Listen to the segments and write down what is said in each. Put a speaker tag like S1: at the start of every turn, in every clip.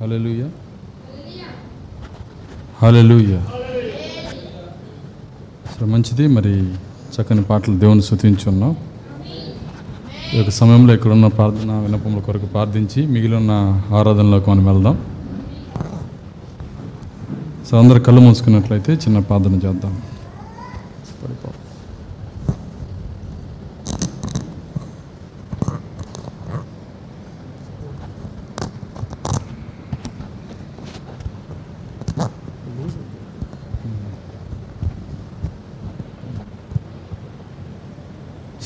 S1: Hallelujah. Hallelujah. సరే మంచిది మరి చక్కని పాటలు దేవుని స్థుతించున్నాం ఈ యొక్క సమయంలో ఇక్కడ ఉన్న ప్రార్థన విన్నపముల కొరకు ప్రార్థించి మిగిలిన ఆరాధనలోకి మనం వెళ్దాం సో అందరు కళ్ళు మూసుకున్నట్లయితే చిన్న ప్రార్థన చేద్దాం పడిపో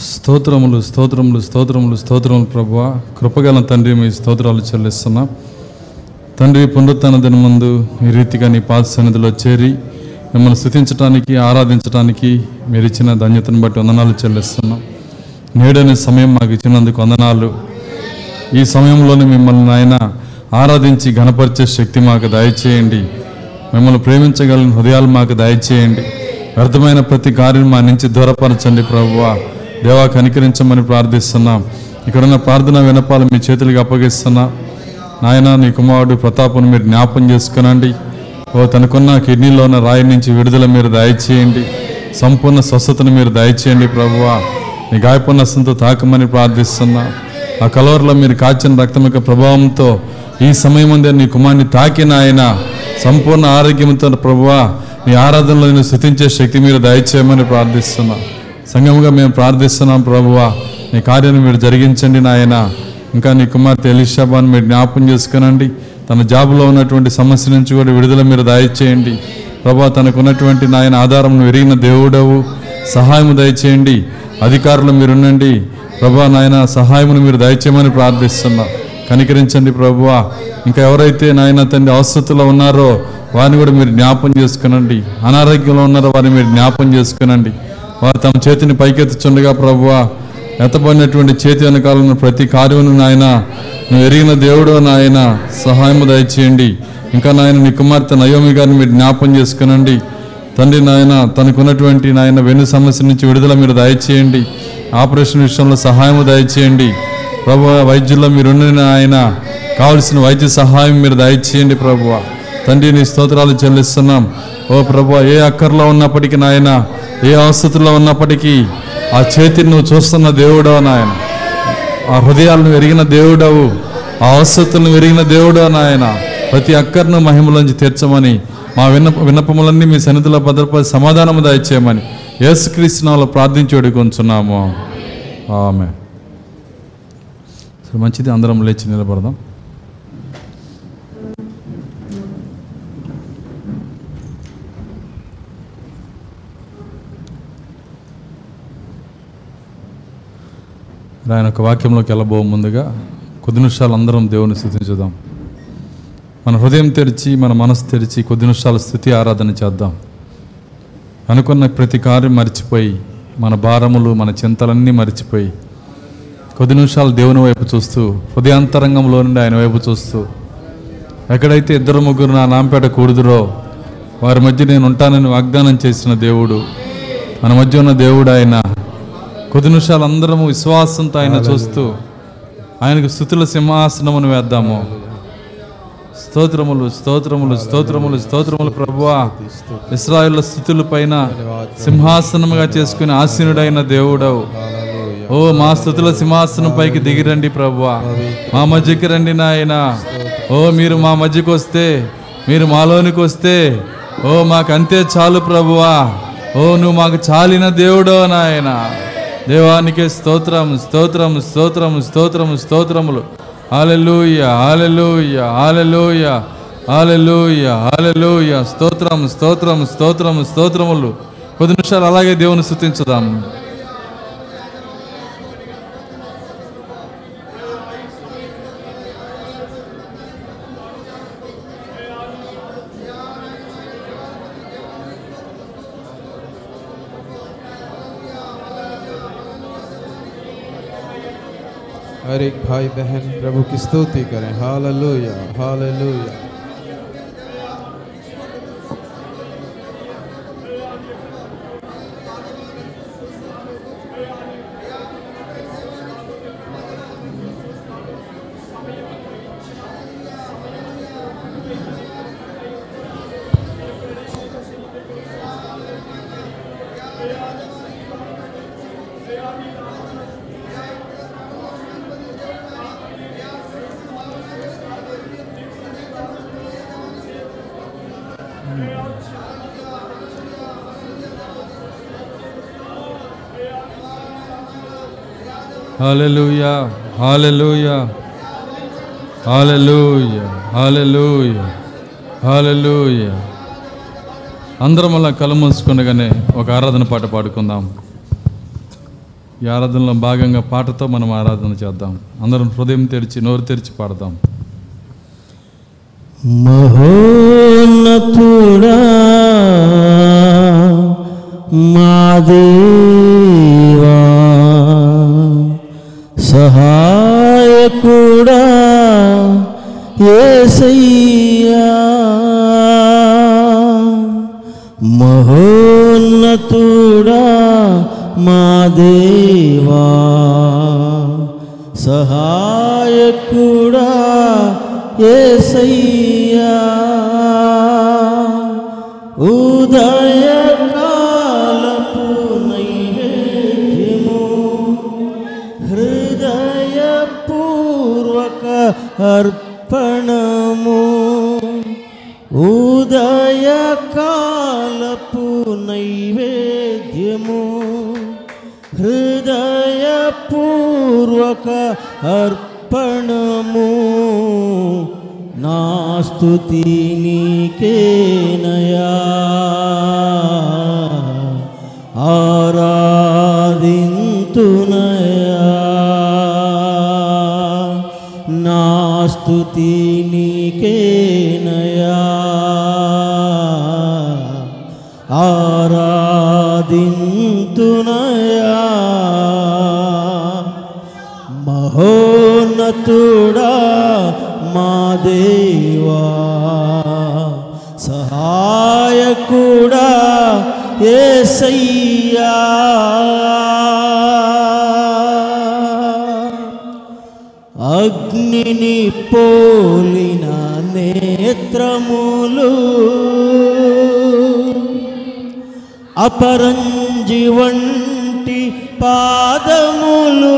S1: స్తోత్రములు స్తోత్రములు స్తోత్రములు స్తోత్రములు ప్రభువ కృపగల తండ్రి మీ స్తోత్రాలు చెల్లిస్తున్నాం తండ్రి పునరుత్న దినమందు ఈ రీతిగా నీ పాద సన్నిధిలో చేరి మిమ్మల్ని స్థుతించడానికి ఆరాధించడానికి మీరు ఇచ్చిన ధన్యతను బట్టి వందనాలు చెల్లిస్తున్నాం నేడనే సమయం మాకు ఇచ్చినందుకు వందనాలు ఈ సమయంలోనే మిమ్మల్ని నాయన ఆరాధించి ఘనపరిచే శక్తి మాకు దయచేయండి మిమ్మల్ని ప్రేమించగలిగిన హృదయాలు మాకు దయచేయండి వ్యర్థమైన ప్రతి కార్యం మా నుంచి దూరపరచండి ప్రభువా దేవా కనికరించమని ప్రార్థిస్తున్నాం ఇక్కడున్న ప్రార్థన వినపాలు మీ చేతులకు అప్పగిస్తున్నా నాయన నీ కుమారుడు ప్రతాపును మీరు జ్ఞాపం చేసుకునండి ఓ తనకున్న కిడ్నీలో ఉన్న రాయి నుంచి విడుదల మీరు దయచేయండి సంపూర్ణ స్వస్థతను మీరు దయచేయండి ప్రభువా నీ గాయపన్నస్తంతో తాకమని ప్రార్థిస్తున్నా ఆ కలవరలో మీరు కాచిన రక్తం యొక్క ప్రభావంతో ఈ సమయం ముందే నీ కుమారుని తాకిన ఆయన సంపూర్ణ ఆరోగ్యంతో ప్రభువా నీ ఆరాధనలో నేను స్థుతించే శక్తి మీరు దయచేయమని ప్రార్థిస్తున్నా సంఘముగా మేము ప్రార్థిస్తున్నాం ప్రభువా నీ కార్యాన్ని మీరు జరిగించండి నాయన ఇంకా నీ కుమార్తె ఎలిషాబాన్ మీరు జ్ఞాపం చేసుకునండి తన జాబులో ఉన్నటువంటి సమస్య నుంచి కూడా విడుదల మీరు దయచేయండి ప్రభా తనకున్నటువంటి నాయన ఆధారం విరిగిన దేవుడవు సహాయము దయచేయండి అధికారులు మీరుండండి ప్రభా నాయన సహాయమును మీరు దయచేయమని ప్రార్థిస్తున్నా కనికరించండి ప్రభువా ఇంకా ఎవరైతే నాయన తండ్రి అవస్థతులో ఉన్నారో వారిని కూడా మీరు జ్ఞాపం చేసుకునండి అనారోగ్యంలో ఉన్నారో వారిని మీరు జ్ఞాపం చేసుకునండి వారు తమ చేతిని పైకెత్తుచుండగా ప్రభువా ఎత్తబడినటువంటి చేతి వెనకాలను ప్రతి కార్యమును నాయన నువ్వు ఎరిగిన దేవుడు నాయన సహాయము దయచేయండి ఇంకా నాయన నీ కుమార్తె నయోమి గారిని మీరు జ్ఞాపం చేసుకునండి తండ్రి నాయన తనకున్నటువంటి నాయన వెన్ను సమస్య నుంచి విడుదల మీరు దయచేయండి ఆపరేషన్ విషయంలో సహాయము దయచేయండి ప్రభు వైద్యుల్లో మీరుండి ఆయన కావలసిన వైద్య సహాయం మీరు దయచేయండి ప్రభువ తండ్రి నీ స్తోత్రాలు చెల్లిస్తున్నాం ఓ ప్రభు ఏ అక్కర్లో ఉన్నప్పటికీ నాయన ఏ అవస్థలో ఉన్నప్పటికీ ఆ చేతిని నువ్వు చూస్తున్న దేవుడో నాయన ఆ హృదయాలను ఎరిగిన దేవుడవు ఆ అవసరతలను ఎరిగిన దేవుడో నాయన ప్రతి అక్కర్ను మహిమలోంచి తీర్చమని మా విన్నప విన్నపములన్నీ మీ సన్నిధిలో భద్రపరి సమాధానము దయచేయమని యేసుక్రీస్తునాలో ప్రార్థించి వేడుకొంచున్నాము ఆమె సరే మంచిది అందరం లేచి నిలబడదాం ఆయన ఒక వాక్యంలోకి వెళ్ళబో ముందుగా కొద్ది నిమిషాలు అందరం దేవుని స్థుతించుదాం మన హృదయం తెరిచి మన మనసు తెరిచి కొద్ది నిమిషాల స్థుతి ఆరాధన చేద్దాం అనుకున్న ప్రతి కార్యం మర్చిపోయి మన భారములు మన చింతలన్నీ మర్చిపోయి కొద్ది నిమిషాలు దేవుని వైపు చూస్తూ హృదయాంతరంగంలో నుండి ఆయన వైపు చూస్తూ ఎక్కడైతే ఇద్దరు ముగ్గురు నా నాంపేట కూడుదురో వారి మధ్య నేను ఉంటానని వాగ్దానం చేసిన దేవుడు మన మధ్య ఉన్న దేవుడు ఆయన కొద్ది నిమిషాలు అందరము విశ్వాసంతో ఆయన చూస్తూ ఆయనకు స్థుతుల సింహాసనమును వేద్దాము స్తోత్రములు స్తోత్రములు స్తోత్రములు స్తోత్రములు ప్రభువా ఇస్రాయేళ్ల స్థుతుల పైన సింహాసనముగా చేసుకుని ఆసీనుడైన దేవుడవు ఓ మా స్థుతుల సింహాసనం పైకి దిగిరండి ప్రభువా మా మధ్యకి రండి నాయన ఓ మీరు మా మధ్యకి వస్తే మీరు మాలోనికి వస్తే ఓ మాకు అంతే చాలు ప్రభువా ఓ నువ్వు మాకు చాలిన దేవుడో నాయన దేవానికే స్తోత్రం స్తోత్రం స్తోత్రం స్తోత్రము స్తోత్రములు hallelujah hallelujah hallelujah hallelujah hallelujah స్తోత్రం స్తోత్రం స్తోత్రం స్తోత్రములు కొద్ది నిమిషాలు అలాగే దేవుని స్థుతించుదాము
S2: हर एक भाई बहन प्रभु की स्तुति करें hallelujah hallelujah
S3: hallelujah hallelujah hallelujah hallelujah hallelujah అందరం అలా కళ్ళు మూసుకుండగానే ఒక ఆరాధన పాట పాడుకుందాం ఈ ఆరాధనలో భాగంగా పాటతో మనం ఆరాధన చేద్దాం అందరం హృదయం తెరిచి నోరు తెరిచి పాడదాం
S4: మహోన్నతుడా మా దేవా సహాయకుడా ఏసయ్యా మహోన్నతుడా మా దేవా సహాయకుడా ఏసయ్యా ఉదయకాలపు నైవేద్యము హృదయపూర్వక అర్పణము ఉదయకాలపు నైవేద్యము హృదయపూర్వక అర్పణము నా స్తుతి నీకేనయా ఆరాధింతునయా నా స్తుతి నీకేనయా ఆరాధింతునయా మహోన్నతుడా మా దేవా సహాయకుడా ఏసయ్యా అగ్నిని పోలిన నేత్రములు అపరంజి వంటి పాదములు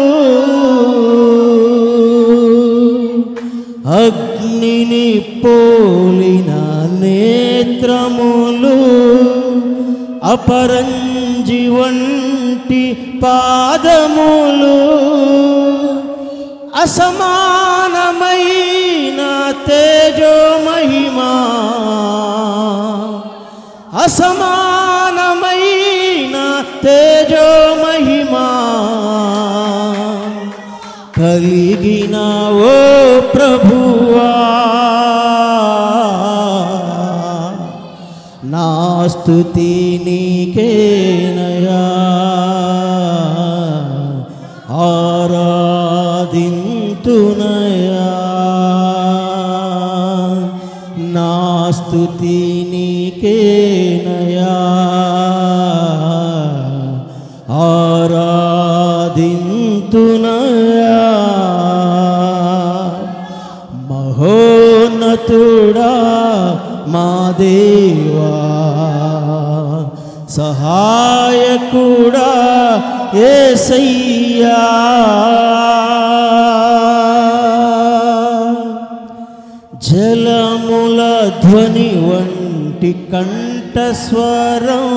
S4: అగ్నిని పోలిన నేత్రములు అపరంజి వంటి పాదములు అసమానమైన తేజో మహిమా అసమానమైన తేజో మహిమా కలిగిన ఓ ప్రభువా నా స్తుతి నీకేనయా ఆరాధింతునయా నా స్తుతి నీకేనయా ఆరాధింతునయా మహోన్నతుడా మా దేవా సహాయకుడా ఏసయ్యా జలముల ధ్వని వంటి కంఠస్వరం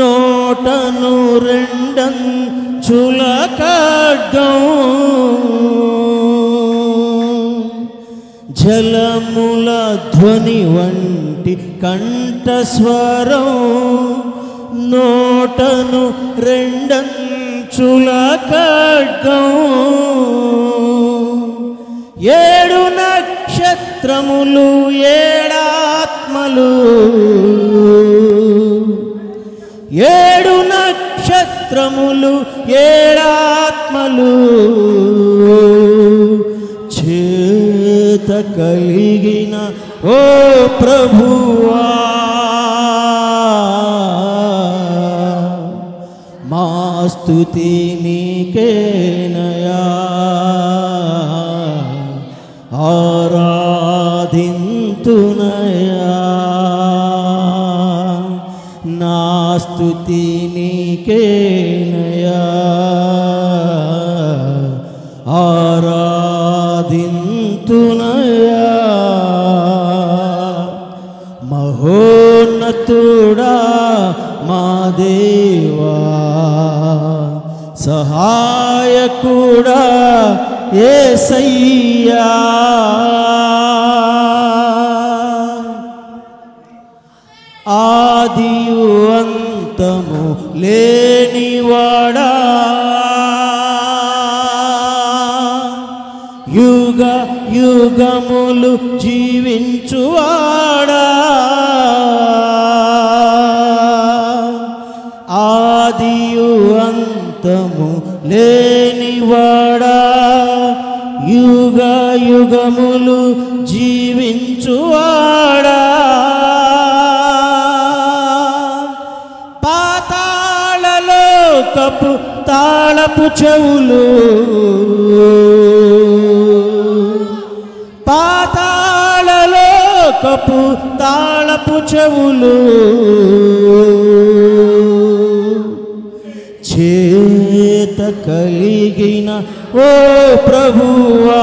S4: నోటను రెండం చులకడ్డం జలముల ధ్వని వంటి కంఠస్వరం నోటను రెండం చులకడ్డం ఏడు నక్షత్రములు ఏడాత్మలు ఏడు నక్షత్రములు ఏడాత్మలు చేత కలిగిన ఓ ప్రభువా మా స్తుతి నీకేనయా ఆరాధింతునయా నా స్తుతి నీకేనయా ఆరాధింతునయా ఉన్నతుడా మా దేవా సహాయకుడా ఏసయ్యా ఆదియు అంతము లేనివాడా యుగ యుగములు జీవించువాడా ఆదియు అంతము లేనివాడా యుగ యుగములు జీవించువాడా పాతాళలో కపు తాళపు చెవులు పాతాళలో కపు తాళపు చెవులు చేత కలిగిన ఓ ప్రభువా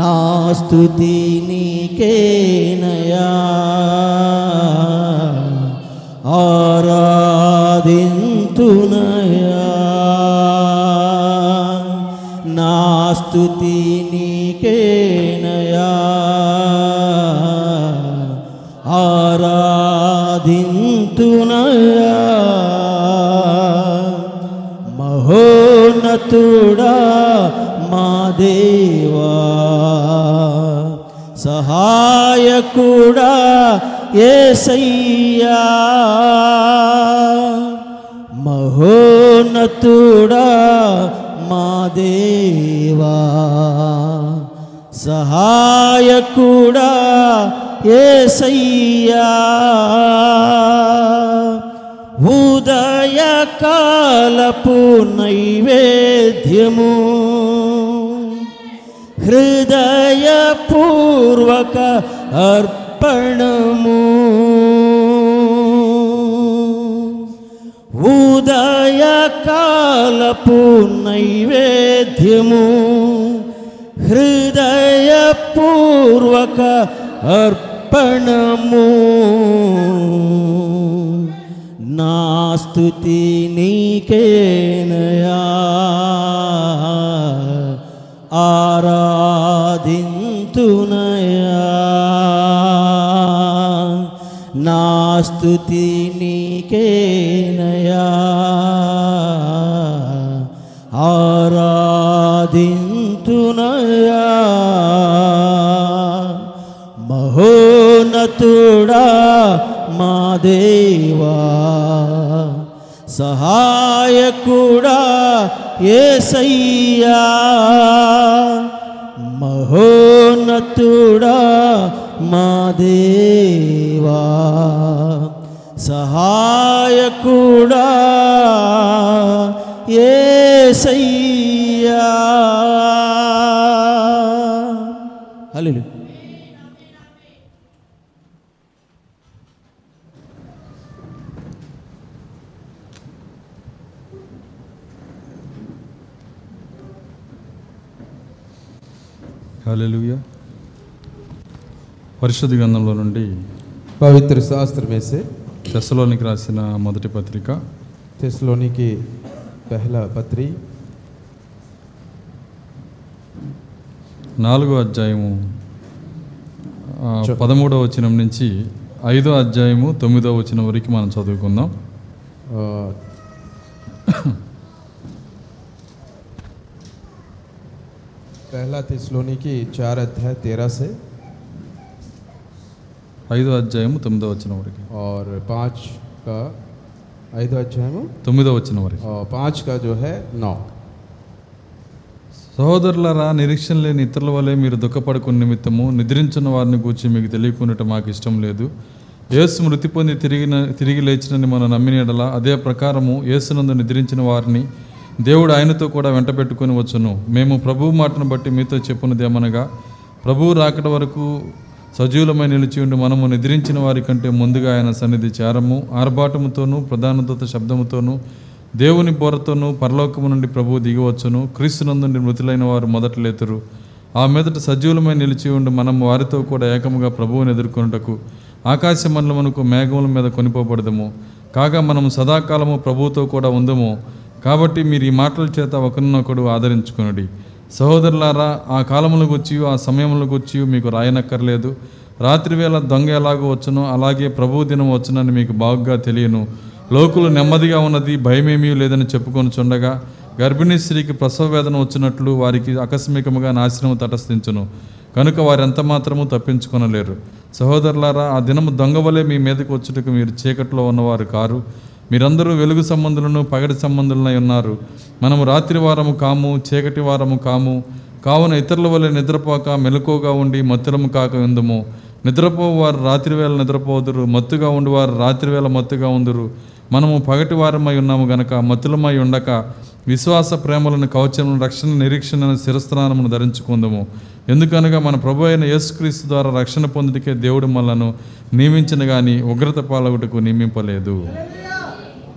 S4: నా స్తుతి నీకేనయా ఆరాధింతునయా నా స్తుతి నీకేనయా ఆరాధింతునయా మహోన్నతుడా మా దేవా సహాయకుడా ఏసయ్యా మహోన్నతుడా మా దేవా సహాయకుడా ఏసయ్యా ఉదయకాలపు నైవేద్యము హృదయపూర్వక అర్పణము ఉదయకాలపు నైవేద్యము హృదయపూర్వక అర్పణము నా స్తుతి నీకేనయా ఆరాధింతునయా నా స్తుతి నీకేనయా ఆరాధింతునయా మహోన్నతుడా మా దేవా సహాయకుడా ఏసయ్యా మహోన్నతుడా మా దేవా సహాయకుడా ఏసయ్యా హల్లెలూయా
S1: హల్లెలూయ పరిశుద్ధ గ్రంథంలో నుండి
S5: पवित्र शास्त्र में से
S1: దశలోనికి రాసిన మొదటి పత్రిక
S5: थिस्सलुनीके की पहला पत्री
S1: నాలుగో అధ్యాయము ఆ, పదమూడవ వచనం నుంచి ఐదో అధ్యాయము తొమ్మిదో వచనం వరకు మనం చదువుకుందాం
S5: और पहला थिस्सलुनीके की चार अध्याय तेरह से
S1: ఐదో అధ్యాయము తొమ్మిదో వచనం వరకు
S5: और पाँच का ऐदो अध्याय में
S1: తొమ్మిదో వచనం వరకు
S5: और पाँच का जो है नौ
S1: సహోదరులారా నిరీక్షణ లేని ఇతరుల వలె మీరు దుఃఖపడుకున్న నిమిత్తము నిద్రించిన వారిని గూర్చి మీకు తెలియకుండటం మాకు ఇష్టం లేదు యేసు మృతి పొంది తిరిగిన తిరిగి లేచినని మనం నమ్మిన యెడల అదే ప్రకారము యేసునందు నిద్రించిన వారిని దేవుడు ఆయనతో కూడా వెంట పెట్టుకొని వచ్చును మేము ప్రభువు మాటను బట్టి మీతో చెప్పునదేమనగా ప్రభువు రాకడ వరకు సజీవులమై నిలిచి ఉండి మనము నిద్రించిన వారి కంటే ముందుగా ఆయన సన్నిధి చేరము ఆర్భాటముతోనూ ప్రధానత శబ్దముతోనూ దేవుని బోరతోనూ పరలోకము నుండి ప్రభువు దిగివచ్చును క్రీస్తునందుండి మృతులైన వారు మొదట లేతురు ఆ మీదట సజీవులమై నిలిచి ఉండి మనం వారితో కూడా ఏకముగా ప్రభువుని ఎదుర్కొనుటకు ఆకాశ మండలమునకు మేఘముల మీద కొనిపోబడదము కాగా మనము సదాకాలము ప్రభువుతో కూడా ఉందము కాబట్టి మీరు ఈ మాటల చేత ఒకరినొకడు ఆదరించుకొనుడి సహోదరులారా ఆ కాలముల గుర్చి ఆ సమయముల గుర్చి మీకు రాయనక్కర్లేదు రాత్రివేళ దొంగ ఎలాగో వచ్చునో అలాగే ప్రభు దినం వచ్చునని మీకు బాగుగా తెలియను లోకులు నెమ్మదిగా ఉన్నది భయమేమీ లేదని చెప్పుకొని చుండగా గర్భిణీ స్త్రీకి ప్రసవ వేదన వచ్చినట్లు వారికి ఆకస్మికముగా నాశనం తటస్థించును కనుక వారెంత మాత్రము తప్పించుకొనలేరు సహోదరులారా ఆ దినము దొంగవలే మీ మీదకు వచ్చుటకు మీరు చీకట్లో ఉన్నవారు కారు మీరందరూ వెలుగు సంబంధులను పగటి సంబంధులనై ఉన్నారు మనము రాత్రి వారము కాము చీకటి వారము కాము కావున ఇతరుల వలె నిద్రపోక మెలకువగా ఉండి మత్తులము కాక ఉందము నిద్రపోవు వారు రాత్రివేళ నిద్రపోదురు మత్తుగా ఉండివారు రాత్రివేళ మత్తుగా ఉందురు మనము పగటి వారమై ఉన్నాము గనక మత్తులమై ఉండక విశ్వాస ప్రేమలను కవచములను రక్షణ నిరీక్షణ శిరస్నానమును ధరించుకుందాము ఎందుకనగా మన ప్రభు అయిన యేసుక్రీస్తు ద్వారా రక్షణ పొందుటకే దేవుడు మనలను నియమించిన కానీ ఉగ్రత పాలగుటకు నియమింపలేదు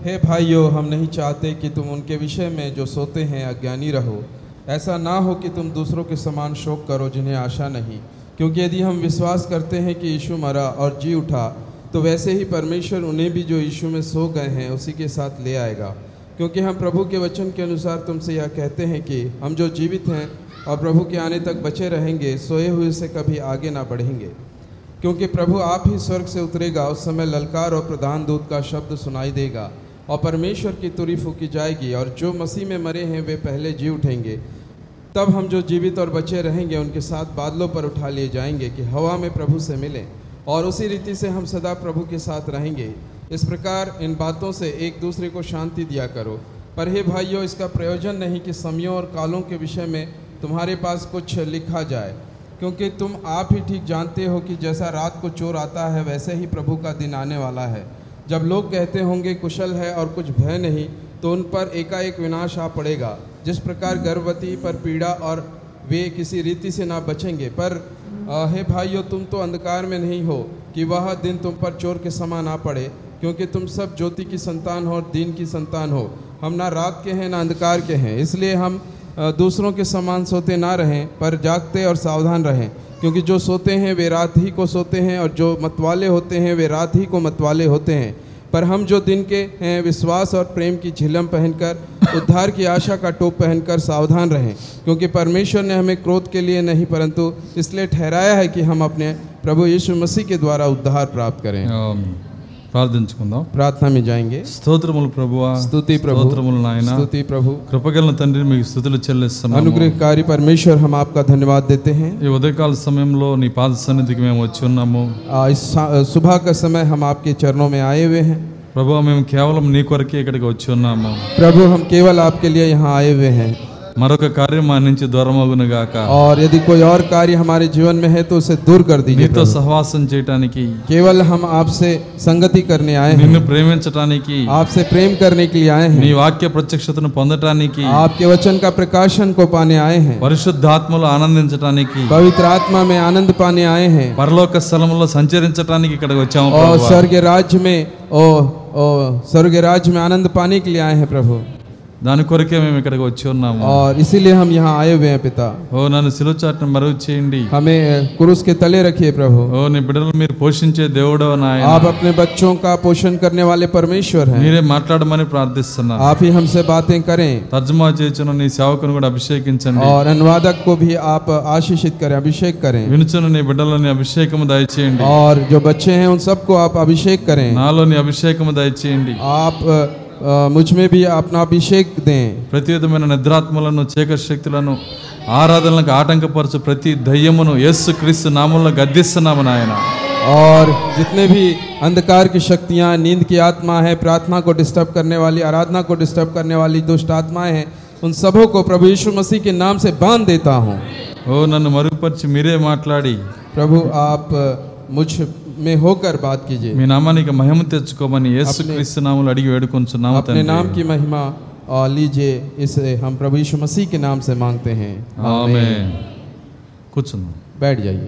S5: हे भाइयों हम नहीं चाहते कि तुम उनके विषय में जो सोते हैं अज्ञानी रहो ऐसा ना हो कि तुम दूसरों के समान शोक करो जिन्हें आशा नहीं क्योंकि यदि हम विश्वास करते हैं कि यीशु मरा और जी उठा तो वैसे ही परमेश्वर उन्हें भी जो यीशु में सो गए हैं उसी के साथ ले आएगा क्योंकि हम प्रभु के वचन के अनुसार तुमसे यह कहते हैं कि हम जो जीवित हैं और प्रभु के आने तक बचे रहेंगे सोए हुए से कभी आगे ना बढ़ेंगे क्योंकि प्रभु आप ही स्वर्ग से उतरेगा उस समय ललकार और प्रधान दूत का शब्द सुनाई देगा और परमेश्वर की तुरी फूकी जाएगी और जो मसीह में मरे हैं वे पहले जी उठेंगे तब हम जो जीवित और बचे रहेंगे उनके साथ बादलों पर उठा लिए जाएंगे कि हवा में प्रभु से मिलें और उसी रीति से हम सदा प्रभु के साथ रहेंगे इस प्रकार इन बातों से एक दूसरे को शांति दिया करो पर हे भाइयों इसका प्रयोजन नहीं कि समयों और कालों के विषय में तुम्हारे पास कुछ लिखा जाए क्योंकि तुम आप ही ठीक जानते हो कि जैसा रात को चोर आता है वैसे ही प्रभु का दिन आने वाला है जब लोग कहते होंगे कुशल है और कुछ भय नहीं तो उन पर एकाएक विनाश आ पड़ेगा जिस प्रकार गर्भवती पर पीड़ा और वे किसी रीति से ना बचेंगे पर अ, हे भाइयों तुम तो अंधकार में नहीं हो कि वह दिन तुम पर चोर के समान आ पड़े क्योंकि तुम सब ज्योति की संतान हो और दीन की संतान हो हम ना रात के हैं ना अंधकार के हैं इसलिए हम अ, दूसरों के समान सोते ना रहें पर जागते और सावधान रहें क्योंकि जो सोते हैं वे रात ही को सोते हैं और जो मतवाले होते हैं वे रात ही को मतवाले होते हैं पर हम जो दिन के हैं विश्वास और प्रेम की झिलम पहनकर उद्धार की आशा का टोप पहनकर सावधान रहें क्योंकि परमेश्वर ने हमें क्रोध के लिए नहीं परंतु इसलिए ठहराया है कि हम अपने प्रभु यीशु मसीह के द्वारा उद्धार प्राप्त करें
S1: ఆమేన్. ప్రార్థించుకుందాం
S5: प्रार्थना में जाएंगे
S1: స్తోత్రములు ప్రభువా
S5: स्तुति प्रभु
S1: స్తోత్రములు నాయన
S5: स्तुति प्रभु
S1: కృపగల తండ్రి మీకు స్థుతులు చెల్లిస్తున్నాము
S5: अनुग्रहकारी परमेश्वर हम आपका धन्यवाद देते हैं
S1: ఈ ఉదయకాల సమయంలో నీ పాద సన్నిధికి మేము వచ్చి ఉన్నాము
S5: आ, इस सा- सुबह का समय हम आपके चरणों में आए हुए हैं
S1: ప్రభు మేము కేవలం నీ కొరకే ఇక్కడికి వచ్చి ఉన్నాము
S5: प्रभु हम केवल आपके लिए यहाँ आए हुए हैं
S1: మరొక కార్యం మా నుంచి దూరమగును గాక
S5: और यदि कोई और कार्य हमारे जीवन में है तो उसे दूर कर दीजिए
S1: నీతో సహవాసం చేయటానికి
S5: प्रभु। केवल हम आपसे संगति करने आए हैं
S1: నిన్ను ప్రేమించటానికి
S5: आपसे प्रेम करने के लिए आए
S1: నీ
S5: हैं
S1: వాక్య ప్రత్యక్షతను పొందటానికి
S5: आपके वचन का प्रकाशन को पाने आए हैं
S1: పరిశుద్ధాత్మలో ఆనందించటానికి
S5: पवित्र आत्मा में आनंद पाने आए हैं
S1: పరలోక స్థలంలో సంచరించటానికి ఇక్కడికి వచ్చాము
S5: और
S1: ప్రభువా.
S5: स्वर्ग राज्य में ओ ओ स्वर्ग राज्य में आनंद पाने के लिए आए हैं प्रभु
S1: దాని కొరకే మేము ఇక్కడికి వచ్చి ఉన్నాము
S5: और इसीलिए हम यहाँ आए हुए हैं पिता
S1: ఓ నన్ను సిలువ చాటును మరుగు చేయండి
S5: हमें कुरुस के तले रखिए प्रभु
S1: ఓ నీ బిడ్డలు మీరు పోషించే దేవుడో నాయన
S5: आप अपने बच्चों का पोषण करने वाले परमेश्वर हैं
S1: మీరే మాట్లాడమని ప్రార్థిస్తున్నా
S5: आप ही हमसे बातें करें
S1: తర్జుమా చేసిన నీ సేవకుని కూడా అభిషేకించండి
S5: और अनुवादक को भी आप आशीषित करें अभिषेक करें
S1: వినుచున్న నీ బిడ్డలని అభిషేకము దయచేయండి
S5: और जो बच्चे हैं उन सबको आप अभिषेक करें
S1: నాలో నీ అభిషేకము దయచేయండి
S5: आप अ, मुझ में भी अपना अभिषेक दें
S1: ప్రతి విధమైన నిద్రాత్మలను చీకటి శక్తులను ఆరాధనలకు ఆటంకపరచు ప్రతి దయ్యమును యేసు క్రీస్తు నామంలో గద్దిస్తున్నాము నాయన
S5: और जितने भी अंधकार की शक्तियां नींद की आत्मा है प्रार्थना को डिस्टर्ब करने वाली आराधना को डिस्टर्ब करने वाली दुष्ट आत्माएं हैं उन सबों को प्रभु यीशु मसीह के नाम से बांध देता हूँ
S1: ఓ నన్ను మరుగుపరిచి మీరే మాట్లాడి
S5: प्रभु आप अ, मुझ में होकर बात कीजिए
S1: మీ నామానికి మహిమ తెచ్చుకోమని యేసు క్రీస్తు నామంలో అడిగి వేడుకొంచున్నాము
S5: अपने
S1: తండ్రి
S5: नाम की महिमा आ, लीजिए इसे हम प्रभु यीशु मसीह के नाम से मांगते हैं
S1: ఆమేన్. కూర్చుందాం
S5: बैठ जाइए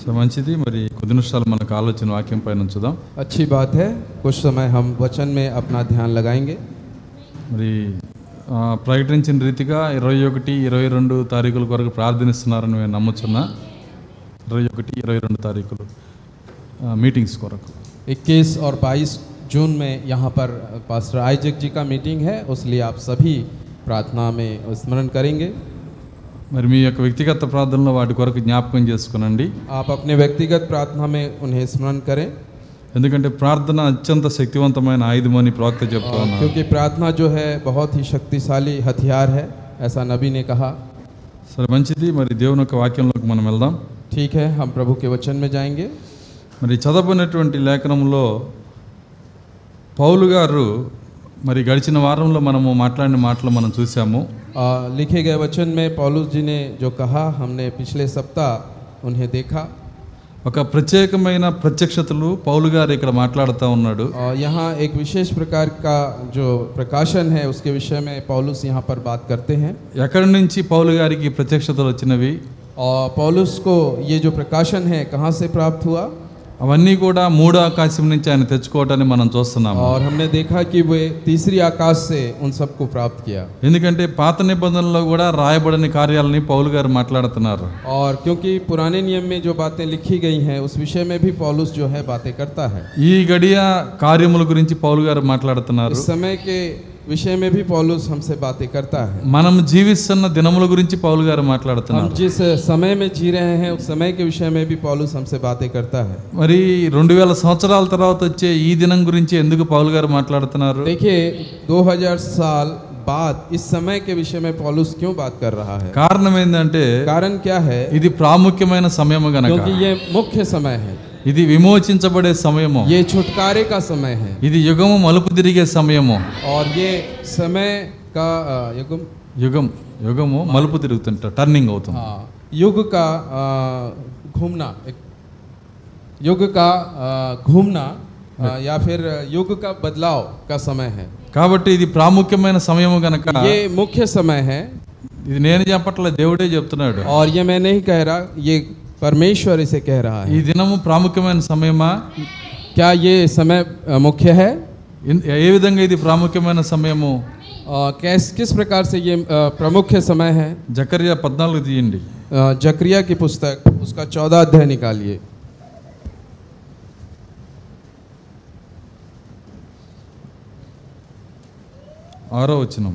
S1: సో మంచిది మరి కొద్ది నిమిషాలు మనకు ఆలోచన వాక్యం పైన ఉంచుదాం
S5: अच्छी बात है कुछ समय हम वचन में अपना ध्यान लगाएंगे
S1: మరి ఆ, ప్రకటించిన రీతిగా ఇరవై ఒకటి ఇరవై రెండు తారీఖుల వరకు ప్రార్థనిస్తున్నారని నేను నమ్ముచున్నా ఇరవై ఒకటి ఇరవై రెండు తారీఖులు ఆ, మీటింగ్స్ కొరకు
S5: 21 और 22 जून में यहाँ पर पास्टर आइजक जी का मीटिंग है उसलिए आप सभी प्रार्थना में स्मरण करेंगे
S1: మరి మీ యొక్క వ్యక్తిగత ప్రార్థనలో వాటి కొరకు జ్ఞాపకం చేసుకునండి
S5: आप अपने व्यक्तिगत प्रार्थना में उन्हें स्मरण करें
S1: ఎందుకంటే ప్రార్థన అత్యంత శక్తివంతమైన ఆయుధం అని ప్రవక్త చెప్తా ఉన్నారు
S5: क्योंकि प्रार्थना जो है बहुत ही शक्तिशाली हथियार है ऐसा नबी ने कहा
S1: సరే మంచిది మరి దేవుని యొక్క వాక్యంలోకి మనం వెళ్దాం
S5: ठीक है हम प्रभु के वचन में जाएंगे
S1: మరి చదవనటువంటి లేఖనంలో పౌలు గారు మరి గడిచిన వారంలో మనము మాట్లాడిన మాటలు మనం చూసాము
S5: आ, लिखे गए वचन में पौलुस जी ने जो कहा हमने पिछले सप्ताह उन्हें देखा
S1: ఒక ప్రత్యేకమైన ప్రత్యక్షతలు పౌలు గారు ఇక్కడ మాట్లాడుతూ ఉన్నాడు
S5: और यहाँ एक विशेष प्रकार का जो प्रकाशन है उसके विषय में पौलुस यहाँ पर बात करते हैं
S1: ఎక్కడి నుంచి పౌలు గారికి ఈ ప్రత్యక్షతలు వచ్చినవి
S5: और पौलुस को ये जो प्रकाशन है कहाँ से प्राप्त हुआ
S1: అవన్నీ కూడా మూడో ఆకాశం నుంచి ఆయన తెచ్చుకోవటాన్ని మనం చూస్తున్నాము
S5: और हमने देखा कि वे तीसरी आकाश से उन सबको प्राप्त किया
S1: ఎందుకంటే పాత నిబంధనలో కూడా రాయబడని కార్యాలని పౌలు గారు మాట్లాడుతున్నారు
S5: और क्योंकि पुराने नियम में जो बातें लिखी गई हैं उस विषय में भी पौलुस जो है बातें करता है
S1: ఈ గడియ కార్యముల గురించి పౌలు గారు మాట్లాడుతున్నారు
S5: इस समय के విషय में भी पौलुस हमसे बातें करता है
S1: మనం జీవిస్తున్న దినముల గురించి పౌలు గారు మాట్లాడుతున్నారు
S5: हम जिस समय में जी रहे हैं उस समय के विषय में भी पौलुस हमसे बातें करता है
S1: మరి రెండు వేల సంవత్సరాల తర్వాత వచ్చే ఈ దినం గురించి ఎందుకు పౌలు గారు మాట్లాడుతున్నారు
S5: देखिए 2000 साल बाद इस समय के विषय में पौलुस क्यों बात कर रहा है
S1: కారణం ఏంటంటే
S5: कारण क्या है
S1: ఇది ప్రాముఖ్యమైన సమయము గనక
S5: क्योंकि ये मुख्य समय है
S1: ఇది విమోచించబడే సమయము
S5: ये छुटकारे का समय है
S1: ఇది యుగము మలుపు తిరిగే సమయము
S5: और ये समय का अ, युग
S1: యుగం యుగము మలుపు తిరుగుతుంట టర్నింగ్ అవుతుంది
S5: हाँ, युग का अ, घूमना एक युग का अ, घूमना अ, या फिर युग का बदलाव का समय है
S1: కాబట్టి ఇది ప్రాముఖ్యమైన సమయము గనక
S5: ये मुख्य समय है
S1: ఇది నేను చెప్పట్లే దేవుడే చెప్తున్నాడు
S5: और ये मैं नहीं कह रहा ये परमेश्वर इसे कह रहा है
S1: ఈ దినము ప్రాముఖ్యమైన సమయమా
S5: क्या ये समय अ, मुख्य है
S1: ఇన్- ఏ విధంగా ఇది ప్రాముఖ్యమైన సమయము
S5: अ, कैस किस प्रकार से ये अ, प्रमुख समय है
S1: జకర్యా పద్నాలుగు తీయండి
S5: अ, जकरिया की पुस्तक उसका चौदह अध्याय निकालिए
S1: ఆరో వచనం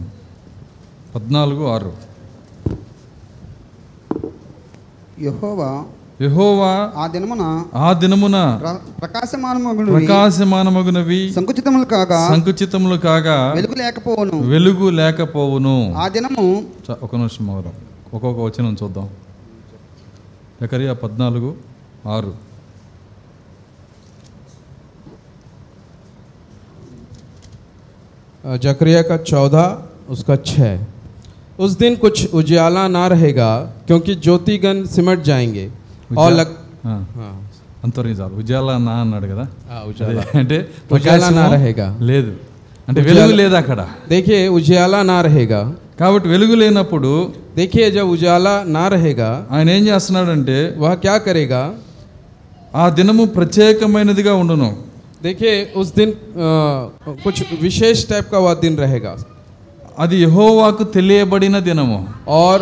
S1: పద్నాలుగు ఆరు
S6: యెహోవా
S1: యెహోవా
S6: ఆ దినమున
S1: ఆ దినమున
S6: ప్ర- ప్రకాశమానమగును
S1: ప్రకాశమానమగునవి
S6: సంకుచితములు కాగా
S1: సంకుచితములు కాగా
S6: వెలుగు లేకపోవును
S1: వెలుగు లేకపోవును
S6: ఆ దినము
S1: చ- ఒక నిమిషం అవరం ఒక్కొక్క వచనం చూద్దాం ఎకరియా పద్నాలుగు ఆరు
S5: जकरिया का चौदह उसका छः उस दिन कुछ उजियाला ना रहेगा क्योंकि ज्योतिगण सिमट जाएंगे और लग
S1: ఆ,
S5: हाँ
S1: అంతవరకు చాలు ఉజాలా నా అన్నాడు కదా
S5: हाँ,
S1: అదే,
S5: उजाला
S1: అంటే
S5: ఉజాలా నా
S1: ప్రకాశము
S5: రహేగా.
S1: లేదు అంటే
S5: ఉజాలా-
S1: వెలుగు లేదు అక్కడ
S5: देखिए उजियाला ना रहेगा
S1: కాబట్టి వెలుగు లేనప్పుడు
S5: देखिए जब उजाला ना रहेगा
S1: ఆయన ఏం చేస్తున్నాడంటే
S5: वह क्या करेगा
S1: ఆ దినము ప్రత్యేకమైనదిగా ఉండును
S5: देखिए उस दिन अ, कुछ विशेष टाइप का वह दिन रहेगा
S1: అది యెహోవాకు తెలియబడిన దినము
S5: और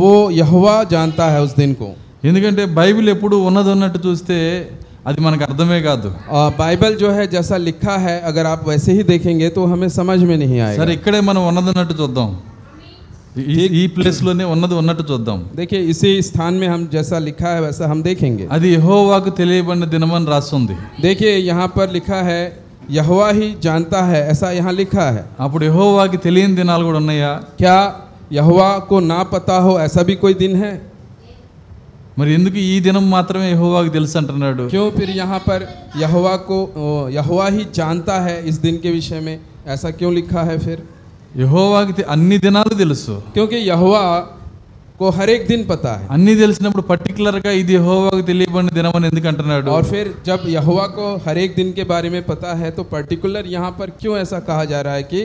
S5: वो यहोवा जानता है उस दिन को
S1: ఎందుకంటే బైబిల్ ఎప్పుడు ఉన్నది ఉన్నట్టు చూస్తే అది మనకు అర్థమే కాదు
S5: अ, बाइबल जो है जैसा लिखा है अगर आप वैसे ही देखेंगे तो हमें समझ में नहीं आएगा
S1: సరే ఇక్కడే మనం ఉన్నది ఉన్నట్టు చూద్దాం ఈ- ఈ ప్లేస్లోనే ఉన్నది ఉన్నట్టు చూద్దాం
S5: देखिए इसी स्थान में हम जैसा लिखा है वैसा हम देखेंगे
S1: అది యెహోవాకు తెలియబడిన దినమని రాస్తుంది
S5: देखिए यहाँ पर लिखा है यहोवा ही जानता है ऐसा यहाँ लिखा है
S1: అప్పుడు యెహోవాకి తెలియని దినాలు కూడా ఉన్నాయా
S5: क्या यहोवा को ना पता हो ऐसा भी कोई दिन है
S1: మరి ఎందుకు ఈ దినం మాత్రమే యెహోవాకు తెలుసు అంటున్నాడు
S5: क्यों फिर यहाँ पर यहोवा को ओ, यहोवा ही जानता है इस दिन के विषय में ऐसा क्यों लिखा है फिर
S1: యెహోవాకి తె- అన్ని దినాలు తెలుసు
S5: क्योंकि यहोवा को हर एक दिन पता है
S1: అన్ని తెలిసినప్పుడు పర్టికులర్గా ఇది యెహోవాకు తెలియబడిన దినం అని ఎందుకు అంటున్నాడు
S5: और फिर जब यहोवा को हर एक दिन के बारे में पता है तो पर्टिकुलर यहाँ पर क्यों ऐसा कहा जा रहा है कि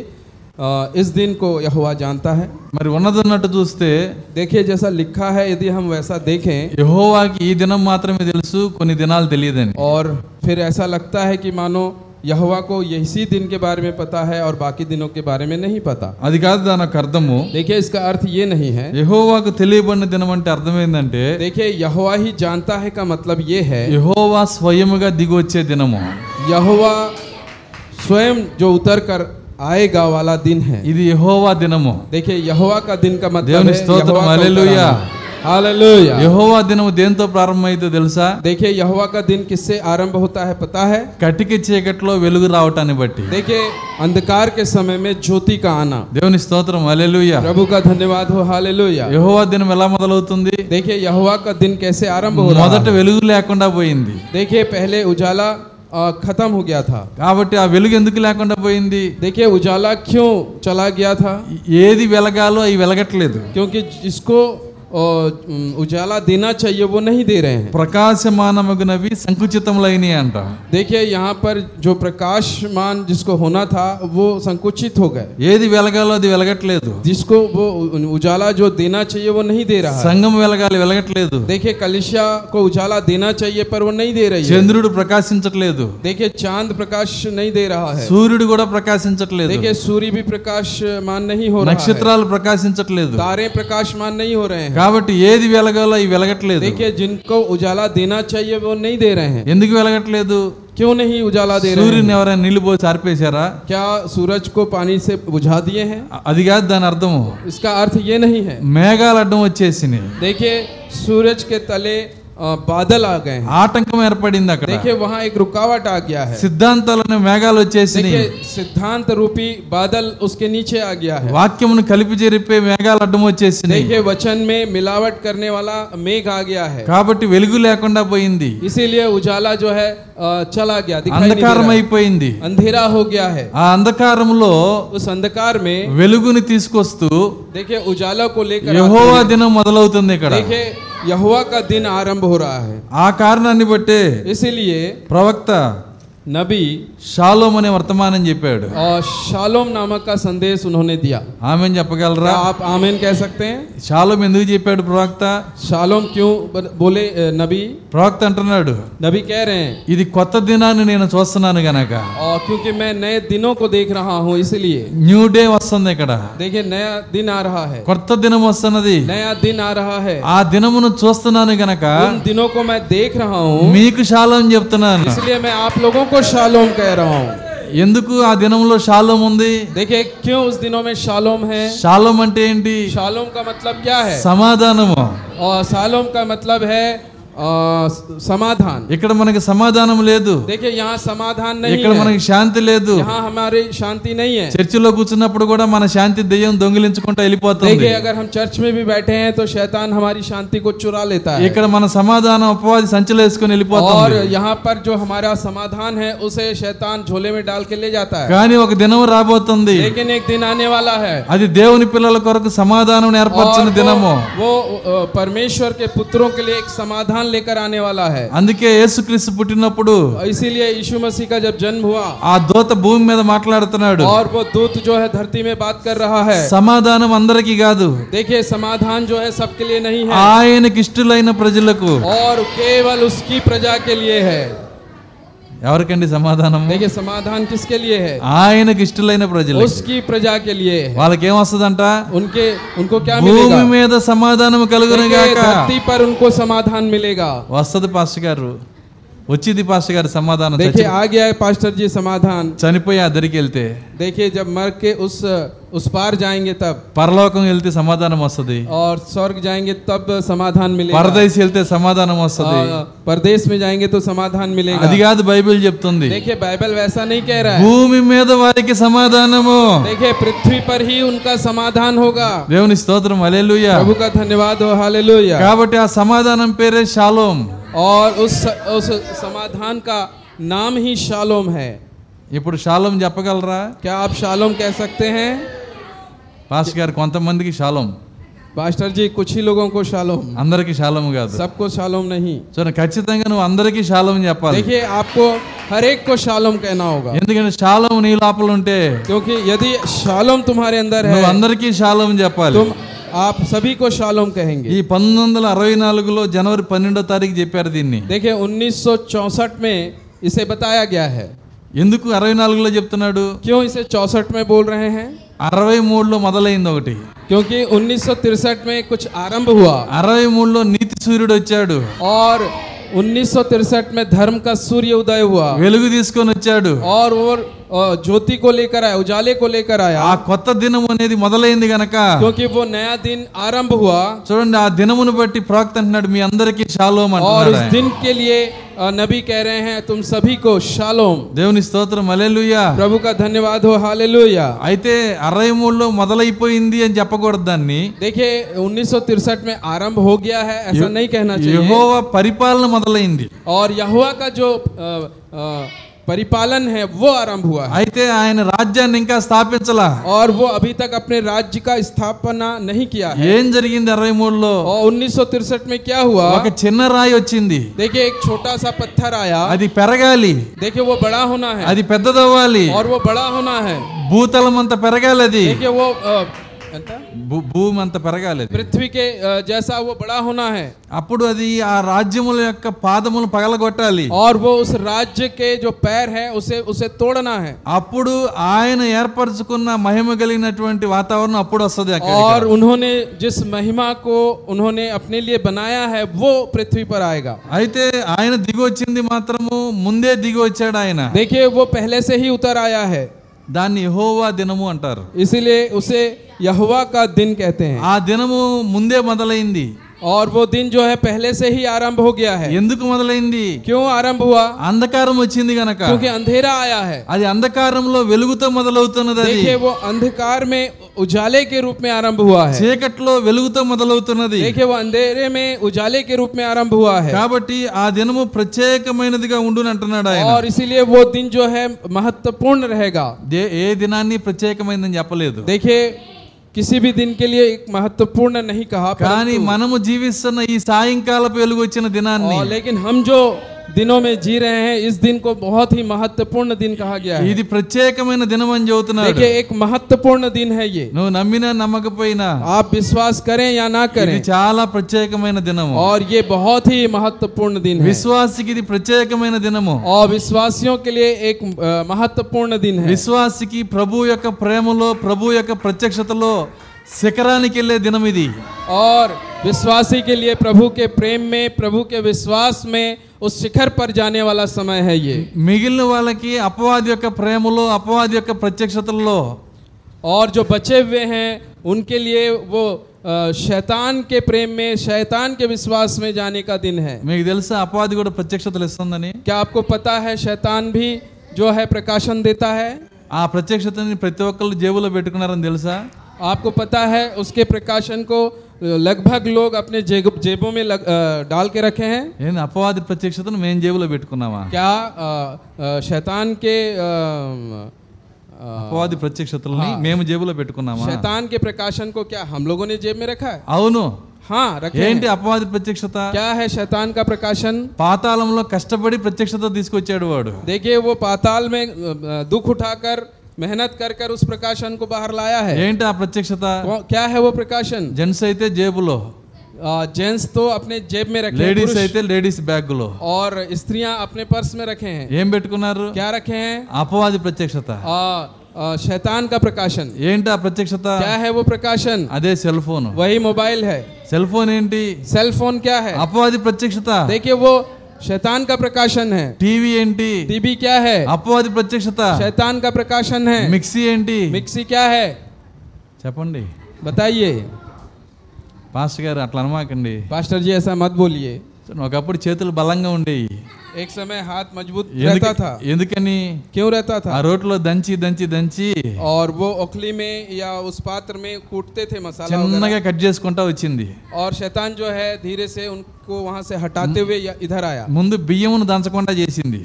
S5: अ, इस दिन को यहोवा जानता है
S1: మరి ఉన్నదన్నట్టు చూస్తే
S5: देखिए जैसा लिखा है यदि हम वैसा देखें
S1: యహోవాకి ఈ దినం మాత్రమే తెలుసు కొన్ని దినాలు తెలియదని
S5: और फिर ऐसा लगता है कि मानो यहोवा को ये इसी दिन के बारे में पता है और बाकी दिनों के बारे में नहीं पता
S1: అది కాదు దాని యొక్క అర్థము
S5: देखिए इसका अर्थ ये नहीं है
S1: యహోవాకు తెలియబడిన దినం అంటే అర్థం ఏంటంటే
S5: देखिए यहोवा ही जानता है का मतलब ये है
S1: యహోవా స్వయముగా దిగి వచ్చే దినము
S5: यहोवा स्वयं जो उतर कर आएगा वाला दिन है
S1: ఇది యహోవా దినము
S5: देखिए यहोवा का दिन का मतलब
S1: దేవుని
S5: है
S1: స్తోత్రం, హల్లెలూయా।
S5: हालेलुया
S1: యహోవా దినము దేంతో ప్రారంభమైందో తెలుసా
S5: देखिए यहोवा का दिन किससे आरंभ होता है पता है
S1: కటికి చీకట్లో వెలుగు రావటాన్ని బట్టి
S5: देखिए अंधकार के समय में ज्योति का आना
S1: దేవుని స్తోత్రం అలెలుయ
S5: प्रभु का धन्यवाद हो हालेलुया
S1: యహోవా దినం ఎలా మొదలవుతుంది
S5: देखिए यहोवा का दिन कैसे आरंभ हो रहा
S1: మొదట
S5: है
S1: వెలుగు లేకుండా పోయింది
S5: देखिए पहले उजाला अ, खत्म हो गया था
S1: కాబట్టి ఆ వెలుగు ఎందుకు లేకుండా పోయింది
S5: देखिए उजाला क्यों चला गया था
S1: ఏది వెలగాలో అవి వెలగట్లేదు
S5: क्योंकि जिसको अ, उम, उजाला देना चाहिए वो नहीं दे रहे हैं
S1: ప్రకాశమానమగునవి సంకుచితములైనవి అంట
S5: देखिए यहाँ पर जो प्रकाशमान जिसको होना था वो संकुचित हो गए
S1: ఏది వెలగాలో అది వెలగట్లేదు
S5: जिसको वो उ- उजाला जो देना चाहिए वो नहीं दे रहा है
S1: సంఘం వెలగాలి వెలగట్లేదు
S5: देखिए कलिशा को उजाला देना चाहिए पर वो नहीं दे रही है
S1: చంద్రుడు ప్రకాశించట్లేదు
S5: देखिए चांद प्रकाश नहीं दे रहा है
S1: సూర్యుడు కూడా ప్రకాశించట్లేదు
S5: देखिए सूर्य भी प्रकाशमान नहीं हो रहा है
S1: నక్షత్రాలు ప్రకాశించట్లేదు
S5: तारे प्रकाशमान नहीं हो रहे हैं
S1: కాబట్టి ఏది వెలగాలో అవి వెలగట్లేదు
S5: देखिए जिनको उजाला देना चाहिए वो नहीं दे रहे हैं
S1: ఎందుకు వెలగట్లేదు
S5: क्यों नहीं उजाला दे रहे
S1: సూర్యుని
S5: हैं
S1: ఎవరైనా నీళ్లు పోసి ఆర్పేశారా
S5: क्या सूरज को पानी से बुझा दिए हैं
S1: అ- అది కాదు దాని అర్థము
S5: इसका अर्थ ये नहीं है
S1: మేఘాలు అడ్డం వచ్చేసినాయి
S5: देखिए सूरज के तले अ, बादल आ गए हैं
S1: ఆటంకం ఏర్పడింది అక్కడ
S5: देखिए वहाँ एक रुकावट आ गया है
S1: సిద్ధాంతాలను మేఘాలు వచ్చేసినాయి
S5: देखिए सिद्धांत रूपी बादल उसके नीचे आ गया है
S1: వాక్యమును కలిపి జరిపే మేఘాలు అడ్డం వచ్చేసినాయి
S5: देखिए वचन में मिलावट करने वाला मेघ आ गया है
S1: కాబట్టి వెలుగు లేకుండా పోయింది
S5: इसीलिए उजाला जो है अ, चला गया दिखाई नहीं दे
S1: అంధకారం
S5: रहा है।
S1: అయిపోయింది
S5: अंधेरा हो गया है
S1: ఆ అంధకారంలో
S5: उस अंधकार में
S1: వెలుగుని తీసుకొస్తూ
S5: देखिए उजाला को लेकर आते
S1: యహోవా
S5: हैं।
S1: దినం మొదలవుతుంది ఇక్కడ
S5: देखिए यहोवा का दिन आरंभ हो रहा है
S1: ఆ కారణాన్ని బట్టే
S5: इसीलिए
S1: ప్రవక్త
S5: नबी
S1: షాలోం అనే వర్తమానం చెప్పాడు
S5: और शालोम नामक का संदेश उन्होंने दिया
S1: ఆమె
S5: क्या
S1: చెప్పగలరా
S5: आप आमीन कह सकते हैं
S1: షాలోం ఎందుకు చెప్పాడు ప్రవక్త
S5: शालोम क्यों ब- बोले अ, नबी
S1: ప్రవక్త అంటున్నాడు
S5: नबी कह रहे हैं
S1: ఇది కొత్త దినాన్ని నేను చూస్తున్నాను గనక
S5: और क्योंकि मैं नए दिनों को देख रहा हूँ इसीलिए
S1: న్యూ డే వస్తుంది ఇక్కడ
S5: देखिए नया दिन आ रहा है
S1: కొత్త దినం వస్తున్నది
S5: नया दिन आ रहा है
S1: ఆ దినమును చూస్తున్నాను గనక
S5: उन दिनों को मैं देख रहा हूँ
S1: మీకు షాలోం చెప్తున్నాను
S5: इसलिए मैं आप लोगों को शालोम कह रहा हूँ
S1: ఎందుకు ఆ దినంలో షాలోం ఉంది
S5: देखिए क्यों उस दिनों में शालोम है
S1: షాలోం అంటే ఏంటి
S5: शालोम का मतलब क्या है
S1: సమాధానము
S5: और शालोम का मतलब है आ, स- समाधान
S1: ఇక్కడ మనకి సమాధానం లేదు
S5: देखिए यहाँ समाधान नहीं
S1: ఇక్కడ
S5: है
S1: మనకి శాంతి లేదు
S5: यहाँ हमारी हम्म। शांति नहीं है
S1: చర్చిలో కూర్చున్నప్పుడు కూడా మన శాంతి దెయ్యం దొంగిలించుకుంటూ వెళ్ళిపోతుంది
S5: देखिए अगर हम चर्च में भी बैठे हैं तो शैतान हमारी शांति को चुरा लेता है
S1: ఇక్కడ మన సమాధానం అపవాది సంచిలో వేసుకుని
S5: और
S1: వెళ్ళిపోతుంది
S5: यहाँ पर जो हमारा समाधान है उसे शैतान झोले में डाल के ले जाता है
S1: కానీ ఒక దినం రాబోతుంది
S5: लेकिन एक दिन आने वाला है
S1: అది దేవుని పిల్లల కొరకు సమాధానం
S5: और
S1: ఏర్పరిచిన దినము
S5: वो, वो अ, परमेश्वर के पुत्रों के लिए एक समाधान लेकर आने वाला है
S1: అందుకే యేసుక్రీస్తు పుట్టినప్పుడు
S5: इसीलिए यीशु मसीह का जब जन्म हुआ
S1: ఆ దూత భూమి మీద మాట్లాడుతున్నాడు
S5: और वो दूत जो है धरती में बात कर रहा है
S1: సమాధానం అందరికీ కాదు
S5: देखिए समाधान जो है सबके लिए नहीं है
S1: ఆయనకి ఇష్టలైన ప్రజలకు
S5: और केवल उसकी प्रजा के लिए है
S1: ఎవరికండి సమాధానం
S5: देखिए समाधान किसके लिए है
S1: ఆయనకి ఇష్టలైన ప్రజలకు
S5: उसकी प्रజా के लिए है
S1: వాళ్ళకేం వస్తుందంట
S5: उनके उनको क्या मिलेगा
S1: భూమి మీద సమాధానం కలుగును
S5: देखिए,
S1: గాక
S5: धरती पर उनको समाधान मिलेगा
S1: వస్తుంది పాస్టర్ గారు వచ్చింది పాస్టర్ గారు సమాధానం
S5: देखिए आ गया है पास्टर जी समाधान
S1: చచ్చి- చనిపోయి ఆ దరికి వెళ్తే
S5: देखिए जब मर के उस उस पार जाएंगे तब
S1: పరలోకం వెళ్తే సమాధానం వస్తుంది
S5: और स्वर्ग जाएंगे तब समाधान मिलेगा
S1: పరదేశ్ వెళ్తే సమాధానం వస్తుంది
S5: आ, परदेश में जाएंगे तो समाधान मिलेगा
S1: అది కాదు బైబిల్ చెప్తుంది
S5: देखिए बाइबल वैसा नहीं कह रहा है
S1: భూమి మీద వారికి సమాధానము
S5: देखिए पृथ्वी पर ही उनका समाधान होगा
S1: దేవుని స్తోత్రం అలెలుయ
S5: प्रभु का धन्यवाद हो हालेलुया
S1: కాబట్టి ఆ సమాధానం పేరే షాలోం
S5: और उस उस समाधान का नाम ही शालोम है
S1: ఇప్పుడు షాలోం చెప్పగలరా
S5: क्या आप शालोम कह सकते हैं
S1: పాస్టర్ గారు కొంతమందికి షాలోం
S5: పాస్టర్ జీ కుచి లోగోం కో షాలోమ్
S1: అందరికీ శాలము కాదు
S5: सबको शालोम नहीं
S1: చూడండి ఖచ్చితంగా నువ్వు అందరికీ శాలము చెప్పాలి
S5: देखिए आपको हर एक को शालोम कहना होगा
S1: ఎందుకంటే శాలము నీ లోపల ఉంటే
S5: क्योंकि यदि शालोम तुम्हारे अंदर
S1: నువ్వు
S5: है
S1: అందరికీ శాలము చెప్పాలి
S5: तुम आप सभी को शालोम
S1: ఈ
S5: कहेंगे
S1: పంతొమ్మిది వందల అరవై నాలుగులో జనవరి పన్నెండో తారీఖు చెప్పారు దీన్ని
S5: देखिए 1964 में इसे बताया गया है
S1: ఎందుకు అరవై నాలుగులో చెప్తున్నాడు
S5: क्यों इसे 64 में बोल रहे हैं
S1: అరవై మూడులో మొదలైంది ఒకటి
S5: क्योंकि 1963 में कुछ आरंभ हुआ
S1: అరవై మూడులో నీతి సూర్యుడు వచ్చాడు
S5: और 1963 में धर्म का सूर्य उदय हुआ
S1: వెలుగు తీసుకొని వచ్చాడు
S5: और वो अ, ज्योति को लेकर आया उजाले को लेकर
S1: ఆ
S5: आया
S1: కొత్త దినం అనేది మొదలైంది గనక
S5: क्योंकि वो नया दिन आरंभ हुआ
S1: చూడండి ఆ దినమును బట్టి ప్రాక్త అంటున్నాడు మీ అందరికీ షాలోం
S5: और
S1: అంటున్నాడు
S5: उस
S1: ఆయన.
S5: दिन के लिए अ, नबी कह रहे हैं तुम सभी को शालोम
S1: దేవుని స్తోత్రం అలెలుయా
S5: प्रभु का धन्यवाद हो हालेलुया
S1: అయితే అరవై మూడులో మొదలైపోయింది అని చెప్పకూడదు దాన్ని
S5: देखिए 1963 में ఆరంభ हो गया है ऐसा नहीं कहना चाहिए
S1: యెహోవా పరిపాలన మొదలైంది
S5: और यहुआ का जो अ, अ, परिपालन है वो आरंभ हुआ है
S1: అయితే ఆయన రాజ్యాన్ని ఇంకా స్థాపించలా
S5: और वो अभी तक अपने राज्य का स्थापना नहीं किया है
S1: ఏం జరిగింది అరవై మూడులో
S5: और उन्नीस में क्या हुआ
S1: ఒక చిన్న రాయి వచ్చింది
S5: देखिए एक छोटा सा पत्थर आया
S1: అది పెరగాలి
S5: देखिए वो बड़ा होना है
S1: అది పెద్దదవ్వాలి
S5: और वो बड़ा होना है
S1: భూతలం అంత పెరగాలి అది
S5: देखिए वो अ, ఎంత?
S1: భూ- భూమి అంత పెరగాలి అది
S5: पृथ्वी के अ, जैसा वो बड़ा होना है
S1: అప్పుడు అది ఆ రాజ్యముల యొక్క పాదములు పగలగొట్టాలి
S5: और वो उस राज्य के जो पैर है उसे उसे तोड़ना है
S1: అప్పుడు ఆయన ఏర్పరచుకున్న మహిమ కలిగినటువంటి వాతావరణం అప్పుడు వస్తుంది
S5: और उन्होंने जिस महिमा को उन्होंने अपने लिए बनाया है वो पृथ्वी पर आएगा
S1: అయితే ఆయన దిగి వచ్చింది మాత్రము ముందే దిగి వచ్చాడు ఆయన
S5: देखिए वो पहले से ही उतर आया है
S1: దాన్ని యెహోవా దినము అంటారు
S5: इसीलिए उसे यहुआ का दिन कहते हैं
S1: ఆ దినము ముందే మొదలైంది
S5: और वो दिन जो है पहले से ही आरंभ हो गया है
S1: ఎందుకు మొదలైంది
S5: क्यों आरंभ हुआ
S1: हाँ। అంధకారం వచ్చింది గనక
S5: क्योंकि अंधेरा आया है
S1: అది అంధకారంలో వెలుగుతో మొదలవుతున్నది అది
S5: देखिए वो अंधकार में उजाले के रूप में आरंभ हुआ है
S1: చీకట్లో వెలుగుతో మొదలవుతున్నది
S5: देखिए वो अंधेरे में उजाले के रूप में आरंभ हुआ है
S1: కాబట్టి ఆ దినము ప్రత్యేకమైనదిగా ఉండును అంటున్నాడు ఆయన
S5: और इसीलिए वो दिन जो है महत्वपूर्ण रहेगा
S1: దే- ఏ దినాన్ని ప్రత్యేకమైనదని చెప్పలేదు
S5: देखिए किसी भी दिन के लिए एक महत्वपूर्ण नहीं कहा
S1: కానీ
S5: परंतु-
S1: మనము జీవిస్తున్న ఈ సాయంకాలపు వెలుగు వచ్చిన దినాన్ని
S5: और लेकिन हम जो दिनों में जी रहे हैं इस दिन को बहुत ही महत्वपूर्ण दिन कहा गया है
S1: ఇది प्रत्येकమైన దినం అని చెబుతున్నాడు
S5: देखिए एक महत्वपूर्ण दिन है ये
S1: నువ్వు నమ్మినా నమ్మకపోయినా
S5: आप विश्वास करें या ना
S1: ఇది
S5: करें
S1: చాలా ప్రత్యేకమైన దినము
S5: और ये बहुत ही महत्वपूर्ण दिन है
S1: విశ్వాసికి ఇది ప్రత్యేకమైన దినము
S5: और विश्वासियों के लिए एक अ, महत्वपूर्ण दिन है
S1: విశ్వాసికి ప్రభు యొక్క ప్రేమలో ప్రభు యొక్క ప్రత్యక్షతలో శిఖరానికి వెళ్ళే దినం ఇది
S5: और विश्वासी के लिए प्रभु के प्रेम में प्रभु के विश्वास में उस शिखर पर जाने वाला समय है ये
S1: మిగిలిన వాళ్ళకి అపవాది యొక్క ప్రేమలో అపవాది యొక్క ప్రత్యక్షతల్లో
S5: और जो बचे हुए हैं उनके लिए वो अ, शैतान के प्रेम में शैतान के विश्वास में जाने का दिन है
S1: మీకు తెలుసా అపవాది కూడా ప్రత్యక్షతలు ఇస్తుందని
S5: क्या आपको पता है शैतान भी जो है प्रकाशन देता है
S1: ఆ ప్రత్యక్షతని ప్రతి ఒక్కళ్ళు జేబులో పెట్టుకున్నారని తెలుసా
S5: आपको पता है उसके प्रकाशन को अ, लगभग लोग अपने जेब जेबों में लग, अ, डाल के रखे हैं
S1: ఏంది అపవాది ప్రత్యక్షతను మేము జేబులో పెట్టుకున్నామా
S5: क्या अ, अ, शैतान के अ, अ,
S1: అపవాది ప్రత్యక్షతల్ని మేము జేబులో పెట్టుకున్నామా
S5: शैतान के प्रकाशन को क्या हम लोगों ने जेब में रखा है
S1: అవును
S5: हाँ रखे हैं।
S1: ఏంటి అపవాది ప్రత్యక్షత
S5: क्या है शैतान का प्रकाशन
S1: పాతాళంలో కష్టపడి ప్రత్యక్షత తీసుకొచ్చాడు వాడు
S5: देखिए वो पाताल में अ, दुख उठाकर मेहनत कर कर उस प्रकाशन को बाहर लाया है
S1: ఏంటి ఆ ప్రత్యక్షత
S5: कौ- क्या है वो प्रकाशन
S1: జెంట్స్ అయితే జేబులో
S5: जेंट्स तो अपने जेब में रखे हैं,
S1: లేడీస్
S5: पुरुष।
S1: అయితే లేడీస్ బ్యాగులో
S5: और स्त्रियां अपने पर्स में रखे हैं
S1: ఏం పెట్టుకున్నారు
S5: क्या रखे हैं
S1: అపవాది ప్రత్యక్షత
S5: अ, अ, शैतान का प्रकाशन
S1: ఏంటి ఆ ప్రత్యక్షత
S5: क्या है वो प्रकाशन
S1: అదే సెల్ ఫోన్
S5: वही मोबाइल है
S1: సెల్ ఫోన్ ఏంటి
S5: सेल फोन क्या है
S1: అపవాది ప్రత్యక్షత
S5: देखिए वो शैतान का प्रकाशन है
S1: టీవీ ఏంటి
S5: टीबी क्या है
S1: అపవాది ప్రత్యక్షత
S5: शैतान का प्रकाशन है
S1: మిక్సీ ఏంటి
S5: मिक्सी क्या है
S1: చెప్పండి
S5: बताइए
S1: పాస్టర్ గారు అట్లా అనమాకండి
S5: पास्टर जी ऐसा मत बोलिए
S1: చూడండి, ఒకప్పుడు చేతులు బలంగా ఉండేవి
S5: एक समय हाथ मजबूत
S1: ఎందుక-
S5: रहता था
S1: ఎందుకని
S5: क्यों रहता
S1: ఆ
S5: था
S1: రోట్లో దంచి దంచి దంచి
S5: और वो ओखली में या उस पात्र में कूटते थे मसाला
S1: చిన్నగా
S5: वगैरह
S1: కట్ చేసుకుంటా వచ్చింది
S5: और शैतान जो है धीरे से उनको वहां से हटाते हुए या- इधर आया
S1: ముందు బియ్యమును దంచకుండా చేసింది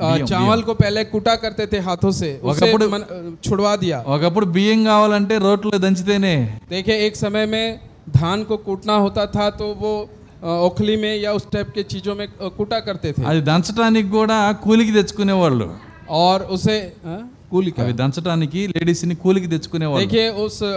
S5: अ, चावल को पहले कूटा करते थे हाथों से उसे
S1: वकपड़-
S5: मन- अ, छुड़वा दिया
S1: ఒకప్పుడు బియ్యం కావాలంటే రోట్లో దంచితేనే
S5: देखिए एक समय में धान को कूटना होता था तो वो अ, ओखली में या उस टाइप के चीज़ों में अ, कूटा करते थे
S1: అది దంచడానికి కూడా కూలికి తెచ్చుకునేవాళ్ళు
S5: और उसे अ, कूली का
S1: అవి దంచడానికి లేడీస్ని కూలికి తెచ్చుకునేవాళ్ళు
S5: देखिए उस अ,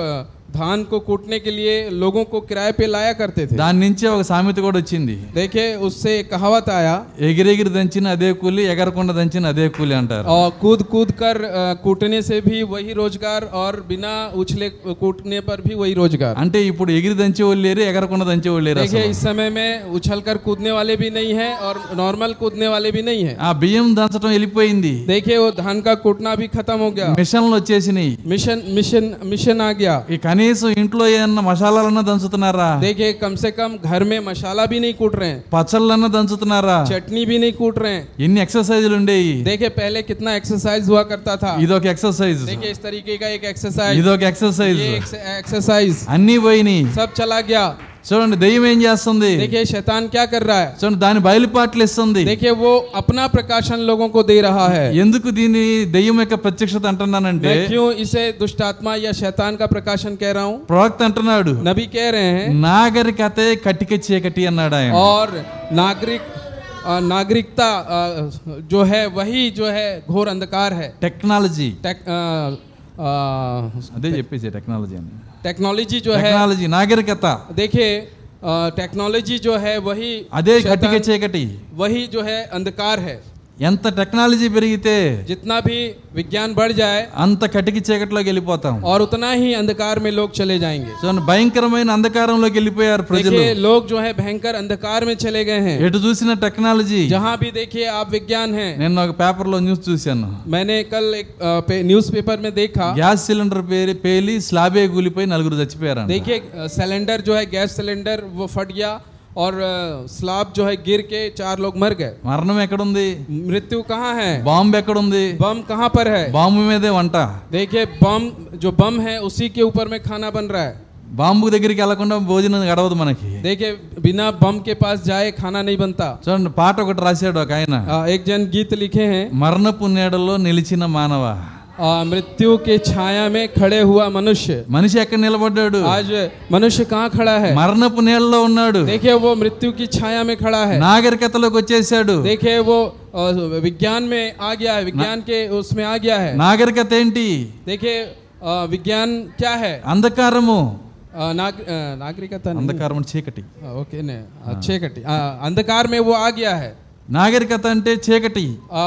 S5: धान को कूटने के लिए लोगों को किराए पे लाया करते थे
S1: దాని నుంచే ఒక సామెత కూడా వచ్చింది
S5: देखिए उससे एक कहावत आया
S1: ఎగిరెగిరి దంచిన అదే కూలి ఎగరకుండా దంచిన అదే కూలి అంటారు
S5: और कूद कूद कर अ, कूटने से भी वही रोजगार और बिना उछले कूटने पर भी वही रोजगार
S1: అంటే ఇప్పుడు ఎగిరి దంచే వాళ్ళు లేరు ఎగరకుండా దంచే వాళ్ళు లేరు
S5: देखिए
S1: అసలు.
S5: इस समय में उछल कर कूदने वाले भी नहीं हैं और नॉर्मल कूदने वाले भी नहीं हैं
S1: ఆ బియ్యం దంచడం వెళ్ళిపోయింది
S5: देखिए वो धान का कूटना भी खत्म हो गया
S1: మిషన్లు వచ్చేసినాయి
S5: मिशन मिशन मिशन आ गया
S1: ఈ కనీసం ఇంట్లో ఏమన్నా మసాలాలన్నా దంచుతున్నారా
S5: देखिए कम से कम घर में मसाला भी नहीं कूट रहे हैं
S1: పచ్చళ్ళన్నా దంచుతున్నారా
S5: चटनी भी नहीं कूट रहे हैं
S1: ఎన్ని ఎక్సర్సైజులు ఉండేవి
S5: देखिए पहले कितना एक्सरसाइज हुआ करता था
S1: ఇదొక ఎక్సర్సైజ్
S5: देखिए इस तरीके का एक एक्सरसाइज
S1: ఇదొక ఎక్సర్సైజ్
S5: ये एक एक्सरसाइज
S1: అన్నీ పోయినాయి
S5: सब चला गया
S1: చూడండి దెయ్యం ఏం చేస్తుంది
S5: देखिए शैतान क्या कर रहा है
S1: చూడండి దాని బయలుపాట్లు ఇస్తుంది
S5: देखिए वो अपना प्रकाशन लोगों को दे रहा है
S1: ఎందుకు దీని దెయ్యం యొక్క ప్రత్యక్షత అంటున్నానంటే
S5: मैं क्यों इसे दुष्ट आत्मा या शैतान का प्रकाशन कह रहा हूँ
S1: ప్రవక్త అంటున్నాడు
S5: नबी कह रहे हैं
S1: నాగరికతే కటిక చీకటి అన్నాడు ఆయన
S5: और नागरिक अ, नागरिकता अ, जो है वही जो है घोर अंधकार है
S1: టెక్నాలజీ
S5: टेक, अ, अ,
S1: అదే చెప్పేసి టెక్నాలజీ అని
S5: टेक्नोलॉजी uh, जो है
S1: టెక్నాలజీ నాగరికత
S5: देखिए अ, टेक्नोलॉजी जो है वही
S1: అదే కటిక
S5: शैतान-
S1: చీకటి
S5: वही जो है अंधकार है
S1: ఎంత టెక్నాలజీ పెరిగితే
S5: जितना भी विज्ञान बढ़ जाए
S1: అంత కటిక చీకటిలోకి వెళ్ళిపోతాం
S5: और ఉతనా ही अंधकार में लोग चले जाएंगे
S1: చూడండి భయంకరమైన అంధకారంలోకి వెళ్ళిపోయారు ప్రజలు
S5: देखिए लोग जो है भयंकर अंधकार में चले गए हैं
S1: ఎటు చూసిన టెక్నాలజీ
S5: जहाँ भी देखिए आप विज्ञान हैं
S1: నేను ఒక పేపర్లో న్యూస్ చూశాను
S5: मैंने कल एक अ, पे, न्यूज़पेपर में देखा
S1: గ్యాస్ సిలిండర్ పేలి పేలి స్లాబే కూలిపోయి నలుగురు చచ్చిపోయారు
S5: देखिए अ, सिलेंडर जो है गैस सिलेंडर वो फट गया और अ, स्लाब जो है गिर के चार लोग मर गए
S1: మరణం ఎక్కడుంది
S5: मृत्यु कहाँ है
S1: బాంబు ఎక్కడుంది
S5: बम कहाँ पर है
S1: బాంబు మీదే వంట
S5: देखिए बम जो बम है उसी के ऊपर में खाना बन रहा है
S1: బాంబు దగ్గరికి వెళ్లకుండా భోజనం గడవదు మనకి
S5: देखिए बिना बम के पास जाए खाना नहीं बनता
S1: చూడండి పాట ఒకటి రాశాడు ఒక ఆయన
S5: अ, एक जन गीत लिखे हैं
S1: మరణపు నీడలో నిలిచిన మానవ
S5: अ, मृत्यु के छाया में खड़े हुआ मनुष्य
S1: మనిషి ఎక్కడ నిలబడ్డాడు
S5: आज मनुष्य कहाँ खड़ा है
S1: మరణపు నీడలో ఉన్నాడు
S5: देखिए वो मृत्यु की छाया में खड़ा है
S1: నాగరికతలోకి వచ్చేసాడు
S5: देखिए वो अ, विज्ञान में आ गया है विज्ञान के उसमें आ गया है
S1: నాగరికత ఏంటి
S5: देखिए अ, विज्ञान क्या है
S1: అంధకారము
S5: अ, नाग, अ, नागरिकता नहीं।
S1: అంధకారం చీకటి
S5: अ, ओके ने अच्छे कटी अ, अंधकार में वो आ गया है
S1: నాగరికత అంటే చీకటి
S5: अ,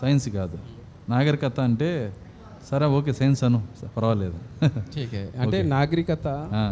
S1: సైన్స్ కాదు నాగరికత అంటే సరే ఓకే సైన్స్ అను పర్వాలేదు
S5: ठीक है అంటే నాగరికత
S1: ఆ,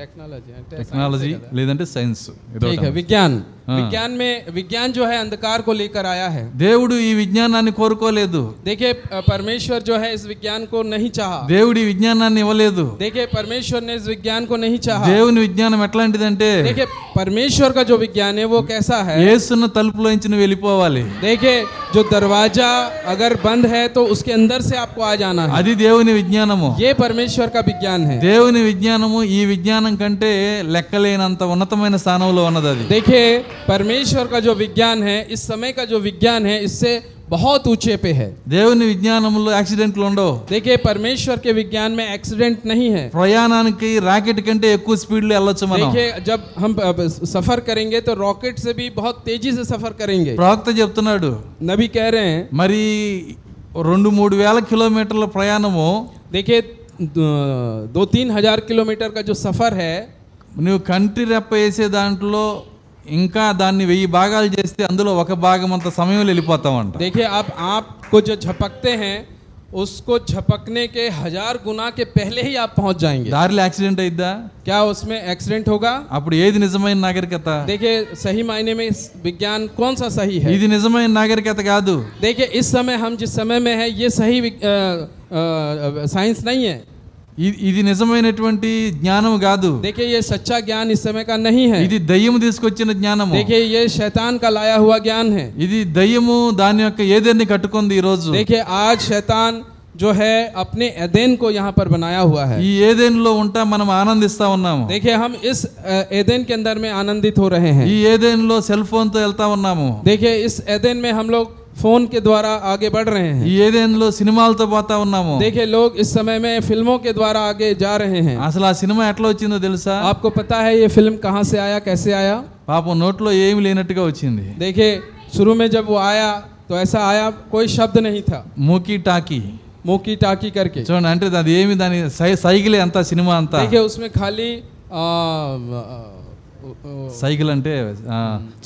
S5: टेक्नोलॉजी అంటే
S1: టెక్నాలజీ లేదంటే సైన్స్ ఇది
S5: ठीक
S1: ఒకటి.
S5: है विज्ञान विज्ञान में विज्ञान जो है अंधकार को लेकर आया है
S1: దేవుడు ఈ విజ్ఞానాన్ని కోరుకోలేదు
S5: देखिए अ, परमेश्वर जो है इस विज्ञान को नहीं चाहा
S1: దేవుడు ఈ విజ్ఞానాన్ని ఇవ్వలేదు
S5: देखिए परमेश्वर ने इस विज्ञान को नहीं चाहा
S1: దేవుని విజ్ఞానం ఎట్లాంటిదంటే
S5: देखिए परमेश्वर का जो विज्ञान है वो कैसा है
S1: యేసున్న తలుపులోంచి నువ్వు వెళ్ళిపోవాలి
S5: देखिए जो दरवाजा अगर बंद है तो उसके अंदर से आपको आ जाना है
S1: అది దేవుని విజ్ఞానము
S5: ये परमेश्वर का विज्ञान है
S1: దేవుని విజ్ఞానము ఈ విజ్ఞానం కంటే లెక్కలేనంత ఉన్నతమైన స్థానంలో ఉన్నది అది
S5: देखिए परमेश्वर का जो विज्ञान है इस समय का जो विज्ञान है इससे बहुत ऊंचे पे है
S1: దేవుని విజ్ఞానంలో యాక్సిడెంట్లు ఉండవు
S5: देखिए परमेश्वर के विज्ञान में एक्सीडेंट नहीं है
S1: ప్రయాణానికి రాకెట్ కంటే ఎక్కువ స్పీడ్లో వెళ్ళొచ్చు మనం
S5: देखिए जब हम अब, सफर करेंगे तो रॉकेट से भी बहुत तेजी से सफर करेंगे
S1: ప్రవక్త చెప్తున్నాడు
S5: नबी कह रहे हैं
S1: మరి రెండు మూడు వేల కిలోమీటర్ల ప్రయాణము
S5: देखिए दो दो तीन हजार किलोमीटर का जो सफर है
S1: నువ్వు కంటి రెప్ప వేసే దాంట్లో ఇంకా దాన్ని వెయ్యి భాగాలు చేస్తే అందులో ఒక భాగం అంత సమయంలో వెళ్ళిపోతామంట
S5: देखिए आप आपको जो झपकते हैं उसको झपकने के हजार गुना के पहले ही आप पहुंच जाएंगे
S1: దారిలో యాక్సిడెంట్ అయిద్దా
S5: क्या उसमें एक्सीडेंट होगा
S1: అప్పుడు ఏది నిజమైన नागरिकత
S5: देखिए सही मायने में इस विज्ञान कौन सा सही है
S1: ఇది నిజమైన నాగరికత కాదు
S5: देखिए इस समय हम जिस समय में है ये सही विग- अ, अ, साइंस नहीं है
S1: ఇ- ఇది నిజమైనటువంటి జ్ఞానం కాదు
S5: देखिए ये सच्चा ज्ञान इस समय का नहीं है
S1: ఇది దయ్యము తీసుకొచ్చిన జ్ఞానము
S5: देखिए ये शैतान का लाया हुआ ज्ञान है
S1: ఇది దయ్యము దాని యొక్క ఏదేని కట్టుకుంది ఈ రోజు
S5: देखिए आज शैतान जो है अपने एदेन को यहाँ पर बनाया हुआ है
S1: ఈ ఏదేనులో ఉంటా మనం ఆనందిస్తా ఉన్నాము
S5: देखिए हम इस अ, एदेन के अंदर में आनंदित हो रहे हैं
S1: ఈ ఏదేనులో సెల్ ఫోన్ తో వెళ్తా ఉన్నాము
S5: देखिए इस एदेन में हम लोग फोन के द्वारा आगे बढ़ रहे हैं
S1: ఈ ఏదేనులో సినిమాలతో పోతా ఉన్నాము
S5: देखिए लोग इस समय में फिल्मों के द्वारा आगे जा रहे हैं
S1: అసలు ఆ సినిమా ఎట్లా వచ్చిందో తెలుసా
S5: आपको पता है ये फिल्म कहाँ से आया कैसे आया
S1: పాపం నోట్లో ఏమి లేనట్టుగా వచ్చింది
S5: देखिए शुरू में जब वो आया तो ऐसा ఆయా कोई शब्द नहीं था
S1: మూకీ టాకీ
S5: मुंह की टाकी करके
S1: చూడండి అంటే అది ఏమి దాని సై- సైకిలే అంతా సినిమా అంతా
S5: देखिए उसमें खाली आ,
S1: సైకిల్ అంటే ఆ,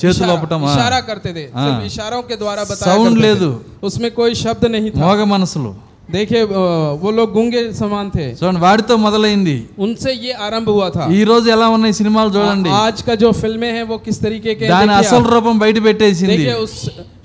S1: చేతులు
S5: इशारा
S1: ఒప్పటం ఆ,
S5: इशारा करते थे
S1: हाँ।
S5: सिर्फ इशारों के द्वारा बताया
S1: Sound
S5: करते थे।
S1: లేదు.
S5: उसमें कोई शब्द नहीं था
S1: మోగ మనసులు
S5: देखिए आ, वो लोग गूंगे समान थे
S1: చూడండి వాడితో మొదలైంది
S5: उनसे ये आरंभ हुआ था
S1: ఈ రోజు ఎలా ఉన్నాయి సినిమాలు చూడండి
S5: आ- आज का जो फिल्में हैं वो किस तरीके के
S1: దాని
S5: देखिए आप।
S1: అసలు రూపం బయట పెట్టేసింది
S5: देखिए उस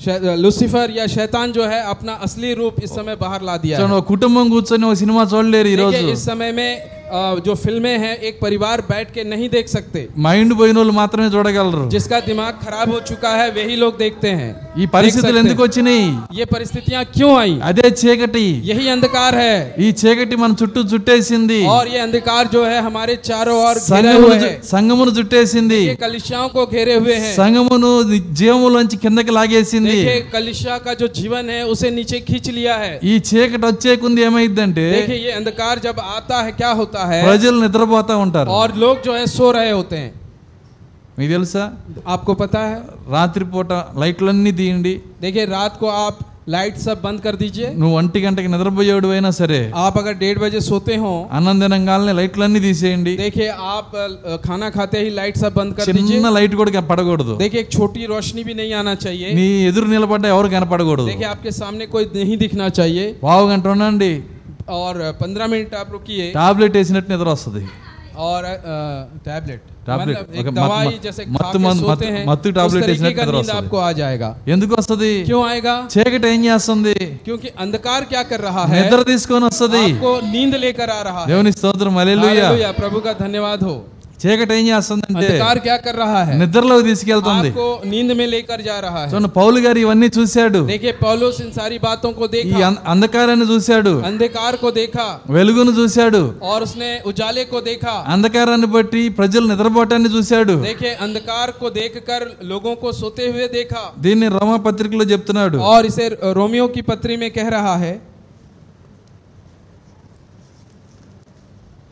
S5: शै- लूसीफर या शैतान जो है अपना असली रूप इस समय बाहर ला दिया है।
S1: చూడండి ఒక కుటుంబం కూర్చొని ఒక సినిమా చూడలేరు ఈ రోజు
S5: देखिए इस समय में आ, जो फिल्में हैं एक परिवार बैठ के नहीं देख सकते
S1: మైండ్ పోయిన వాళ్ళు మాత్రమే చూడగలరు
S5: जिसका दिमाग खराब हो चुका है वही लोग देखते हैं
S1: ఈ
S5: देख
S1: పరిస్థితులు
S5: सकते
S1: ఎందుకు
S5: हैं।
S1: వచ్చినాయి
S5: ये परिस्थितियां क्यों आई
S1: అదే చీకటి
S5: यही अंधकार है
S1: ఈ చీకటి మన చుట్టూ చుట్టేసింది
S5: और ये अंधकार जो है हमारे चारों ओर घेरे
S1: సంగమును
S5: हुए
S1: చు-
S5: है
S1: సంగమును చుట్టేసింది
S5: ये कलिशियाओं को घेरे हुए हैं
S1: సంగమును ని- జీవములోంచి కిందకి లాగేసింది
S5: देखिए कलिशिया का जो जीवन है उसे नीचे खींच लिया है
S1: ఈ చీకటి వచ్చేకుంది ఏమైందంటే
S5: देखिए ये अंधकार जब आता है क्या होता है
S1: ప్రజలు నిద్రపోతా ఉంటారు
S5: और लोग जो है सो रहे होते हैं
S1: మీకు తెలుసా
S5: आपको పता है
S1: రాత్రిపూట లైట్లన్నీ తీయండి
S5: देखिए रात को आप लाइट सब बंद कर दीजिए
S1: నువ్వు ఒంటి గంటకి నిద్రపోయేవాడు అయినా సరే
S5: आप अगर डेढ़ बजे सोते हो
S1: అన్నం తినంగానే లైట్లన్నీ తీసేయండి
S5: देखिए आप अ, खाना खाते ही लाइट सब बंद कर दीजिए
S1: చిన్న లైట్ కూడా పడకూడదు
S5: देखिए एक छोटी रोशनी भी नहीं आना चाहिए
S1: నీ ఎదురు నిలబడ్డా ఎవరు కనపడకూడదు
S5: देखिए आपके सामने कोई नहीं दिखना चाहिए
S1: పావు గంట ఉండండి
S5: और पंद्रह मिनट आप रुकिए
S1: టాబ్లెట్ వేసినట్టు నిద్ర వస్తుంది
S5: और अ, टैबलेट
S1: टैबलेट,
S5: मतलब एक
S1: ओके, मत-
S5: दवाई
S1: मत-
S5: जैसे
S1: मत-
S5: खा के
S1: मत- मत-
S5: सोते हैं
S1: मत-
S5: उस
S1: टैबलेट
S5: तरीके
S1: इसमें
S5: का
S1: कितना
S5: नींद
S1: रस है?
S5: आपको आ जाएगा
S1: ఎందుకు వస్తుంది
S5: क्यों आएगा
S1: చీకటి ఏం చేస్తుంది
S5: क्योंकि अंधकार क्या कर रहा है
S1: నిద్ర తీసుకొని వస్తుంది
S5: आपको नींद लेकर आ रहा है
S1: దేవుని స్తోత్రం అలెలుయ్య
S5: हालेलुया, प्रभु का धन्यवाद हो
S1: చీకటి ఏం చేస్తుంది అంటే
S5: अंधकार क्या कर रहा है
S1: నిద్రలోకి తీసుకెళ్తుంది
S5: आपको नींद में लेकर जा रहा है
S1: చూడండి పౌలు గారు ఇవన్నీ చూశాడు
S5: देखिए పౌलोस इन सारी बातों को
S1: ఈ
S5: देखा
S1: అం- అంధకారాన్ని చూశాడు
S5: अंधकार को देखा
S1: వెలుగును చూశాడు
S5: और उसने उजाले को देखा
S1: అంధకారాన్ని బట్టి ప్రజలు నిద్రపోవటాన్ని చూశాడు
S5: देखे अंधकार को देखकर लोगों को सोते हुए देखा
S1: దీన్ని రమా పత్రికలో చెప్తున్నాడు
S5: और इसे रोमियो की पत्री में कह रहा है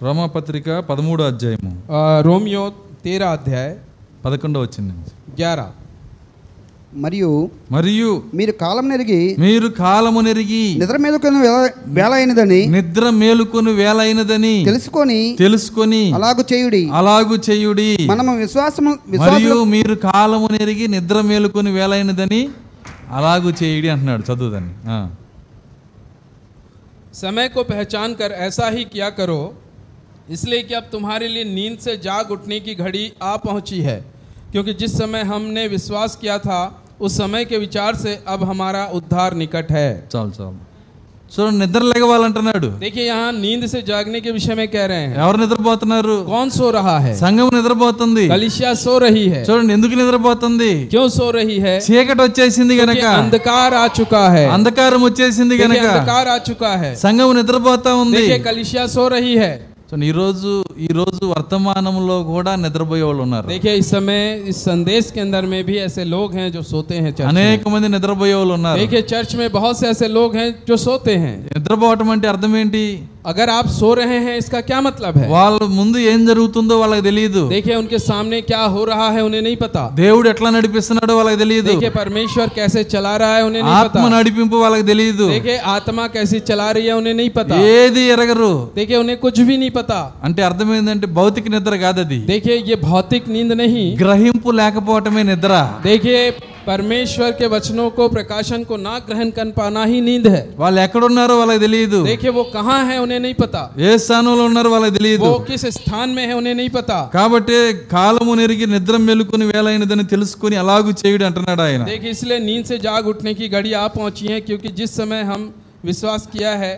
S1: రమా పత్రిక పదమూడో అధ్యాయము
S5: अ, रोमियो तेरह अध्याय
S1: పదకొండో వచ్చింది
S5: ग्यारह
S6: మరియు
S1: మరియు
S6: మీరు కాలం నెరిగి
S1: మీరు కాలము నెరిగి
S6: నిద్ర మీదకొని వేల- వేలైనదని
S1: నిద్ర మేలుకొని వేలైనదని
S6: తెలుసుకొని
S1: తెలుసుకొని
S6: అలాగు చేయుడి
S1: అలాగు చేయుడి
S6: మనము విశ్వాసము
S1: మరియు
S6: విశ్వాసం
S1: మీరు కాలము నెరిగి నిద్ర మేలుకొని వేలైనదని అలాగు చేయుడి అంటున్నాడు చదువుదని ఆ.
S5: समय को पहचान कर ऐसा ही किया करो इसलिए कि अब तुम्हारे लिए नींद से जाग उठने की घड़ी आ पहुंची है क्योंकि जिस समय हमने विश्वास किया था उस समय के विचार से अब हमारा उद्धार निकट है
S1: చాలు చాలు చూడండి నిద్ర లేగవాలంటున్నాడు
S5: देखिए यहाँ नींद से जागने के विषय में कह रहे हैं
S1: ఎవరు నిద్రపోతున్నారు
S5: कौन सो रहा है
S1: సంఘం నిద్రపోతుంది
S5: कलिशिया सो रही है
S1: చూడండి ఎందుకు నిద్రపోతుంది
S5: क्यों सो रही है
S1: చీకటి వచ్చేసింది
S5: क्योंकि
S1: గనక
S5: अंधकार आ चुका है
S1: అంధకారం వచ్చేసింది
S5: देखिए,
S1: గనక
S5: अंधकार आ चुका है
S1: సంఘం నిద్రపోతా ఉంది
S5: देखिए कलिशिया सो रही है
S1: చూడండి ఈ రోజు ఈ రోజు వర్తమానంలో కూడా నిద్రపోయే వాళ్ళు ఉన్నారు
S5: देखिए इस समय इస్ संदेश के अंदर में भी ऐसे लोग हैं जो सोते हैं चर्च में।
S1: అనేక మంది నిద్రపోయే వాళ్ళు ఉన్నారు
S5: देखिए चर्च में बहुत से ऐसे लोग हैं जो सोते हैं
S1: నిద్రపోవటం అంటే అర్థం ఏంటి
S5: अगर आप सो रहे हैं इसका क्या मतलब है
S1: వాళ్ళ ముందు ఏం జరుగుతుందో వాళ్ళకి తెలియదు
S5: देखिए उनके सामने क्या हो रहा है उन्हें नहीं पता
S1: దేవుడు ఎట్లా నడిపిస్తున్నాడో వాళ్ళకి తెలియదు
S5: देखिए परमेश्वर कैसे चला रहा है उन्हें नहीं
S1: ఆత్మ
S5: पता
S1: నడిపింపు వాళ్ళకి తెలియదు
S5: देखिए आत्मा कैसी चला रही है उन्हें नहीं पता
S1: ఏది ఎరగరు
S5: देखिए उन्हें कुछ भी नहीं पता
S1: అంటే అర్థం ఏంటంటే భౌతిక నిద్ర కాదు అది
S5: देखिए ये भौतिक नींद नहीं
S1: గ్రహింపు లేకపోవటమే నిద్ర
S5: देखिए परमेश्वर के वचनों को प्रकाशन को ना ग्रहण कर पाना ही नींद है
S1: వాళ్ళు ఎక్కడున్నారో వాళ్ళకి తెలియదు
S5: देखिए वो कहाँ है उन्हें नहीं पता
S1: ఏ స్థానంలో ఉన్నారో వాళ్ళకి తెలియదు
S5: वो किस स्थान में है उन्हें नहीं पता
S1: కాబట్టి కాలము నెరిగి నిద్ర మెలుకుని వేలైనదని తెలుసుకుని అలాగూ చేయుడు అంటున్నాడు ఆయన
S5: देखिए इसलिए नींद से जाग उठने की घड़ी आ पहुंची है क्योंकि जिस समय हम विश्वास किया है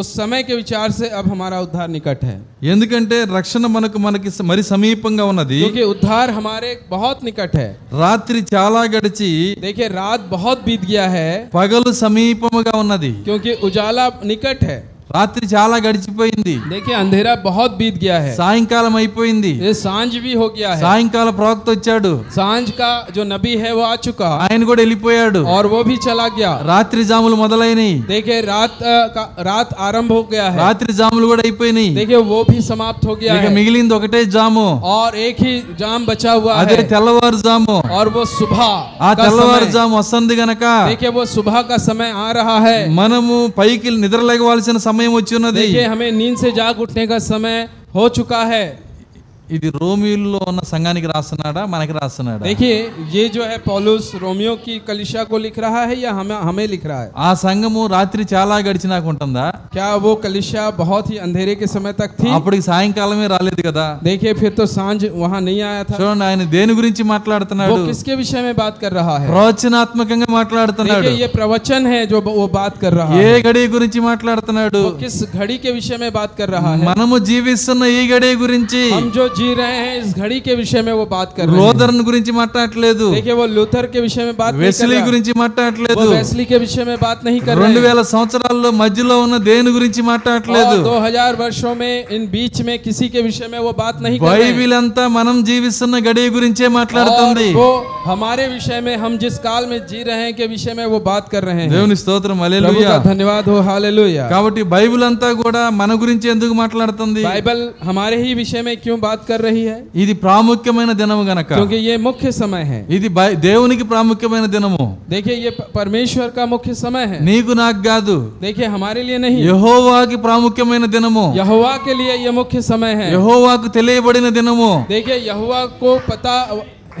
S5: उस समय के विचार से अब हमारा उद्धार निकट है
S1: ఎందుకంటే రక్షణ మనకు మనకి స- మరి సమీపంగా ఉన్నది
S5: क्योंकि उद्धार हमारे बहुत निकट है
S1: రాత్రి చాలా గడిచి
S5: देखिए रात बहुत बीत गया है
S1: పగలు సమీపముగా ఉన్నది
S5: क्योंकि उजाला निकट है
S1: రాత్రి చాలా గడిచిపోయింది
S5: देखिए अंधेरा बहुत बीत गया है
S1: సాయంకాలం అయిపోయింది
S5: ये सांझ भी हो गया है
S1: సాయంకాల ప్రవక్త వచ్చాడు
S5: सांझ का जो नबी है वो आ चुका
S1: ఆయన కూడా వెళ్ళిపోయాడు
S5: और वो भी चला गया
S1: రాత్రి జాములు మొదలైనవి
S5: देखिए रात अ, का रात ఆరంభ हो गया है
S1: రాత్రి జాములు కూడా అయిపోయినాయి
S5: देखिए वो भी समाप्त हो गया
S1: ఇక
S5: है
S1: మిగిలింది ఒకటే జాము
S5: और एक ही जाम बचा हुआ
S1: అదే
S5: है
S1: తెల్లవారు జాము
S5: और वो सुबह
S1: ఆ
S5: का
S1: తెల్లవారు
S5: समय-
S1: జాము వస్తుంది గనక
S5: देखिए वो सुबह का समय आ रहा है
S1: మనము పైకి నిద్రలేగవలసిన సమయం వచ్చి ఉన్నది
S5: देखिए हमें नींद से जाग उठने का समय हो चुका है
S1: ఇది రోమిల్లో ఉన్న సంఘానికి రాస్తున్నాడా మనకి రాస్తున్నాడా
S5: देखिए ये जो है पौलुस रोमियो की कलिशा को लिख रहा है या हमें हमें लिख रहा है
S1: ఆ సంఘము రాత్రి చాలా గడిచినాక ఉంటుందా
S5: क्या वो कलिशा बहुत ही अंधेरे के समय तक थी
S1: అప్పటికి సాయంకాలమే రాలేదు కదా
S5: देखिए फिर तो सांझ वहाँ नहीं आया था
S1: చూడండి ఆయన దేని గురించి మాట్లాడుతున్నాడు
S5: वो किसके विषय में बात कर रहा है
S1: ప్రవచనాత్మకంగా మాట్లాడుతున్నాడు
S5: देखिए ये प्रवचन है जो ब- वो बात कर रहा
S1: ఏ
S5: है
S1: గడి గురించి మాట్లాడుతున్నాడు
S5: वो किस घड़ी के विषय में बात कर रहा है
S1: మనము జీవిస్తున్న ఈ గడి గురించి
S5: हम जो जी रहे हैं इस घड़ी के विषय में वो बात कर रहे हैं
S1: రోదర్న్ గురించి మాట్లాడట్లేదు
S5: देखिए वो లూథర్ के विषय में बात नहीं कर
S1: వెస్లీ
S5: रहा
S1: గురించి మాట్లాడట్లేదు
S5: वो वेस्ली के विषय में बात नहीं कर
S1: రెండు
S5: रहे हैं
S1: వేల సంవత్సరాల్లో మధ్యలో ఉన్న దేని గురించి మాట్లాడట్లేదు
S5: दो हजार वर्षों में इन बीच में किसी के विषय में वो बात नहीं कर रहे हैं।
S1: బైబిల్ అంతా మనం జీవిస్తున్న గడి గురించే
S5: और
S1: మాట్లాడుతుంది
S5: वो हमारे विषय में हम जिस काल में जी रहे हैं के विषय में वो बात कर रहे हैं
S1: దేవుని స్తోత్రం
S5: प्रभु
S1: హల్లెలూయా
S5: का धन्यवाद हो हालेलुया
S1: కాబట్టి బైబిల్ అంతా కూడా మన గురించి ఎందుకు మాట్లాడుతుంది
S5: बाइबल हमारे ही विषय में क्यों बात कर रही है
S1: ఇది ప్రాముఖ్యమైన దినము గనక
S5: क्योंकि ये मुख्य समय है
S1: ఇది బై- దేవునికి ప్రాముఖ్యమైన దినము
S5: देखिए ये प- परमेश्वर का मुख्य समय है
S1: నీకు నాకు కాదు
S5: देखिए हमारे लिए नहीं
S1: యహోవాకి ప్రాముఖ్యమైన దినము
S5: यहोवा के लिए ये मुख्य समय है
S1: యహోవాకు తెలియబడిన దినము
S5: देखिए यहोवा को पता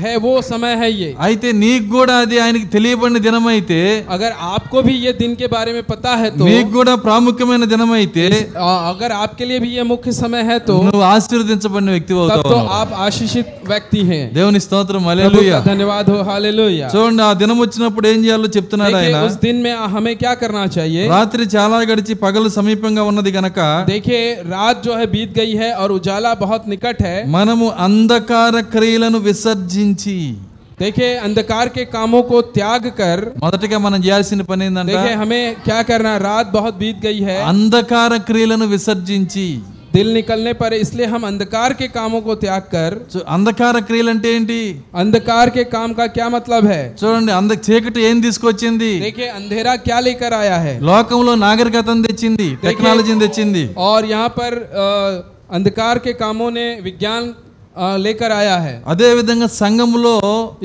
S5: है वो समय है ये
S1: అయితే నీకు కూడా అది ఆయనకి తెలియబడిన దినమైతే
S5: अगर आपको भी ये दिन के बारे में पता है तो
S1: నీకు కూడా ప్రాముఖ్యమైన దినమైతే
S5: आ, अगर आपके लिए भी ये ముఖ్య समय है तो
S1: నువ్వు ఆశీర్వదించబడిన వ్యక్తి
S5: तब
S1: అవుతావు
S5: तो आप आशीषित व्यक्ति हैं
S1: దేవుని స్తోత్రం
S5: प्रभु
S1: హల్లెలూయా
S5: का धन्यवाद हो हालेलुया
S1: చూడండి ఆ దినం వచ్చినప్పుడు ఏం చేయాలో చెప్తున్నాడు
S5: देखिए
S1: ఆయన
S5: उस दिन में हमें क्या करना चाहिए
S1: రాత్రి చాలా గడిచి పగలు సమీపంగా ఉన్నది గనక
S5: देखिए रात जो है बीत गई है और उजाला बहुत निकट है
S1: మనము అంధకార క్రియలను విసర్జించి
S5: देखिए अंधकार के कामों को त्याग कर
S1: మొదటగా మనం చేయాల్సిన పని ఏంటంటే
S5: देखिए हमें क्या करना है? रात बहुत बीत गई है
S1: అంధకార క్రియలను విసర్జించి
S5: दिल निकलने पर इसलिए हम अंधकार के कामों को त्याग कर
S1: చూ- అంధకార క్రియలు అంటే ఏంటి
S5: अंधकार के काम का क्या मतलब है
S1: చూడండి అంద చీకటి ఏం తీసుకొచ్చింది
S5: देखिए अंधेरा क्या लेकर आया है
S1: లోకంలో నాగరికతను తెచ్చింది టెక్నాలజీని తెచ్చింది
S5: और यहाँ पर अ, अंधकार के कामों ने विज्ञान अ, लेकर आया है
S1: అదే విధంగా సంఘములో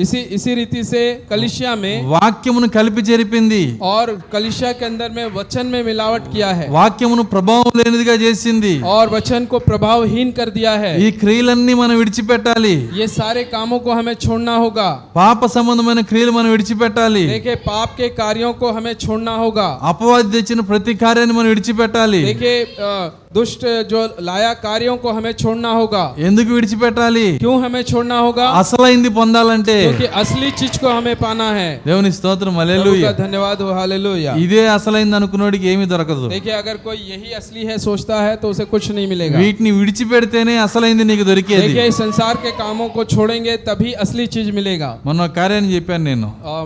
S5: इसी इसी रीति से कलिशिया में
S1: వాక్యమును కలిపి జరిపింది
S5: और कलिशिया के अंदर में वचन में मिलावट किया है
S1: వాక్యమును ప్రభావం లేనిదిగా చేసింది
S5: और वचन को प्रभावहीन कर दिया है
S1: ఈ క్రియలన్నీ మనం విడిచిపెట్టాలి
S5: ये सारे कामों को हमें छोड़ना होगा
S1: పాప సంబంధమైన క్రియలు మనం విడిచిపెట్టాలి
S5: देखिए पाप के कार्यों को हमें छोड़ना होगा
S1: అపవాది తెచ్చిన ప్రతి కార్యాన్ని మనం విడిచిపెట్టాలి
S5: देखिए अ, दुष्ट जो लाया कार्यों को हमें छोड़ना होगा
S1: ఎందుకు విడిచిపెట్టాలి
S5: क्यों हमें छोड़ना होगा
S1: అసలైంది పొందాలంటే
S5: क्योंकि असली चीज को हमें पाना है
S1: దేవుని స్తోత్రం
S5: प्रभु
S1: అలెలుయ
S5: का धन्यवाद हो हालेलुया
S1: ఇదే అసలైంది అనుకున్నోడికి ఏమీ దొరకదు
S5: देखिए अगर कोई यही असली है सोचता है तो उसे कुछ नहीं मिलेगा
S1: వీటిని విడిచిపెడితేనే అసలైంది నీకు దొరికేది
S5: देखिए इस संसार के कामों को छोड़ेंगे तभी असली चीज मिलेगा
S1: మొన్న ఒక కార్యాన్ని చెప్పాను నేను
S5: आ,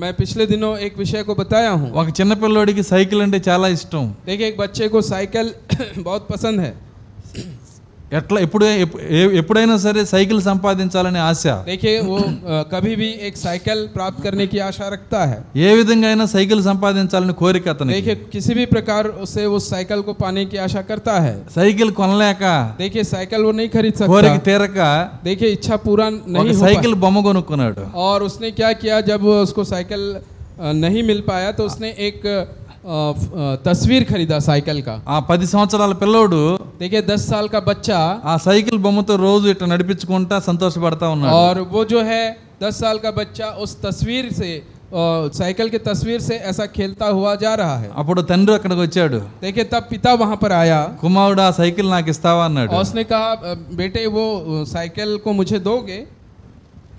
S5: मैं पिछले दिनों एक विषय को बताया हूँ
S1: ఒక చిన్న పిల్లోడికి సైకిల్ అంటే చాలా ఇష్టం
S5: देखिए एक बच्चे को साइकिल बहुत पसंद है
S1: ఎట్లా ఎప్పుడు ఎప్పు- ఏ- ఎప్పుడైనా సరే సైకిల్ సంపాదించాలనే ఆశ
S5: देखिए वो आ, कभी भी एक साइकिल प्राप्त करने की आशा रखता है
S1: ఏ విధంగా అయినా సైకిల్ సంపాదించాలని కోరిక అతనికి
S5: देखिए किसी भी प्रकार से उस साइकिल को पाने की आशा करता है
S1: సైకిల్ కొనలేక
S5: देखिए साइकिल वो नहीं खरीद
S1: కోరిక
S5: सकता
S1: తీరక
S5: देखिए इच्छा पूरा
S1: ఒక
S5: नहीं हो
S1: సైకిల్ బొమ్మ కొనుక్కున్నాడు
S5: पाया। और उसने क्या किया जब वो उसको साइकिल आ, नहीं मिल पाया तो उसने एक आ, फ- आ, तस्वीर खरीदा साइकिल का
S1: ఆ పది సంవత్సరాల పిల్లోడు
S5: देखिए दस साल का बच्चा
S1: ఆ సైకిల్ బొమ్మతో రోజు ఇట్లా నడిపించుకుంటా సంతోషపడతా ఉన్నాడు
S5: और वो जो है दस साल का बच्चा उस तस्वीर से आ, साइकिल की तस्वीर से ऐसा खेलता हुआ जा रहा है
S1: అప్పుడు తండ్రి అక్కడికి వచ్చాడు
S5: देखिए तब पिता वहां पर आया
S1: కుమారుడు ఆ సైకిల్ నాకు ఇస్తావా అన్నాడు
S5: और उसने कहा "अ, बेटे वो अ, साइकिल को मुझे दोगे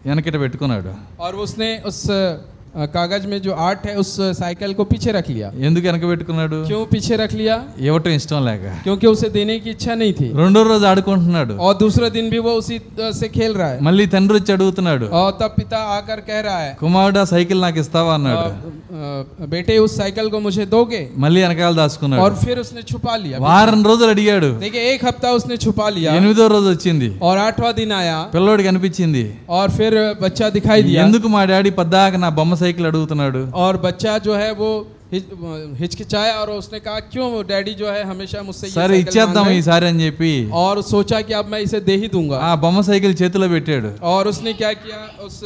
S1: వెనకట పెట్టుకున్నాడు
S5: और उसने उस अ, कागज में जो आर्ट है उस साइकिल को पीछे रख लिया
S1: ఎందుకు వెనక పెట్టుకున్నాడు
S5: क्यों पीछे रख लिया
S1: ఇవ్వటం ఇష్టం లేక
S5: क्योंकि उसे देने की इच्छा नहीं थी
S1: రెండో రోజు ఆడుకుంటున్నాడు
S5: और दूसरे दिन भी वो उसी अ, से खेल रहा है
S1: మళ్ళీ తండ్రి వచ్చి అడుగుతున్నాడు
S5: और तब पिता आकर कह रहा है
S1: కుమారుడు ఆ సైకిల్ నాకు ఇస్తావా
S5: "अ,
S1: అన్నాడు
S5: अ, बेटे उस साइकिल को मुझे दोगे
S1: మళ్ళీ వెనకాల
S5: और
S1: దాచుకున్నాడు
S5: फिर उसने छुपा लिया
S1: వారం రోజులు అడిగాడు
S5: देखिए एक हफ्ता उसने छुपा लिया
S1: ఎనిమిదో రోజు వచ్చింది
S5: और आठवां दिन आया
S1: పిల్లోడికి అనిపించింది
S5: और फिर बच्चा दिखाई दिया
S1: ఎందుకు మా డాడీ పద్దాక నా బొమ్మ సైకిల్ అడుగుతున్నాడు
S5: और बच्चा जो है वो हिच- हिचकिचाया और उसने कहा क्यों डैडी जो है हमेशा मुझससे ये
S1: సరే
S5: साइकिल
S1: ఇచ్చేద్దాం
S5: मांग रहे हैं?"
S1: ఈసారి అని చెప్పి
S5: और सोचा कि अब मैं इसे दे ही दूंगा
S1: ఆ బొమ్మ సైకిల్ చేతిలో పెట్టాడు
S5: और उसने क्या किया उस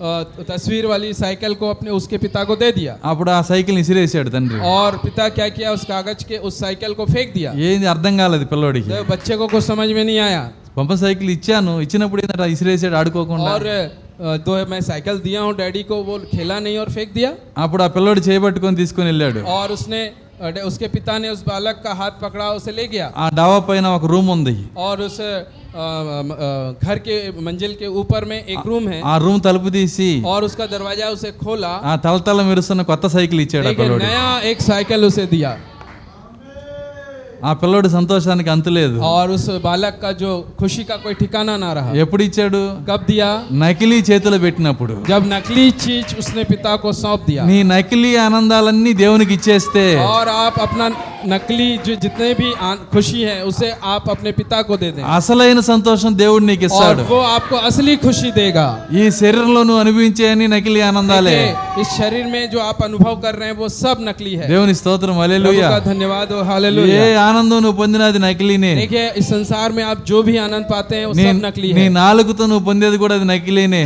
S5: अ, तस्वीर वाली साइकिल को अपने उसके पिता को दे दिया
S1: అప్పుడు ఆ సైకిల్ ఇసిరేసాడు తండ్రి
S5: और पिता क्या किया उस कागज के उस साइकिल को फेंक दिया
S1: ఏంది అర్థం కాలేదు పిల్లోడికి
S5: तो बच्चे को कुछ समझ में नहीं आया
S1: బొమ్మ సైకిల్ ఇచ్చాను ఇచ్చినప్పుడు ఏంటంటే ఇసిరేసాడు ఆడుకోకుండా
S5: और अ, तो मैं साइकिल दिया हूँ डैडी को वो खेला नहीं और फेंक दिया
S1: అప్పుడు ఆ పిల్లోడు చేయబట్టుకొని తీసుకొని వెళ్ళాడు
S5: और उसने अ, डे- उसके पिता ने उस बालक का हाथ पकड़ा उसे ले गया
S1: ఆ డాబా పైన ఒక రూమ్ ఉంది
S5: और उस अ, अ, अ, घर के मंजिल के ऊपर में एक रूम है
S1: ఆ రూమ్ తలుపు తీసి
S5: और उसका दरवाजा उसे खोला
S1: ఆ తలతల మెరుస్తున్న కొత్త సైకిల్ ఇచ్చాడు ఆ
S5: एक
S1: పిల్లోడు
S5: नया एक साइकिल उसे दिया
S1: ఆ పిల్లోడు సంతోషానికి అంతులేదు
S5: और उस बालक का जो खुशी का कोई ठिकाना ना रहा
S1: ఎప్పుడు ఇచ్చాడు
S5: कब दिया
S1: నకిలీ చేతిలో పెట్టినప్పుడు
S5: जब नकली चीज उसने पिता को सौंप दिया
S1: నీ నకిలీ ఆనందాలన్నీ దేవునికి ఇచ్చేస్తే
S5: और आप अपना नकली जो जितने भी आन- खुशी है उसे आप अपने पिता को दे दें
S1: అసలైన సంతోషం దేవుడు నీకు
S5: और
S1: ఇస్తాడు
S5: वो आपको असली खुशी देगा
S1: ఈ శరీరంలో నువ్వు అనుభవించే అన్ని నకిలీ ఆనందాలే
S5: देखिए, इस शरीर में जो आप अनुभव कर रहे हैं वो सब नकली है
S1: దేవుని స్తోత్రం
S5: प्रभु
S1: హల్లెలూయా
S5: का धन्यवाद हो
S1: ఏ
S5: हालेलुया
S1: ఆనందం నువ్వు పొందినా అది నకిలీనే
S5: देखिए इस संसार में आप जो भी आनंद पाते हैं वो
S1: నీ
S5: सब नकली
S1: నీ
S5: है
S1: నాలుగుతో నువ్వు పొందేది కూడా అది నకిలీనే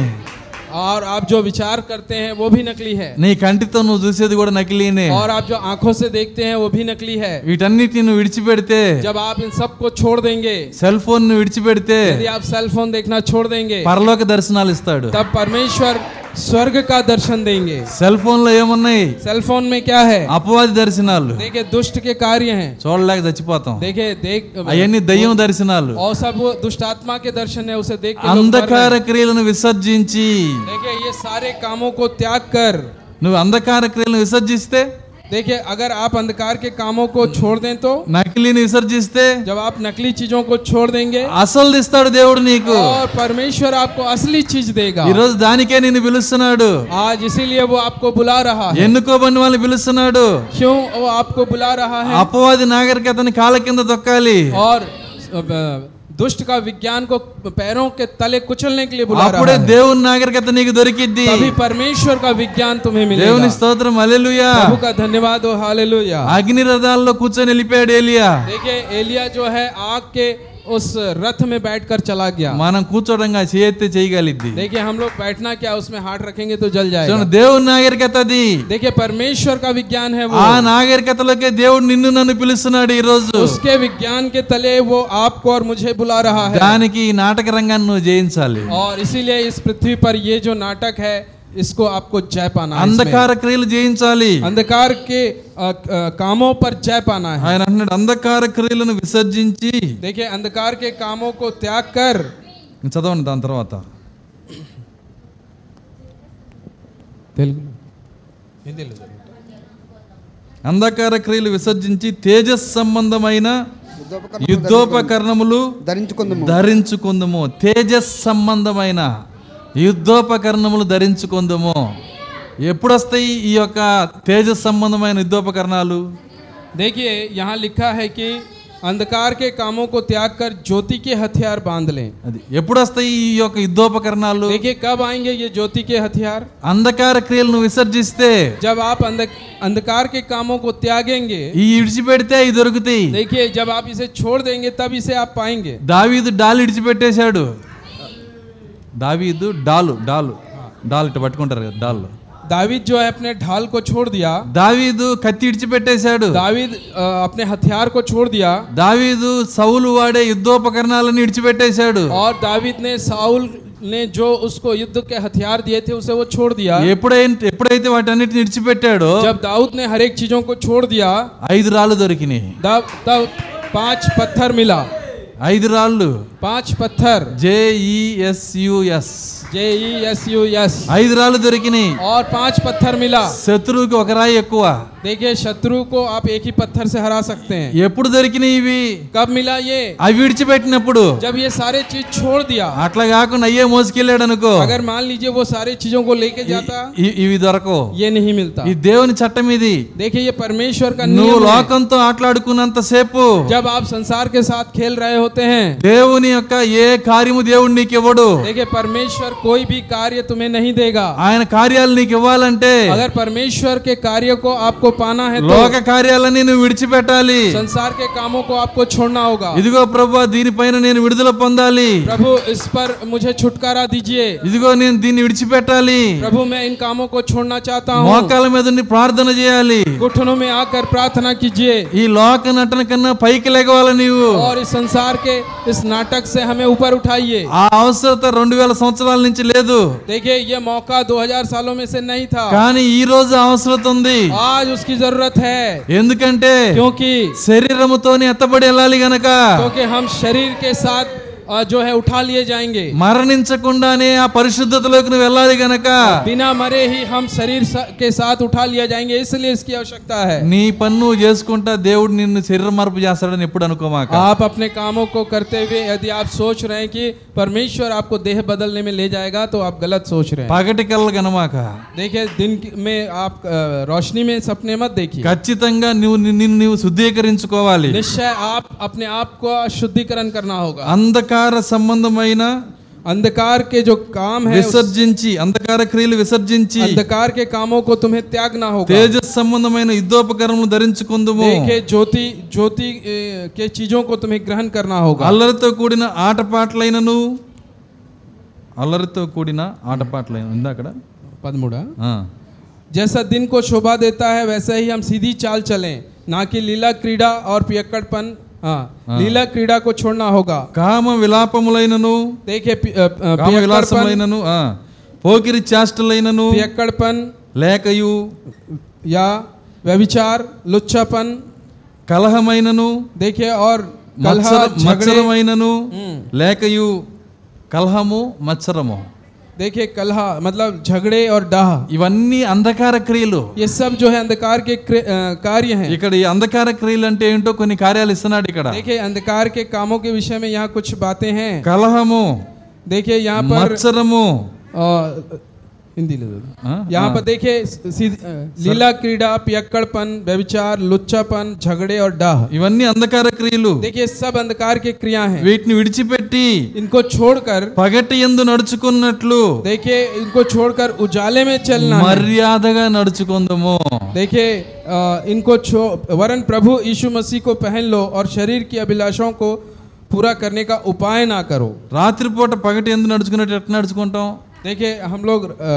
S5: और आप जो विचार करते हैं वो भी नकली है
S1: నీ కంటితో నువ్వు చూసేది కూడా నకిలీనే
S5: और आप जो आंखों से देखते हैं वो भी नकली है
S1: వీటన్నిటిని నువ్వు విడిచిపెడితే
S5: जब आप इन सब को छोड़ देंगे
S1: సెల్ ఫోన్ ను విడిచిపెడితే
S5: यदि आप सेल फोन देखना छोड़ देंगे
S1: పరలోక దర్శనాలు ఇస్తాడు
S5: तब परमेश्वर स्वर्ग का दर्शन देंगे
S1: సెల్ ఫోన్ లో ఏమున్నాయి
S5: सेल फोन में क्या है
S1: అపవాది దర్శనాలు
S5: देखिए दुष्ट के कार्य हैं
S1: చూడలేక చచ్చిపోతాం
S5: देखिए देख
S1: అవన్నీ దయ్యం దర్శనాలు
S5: और सब वो दुष्ट आत्मा के दर्शन है उसे देख के लोग डर रहे
S1: అంధకార
S5: हैं।
S1: క్రియలను విసర్జించి
S5: देखिए ये सारे कामों को त्याग कर
S1: నువ్వు అంధకార క్రియలను విసర్జిస్తే
S5: देखिए अगर आप अंधकार के कामों को छोड़ दें तो
S1: నకిలీని విసర్జిస్తే
S5: जब आप नकली चीजों को छोड़ देंगे
S1: అసలు ఇస్తాడు దేవుడు నీకు
S5: और परमेश्वर आपको असली चीज देगा
S1: ఈ రోజు దానికే నిన్ను పిలుస్తున్నాడు
S5: आज इसीलिए वो आपको बुला रहा है
S1: ఎన్నుకోబడిన వాళ్ళని పిలుస్తున్నాడు
S5: क्यों वो आपको बुला రहा है
S1: అపవాది నాగరికతని కాళ్ళ కింద దొక్కాలి
S5: और अ, दुष्ट का विज्ञान को पैरों के तले कुचलने के लिए बुला रहा
S1: అప్పుడే
S5: है
S1: దేవుని నాగరికత నీకు దొరికిద్ది
S5: तभी परमेश्वर का विज्ञान तुम्हें मिलेगा
S1: దేవుని స్తోత్రం అలెలుయా
S5: प्रभु का धन्यवाद हो हालेलुया
S1: అగ్ని రథాల్లో కూర్చొని వెళ్ళిపోయాడు ఏలియా
S5: देखिए एलिया जो है आग के उस रथ में बैठकर चला गया
S1: మనం కూర్చోడంగా చేయెత్తే చేయగలిద్ది
S5: देखिए हम लोग बैठना क्या उसमें हाथ रखेंगे तो जल जाएगा
S1: చూడండి, దేవుని నాగరికత అది
S5: देखिए परमेश्वर का विज्ञान है वो
S1: ఆ నాగరికతలోకే దేవుడు నిన్ను నన్ను పిలుస్తున్నాడు ఈ రోజు
S5: उसके विज्ञान के तले वो आपको और मुझे बुला रहा है
S1: దానికి ఈ నాటక రంగాన్ని నువ్వు జయించాలి
S5: और इसीलिए इस पृथ्वी पर ये जो नाटक है इसको आपको जय पाना है इसमें।
S1: అంధకార క్రియలు జయించాలి
S5: अंधकार के अ, अ, कामों पर जय पाना है
S1: ఆయన అంటున్నాడు అంధకార క్రియలను విసర్జించి
S5: देखिए अंधकार के कामों को त्याग कर
S1: నేను చదవండి దాని తర్వాత అంధకార క్రియలు విసర్జించి తేజస్ సంబంధమైన
S6: యుద్ధోపకరణములు
S1: యుద్ధోపకరణములు
S6: ధరించుకుందాము
S1: ధరించుకుందుము తేజస్ సంబంధమైన యుద్ధోపకరణములు ధరించుకుందుము ఎప్పుడొస్తాయి ఈ యొక్క తేజస్ సంబంధమైన యుద్ధోపకరణాలు
S5: देखिए यहाँ लिखा है कि अंधकार के कामों को त्याग कर ज्योति के हथियार बांध लें
S1: అది ఎప్పుడొస్తాయి ఈ యొక్క యుద్ధోపకరణాలు
S5: देखिए कब ఆएंगे ये ज्योति के हथियार
S1: అంధకార క్రియలను విసర్జిస్తే
S5: जब आप अंध- अंधकार के कामों को त्यागेंगे
S1: ఈ ఇడిచిపెడితే అవి దొరుకుతాయి
S5: देखिए जब आप इसे छोड़ देंगे तब इसे आप पाएंगे
S1: దావీదు డాల్ ఇడిచిపెట్టేశాడు దావీదు డాలు డాలు డాల్ ఇట్ట పట్టుకుంటారు కదా డాల్
S5: दावीद जो है अपने ढाल को छोड़ दिया
S1: దావీదు కత్తి ఇడిచిపెట్టేశాడు
S5: दावीद अ, अपने हथियार को छोड़ दिया
S1: దావీదు సౌలు వాడే యుద్ధోపకరణాలను ఇడిచిపెట్టేశాడు
S5: और दावीद ने साउल ने जो उसको युद्ध के हथियार दिए थे उसे वो छोड़ दिया
S1: ఎప్పుడైతే ఎప్పుడైతే వాటన్నిటిని ఇడిచిపెట్టాడో
S5: जब दाऊद ने हर एक चीजों को छोड़ दिया
S1: ఐదు రాళ్ళు దొరికినాయి
S5: तब तब पांच पत्थर मिला
S1: ఐదు రాళ్ళు
S5: पांच पत्थर E
S1: J E S U S
S5: J E S U S
S1: ఐదు రాళ్ళు దొరికినాయి
S5: और पांच पत्थर मिला
S1: శత్రువుకి ఒక రాయి ఎక్కువ
S5: देखिए शत्रु को आप एक ही పత్థర్ से हरा सकते हैं
S1: ఎప్పుడు దొరికినాయి ఇవి
S5: कब मिला ये
S1: అవి విడిచిపెట్టినప్పుడు
S5: जब ये सारे चीज छोड़ दिया
S1: అట్లా కాకుండా అయ్యే మోసుకెళ్ళాడు అనుకో
S5: अगर मान लीजिए वो सारे चीजों को लेके जाता
S1: ఇ- ఇవి దొరకవు
S5: ये नहीं मिलता
S1: ఈ దేవుని చట్టం ఇది
S5: देखिए ये परमेश्वर का
S1: నువ్వు
S5: नियम है।
S1: లోకంతో ఆటలాడుకున్నంత సేపు
S5: जब आप संसार के साथ खेल रहे होते हैं
S1: దేవుని యొక్క ఏ కార్యము దేవుడు నీకు ఇవ్వడు
S5: देखिए परमेश्वर कोई भी कार्य तुम्हें नहीं देगा
S1: ఆయన కార్యాలు నీకు ఇవ్వాలంటే
S5: अगर परमेश्वर के कार्य को आपको पाना है तो
S1: లోక కార్యాలన్నీ నువ్వు విడిచిపెట్టాలి
S5: संसार के कामों को आपको छोड़ना होगा
S1: ఇదిగో ప్రభు దీనిపైన నేను విడుదల పొందాలి
S5: प्रभु इस पर मुझे छुटकारा दीजिए
S1: ఇదిగో నేను దీన్ని విడిచిపెట్టాలి
S5: प्रभु मैं इन कामों को छोड़ना चाहता हूँ
S1: మోకాల మీద ఉండి ప్రార్థన చేయాలి
S5: घुटनों में आकर प्रार्थना कीजिए
S1: ఈ లోక నటన కన్నా పైకి లేవాలి నీవు
S5: और इस संसार के इस नाटक से हमें ऊपर उठाइए
S1: ఆ అవసరత రెండు వేల సంవత్సరాల నుంచి లేదు
S5: देखिए ये मौका 2000 सालों में से नहीं था
S1: కానీ ఈ రోజు అవసరత ఉంది
S5: आज उसकी जरूरत है
S1: ఎందుకంటే
S5: क्योंकि
S1: हाँ। శరీరముతోనే ఎత్తబడి వెళ్ళాలి గనక
S5: क्योंकि हम शरीर के साथ अ, जो है उठा लिए जाएंगे
S1: మరణించకుండానే ఆ పరిశుద్ధతలోకి నువ్వు వెళ్ళాలి గనక
S5: बिना मरे ही हम शरीर सा- के साथ उठा लिया जाएंगे इसलिए इसकी आवश्यकता है
S1: నీ పన్ను నువ్వు చేసుకుంటా దేవుడు నిన్ను శరీర మార్పు చేస్తాడని ఎప్పుడు అనుకోమాక
S5: आप अपने कामों को करते हुए यदि आप सोच रहे हैं कि परमेश्वर आपको देह बदलने में ले जाएगा तो आप गलत सोच रहे हैं
S1: పగటి కళ్ళ గనమాక
S5: देखिए दिन की- में आप अ, रोशनी में सपने मत देखिए
S1: ఖచ్చితంగా నువ్వు ని- నిన్ను నువ్వు శుద్ధీకరించుకోవాలి
S5: निश्चय आप अपने आप को शुद्धिकरण करना होगा
S1: అంధకార సంబంధమైన
S5: अंधकार के जो काम है उस-
S1: విసర్జించి అంధకార క్రియలు విసర్జించి
S5: अंधकार के कामों को तुम्हें त्यागना होगा
S1: తేజ సంబంధమైన యుద్ధోపకరణలు ధరించుకుందుము
S5: देखिए ज्योति ज्योति ए, के चीजों को तुम्हें ग्रहण करना होगा
S1: అల్లరితో కూడిన ఆటపాటలైనను అల్లరితో కూడిన ఆటపాటలైన ఉందా అక్కడ
S5: पदमुड़ा
S1: ఆ.
S5: जैसा दिन को शोभा देता है वैसे ही हम सीधी चाल चलें ना कि लीला क्रीड़ा और पियक्कड़पन हाँ लीला क्रीड़ा को छोड़ना होगा
S1: కామ విలాపములైనను
S5: देखिए पि- अ, अ,
S1: కామ
S5: पियक्कड़पन
S1: విలాసములైనను ఆ. పోకిరి చేష్టలైనను
S5: पियक्कड़पन
S1: లేకయు
S5: या व्यभिचार लुच्चापन
S1: కలహమైనను
S5: देखिए और कलह
S1: మత్సర-
S5: झगड़े
S1: మత్సరమైనను
S5: ఉమ్.
S1: లేకయు కలహము మత్సరము
S5: देखिए कलह मतलब झगड़े और डाह
S1: ఇవన్నీ అంధకార క్రియలు
S5: ये सब जो है अंधकार के क्रि- अ, कार्य हैं
S1: ఇక్కడ ఈ అంధకార క్రియలు అంటే ఏంటో కొన్ని కార్యాలు ఇస్తున్నాడు ఇక్కడ
S5: देखिए अंधकार के कामों के विषय में यहाँ कुछ बातें हैं
S1: కలహము
S5: देखिए यहाँ पर
S1: మత్సరము
S5: अ, हिंदी ले दो
S1: ఆ?
S5: यहाँ पर देखिए सीध- अ, लीला क्रीड़ा पियक्कड़पन व्यभिचार लुच्चापन झगड़े और डाह
S1: ఇవన్నీ అంధకార క్రియలు
S5: देखिए सब अंधकार के क्रिया हैं
S1: వీటిని విడిచిపెట్టి
S5: इनको छोड़कर
S1: పగటి ఎందు నడుచుకున్నట్లు
S5: देखिए इनको छोड़कर उजाले में चलना है।
S1: మర్యాదగా నడుచుకుందము
S5: देखिए अ, इनको छो वरन प्रभु यीशु मसीह को पहन लो और शरीर की अभिलाषाओं को पूरा करने का उपाय ना करो
S1: రాత్రిపూట పగటి ఎందు నడుచుకున్నట్టు ఎట్లా నడుచుకుంటాం
S5: देखिए हम लोग अ,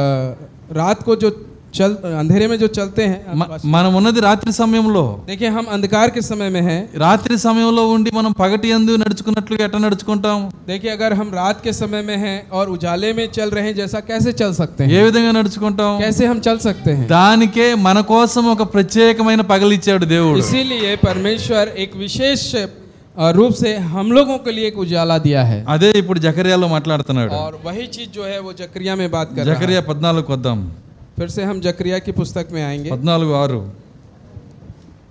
S5: रात को जो चल अंधेरे में जो चलते हैं
S1: మ- మనం ఉన్నది రాత్రి సమయంలో
S5: देखिए हम अंधकार के समय में हैं
S1: రాత్రి సమయంలో ఉండి మనం పగటి ఎందు నడుచుకున్నట్లు ఎట్లా నడుచుకుంటాం
S5: देखिए अगर हम रात के समय में हैं और उजाले में चल रहे हैं जैसा कैसे चल सकते
S1: ఏ
S5: हैं
S1: విధంగా నడుచుకుంటాం
S5: कैसे हम चल सकते हैं
S1: దానికే మన కోసం ఒక ప్రత్యేకమైన పగలిచ్చాడు దేవుడు
S5: इसीलिए परमेश्वर एक विशेष अ, रूप से हम लोगों के लिए एक उजाला दिया है
S1: అదే ఇప్పుడు జకర్యాలో మాట్లాడుతున్నాడు
S5: और वही चीज जो है वो जकरिया में बात कर रहा है
S1: జకర్యా పద్నాలుగు వద్దాం
S5: फिर से हम जकरिया की पुस्तक में आएंगे
S1: పద్నాలుగు ఆరు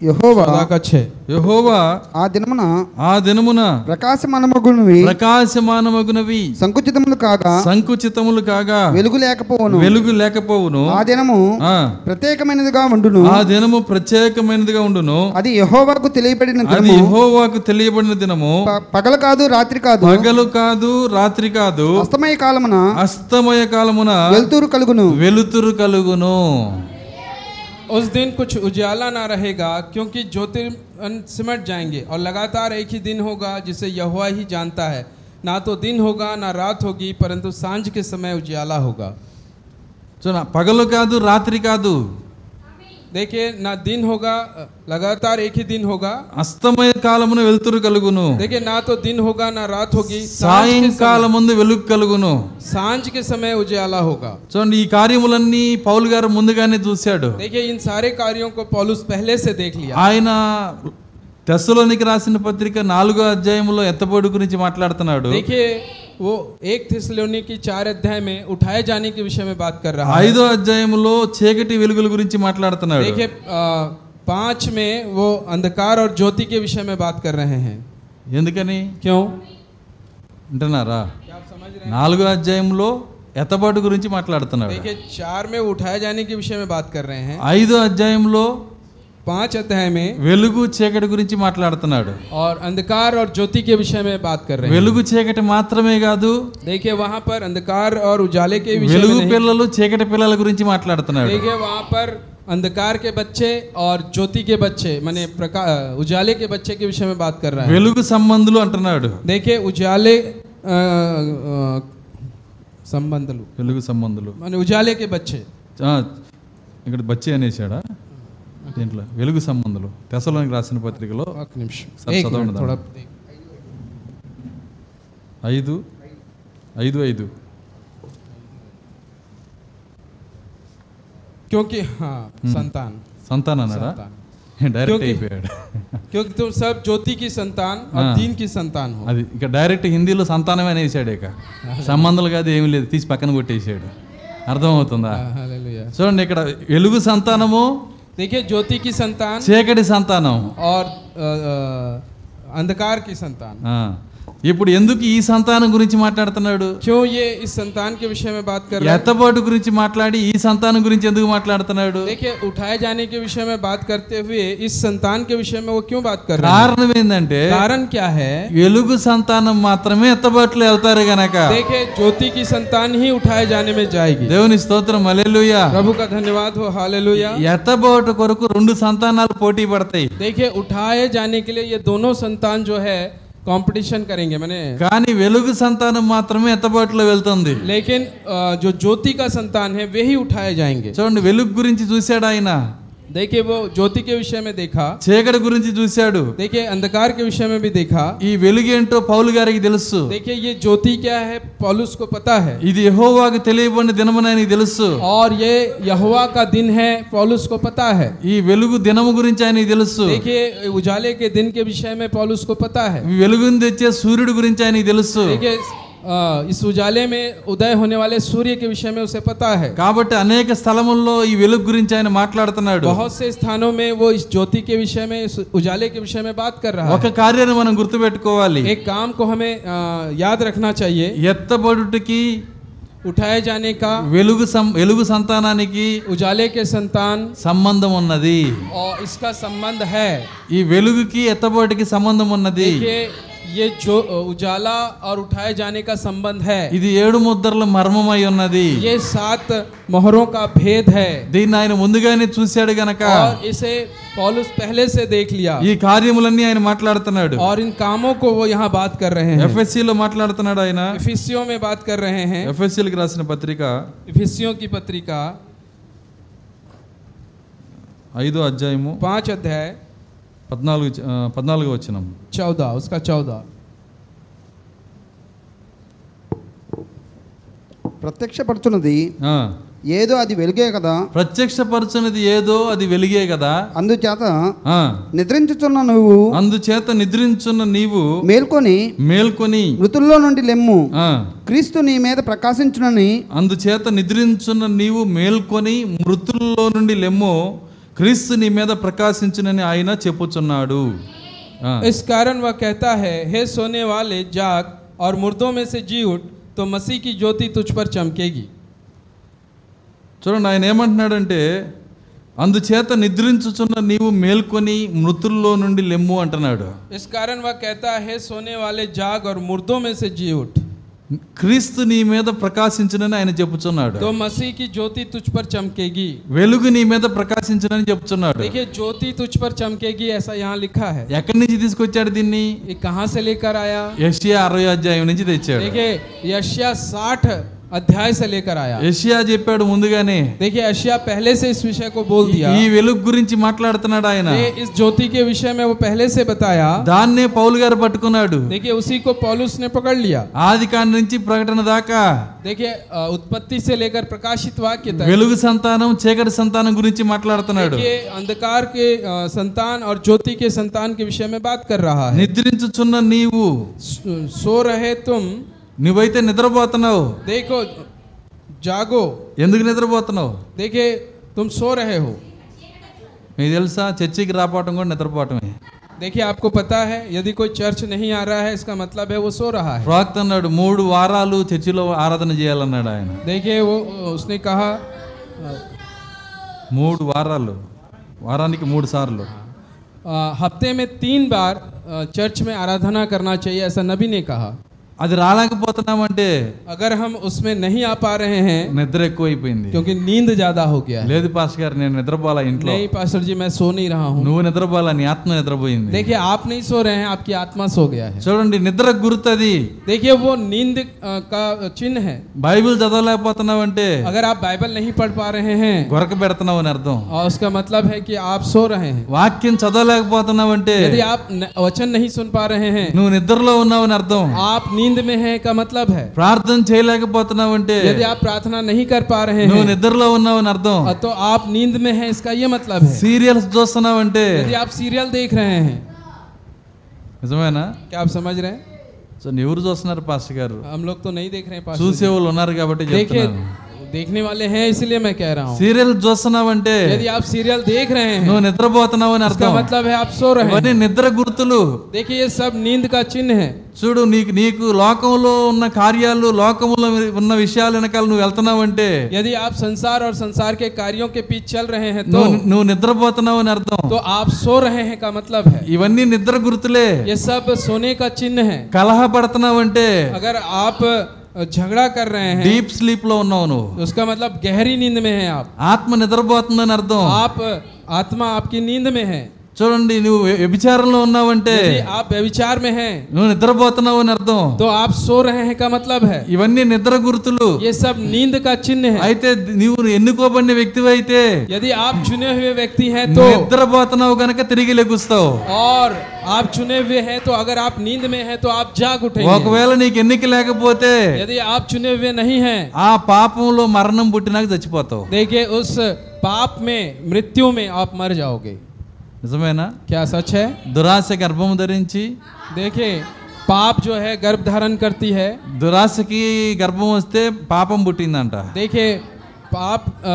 S6: యహోవా
S5: चौदह का छः
S1: యెహోవా
S6: ఆ దినమున
S1: ఆ దినమున
S6: ప్రకాశమానమగునివి
S1: ప్రకాశమానమగునవి
S6: సంకుచితములు కాగా
S1: సంకుచితములు కాగా
S6: వెలుగు లేకపోవును
S1: వెలుగు లేకపోవును
S6: ఆ దినము
S1: ఆ,
S6: ప్రత్యేకమైనదిగా ఉండును
S1: ఆ దినము ప్రత్యేకమైనదిగా ఉండును
S6: అది యహోవాకు తెలియబడిన
S1: అది
S6: దినము
S1: యెహోవాకు తెలియబడిన దినము
S6: ప- పగలు కాదు రాత్రి కాదు
S1: పగలు కాదు రాత్రి కాదు
S6: అస్తమయ కాలమున
S1: అస్తమయ కాలమున
S6: వెలుతురు కలుగును
S1: వెలుతురు కలుగును
S5: उस दिन कुछ उजाला ना रहेगा क्योंकि ज्योतिर्मन सिमट जाएंगे और लगातार एक ही दिन होगा जिसे यहोवा ही जानता है ना तो दिन होगा ना रात होगी परंतु सांझ के समय उजाला होगा
S1: సో నా- పగలు కాదు రాత్రి కాదు
S5: देखिए ना दिन होगा लगातार एक ही दिन होगा
S1: అస్తమయ కాలమున వెలుతురు కలుగును
S5: देखिए ना तो दिन होगा ना रात होगी सांझ के
S1: సాయంకాలం
S5: समय-
S1: ముందు వెలుగు కలుగును
S5: सांझ के समय उजाला होगा
S1: చూడండి ఈ కార్యములన్నీ పౌలు గారు ముందుగానే చూశాడు
S5: देखिए इन सारे कार्यों को पौलुस पहले से देख लिया
S1: ఆయన తెస్సలోనికి రాసిన పత్రిక నాలుగో అధ్యాయంలో ఎత్తబడి గురించి మాట్లాడుతున్నాడు
S5: देखिए वो एक थिसलोनी की चार अध्याय में उठाए जाने के विषय में बात कर रहा है
S1: ఐదో అధ్యాయంలో చీకటి వెలుగుల గురించి మాట్లాడుతున్నాడు
S5: देखिए अ, पाँच में वो अंधकार और ज्योति के विषय में बात कर रहे हैं
S1: ఎందుకని
S5: क्यों
S1: వింటున్నారా
S5: क्या आप समझ रहे
S1: నాలుగో అధ్యాయంలో ఎత్తబాటు గురించి
S5: हैं
S1: మాట్లాడుతున్నాడు
S5: देखिए चार में उठाए जाने के विषय में बात कर रहे हैं
S1: ఐదో అధ్యాయంలో
S5: पाँच अध्याय में
S1: వెలుగు చీకటి గురించి మాట్లాడుతున్నాడు
S5: और अंधकार और ज्योति के विषय में बात कर रहे हैं
S1: వెలుగు చీకటి మాత్రమే కాదు
S5: देखिए वहाँ पर अंधकार और उजाले के विषय में
S1: వెలుగు
S5: नहीं,
S1: పిల్లలు చీకటి పిల్లల గురించి మాట్లాడుతున్నాడు
S5: देखिए वहाँ पर अंधकार के बच्चे और ज्योति के बच्चे माने प्रका उजाले के बच्चे के विषय में बात कर रहा है
S1: వెలుగు సంబంధులు అంటున్నాడు
S5: देखिए उजाले अ, अ, संबंधलु
S1: వెలుగు సంబంధులు
S5: माने उजाले के बच्चे
S1: ఆ, ఇక్కడ బచ్చి అనేసాడా దీంట్లో వెలుగు సంబంధులు తెసలోనికి రాసిన పత్రికలో
S5: एक निमिष
S1: सब
S5: एक
S1: सदों
S5: मिनट
S1: में
S5: थोड़ा
S1: दाम। ఐదు ఐదు ఐదు
S5: क्योंकि हाँ
S1: हम्म।
S5: संतान
S1: సంతానం అన్నాడా
S5: సంతానం.
S1: డైరెక్ట్
S5: క్యోకి.
S1: అయిపోయాడు
S5: क्योंकि तुम सब ज्योति की संतान
S1: हाँ।
S5: और दीन की संतान हो हाँ,
S1: అది ఇక డైరెక్ట్ హిందీలో సంతానమే అనేసాడు ఇక సంబంధాలు కాదు ఏమీ లేదు తీసి పక్కన కొట్టేసాడు అర్థమవుతుందా
S5: हालेलुया।
S1: చూడండి ఇక్కడ వెలుగు సంతానము
S5: देखिए ज्योति की संतान
S1: చీకటి సంతానం
S5: और अ, अ, अंधकार की संतान
S1: ఆ. ఇప్పుడు ఎందుకు ఈ సంతానం గురించి మాట్లాడుతున్నాడు
S5: क्यों ये इस संतान के विषय में बात कर रहे हैं
S1: ఎత్తబాటు గురించి మాట్లాడి ఈ సంతానం గురించి ఎందుకు మాట్లాడుతున్నాడు
S5: देखिए उठाए जाने के विषय में बात करते हुए इस संतान के विषय में वो क्यों बात कर रहे हैं
S1: కారణం ఏంటంటే
S5: कारण क्या है
S1: వెలుగు సంతానం మాత్రమే ఎత్తబాటులో వెళ్తారు గనక
S5: देखिए ज्योति की संतान ही उठाए जाने में जाएगी
S1: దేవుని స్తోత్రం అలెలుయా
S5: प्रभु का धन्यवाद हो हालेलुया
S1: ఎత్తబాటు కొరకు రెండు సంతానాలు పోటీ పడతాయి
S5: देखिए उठाए जाने के लिए ये दोनों संतान जो है कंपटीशन करेंगे मैंने
S1: కానీ వెలుగు సంతానం మాత్రమే ఎత్తబాటులో వెళ్తుంది
S5: लेकिन अ, जो ज्योति का संतान है वे ही उठाए जाएंगे
S1: చూడండి వెలుగు గురించి చూశాడు ఆయన
S5: देखिए वो ज्योति के विषय में देखा
S1: చీకటి గురించి చూశాడు
S5: देखिए अंधकार के विषय में भी देखा
S1: ఈ వెలుగేంటో పౌలు గారికి తెలుసు
S5: देखिए ये ज्योति क्या है पौलुस को पता है
S1: ఇది యెహోవాకు తెలియబడిన దినమని ఆయనకి తెలుసు
S5: और ये यहोवा का दिन है पौलुस को पता है
S1: ఈ వెలుగు దినము గురించి ఆయనకి తెలుసు
S5: देखिए उजाले के दिन के विषय में पौलुस को पता है
S1: ఈ వెలుగును తెచ్చే సూర్యుడి గురించి ఆయనకి తెలుసు
S5: देखिए इस- अ, इस उजाले में उदय होने वाले सूर्य के विषय में उसे पता है
S1: కాబట్టి అనేక స్థలముల్లో ఈ వెలుగు గురించి ఆయన మాట్లాడుతున్నాడు
S5: बहुत से स्थानों में वो इस ज्योति के विषय में इस उजाले के विषय में बात कर रहा
S1: ఒక
S5: है
S1: కార్యాన్ని మనం గుర్తుపెట్టుకోవాలి
S5: एक काम को हमें अ, याद रखना चाहिए
S1: ఎత్తబడుటకి
S5: उठाए जाने का
S1: వెలుగు సం- వెలుగు సంతానానికి
S5: उजाले के संतान
S1: సంబంధం ఉన్నది
S5: और इसका संबंध है
S1: ఈ వెలుగుకి ఎత్తబడుటకి సంబంధం ఉన్నది
S5: देखिए ये जो उजाला और उठाए जाने का संबंध है
S1: ఇది ఏడు ముద్రల మర్మమై ఉన్నది
S5: ये सात मोहरों का भेद है
S1: దీన్ని ఆయన ముందుగానే చూశాడు గనక
S5: और इसे पौलुस पहले से देख लिया
S1: ఈ కార్యములన్నీ ఆయన మాట్లాడుతున్నాడు
S5: और इन कामों को वो यहाँ बात कर रहे हैं
S1: FSC లో మాట్లాడుతున్నాడు ఆయన
S5: इफिसियों में बात कर रहे हैं
S1: FSC లకు రాసిన పత్రిక
S5: इफिसियों की पत्रिका
S1: ఐదో అధ్యాయము
S5: पांच अध्याय
S1: పద్నాలుగు చ- ఆ, పద్నాలుగో వచ్చినం
S5: चौदह उसका चौदह
S6: ప్రత్యక్షపడుచున్నది
S1: ఆ,
S6: ఏదో అది వెలుగే కదా
S1: ప్రత్యక్షపరచునది ఏదో అది వెలిగే కదా
S6: అందుచేత
S1: ఆ
S6: నిద్రించుచున్న నువ్వు
S1: అందుచేత నిద్రించున్న నీవు
S6: మేల్కొని
S1: మేల్కొని
S6: మృతుల్లో నుండి లెమ్ము
S1: ఆ,
S6: క్రీస్తు నీ మీద ప్రకాశించునని
S1: అందుచేత నిద్రించున్న నీవు మేల్కొని మృతుల్లో నుండి లెమ్మో క్రీస్తు నీ మీద ప్రకాశించునని ఆయన చెప్పుచున్నాడు ఆ,
S5: इस कारण वह कहता है हे सोने वाले जाग और मुर्दों में से जी उठ तो मसीह की ज्योति तुझ पर चमकेगी
S1: చూడండి ఆయన ఏమంటున్నాడంటే అందుచేత నిద్రించుచున్న నీవు మేల్కొని మృతుల్లో నుండి లెమ్ము అంటున్నాడు
S5: इस कारण वह कहता है "हे सोने वाले जाग और मुर्दों में से जी उठ
S1: క్రీస్తు నీ మీద ప్రకాశించునని ఆయన చెప్పుచున్నాడు
S5: तो मसीह की ज्योति तुझ पर चमकेगी
S1: వెలుగు నీ మీద ప్రకాశించునని చెప్తున్నాడు
S5: देखिए ज्योति तुझ पर चमकेगी ऐसा यहाँ लिखा है
S1: ఎక్కడి నుంచి తీసుకొచ్చాడు దీన్ని
S5: ये कहाँ से लेकर आया
S1: యెషయా అరవై అధ్యాయం నుంచి తెచ్చాడు
S5: देखिए यशिया साठ अध्याय से लेकर आया
S1: ఏషియా చెప్పాడు ముందుగానే
S5: देखिए अशिया पहले से इस विषय को बोल दिया
S1: ఈ వెలుగు గురించి మాట్లాడుతున్నాడు ఆయన
S5: ये इस ज्योति के विषय में वो पहले से बताया
S1: దాన్నే పౌలు గారు పట్టుకున్నాడు
S5: देखिए उसी को पौलुस ने पकड़ लिया
S1: ఆది కాండ నుంచి ప్రకటన దాకా
S5: देखिए अ, उत्पत्ति से लेकर प्रकाशित वाक्य तक
S1: వెలుగు సంతానం చీకటి సంతానం గురించి మాట్లాడుతున్నాడు
S5: देखिए अंधकार के अ, संतान और ज्योति के संतान के विषय में बात कर रहा है
S1: నిద్రించుచున్న నీవు
S5: सो सो रहे तुम
S1: నువ్వైతే నిద్రపోతున్నావు
S5: देखो जागो
S1: ఎందుకు నిద్రపోతున్నావు
S5: देखिए तुम सो रहे हो
S1: మీకు తెలుసా చర్చికి రాపోవటం కూడా నిద్రపోవటమే
S5: देखिए आपको पता है यदि कोई चर्च नहीं आ रहा है इसका मतलब है वो सो रहा है
S1: ప్రవక్త అన్నాడు మూడు వారాలు చర్చిలో ఆరాధన చేయాలన్నాడు ఆయన
S5: देखिए वो उसने कहा
S1: మూడు వారాలు వారానికి మూడు సార్లు
S5: अ, हफ्ते में तीन बार अ, चर्च में आराधना करना चाहिए ऐसा नबी ने कहा
S1: అది రాలేకపోతున్నామంటే
S5: अगर हम उसमें नहीं आ पा रहे हैं
S1: నిద్ర ఎక్కువైపోయింది
S5: क्योंकि नींद ज्यादा हो गया है
S1: లేదు పాస్ గారు నేను నిద్రపోవాలా ఇంట్లో
S5: नहीं पास्टर जी मैं सो नहीं रहा हूँ
S1: నువ్వు నిద్రపోవాలా నీ ఆత్మ నిద్రపోయింది
S5: देखिए आप नहीं सो रहे हैं आपकी आत्मा सो गया है
S1: చూడండి నిద్ర గుర్తది
S5: देखिए वो नींद अ, का चिन्ह है
S1: బైబిల్ చదవలేకపోతున్నావంటే
S5: अगर आप बाइबल नहीं पढ़ पा रहे हैं
S1: గొరక పెడుతున్నావు అని అర్థం
S5: और उसका मतलब है कि आप सो रहे हैं
S1: వాక్యం చదవలేకపోతున్నావంటే
S5: यदि आप न- वचन नहीं सुन पा रहे हैं
S1: నువ్వు నిద్రలో ఉన్నావని అర్థం
S5: आप नींद में हैं का मतलब है
S1: ప్రార్థన చేయలేకపోతున్నావంటే
S5: यदि आप प्रार्थना नहीं कर पा रहे
S1: నువ్వు
S5: हैं
S1: నిద్రలో ఉన్నావని అర్థం
S5: अ, तो आप नींद में हैं इसका ये मतलब है
S1: సీరియల్స్ చూస్తున్నావంటే
S5: यदि आप सीरियल देख रहे हैं
S1: నిజమేనా
S5: क्या आप समझ रहे हैं
S1: సో ఎవరు చూస్తున్నారు పాస్టర్ గారు
S5: हम लोग तो नहीं देख रहे हैं पास्टर
S1: చూసే వాళ్ళు ఉన్నారు కాబట్టి
S5: जी। देखिए
S1: చెప్తున్నాను
S5: देखने वाले हैं इसलिए मैं कह रहा हूँ
S1: సీరియల్ చూస్తున్నావంటే
S5: यदि आप सीरियल देख रहे हैं
S1: నువ్వు నిద్రపోతున్నావని
S5: इसका
S1: అర్థం
S5: मतलब है आप सो रहे
S1: ఇవన్నీ
S5: हैं
S1: నిద్ర గుర్తులు
S5: देखिए ये सब नींद का चिन्ह है
S1: చూడు నీకు నీకు లోకంలో ఉన్న కార్యాలు లోకంలో ఉన్న విషయాల వెనకాల నువ్వు వెళ్తున్నావంటే
S5: यदि आप संसार और संसार के कार्यों के पीछे चल रहे हैं तो
S1: నువ్వు నువ్వు నిద్రపోతున్నావని అర్థం
S5: तो आप सो रहे हैं का मतलब है
S1: ఇవన్నీ నిద్ర గుర్తులే
S5: ये सब सोने का चिन्ह है
S1: కలహపడుతున్నావంటే
S5: अगर आप झगड़ा कर रहे हैं
S1: డీప్ స్లీప్ లో ఉన్నావు నువ్వు
S5: तो उसका मतलब गहरी नींद में हैं आप
S1: ఆత్మ నిద్రపోతుందని అర్థం
S5: आप आत्मा आपकी नींद में है
S1: చూడండి నువ్వు వ్య- వ్యభిచారంలో ఉన్నావంటే
S5: यदि आप व्यविचार में हैं
S1: నువ్వు నిద్రపోతున్నావు అని అర్థం
S5: तो आप सो रहे हैं का मतलब है
S1: ఇవన్నీ నిద్ర గుర్తులు
S5: ये सब नींद का चिन्ह है
S1: అయితే నువ్వు ఎన్నుకోబడిన వ్యక్తివి అయితే
S5: यदि आप चुने हुए व्यक्ति हैं तो
S1: నిద్రపోతున్నావు గనక తిరిగి లెగుస్తావు
S5: और आप चुने हुए हैं तो अगर आप नींद में हैं तो आप जाग उठेंगे
S1: ఒకవేళ నీకు ఎన్నిక లేకపోతే
S5: यदि आप चुने हुए नहीं हैं
S1: ఆ పాపంలో మరణం పుట్టినాక చచ్చిపోతావు
S5: देखिए उस पाप में मृत्यु में आप मर जाओगे
S1: నిజమేనా
S5: क्या सच है
S1: దురాశ గర్భం ధరించి
S5: देखिए पाप जो है गर्भ धारण करती है
S1: దురాశకి గర్భం వస్తే పాపం పుట్టిందంట
S5: देखिए पाप अ,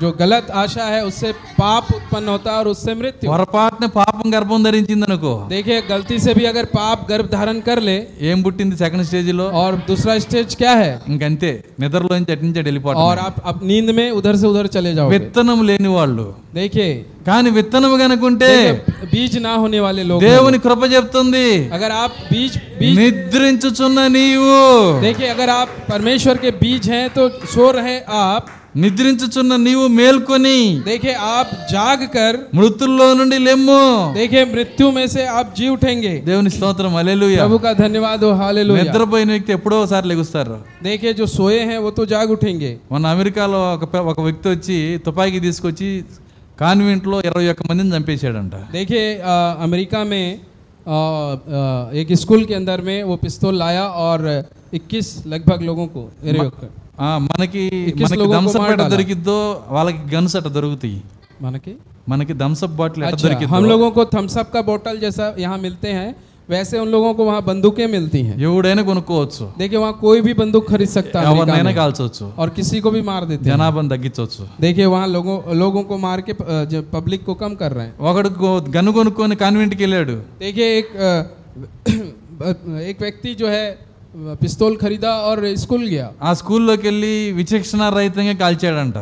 S5: जो गलत आशा है उससे पाप उत्पन्न होता है और उससे मृत्यु
S1: పొరపాటున పాపం గర్భం ధరించింది అనుకో
S5: देखिए गलती से भी अगर पाप गर्भ धारण कर ले
S1: ఏం పుట్టింది సెకండ్ స్టేజ్ లో
S5: और दूसरा स्टेज क्या है
S1: ఇంకంతే నిద్రలోంచి అటు నుంచి అటు
S5: और
S1: వెళ్ళిపోవటం
S5: आप अब नींद में उधर से उधर चले जाओगे
S1: విత్తనం లేని వాళ్ళు
S5: देखिए
S1: కానీ విత్తనం కనుకుంటే
S5: देखिए, बीज ना होने वाले लोग हैं।
S1: దేవుని కృప చెప్తుంది
S5: अगर आप बीज बीज
S1: నిద్రించుచున్న నీవు
S5: देखिए अगर आप परमेश्वर के बीज हैं तो सो रहे आप
S1: నిద్రించుచున్న నీవు మేల్కొని
S5: देखिए आप जाग कर
S1: మృతుల్లో నుండి లెమ్ము
S5: देखिए మృत्यु में से आप जी उठेंगे
S1: దేవుని స్తోత్రం అలెలుయ
S5: प्रभु का धन्यवाद हो हालेलुया
S1: నిద్రపోయిన వ్యక్తి ఎప్పుడో ఒకసారి లెగుస్తారు
S5: देखिए जो सोए हैं वो तो जाग उठेंगे
S1: మన అమెరికాలో ఒక పె- ఒక వ్యక్తి వచ్చి తుపాకీ తీసుకొచ్చి కాన్వెంట్లో ఇరవై ఒక్క మందిని చంపేశాడంట
S5: देखिए अ, अमेरिका में अ, अ, एक स्कूल के अंदर में वो पिस्तौल लाया और 21 लगभग लोगों को एरे
S1: ఆ, మనకి
S5: ఎక్కిస్
S1: మనకి
S5: లోగోకు
S1: దంసప్ ఎట
S5: మాడాలా?
S1: దొరికిద్దో వాళ్ళకి గన్స్ అట దొరుకుతాయి
S5: माना कि
S1: మనకి దంసప్ బాటిల్ ఎట
S5: अच्छा,
S1: దొరికిద్దో
S5: हम लोगों को थम्सअप का बोतल जैसा यहाँ मिलते हैं वैसे उन लोगों को वहाँ बंदूकें मिलती हैं
S1: ఎవడైనా కొనుక్కోవచ్చు
S5: देखिए वहाँ कोई भी बंदूक खरीद सकता है अमेरिका
S1: ఎవరినైనా
S5: में।
S1: కాల్చవచ్చు
S5: और किसी को भी मार देते हैं
S1: జనాభాను తగ్గించవచ్చు
S5: देखिए वहाँ लोगों लोगों को मार के अ, जो पब्लिक को कम कर रहे हैं
S1: ఒకడు గో- గన్ను కొనుక్కొని కాన్వెంట్కి వెళ్ళాడు
S5: देखिए एक अ, एक व्यक्ति जो है अ, पिस्तौल खरीदा और स्कूल गया
S1: ఆ స్కూల్లోకి వెళ్ళి విచక్షణ రహితంగా కాల్చాడంట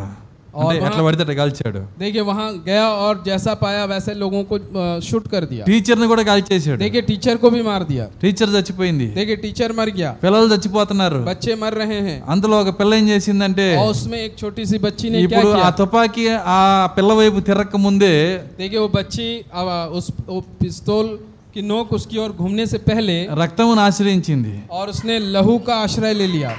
S1: అంటే ఎట్లా పడితే అట్లా కాల్చాడు
S5: देखिए वहाँ गया और जैसा पाया वैसे लोगों को अ, शूट कर दिया
S1: టీచర్ని కూడా కాల్చేసాడు
S5: देखिए टीचर को भी मार दिया
S1: టీచర్ చచ్చిపోయింది
S5: देखिए टीचर मर गया
S1: పిల్లలు చచ్చిపోతున్నారు
S5: बच्चे मर रहे हैं
S1: అందులో ఒక పిల్ల ఏం చేసిందంటే
S5: और उसमें एक छोटी सी बच्ची ने क्या
S1: ఇప్పుడు ఆ
S5: किया
S1: తుపాకీ ఆ పిల్ల వైపు తిరక్క ముందే
S5: देखिए वो बच्ची अब उस वो पिस्तौल की नोक उसकी ओर घूमने से पहले
S1: రక్తమును ఆశ్రయించింది
S5: और उसने लहू का आश्रय ले लिया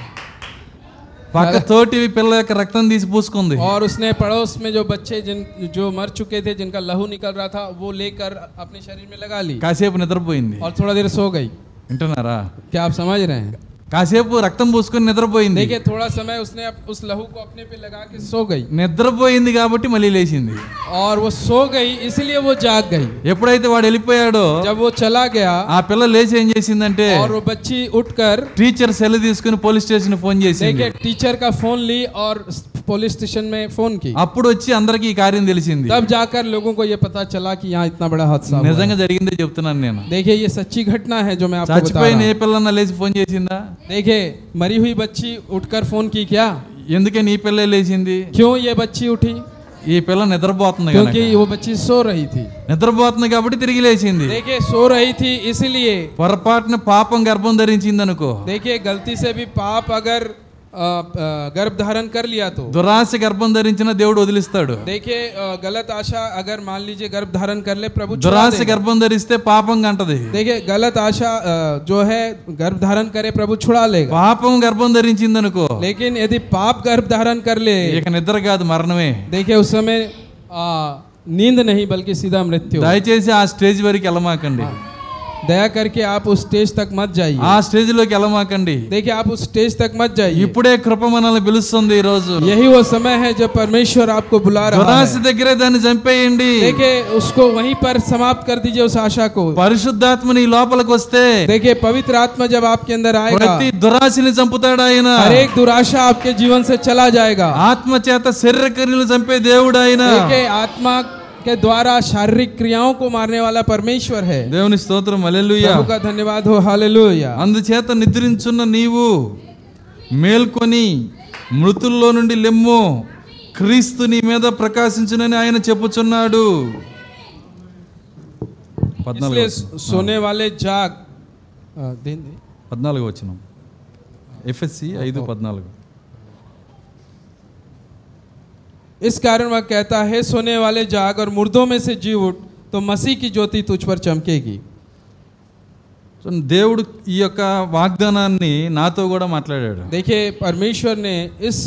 S1: పక్క తోటివి పిల్ల యొక్క రక్తం తీసి పూసుకుంది
S5: और उसने पड़ोस में जो बच्चे जिन जो मर चुके थे जिनका लहू निकल रहा था वो लेकर अपने शरीर में लगा ली
S1: కాసేపు నిద్రపోయింది
S5: और थोड़ा देर सो गई
S1: వింటున్నారా
S5: क्या आप समझ रहे हैं
S1: కాసేపు రక్తం పూసుకొని నిద్రపోయింది
S5: देखिए थोड़ा समय उसने अप- उस लहू को अपने पे लगा के सो गई
S1: నిద్రపోయింది కాబట్టి మళ్ళీ లేచింది
S5: और वो सो गई इसलिए वो जाग गई
S1: ఎప్పుడైతే వాడు వెళ్ళిపోయాడో
S5: जब वो चला गया
S1: ఆ పిల్ల లేచి ఏం చేసిందంటే
S5: और वो बच्ची उठकर
S1: టీచర్ సెల్ తీసుకుని పోలీస్ స్టేషన్ ఫోన్ చేసింది
S5: देखिए टीचर का फोन ली और स- पुलिस स्टेशन में फोन की
S1: అప్పుడు వచ్చి అందరికి ఈ కార్యం తెలిసింది
S5: तब जाकर लोगों को ये पता चला कि यहाँ इतना बड़ा हादसा हुआ है।
S1: నిజంగా జరిగిందే చెప్తున్నాను నేను
S5: देखिए ये सच्ची घटना है जो मैं आपको बता रहा
S1: చచ్చిపోయిన ఏ
S5: हूँ
S1: పిల్లన్నా లేచి ఫోన్ చేసిందా
S5: देखिए मरी हुई बच्ची उठकर फोन की क्या
S1: ఎందుకే నీ పిల్లే లేచింది
S5: क्यों ये बच्ची उठी
S1: ఈ పిల్ల నిద్రపోతుంది
S5: क्योंकि
S1: గనక.
S5: वो బच्ची सो रही थी
S1: నిద్రపోతుంది కాబట్టి తిరిగి లేచింది
S5: देखिए सो रही थी इसीलिए
S1: పొరపాటున పాపం గర్భం ధరించింది అనుకో
S5: देखिए गलती से भी पाप अगर अ, अ, गर्भ धारण कर लिया तो
S1: దురాశ గర్భం ధరించిన దేవుడు వదిలిస్తాడు
S5: देखिए अ, गलत आशा अगर मान लीजिए गर्भ धारण कर ले प्रभु छुड़ा
S1: దురాశ
S5: देगा।
S1: గర్భం ధరిస్తే పాపం గంటది
S5: देखिए गलत आशा अ, जो है गर्भ धारण करे प्रभु छुड़ा लेगा
S1: పాపం గర్భం ధరించింది అనుకో
S5: लेकिन यदि पाप गर्भ धारण कर ले
S1: ఇక నిద్ర కాదు మరణమే
S5: देखिए उस समय अ, नींद नहीं बल्कि सीधा मृत्यु
S1: దయచేసి ఆ స్టేజ్ వరకు వెళ్ళమాకండి
S5: दया करके आप उस स्टेज तक मत
S1: ఆ
S5: जाइए
S1: స్టేజ్ లోకి వెళ్ళమాకండి
S5: देखिए आप उस स्टेज तक मत जाइए
S1: ఇప్పుడే కృప మనల్ని పిలుస్తుంది ఈ రోజు
S5: यही वो समय है जब परमेश्वर आपको बुला रहा
S1: దురాశ
S5: है
S1: దగ్గరే దాన్ని చంపేయండి
S5: देखिए उसको वहीं पर समाप्त कर दीजिए उस आशा को
S1: పరిశుద్ధాత్మ నీ లోపలికి వస్తే
S5: देखिए पवित्र आत्मा जब आपके अंदर आएगा
S1: ప్రతి దురాశని చంపుతాడు ఆయన
S5: हर एक दुराशा आपके जीवन से चला जाएगा
S1: ఆత్మ చేత శరీర క్రియలు చంపే దేవుడు ఆయన
S5: देखिए आत्मा के द्वारा शारीरिक क्रियाओं को मारने वाला परमेश्वर है
S1: దేవుని స్తోత్రం అలెలుయా
S5: प्रभु का धन्यवाद हो हालेलुया
S1: అందుచేత నిద్రించున్న నీవు మేల్కొని మృతుల్లో నుండి లెమ్ము క్రీస్తు నీ మీద ప్రకాశించునని ఆయన చెప్పుచున్నాడు పద్నాలుగు
S5: इसलिए सोने वाले जाग अ, दिन दिन।
S1: పద్నాలుగు వచ్చిన ఎఫ్ఎస్సి ఐదు పద్నాలుగు
S5: इस कारण वह कहता है सोने वाले जाग और मुर्दों में से जी उठ तो मसीह की ज्योति तुझ पर चमकेगी
S1: సో దేవుడు ఈ యొక్క వాగ్దానాన్ని నాతో కూడా మాట్లాడాడు
S5: देखिए परमेश्वर ने इस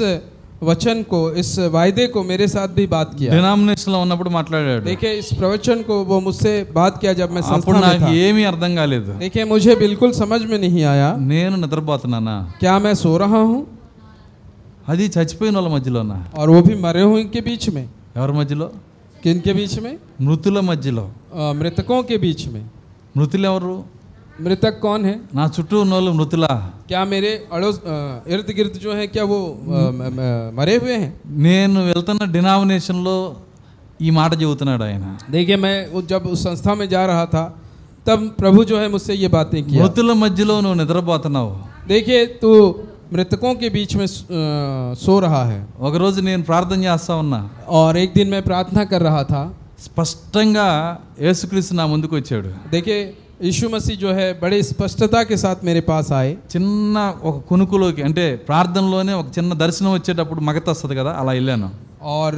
S5: वचन को इस वायदे को मेरे साथ भी बात किया
S1: డినామినేషన్ లో ఉన్నప్పుడు మాట్లాడాడు
S5: देखिए इस प्रवचन को वो मुझसे बात किया जब मैं
S1: అప్పుడు
S5: संस्था में
S1: నాకు
S5: था
S1: ఏమీ అర్థం కాలేదు
S5: देखिए मुझे बिल्कुल समझ में नहीं आया
S1: నేను నిద్రపోతున్నానా
S5: क्या मैं सो रहा हूँ
S1: అది చచ్చిపోయిన వాళ్ళ మధ్యలోనా
S5: और वो भी मरे हुए के बीच में
S1: ఎవరి మధ్యలో
S5: किन के बीच में
S1: మృతుల మధ్యలో
S5: अ, मृतकों के बीच में
S1: మృతులు ఎవరు
S5: मृतक कौन है
S1: నా చుట్టూ ఉన్న వాళ్ళు మృతులా
S5: क्या मेरे अड़ोस इर्द गिर्द जो है क्या वो अ, म- म- मरे हुए हैं
S1: నేను వెళ్తున్న డినామినేషన్లో ఈ మాట చెబుతున్నాడు ఆయన
S5: देखिए मैं वो जब उस संस्था में जा रहा था तब प्रभु जो है मुझसे ये बातें किया
S1: మృతుల మధ్యలో నువ్వు నిద్రపోతున్నావు
S5: देखिए तू मृतकों के बीच में स- अ, सो रहा है
S1: ఒకరోజు నేను ప్రార్థన చేస్తా ఉన్నా
S5: और एक दिन मैं प्रार्थना कर रहा था
S1: స్పష్టంగా యేసుక్రీస్తు నా ముందుకు వచ్చాడు
S5: देखिए यीशु मसीह जो है बड़े स्पष्टता के साथ मेरे पास आए
S1: చిన్న ఒక కొనుకులోకి అంటే ప్రార్థనలోనే ఒక చిన్న దర్శనం వచ్చేటప్పుడు మగత వస్తుంది కదా అలా వెళ్ళాను
S5: और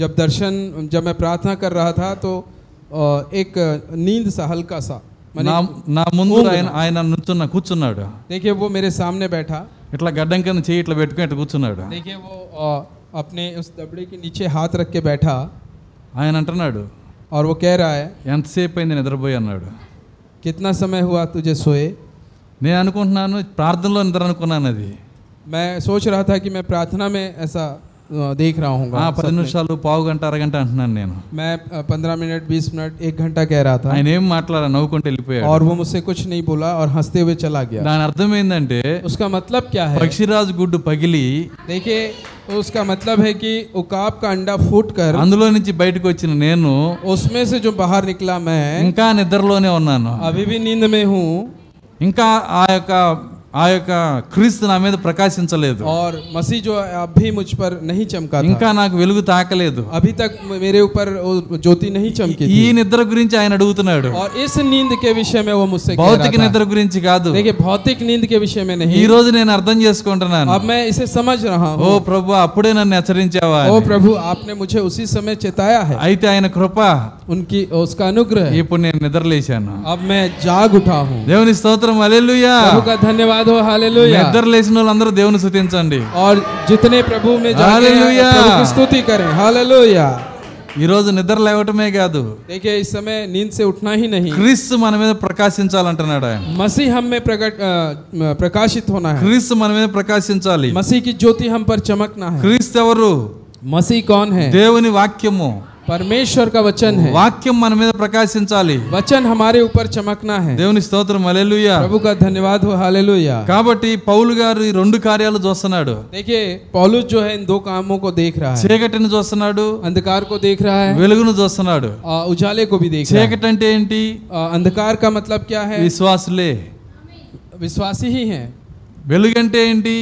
S5: जब दर्शन जब मैं प्रार्थना कर रहा था तो अ, एक नींद सा हल्का सा
S1: నా
S5: मैंने
S1: నా ముందు ఆయన ఆయన నుంచున్న కూర్చున్నాడు
S5: देखिए वो मेरे सामने बैठा
S1: ఇట్లా గడ్డం కింద చేయి ఇట్లా పెట్టుకుని ఇట్లా కూర్చున్నాడు
S5: देखिए वो अ, अपने उस दबड़े के नीचे हाथ रख के बैठा
S1: ఆయన అంటున్నాడు
S5: और वो कह रहा है
S1: ఎంతసేపు అయింది నిద్రపోయి అన్నాడు
S5: कितना समय हुआ तुझे सोए
S1: నేను అనుకుంటున్నాను ప్రార్థనలో నిద్ర అనుకున్నాను అది
S5: मैं सोच रहा था कि मैं प्रार्थना में ऐसा अ, देख रहा
S1: ఆ
S5: हूँ
S1: పది నిమిషాలు పావు గంట అరగంట అంటున్నాను నేను
S5: मैं पंद्रह मिनट बीस मिनट एक घंटा कह रहा था
S1: ఆయన ఏం మాట్లాడా నవ్వుకుంటూ వెళ్ళిపోయాడు
S5: और वो मुझसे कुछ नहीं बोला और हंसते हुए चला गया
S1: దాని అర్థం ఏంటంటే
S5: उसका मतलब क्या है
S1: పక్షిరాజు గుడ్డు పగిలి
S5: देखिए उसका मतलब है कि उकाब का अंडा फूट कर
S1: అందులో నుంచి బయటకు వచ్చిన నేను
S5: उसमें से जो बाहर निकला मैं
S1: ఇంకా నిద్రలోనే ఉన్నాను
S5: अभी भी नींद में हूँ
S1: ఇంకా ఆ యొక్క ఆ యొక్క క్రీస్తు నా మీద ప్రకాశించలేదు
S5: और मसीह जो है, अब भी मुझ पर नहीं चमका था
S1: ఇంకా నాకు వెలుగు తాకలేదు
S5: अभी तक मेरे ऊपर वो ज्योति नहीं चमकी
S1: ఈ
S5: थी
S1: నిద్ర గురించి ఆయన అడుగుతున్నాడు
S5: और इस नींद के विषय में वो मुझसे कह
S1: భౌతిక
S5: रहा
S1: నిద్ర గురించి కాదు
S5: था देखिए भौतिक नींद के विषय में
S1: ఈ
S5: नहीं
S1: రోజు నేను అర్థం చేసుకుంటున్నాను
S5: अब मैं इसे समझ रहा
S1: ఓ
S5: हूँ
S1: ప్రభు అప్పుడే నన్ను హెచ్చరించావా
S5: ओ
S1: అని.
S5: प्रभु आपने मुझे उसी समय चेताया है
S1: అయితే ఆయన కృప
S5: उनकी उसका अनुग्रह है।
S1: ఇప్పుడు నేను నిద్రలేశాను
S5: अब मैं जाग उठा हूँ
S1: దేవుని స్తోత్రం అలెలుయా
S5: प्रभु का धन्यवाद धन्यवाद हो हालेलुया
S1: నిద్ర లేచిన వాళ్ళందరూ దేవుని స్థుతించండి
S5: और जितने प्रभु में जागे हैं,
S1: हालेलुया।
S5: प्रभु की स्तुति करें हालेलुया
S1: ఈ రోజు నిద్ర లేవటమే కాదు
S5: देखिए इस समय नींद से उठना ही नहीं
S1: క్రీస్తు మన మీద ప్రకాశించాలంటున్నాడు ఆయన
S5: मसीह हम में प्रकट अ, प्रकाशित होना है
S1: క్రీస్తు మన మీద ప్రకాశించాలి
S5: मसीह की ज्योति हम पर चमकना है
S1: క్రీస్తు ఎవరు
S5: मसीह कौन है
S1: దేవుని వాక్యము
S5: परमेश्वर का वचन है
S1: వాక్యం మన మీద ప్రకాశించాలి
S5: वचन हमारे ऊपर चमकना है
S1: దేవుని స్తోత్రం అలెలుయ
S5: प्रभु का धन्यवाद हो हालेलुया
S1: కాబట్టి పౌలు గారు ఈ రెండు కార్యాలు చూస్తున్నాడు
S5: देखिए पौलुस जो है इन दो कामों को देख रहा है
S1: చీకటిని చూస్తున్నాడు
S5: अंधकार को देख रहा है
S1: వెలుగును చూస్తున్నాడు
S5: अ, उजाले को भी देख रहा है
S1: చీకటి అంటే ఏంటి
S5: अ, अंधकार का मतलब क्या है
S1: విశ్వాసులే
S5: विश्वासी ही है
S1: వెలుగంటే ఏంటి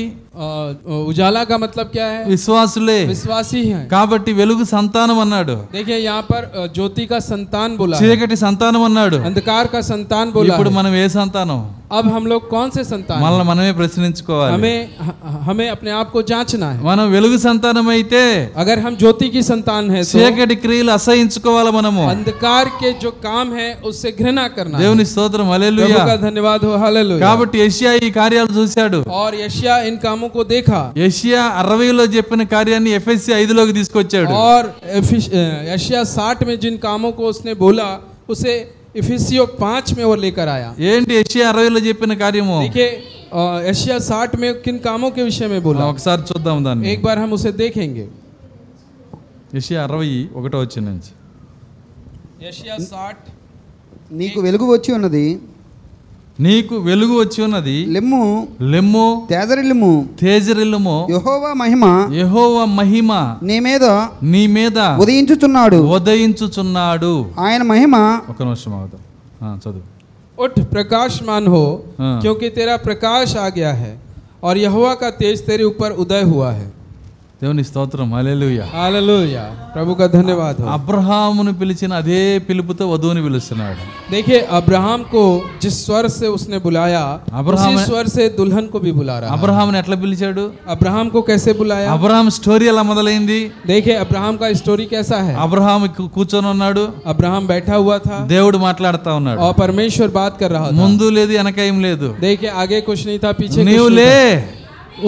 S5: उजाला का मतलब क्या है
S1: విశ్వాసులే
S5: विश्वासी है
S1: కాబట్టి వెలుగు సంతానం అన్నాడు
S5: देखिए यहाँ पर अ, ज्योति का संतान बोला है।
S1: చీకటి సంతానం అన్నాడు
S5: अंधकार का संतान बोला
S1: ఇప్పుడు
S5: है।
S1: మనం ఏ సంతానం
S5: अब हम लोग कौन से संतान हैं?
S1: మనల్ని మనమే ప్రశ్నించుకోవాలి
S5: हमें ह- हमें अपने आप को जांचना है
S1: మనం వెలుగు సంతానం అయితే
S5: अगर हम ज्योति की संतान है तो
S1: చీకటి క్రియలు అసహించుకోవాలి మనము
S5: अंधकार के जो काम है उससे घृणा करना है।
S1: దేవుని స్తోత్రం అలెలుయ
S5: प्रभु का धन्यवाद हो हालेलुया
S1: కాబట్టి ఏషియా ఈ కార్యాలు చూశాడు
S5: और यशिया इन कामों को देखा
S1: ఏషియా అరవైలో చెప్పిన కార్యాన్ని ఎఫ్ఎస్సి ఐదులోకి తీసుకొచ్చాడు
S5: और एफिश- अ, यशिया साठ में जिन कामों को उसने बोला उसे इफिसियो पांच में वो लेकर आया
S1: ఏంటి ఏషియా అరవైలో చెప్పిన కార్యము
S5: देखिए अ, यशिया साठ में किन कामों के विषय में बोला
S1: ఒకసారి చూద్దాం దాన్ని
S5: एक बार हम उसे देखेंगे
S1: ఏషియా అరవై ఒకటో వచ్చిన నుంచి
S5: यशिया साठ
S6: నీకు వెలుగు వచ్చి ఉన్నది
S1: నీకు వెలుగు వచ్చి ఉన్నది
S6: లెమ్ము
S1: లెమ్మో
S6: తేజరిల్లుము
S1: తేజరిల్లుమో
S6: యహోవా మహిమ
S1: యెహోవా మహిమ
S6: నీ మీద
S1: నీ మీద
S6: ఉదయించుచున్నాడు
S1: ఉదయించుచున్నాడు
S6: ఆయన మహిమ
S1: ఒక నిమిషం అవుతాం చదువు
S5: उठ प्रकाशमान हो
S1: हाँ।
S5: क्योंकि तेरा प्रकाश आ गया है और यहोवा का तेज तेरे ऊपर उदय हुआ है
S1: దేవుని స్తోత్రం అలెలుయ
S5: हालेलुया प्रभु का धन्यवाद हो
S1: అబ్రహామును పిలిచిన అదే పిలుపుతో వధువుని పిలుస్తున్నాడు
S5: देखिए अब्राहम को जिस स्वर से उसने बुलाया
S1: अब्राहम
S5: उसी
S1: है-
S5: स्वर से दुल्हन को भी बुला रहा है
S1: అబ్రహాముని ఎట్లా పిలిచాడు
S5: अब्राहम को कैसे बुलाया
S1: అబ్రహాం స్టోరీ ఎలా మొదలైంది
S5: देखिए अब्राहम का स्टोरी कैसा है
S1: అబ్రహాం కూ- కూర్చొని ఉన్నాడు
S5: अब्राहम बैठा हुआ था
S1: దేవుడు మాట్లాడుతా ఉన్నాడు
S5: और परमेश्वर बात कर रहा था
S1: ముందు లేదు వెనక ఏం లేదు
S5: देखिए आगे कुछ नहीं था पीछे कुछ
S1: నీవు
S5: नहीं
S1: లే
S5: था।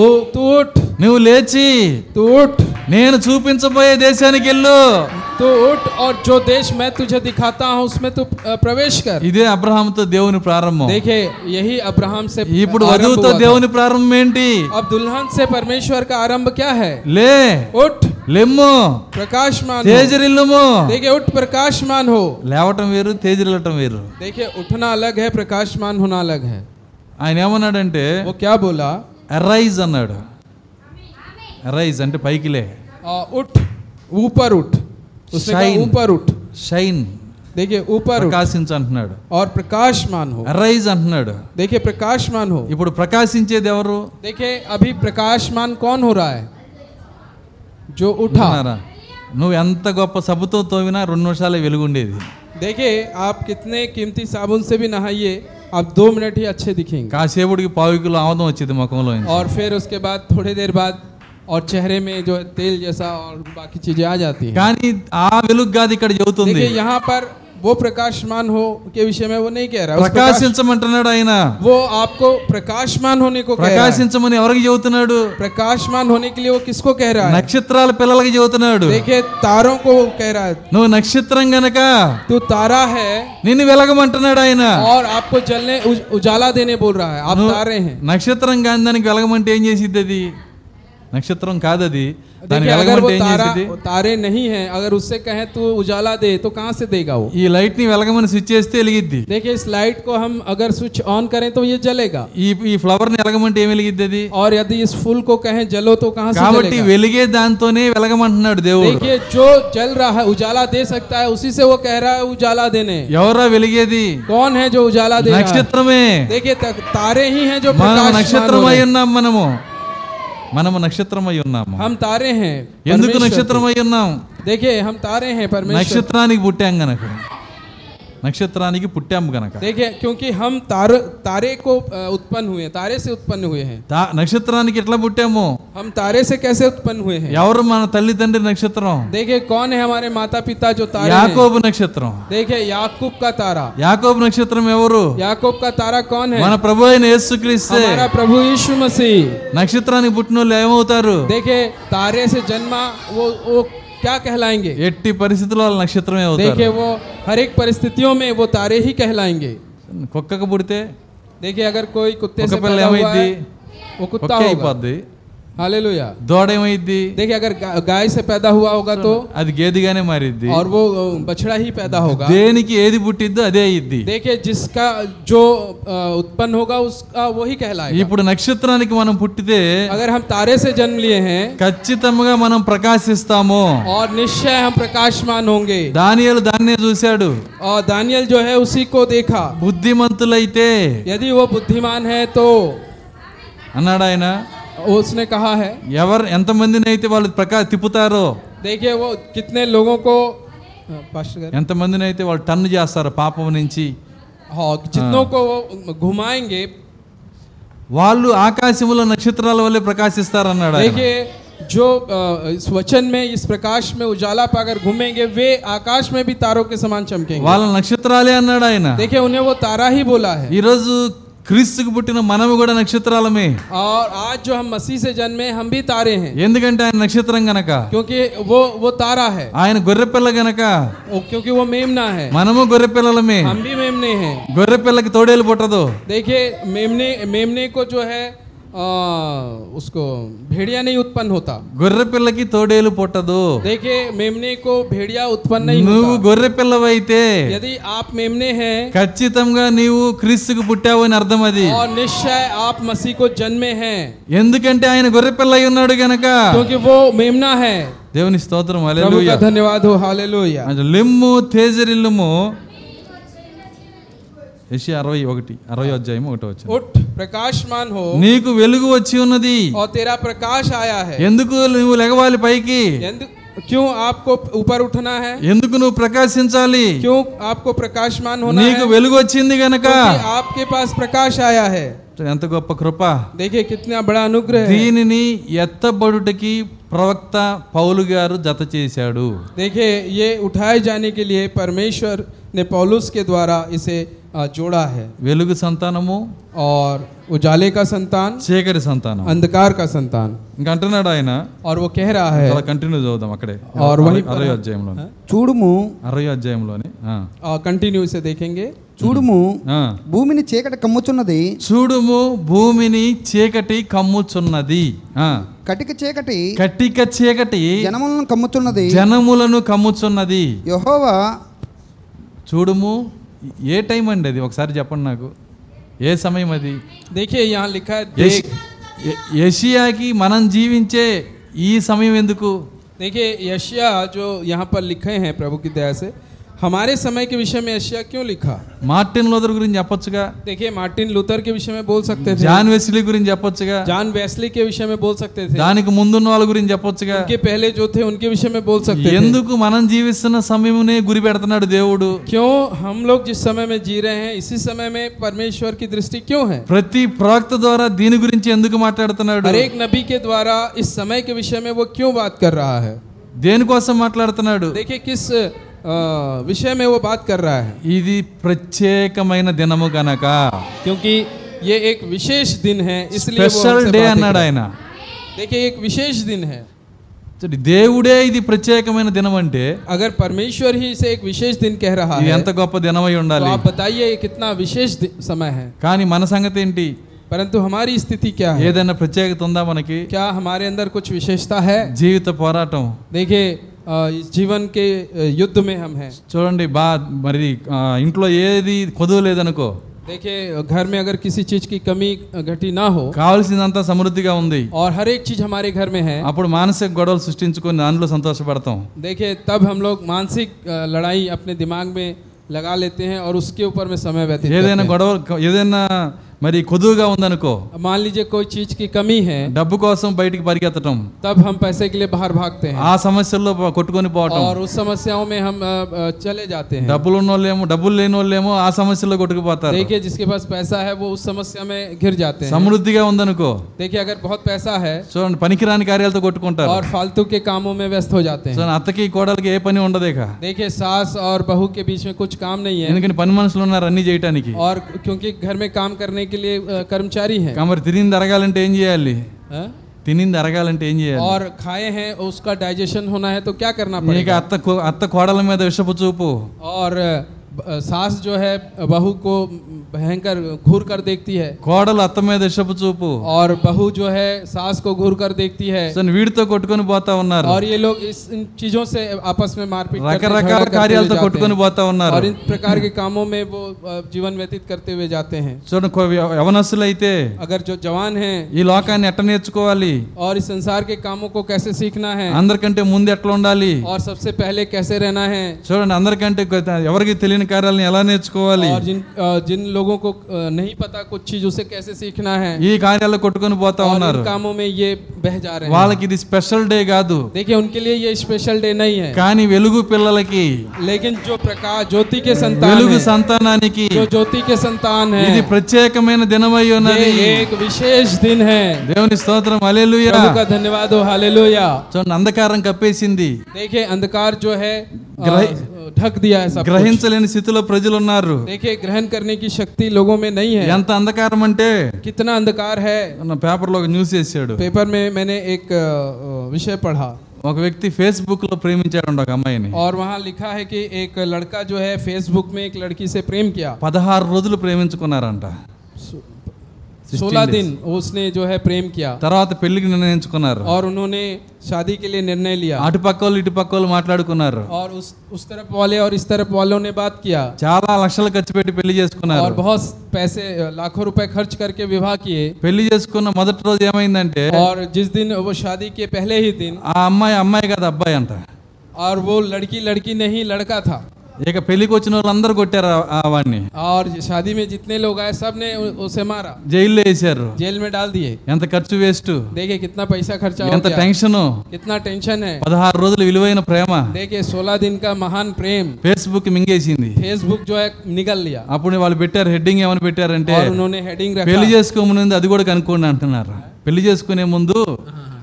S5: ओ तू उठ
S1: నువ్వు లేచి
S5: तू उठ
S1: నేను చూపించబోయే దేశానికి వెళ్ళు
S5: तू उठ और जो देश मैं तुझे दिखाता हूँ उसमें तू अ, प्रवेश कर
S1: ఇదే అబ్రహాంతో దేవుని ప్రారంభం
S5: देखिए यही अब्राहम से
S1: ఇప్పుడు
S5: आरंभ
S1: వధువుతో
S5: हुआ था।
S1: దేవుని ప్రారంభం ఏంటి
S5: अब दुल्हन से परमेश्वर का आरंभ क्या है
S1: లే
S5: उठ
S1: లెమ్ము
S5: प्रकाशमान हो।
S1: తేజరిల్లుము
S5: देखिए उठ प्रकाशमान हो
S1: లేవటం వేరు తేజరిల్లటం వేరు
S5: देखिए उठना अलग है प्रकाशमान होना अलग है
S1: ఆయన ఏమన్నాడంటే
S5: वो क्या बोला
S1: అరైజ్ అన్నాడు అరైజ్ అంటే పైకి లే
S5: अ, उठ ऊपर उठ उसने कहा
S1: Shine.
S5: ऊपर उठ
S1: షైన్
S5: देखिए ऊपर उठ
S1: ప్రకాశించు అంటున్నాడు
S5: और प्रकाशमान हो
S1: అరైజ్ అంటున్నాడు
S5: देखिए प्रकाशमान हो
S1: ఇప్పుడు ప్రకాశించేది ఎవరు
S5: देखिए अभी प्रकाशमान कौन हो रहा है जो उठा
S1: ఉన్నారా? నువ్వు ఎంత గొప్ప సబ్బుతో తోవినా రెండు నిమిషాలే వెలుగుండేది
S5: देखिए आप कितने कीमती साबुन से भी नहाइए आप दो मिनट ही अच्छे दिखेंगे
S1: కాసేపుడికి పావుకులు ఆమదం వచ్చేది ముఖంలో నుంచి.
S5: और फिर उसके बाद थोड़ी देर बाद और चेहरे में जो है तेल जैसा और बाकी चीजें आ जाती हैं
S1: కానీ ఆ వెలుగు కాదు ఇక్కడ చెబుతుంది
S5: देखिए यहाँ पर वो प्रकाशमान हो के विषय में वो नहीं कह रहा उस प्रकाश-
S1: ప్రకాశించమంటున్నాడు ఆయన
S5: वो आपको ప్రకాశమాన్ होने को कह रहा है
S1: ప్రకాశించమని ఎవరికి చెబుతున్నాడు
S5: प्रकाशमान होने के लिए वो किसको कह रहा है
S1: నక్షత్రాల పిల్లలకి చెబుతున్నాడు
S5: देखिए तारों को वो कह रहा है
S1: నువ్వు నక్షత్రం గనక
S5: तू तारा है
S1: నిన్ను వెలగమంటున్నాడు ఆయన
S5: और आपको जलने उज- उजाला देने बोल रहा है आप
S1: నువ్వు
S5: तारे हैं
S1: నక్షత్రం కాని దానికి వెలగమంటే ఏం చేసిద్ది అది నక్షత్రం కాదు అది దానికి
S5: देखिए अगर वो
S1: వెలగమంటే ఏం
S5: तारा
S1: చేసిద్ది
S5: तारे नहीं है अगर उससे कहें तू उजाला दे तो कहाँ से देगा वो
S1: ఈ లైట్ ని వెలగమని స్విచ్ చేస్తే వెలిగిద్ది
S5: देखिए इस लाइट को हम अगर स्विच ऑन करें तो ये जलेगा
S1: ఈ ఈ ఫ్లవర్ ని వెలగమంటే ఏం వెలిగిద్ది అది
S5: और यदि इस फूल को कहें जलो तो कहाँ से
S1: కాబట్టి
S5: जलेगा
S1: వెలిగే దాంతోనే వెలగమంటున్నాడు దేవుడు
S5: देखिए जो जल रहा है उजाला दे सकता है उसी से वो कह रहा है उजाला देने
S1: ఎవరా వెలిగేది
S5: कौन है जो उजाला दे रहा है?
S1: నక్షత్రమే
S5: देखिए त- तारे ही हैं जो
S1: మనం
S5: प्रकाशमान हो
S1: నక్షత్రం
S5: रहे
S1: అయి
S5: हैं।
S1: ఉన్నాం మనము మనము నక్షత్రం అయి ఉన్నాము
S5: हम तारे हैं
S1: ఎందుకు
S5: परमेश्वर
S1: నక్షత్రం అయి ఉన్నాం
S5: के। देखिए हम तारे हैं परमेश्वर
S1: నక్షత్రానికి పుట్టాం గనక నక్షత్రానికి పుట్టాము గనక
S5: देखिए क्योंकि हम तार तारे को अ, उत्पन्न हुए हैं तारे से उत्पन्न हुए हैं
S1: తా- నక్షత్రానికి ఎట్లా పుట్టాము
S5: हम तारे से कैसे उत्पन्न हुए हैं
S1: ఎవరు మన తల్లిదండ్రి నక్షత్రం
S5: देखिए कौन है हमारे माता पिता जो तारे हैं
S1: యాకోబు నక్షత్రం
S5: देखिए याकूब का तारा
S1: యాకోబు నక్షత్రం ఎవరు
S5: याकूब का तारा कौन है
S1: మన ప్రభు అయిన యేసుక్రీస్తే
S5: हमारा प्रभु यीशु मसीह
S1: నక్షత్రానికి పుట్టిన వాళ్ళు ఏమవుతారు
S5: देखिए तारे से जन्मा वो वो क्या कहलाएंगे
S1: ఎట్టి పరిస్థితుల్లో వాళ్ళు నక్షత్రమే అవుతారు
S5: देखिए वो हर एक परिस्थितियों में वो तारे ही कहलाएंगे
S1: కుక్కకు పుడితే
S5: देखिए अगर कोई कुत्ते से
S1: ఒక పిల్ల
S5: पैदा हुआ है,
S1: ఏమైద్ది
S5: वो
S1: కుక్క
S5: कुत्ता होगा
S1: అయిపోద్ది
S5: हालेलुया
S1: దూడ ఏమైద్ది
S5: देखिए अगर गा- गाय से पैदा हुआ होगा तो
S1: అది గేదిగానే మారిద్ది
S5: और वो अ, बछड़ा ही पैदा होगा
S1: దేనికి ఏది పుట్టిద్దో అదే అయ్యిద్ది
S5: देखिए जिसका जो अ, उत्पन्न होगा उसका वही कहलाएगा
S1: ఇప్పుడు నక్షత్రానికి మనం పుట్టితే
S5: अगर हम तारे से जन्म लिए हैं
S1: ఖచ్చితంగా మనం ప్రకాశిస్తాము
S5: और निश्चय हम प्रकाशमान होंगे
S1: దానియలు దాన్నే చూశాడు
S5: और दानियल जो है उसी को देखा
S1: బుద్ధిమంతులైతే
S5: यदि वो बुद्धिमान है तो
S1: అన్నాడు ఆయన
S5: उसने कहा है
S1: ఎవరు ఎంతమందిని అయితే వాళ్ళు ప్రకా తిప్పుతారో
S5: देखिए वो कितने लोगों को हाँ, पास्टर गारे।
S1: ఎంతమందిని అయితే వాళ్ళు టన్ను చేస్తారో పాపం నుంచి
S5: हाँ जितनों को वो घुमाएंगे
S1: వాళ్ళు ఆకాశంలో నక్షత్రాల వల్లే ప్రకాశిస్తారన్నాడు ఆయన.
S5: देखिए जो अ, इस वचन में इस प्रकाश में उजाला पाकर घूमेंगे वे आकाश में भी तारों के समान चमकेंगे
S1: వాళ్ళ నక్షత్రాలే అన్నాడు ఆయన
S5: देखिए उन्हें वो तारा ही बोला है
S1: ఈరోజు క్రీస్తుకు పుట్టిన మనము కూడా నక్షత్రాలమే
S5: और आज जो हम मसीह से जन्मे हम भी तारे हैं
S1: ఎందుకంటే ఆయన నక్షత్రం గనక
S5: क्योंकि वो वो तारा है
S1: ఆయన గొర్రెపిల్ల గనక
S5: वो- క్योंकि वो मेमना है
S1: మనము గొర్రెపిల్లలమే
S5: हम भी मेमने हैं
S1: గొర్రెపిల్లకి తోడేలు పుట్టదు
S5: देखिए मेमने मेमने को जो है अ, उसको भेड़िया नहीं उत्पन्न होता
S1: గొర్రెపిల్లకి తోడేలు పుట్టదు
S5: देखिए मेमने को भेड़िया उत्पन्न नहीं
S1: నువ్వు
S5: होता
S1: గొర్రెపిల్లవైతే
S5: यदि आप मेमने हैं
S1: ఖచ్చితంగా నీవు క్రీస్తుకు పుట్టావు అని అర్థం అది
S5: और निश्चय आप मसीह को जन्मे हैं
S1: ఎందుకంటే ఆయన గొర్రెపిల్ల అయి ఉన్నాడు గనక
S5: क्योंकि वो मेमना है
S1: దేవుని స్తోత్రం
S5: प्रभु
S1: హల్లెలూయా
S5: का धन्यवाद हो हालेलुया
S1: అది లిమ్ము తేజరిల్లుము యెషయా అరవై ఒకటి అరవై అధ్యాయం ఒకటో వచ్చింది
S5: उठ प्रकाशमान हो
S1: నీకు వెలుగు వచ్చి ఉన్నది
S5: और तेरा प्रकाश आया है
S1: ఎందుకు నువ్వు లెగవాలి పైకి
S5: यंद- क्यों आपको ऊपर उठना है
S1: ఎందుకు నువ్వు ప్రకాశించాలి
S5: क्यों आपको प्रकाशमान होना है
S1: నీకు వెలుగు వచ్చింది గనక
S5: क्योंकि आपके पास प्रकाश आया है
S1: ఎంత గొప్ప కృప
S5: देखिए कितना बड़ा अनुग्रह है
S1: దీనిని ఎత్తబడుటకి ప్రవక్త పౌలు గారు జత చేశాడు
S5: देखिए ये उठाए जाने के लिए परमेश्वर ने पौलुस के द्वारा इसे अ, जोड़ा है
S1: వెలుగు సంతానము
S5: और उजाले का संतान
S1: చీకటి సంతానం
S5: अंधकार का संतान
S1: ఇంకా అంటున్నాడు ఆయన
S5: और वो कह रहा है
S1: అలా కంటిన్యూ చదువుదాం అక్కడే
S5: और वहीं पर-
S1: అరవై అధ్యాయంలోని
S6: చూడుము
S1: అరవై అధ్యాయంలోని ఆ.
S5: कंटिन्यू से देखेंगे
S6: చూడుము
S1: ఆ.
S6: భూమిని చీకటి కమ్ముచున్నది
S1: చూడుము భూమిని చీకటి కమ్ముచున్నది ఆ.
S6: కటిక చీకటి
S1: కటిక చీకటి
S6: జనములను కమ్ముచున్నది
S1: జనములను కమ్ముచున్నది
S6: యెహోవా
S1: చూడుము ఏ టైం అండి అది ఒకసారి చెప్పండి నాకు ఏ సమయం అది
S5: देखिए यहाँ लिखा है
S1: ఏషి-
S5: देख
S1: ఏ- ఏషియాకి మనం జీవించే ఈ సమయం ఎందుకు
S5: देखिए यशिया जो यहाँ पर लिखे हैं प्रभु की दया से हमारे समय के विषय में यशिया क्यों लिखा
S1: మార్టిన్ లోదర్ గురించి చెప్పొచ్చుగా
S5: देखिए मार्टिन लूथर के विषय में बोल सकते थे
S1: జాన్ వెస్లీ గురించి చెప్పొచ్చుగా
S5: जॉन वेस्ली के विषय में बोल सकते थे
S1: దానికి ముందున్న వాళ్ళ గురించి చెప్పొచ్చుగా
S5: उनके पहले जो थे उनके विषय में बोल सकते थे
S1: ఎందుకు మనం జీవిస్తున్న సమయమునే గురి పెడుతున్నాడు దేవుడు
S5: क्यों हम लोग जिस समय में जी रहे हैं इसी समय में परमेश्वर की दृष्टि क्यों है
S1: ప్రతి ప్రవక్త ద్వారా దీని గురించి ఎందుకు మాట్లాడుతున్నాడు
S5: हर एक नबी के द्वारा इस समय के विषय में वो क्यों बात कर रहा है
S1: దేనికోసం మాట్లాడుతున్నాడు
S5: देखिए किस अ, विषय में वो बात कर रहा है
S1: ఇది ప్రత్యేకమైన దినము గనక
S5: क्योंकि ये एक विशेष दिन है इसलिए वो
S1: స్పెషల్
S5: हमसे
S1: డే
S5: बातें
S1: అన్నాడు
S5: कर-
S1: ఆయన
S5: देखिए एक विशेष दिन है
S1: చూడు, దేవుడే ఇది ప్రత్యేకమైన దినం అంటే
S5: अगर परमेश्वर ही इसे एक विशेष दिन कह रहा
S1: ఇది
S5: है
S1: ఎంత గొప్ప దినమై
S5: तो
S1: ఉండాలి
S5: आप बताइए ये कितना विशेष दि- समय है
S1: కానీ మన సంగతి ఏంటి
S5: परंतु हमारी स्थिति क्या है
S1: ఏదైనా ప్రత్యేకత ఉందా మనకి
S5: क्या हमारे अंदर कुछ विशेषता है
S1: జీవిత పోరాటం
S5: देखिए अ, इस जीवन के अ, युद्ध में हम हैं
S1: చూడండి బా మరి ఆ, ఇంట్లో ఏది కొదువు లేదనుకో
S5: देखिए घर में अगर किसी चीज की कमी अ, घटी ना हो
S1: కావలసిందంతా సమృద్ధిగా ఉంది
S5: और हर एक चीज हमारे घर में है
S1: అప్పుడు మానసిక గొడవలు సృష్టించుకొని దానిలో సంతోషపడతాం
S5: देखिए तब हम लोग मानसिक अ, लड़ाई अपने दिमाग में लगा लेते हैं और उसके ऊपर में समय व्यतीत करते
S1: ఏదైనా
S5: हैं।
S1: గొడవ ఏదైనా మరి కొదువుగా ఉందనుకో
S5: मान लीजिए कोई चीज की कमी है
S1: డబ్బు కోసం బయటికి పరిగెత్తటం
S5: तब हम पैसे के लिए बाहर भागते हैं
S1: ఆ సమస్యల్లో ప- కొట్టుకొని పోవటం
S5: और उस समस्याओं में हम अ, अ, चले जाते हैं
S1: డబ్బులు ఉన్న వాళ్ళేమో డబ్బులు లేని వాళ్ళేమో ఆ సమస్యల్లో కొట్టుకుపోతారు
S5: देखिए जिसके पास पैसा है वो उस समस्या में घिर जाते हैं
S1: సమృద్ధిగా ఉందనుకో
S5: देखिए अगर बहुत पैसा है
S1: చూడండి పనికిరాని కార్యాలతో కొట్టుకుంటారు
S5: और फालतू के कामों में व्यस्त हो जाते हैं
S1: చూడండి అత్తకి కోడలకి ఏ పని ఉండదు ఇక
S5: देखिए सास और बहू के बीच में कुछ काम नहीं है
S1: ఎందుకని పని మనుషులు ఉన్నారు అన్ని చేయటానికి
S5: और क्योंकि घर में काम करने के लिए अ, कर्मचारी हैं
S1: కా- మరి తినింది అరగాలంటే ఏం చేయాలి
S5: हाँ?
S1: తినింది అరగాలంటే ఏం చేయాలి
S5: और खाए हैं उसका डाइजेशन होना है तो क्या करना
S1: ఇక
S5: पड़ेगा
S1: అత్త కో- అత్త కోడల మీద విషపు చూపు
S5: और अ, ब- अ, सास जो है बहू को भयंकर घूर कर देखती है
S1: కోడలు అత్త మీద విషపు చూపు
S5: और बहू जो है सास को घूर कर देखती है
S1: చూడండి వీడితో కొట్టుకొని పోతా ఉన్నారు
S5: और ये लोग इस इन चीजों से आपस में मारपीट करते, झगड़ा
S1: రకరకాల
S5: करते हुए
S1: కార్యాలతో
S5: जाते
S1: కొట్టుకొని
S5: हैं।
S1: పోతా ఉన్నారు
S5: और इन प्रकार के कामों में वो अ, जीवन व्यतीत करते हुए जाते हैं
S1: చూడండి కొ- యవ- యవనస్తులైతే
S5: अगर जो जवान हैं
S1: ఈ లోకాన్ని ఎట్ట నేర్చుకోవాలి
S5: और इस संसार के कामों को कैसे सीखना है
S1: అందరికంటే ముందు ఎట్లా ఉండాలి
S5: और सबसे పहले कैसे रहना है
S1: చూడండి అందరికంటే కొ- ఎవరికి తెలియని కార్యాలను ఎలా నేర్చుకోవాలి
S5: और जिन अ, जिन लोगों को अ, नहीं पता कुछ चीज उसे कैसे सीखना है
S1: ఈ కార్యాలు కొట్టుకొని పోతా
S5: और
S1: ఉన్నారు
S5: इन कामों में ये बह जा रहे हैं
S1: వాళ్ళకి ఇది స్పెషల్ డే కాదు
S5: देखिए उनके लिए ये स्पेशल डे नहीं है
S1: కానీ వెలుగు పిల్లలకి
S5: लेकिन जो प्रकाश ज्योति के संतान
S1: వెలుగు
S5: हैं,
S1: సంతానానికి
S5: जो ज्योति के संतान है
S1: ఇది प्रత్యేకమైన దినమై ఉన్నది
S5: ये एक विशेष दिन है
S1: దేవుని స్తోత్రం అలెలుయా
S5: प्रभु का धन्यवाद हो हालेलुया
S1: చూడండి అంధకారం కప్పేసింది
S5: देखिए अंधकार जो है अ,
S1: ग्रह-
S5: ढक दिया है सब कुछ।
S1: గ్రహించలేని స్థితిలో ప్రజలు ఉన్నారు
S5: देखिए ग्रहण करने की शक्ति लोगों में नहीं है
S1: ఎంత అంధకారం అంటే
S5: कितना अंधकार है
S1: మన పేపర్లో ఒక న్యూస్ వేసాడు
S5: पेपर में मैंने एक अ, विषय पढ़ा
S1: ఒక వ్యక్తి ఫేస్బుక్ లో ప్రేమించాడు ఒక అమ్మాయిని
S5: और वहाँ लिखा है कि एक लड़का जो है फेसबुक में एक लड़की से प्रेम किया
S1: పదహారు రోజులు ప్రేమించుకున్నారంట
S5: सोलह दिन उसने जो है प्रेम किया
S1: తర్వాత పెళ్లికి నిర్ణయించుకున్నారు
S5: और उन्होंने शादी के लिए निर्णय लिया
S1: అటు పక్క వాళ్ళు ఇటు పక్క వాళ్ళు మాట్లాడుకున్నారు
S5: और उस उस तरफ वाले और इस तरफ वालों ने बात किया
S1: చాలా లక్షలు ఖర్చు పెట్టి పెళ్లి
S5: और
S1: చేసుకున్నారు
S5: बहुत पैसे लाखों रुपए खर्च करके विवाह किए
S1: పెళ్లి చేసుకున్న మొదటి రోజు ఏమైందంటే
S5: और जिस दिन वो शादी के पहले ही दिन
S1: ఆ అమ్మాయి అమ్మాయి కాదు అబ్బాయి అంట
S5: और वो लड़की लड़की नहीं लड़का था
S1: ఇక పెళ్లికి వచ్చిన వాళ్ళందరూ కొట్టారు ఆ- ఆ వాడిని
S5: और शादी में जितने लोग आए सब ने उ- उसे मारा
S1: జైల్లో వేశారు
S5: जेल में डाल दिए
S1: ఎంత ఖర్చు వేస్ట్
S5: देखिए कितना पैसा खर्चा हो
S1: ఎంత
S5: गया
S1: టెన్షన్
S5: कितना टेंशन है
S1: పదహారు రోజులు విలువైన ప్రేమ
S5: देखिए सोलह दिन का महान प्रेम
S1: ఫేస్బుక్ మింగేసింది
S5: फेसबुक जो है निकल लिया
S1: అప్పుడు వాళ్ళు పెట్టారు హెడ్డింగ్ ఏమని పెట్టారంటే
S5: और उन्होंने हेडिंग
S1: పెళ్లి
S5: रखा
S1: చేసుకోముందు అది కూడా కనుక్కోండి అంటున్నారు పెళ్లి చేసుకునే ముందు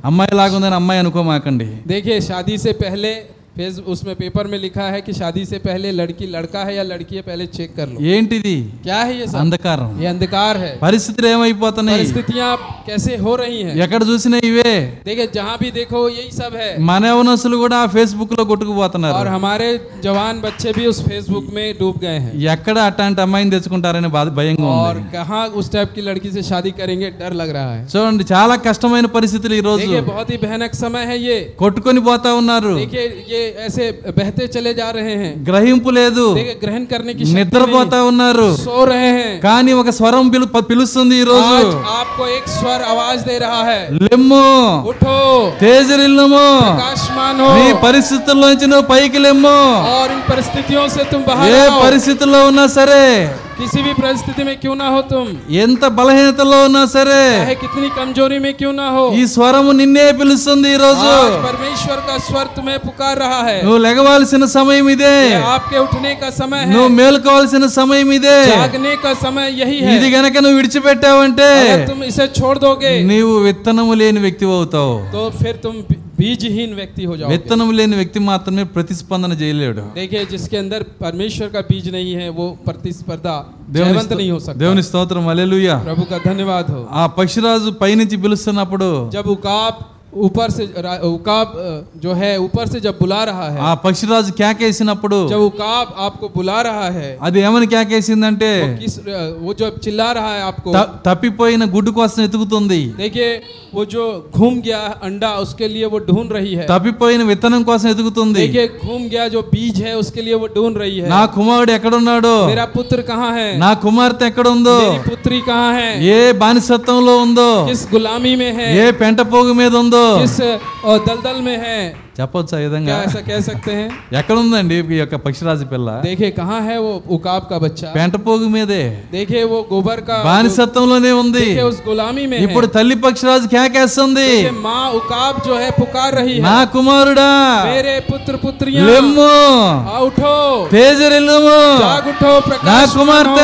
S1: అమ్మాయి లాగుందని అమ్మాయి అనుకోమాకండి
S5: देखिए शादी से पहले फेस उसमें पेपर में लिखा है कि शादी से पहले लड़की लड़का है या लड़की है पहले चेक कर लो
S1: ఏంటిది
S5: क्या है ये सब
S1: అంధకారం
S5: ये अंधकार है
S1: పరిస్థితులు ఏమైపోతున్నాయి
S5: परिस्थितियां कैसे हो रही हैं
S1: ఎక్కడ చూసినా ఇవే
S5: देखिए जहाँ भी देखो यही सब है
S1: మన యవనస్తులు కూడా ఫేస్బుక్ లో కొట్టుకుపోతున్నారు
S5: और हमारे जवान बच्चे भी उस फेसबुक में डूब गए हैं
S1: ఎక్కడ అట్లాంటి అమ్మాయిని తెచ్చుకుంటారని బాధ భయంగా
S5: और
S1: ఉంది
S5: कहाँ उस टाइप की लड़की से शादी करेंगे डर लग रहा है
S1: చూడండి చాలా కష్టమైన పరిస్థితులు ఈ రోజు
S5: देखिए बहुत ही भयानक समय है ये
S1: కొట్టుకొని పోతా ఉన్నారు
S5: देखिए ये ऐसे बहते चले जा रहे हैं
S1: గ్రహింపు లేదు
S5: देखिए ग्रहण करने की शक्ति
S1: నిద్రపోతా ఉన్నారు
S5: नहीं, सो रहे हैं
S1: కానీ ఒక స్వరం పిలు ప- పిలుస్తుంది ఈ రోజు
S5: आज आपको एक स्वर आवाज दे रहा है
S1: లెమ్ము
S5: उठो
S1: తేజరిల్లము
S5: प्रकाशमान हो
S1: నీ పరిస్థితుల్లోంచి నువ్వు పైకి లెమ్ము
S5: और इन परिस्थितियों से तुम बाहर
S1: ఏ
S5: आओ
S1: పరిస్థితుల్లో ఉన్నా సరే
S5: किसी भी परिस्थिति में क्यों ना हो तुम
S1: ఎంత బలహీనతలో ఉన్నా సరే
S5: चाहे कितनी कमजोरी में क्यों ना हो
S1: ఈ స్వరము నిన్నే పిలుస్తుంది ఈ రోజు
S5: आज परमेश्वर का स्वर तुम्हें पुकार रहा है
S1: నువ్వు లెగవాల్సిన సమయం ఇదే
S5: ये आपके उठने का समय है
S1: నువ్వు మేల్కోవాల్సిన సమయం ఇదే
S5: जागने का समय यही है
S1: ఇది గనక నువ్వు విడిచిపెట్టావంటే
S5: अगर तुम इसे छोड़ दोगे
S1: నీవు విత్తనము లేని వ్యక్తి అవుతావు
S5: तो फिर तुम बी- बीजहीन व्यक्ति हो जाओगे
S1: విత్తనం లేని వ్యక్తి మాత్రమే ప్రతిస్పందన చేయలేడు
S5: देखिए जिसके अंदर परमेश्वर का बीज नहीं है वो प्रतिस्पर्धा
S1: దేవుని
S5: जयवंत नहीं हो
S1: స్తో-
S5: सकता
S1: దేవుని స్తోత్రం అలెలుయా
S5: प्रभु का धन्यवाद हो
S1: ఆ పక్షిరాజు పైనుంచి పిలుస్తున్నప్పుడు
S5: जब उकाब ऊपर से रा- उकाब अ, जो है ऊपर से जब बुला रहा है
S1: ఆ పక్షిరాజు కేకేసినప్పుడు
S5: जब उकाब आपको बुला रहा है
S1: అది ఏమని కేకేసిందంటే
S5: वो किस अ, वो जो चिल्ला रहा है आपको
S1: త- తప్పిపోయిన గుడ్డు కోసం ఎతుకుతుంది
S5: देखिए वो जो घूम गया अंडा उसके लिए वो ढूंढ रही है
S1: తప్పిపోయిన విత్తనం కోసం ఎతుకుతుంది
S5: देखिए घूम गया जो बीज है उसके लिए वो ढूंढ रही है
S1: నా కుమారుడు ఎక్కడున్నాడు
S5: मेरा पुत्र कहाँ है
S1: నా కుమార్తె ఎక్కడుందో
S5: मेरी पुत्री कहाँ है
S1: ఏ బానిసత్వంలో ఉందో
S5: किस गुलामी में है
S1: ఏ పెంట పోగు మీద ఉందో
S5: किस अ, दलदल में है
S1: చెప్పొచ్చు ఆ విధంగా
S5: क्या ऐसा कह सकते हैं
S1: ఎక్కడ ఉందండి ఈ యొక్క పక్షిరాజు పిల్ల
S5: देखिए कहाँ है वो उकाब का बच्चा
S1: పెంటపోగు మీదే
S5: देखिए वो गोबर का
S1: బానిసత్వంలోనే ఉంది
S5: देखिए उस गुलामी में
S1: ఇప్పుడు
S5: है
S1: తల్లి పక్షిరాజు కేకేస్తుంది
S5: देखिए माँ उकाब जो है पुकार रही है
S1: నా కుమారుడా
S5: मेरे पुत्र पुत्रियां
S1: లెమ్ము
S5: आ उठो
S1: తేజరెల్లుము
S5: जाग उठो
S1: నా
S5: प्रकाश
S1: కుమార్తె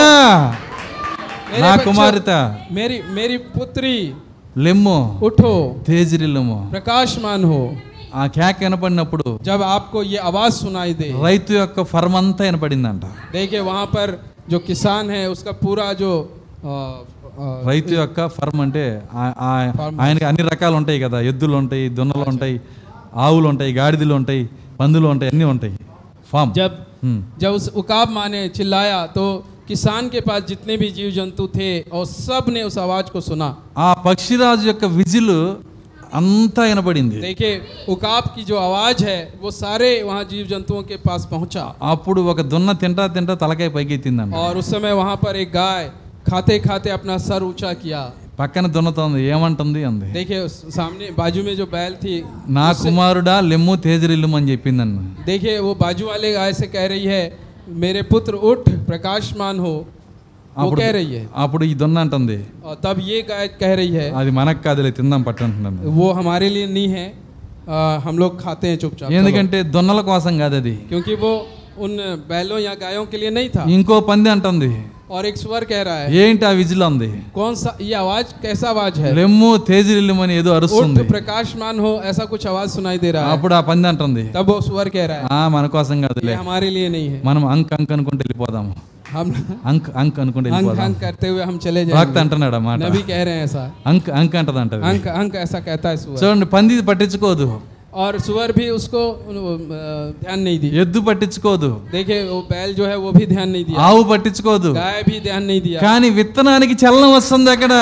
S5: मेरे
S1: నా
S5: बच्चों-
S1: కుమార్తె
S5: मेरी मेरी पुत्री
S1: లెమ్ము
S5: उठो
S1: తేజరిల్లుము
S5: प्रकाशमान हो
S1: ఆ కేక వినపడినప్పుడు
S5: जब आपको ये आवाज सुनाई दे
S1: రైతు యొక్క ఫర్మ్ అంతా వినపడిందంట
S5: देखिए वहाँ पर जो किसान है उसका पूरा जो अ, अ,
S1: రైతు యొక్క ఫర్మ్ అంటే ఆ- ఆ- ఆయనకి అన్ని రకాలు ఉంటాయి కదా ఎద్దులు ఉంటాయి దున్నలు ఉంటాయి ఆవులు ఉంటాయి గాడిదలు ఉంటాయి పందులు ఉంటాయి అన్నీ ఉంటాయి ఫామ్
S5: जब जब उस उकाब माँ ने चिल्लाया तो किसान के पास जितने भी जीव जंतु थे और सब ने उस आवाज को सुना
S1: ఆ పక్షిరాజు యొక్క విజిల్ అంతా వినపడింది
S5: देखिए उकाब की जो आवाज है वो सारे वहाँ जीव जंतुओं के पास पहुँचा
S1: అప్పుడు ఒక దున్న తింటా తింటా తలకాయ పైకెత్తిందంట
S5: और उस समय वहाँ पर एक गाय खाते खाते अपना सर ऊंचा किया
S1: పక్కన దున్నతోంది ఏమంటుంది అంది
S5: देखिए उस सामने बाजू में जो बैल थी
S1: నా కుమారుడా లెమ్ము తేజరిల్లుము అని చెప్పిందన్న
S5: देखिए वो बाजू वाले गाय से कह रही है मेरे पुत्र उठ प्रकाशमान हो वो
S1: అప్పుడు
S5: कह रही है
S1: అప్పుడు ఈ దున్న అంటుంది
S5: और तब ये गाय कह रही है
S1: అది మనకు కాదులే తిందాం పట్టంటుంది
S5: वो हमारे लिए नहीं है आ, हम लोग खाते हैं चुपचाप चलो।
S1: ఎందుకంటే దొన్నల కోసం కాదు అది
S5: क्योंकि वो उन बैलों या गायों के लिए नहीं था
S1: ఇంకో పంది అంటుంది
S5: और एक स्वर कह रहा है
S1: ఏంటి ఆ విజిల్ అంది
S5: कौन सा ये आवाज कैसा आवाज है
S1: లెమ్ము తేజరిల్లుమని ఏదో అరుస్తుంది
S5: उठ प्रकाशमान हो ऐसा कुछ आवाज सुनाई दे रहा है
S1: అప్పుడు ఆ పంది అంటుంది
S5: तब वो स्वर कह रहा है
S1: ఆ మన కోసం కాదులే
S5: ये हमारे लिए नहीं है
S1: మనం అంక్ అంక్ అనుకుంటూ వెళ్ళిపోదాము
S5: हम
S1: అంక్ అంక్ అనుకుంటూ
S5: अंक
S1: వెళ్ళిపోదాం
S5: अंक करते हुए हम चले
S1: భక్త
S5: जाएंगे
S1: అంటున్నాడు ఆ మాట
S5: नबी कह रहे हैं ऐसा
S1: అంక్ అంక్ అంటదంట అది.
S5: अंक अंक ऐसा कहता है सुअर
S1: చూడండి పంది పట్టించుకోదు
S5: और सुअर भी उसको अ, ध्यान नहीं दी
S1: ఎద్దు పట్టించుకోదు
S5: देखिए वो बैल जो है वो भी ध्यान नहीं दिया
S1: ఆవు పట్టించుకోదు
S5: गाय भी ध्यान नहीं दिया
S1: కానీ విత్తనానికి చలనం వస్తుంది అక్కడ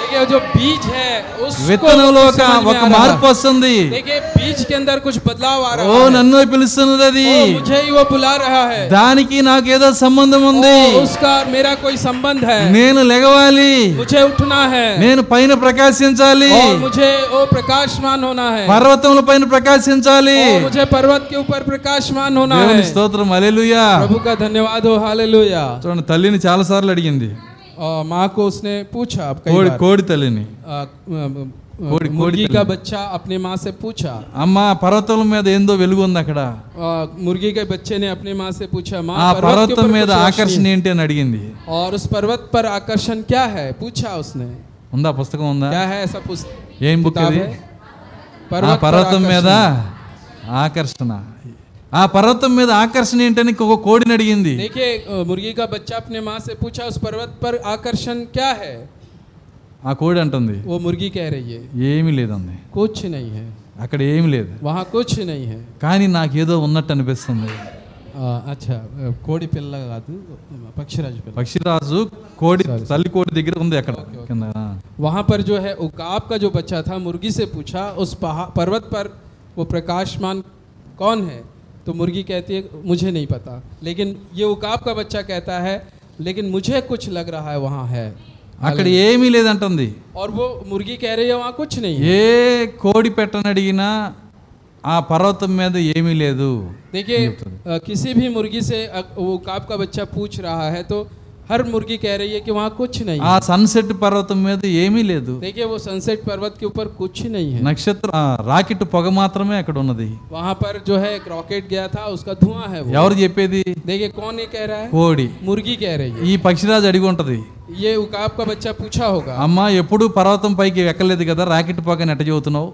S5: देखिए जो बीज है उसको
S1: విత్తనంలో ఒక
S5: समझ में
S1: ఒక
S5: आ रहा
S1: మార్పు
S5: था।
S1: వస్తుంది
S5: देखिए बीज के अंदर कुछ बदलाव आ
S1: ఓ
S5: रहा है
S1: నన్ను పిలుస్తున్నది అది
S5: ओ, मुझे ही वो बुला रहा है
S1: దానికి నాకేదో సంబంధం ఉంది
S5: ओ, उसका और मेरा कोई संबंध है
S1: నేను లెగవాలి
S5: मुझे उठना है
S1: నేను పైన ప్రకాశించాలి
S5: और मुझे ओ प्रकाशमान होना है
S1: పర్వతముల పైన ప్రకాశించాలి
S5: ओ, मुझे पर्वत के ऊपर प्रकाशमान होना है
S1: దేవుని స్తోత్రం అలెలుయా
S5: प्रभु का धन्यवाद हो हालेलुया
S1: చూడండి తల్లిని చాలా సార్లు అడిగింది
S5: और माँ को उसने पूछा अब कई
S1: కోడి
S5: बार
S1: కోడి తల్లిని
S5: आ, म,
S1: कोड़ी-
S5: म, मुर्गी का बच्चा अपने माँ से पूछा
S1: అమ్మ పర్వతముల మీద ఏందో వెలుగు ఉంది అక్కడ
S5: आ, ముర్గి के बच्चे ने अपने माँ से पूछा माँ
S1: ఆ
S5: पर्वत के
S1: పర్వతం
S5: ऊपर
S1: మీద
S5: कुछ रोशनी
S1: ఆకర్షణ ఏంటి అని అడిగింది
S5: है। और उस पर्वत पर आकर्षण क्या है पूछा उसने
S1: ఉందా పుస్తకం ఉందా
S5: क्या है ऐसा पुस्तक
S1: ఏం బుక్
S5: किताब
S1: అది
S5: है
S1: ఆ
S5: पर्वत पर
S1: పర్వతం మీద
S5: आकर्षण।
S1: ఆకర్షణ ఆ పర్వతం మీద ఆకర్షణ ఏంటని ఒక కోడిని అడిగింది
S5: देखिए अ, मुर्गी का बच्चा अपने माँ से पूछा उस पर्वत पर आकर्षण क्या है
S1: ఆ కోడి అంటుంది
S5: वो मुर्गी कह रही है
S1: ఏమీ లేదండి
S5: कुछ नहीं है
S1: అక్కడ ఏమీ లేదు
S5: वहाँ कुछ नहीं है
S1: కానీ నాకేదో ఉన్నట్టు అనిపిస్తుంది
S5: आ, अच्छा अ, कोड़ी पिल्ला कादु, पक्षीराज पिल्ला
S1: పక్షిరాజు కోడి తల్లి కోడి దగ్గర ఉంది అక్కడ కింద ఆ.
S5: वहाँ पर जो है उकाब का जो बच्चा था मुर्गी से पूछा उस पहा पर्वत पर वो प्रकाशमान कौन है तो मुर्गी कहती है मुझे नहीं पता लेकिन ये उकाब का बच्चा कहता है लेकिन मुझे कुछ लग रहा है वहाँ है
S1: అక్కడ ఏమీ లేదంటుంది
S5: और वो मुर्गी कह रही है वहाँ कुछ नहीं है
S1: ఏ కోడి పెట్టని అడిగినా ఆ పర్వతం మీద ఏమీ లేదు
S5: देखिए अ, किसी भी मुर्गी से अ, वो उकाब का बच्चा पूछ रहा है तो हर मुर्गी कह रही है कि वहाँ कुछ नहीं
S1: ఆ
S5: है
S1: సన్సెట్ పర్వతం మీద ఏమీ లేదు
S5: देखिए वो सनसेट पर्वत के ऊपर कुछ नहीं है
S1: నక్షత్ర ఆ, రాకెట్ పొగ మాత్రమే అక్కడ ఉన్నది
S5: वहाँ पर जो है एक रॉकेट गया था उसका धुआं है वो
S1: ఎవరు చెప్పేది
S5: देखिए कौन ये कह रहा है
S1: కోడి
S5: मुर्गी कह रही
S1: ఈ పక్షిరాజు అడిగి ఉంటది
S5: है ये उकाब का बच्चा पूछा होगा
S1: అమ్మ ఎప్పుడు పర్వతం పైకి ఎక్కలేదు కదా రాకెట్ పొగ నెట చదువుతున్నావు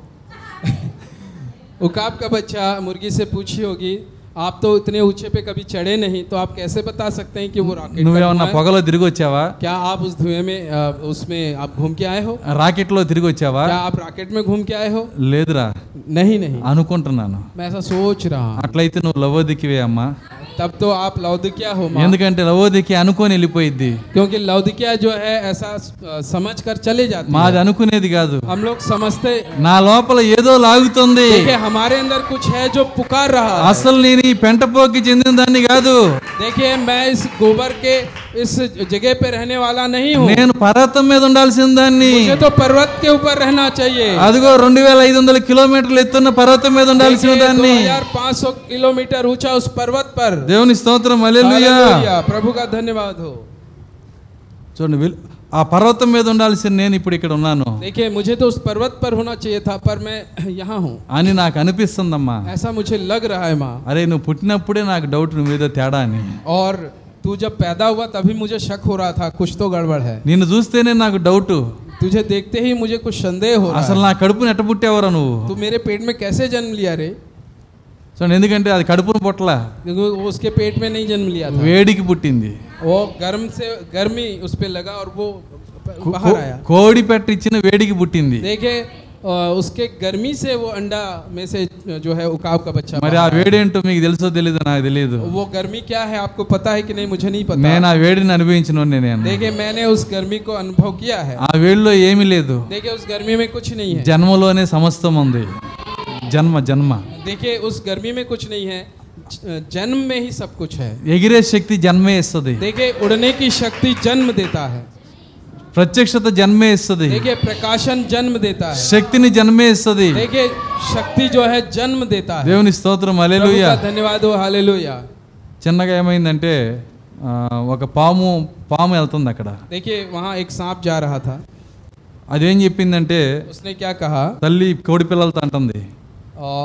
S5: उकाब का बच्चा मुर्गी से पूछी होगी आप तो इतने ऊंचे पे कभी चढ़े नहीं तो आप कैसे बता सकते हैं कि वो रॉकेट का
S1: నువ్వేమన్నా
S5: धुआं है?
S1: పొగలో తిరిగి వచ్చావా
S5: क्या आप उस धुएं में अ, उसमें आप घूम के आए हो
S1: हाँ। రాకెట్ లో తిరిగి వచ్చావా
S5: क्या आप रॉकेट में घूम के आए हो
S1: లేదురా
S5: नहीं नहीं
S1: అనుకుంటున్నాను
S5: मैं ऐसा सोच रहा हूँ
S1: అట్లయితే నువ్వు లవోదికివే అమ్మా
S5: तब तो आप लौदिकिया हो माँ
S1: ఎందుకంటే లవోదికి అనుకొని వెళ్ళిపోయిద్ది
S5: क्योंकि लौदिकिया जो है ऐसा अ, समझ कर चले जाती
S1: మాది
S5: है
S1: అనుకునేది కాదు
S5: हम लोग समझते
S1: నా लोపల ఏదో లాగుతుంది
S5: देखिए हमारे अंदर कुछ है जो पुकार रहा है
S1: అసలు నేను ఈ పెంటపోకి చెందిన దాన్ని కాదు
S5: देखिए मैं इस गोबर के इस जगह पे रहने वाला नहीं हूँ
S1: నేను పర్వతం మీద ఉండాల్సిన దాన్ని
S5: मुझे तो पर्वत के ऊपर रहना चाहिए
S1: అదిగో రెండు వేల ఐదు వందల కిలోమీటర్లు ఎత్తున్న పర్వతం మీద ఉండాల్సిన దాన్ని
S5: हजार पाँच सौ किलोमीटर ऊंचा उस पर्वत पर
S1: దేవుని స్తోత్రం అలెలుయా
S5: हालेलुया, प्रभु का धन्यवाद हो
S1: చూడండి వీళ్ళు- ఆ పర్వతం మీద ఉండాల్సిన నేను ఇప్పుడు ఇక్కడ ఉన్నాను
S5: देखिए मुझे तो उस पर्वत पर होना चाहिए था पर मैं यहाँ हूँ
S1: అని నాకు అనిపిస్తుందమ్మా
S5: ऐसा मुझे लग रहा है माँ
S1: అరే నువ్వు పుట్టినప్పుడే నాకు డౌట్ నువ్వు ఏదో తేడా అని
S5: और तू जब पैदा हुआ तभी मुझे शक हो रहा था कुछ तो गड़बड़ है
S1: నిన్ను చూస్తేనే నాకు డౌట్
S5: तुझे देखते ही मुझे कुछ संदेह हो रहा है
S1: అసలు నా కడుపుని ఎట్ట పుట్టావరా నువ్వు
S5: तू मेरे पेट में कैसे जन्म लिया रे
S1: చూడండి ఎందుకంటే అది కడుపును పుట్టలా
S5: क्योंकि वो उसके पेट में नहीं जन्म लिया था
S1: వేడికి పుట్టింది
S5: वो गर्म से गर्मी उस पे लगा और वो ब-
S1: కో-
S5: बाहर आया
S1: కోడి పెట్ట ఇచ్చిన వేడికి పుట్టింది
S5: देखे अ, उसके गर्मी से वो अंडा में से जो है उकाब का बच्चा
S1: మరి ఆ
S5: बाहर
S1: వేడేంటో మీకు తెలుసో తెలీదు నాకు తెలియదు
S5: आया। वो गर्मी क्या है आपको पता है कि नहीं मुझे नहीं
S1: నేను
S5: पता
S1: ఆ వేడిని అనుభవించిన నేను
S5: देखे मैंने उस गर्मी को अनुभव किया है
S1: ఆ వేడిలో ఏమీ లేదు
S5: देखे उस गर्मी में कुछ नहीं है
S1: జన్మలోనే సమస్తం ఉంది జన్మ జన్మ
S5: देखिए उस गर्मी में कुछ नहीं है ज- जन्म में ही सब कुछ है
S1: ఎగిరే శక్తి జన్మే ఇస్తుంది
S5: देखिए उड़ने की शक्ति जन्म देता है
S1: ప్రత్యక్షత జన్మే ఇస్తుంది
S5: देखिए प्रकाशन जन्म देता है
S1: శక్తిని జన్మే ఇస్తుంది
S5: देखिए शक्ति जो है जन्म देता है
S1: దేవుని స్తోత్రం
S5: प्रभु
S1: అలెలుయ
S5: का धन्यवाद हो हालेलुया
S1: చిన్నగా ఏమైందంటే ఆ, ఒక పాము పాము వెళ్తుంది అక్కడ
S5: देखिए वहाँ एक सांप जा रहा था
S1: అదేం చెప్పిందంటే
S5: उसने क्या कहा
S1: తల్లి కోడి పిల్లలతో అంటుంది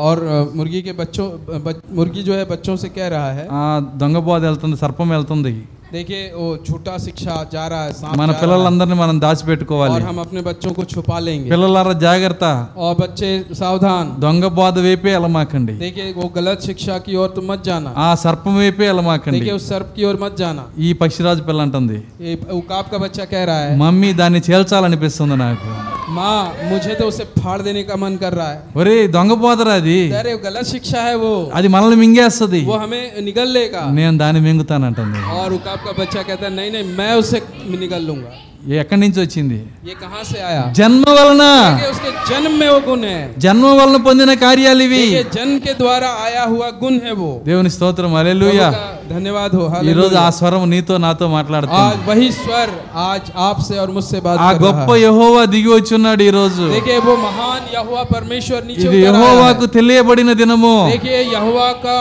S5: और मुर्गी के बच्चों बच, मुर्गी जो है बच्चों से कह रहा है
S1: ఆ దొంగ బోధ వెళ్తుంది సర్పం వెళ్తుంది
S5: देखिए वो झूठा शिक्षा जा रहा है सांप
S1: మన
S5: जा रहा है,
S1: పిల్లలందరినీ మనం
S5: और
S1: దాచిపెట్టుకోవాలి
S5: हम अपने बच्चों को छुपा लेंगे
S1: పిల్లలారా జాగ్రత్త
S5: और బच्चे सावधान
S1: దొంగ బోధ వైపే వెళ్ళమాకండి
S5: देखिए वो गलत शिक्षा की ओर तुम मत जाना
S1: ఆ సర్పం వైపే వెళ్ళమాకండి
S5: देखिए उस सर्प की ओर मत जाना
S1: ఈ పక్షిరాజు పిల్ల అంటుంది
S5: ये उकाब का बच्चा कह रहा है
S1: మమ్మీ దాన్ని చేల్చాలనిపిస్తుంది నాకు
S5: माँ मुझे तो उसे फाड़ देने का मन कर रहा है
S1: ఒరే దొంగ బోధరా అది
S5: अरे वो गलत शिक्षा है वो
S1: అది మనల్ని మింగేస్తుంది
S5: वो हमें निगल लेगा
S1: నేను దాన్ని మింగుతానంటుంది
S5: और उकाब का बच्चा कहता है नहीं नहीं मैं उसे निगल लूंगा
S1: ఏ- ఎక్కడి నుంచి వచ్చింది
S5: ये कहाँ से आया
S1: జన్మ వలన
S5: देखिए उसके जन्म में वो गुण है
S1: జన్మ వలన పొందిన కార్యాలు ఇవి
S5: देखिए जन्म के द्वारा आया हुआ गुण है वो
S1: దేవుని స్తోత్రం అలెలుయా
S5: प्रभु का धन्यवाद हो
S1: ఈ రోజు
S5: हालेलुया
S1: ఆ స్వరం నీతో నాతో మాట్లాడుతుంది
S5: आज वही स्वर आज आपसे और मुझसे बात
S1: ఆ
S5: कर रहा
S1: గొప్ప
S5: है।
S1: యహోవా దిగి వచ్చున్నాడు ఈ రోజు
S5: देखिए वो महान यहोवा परमेश्वर नीचे
S1: ఇది
S5: उतर आया
S1: యహోవాకు
S5: है।
S1: తెలియబడిన దినము
S5: देखिए यहोवा का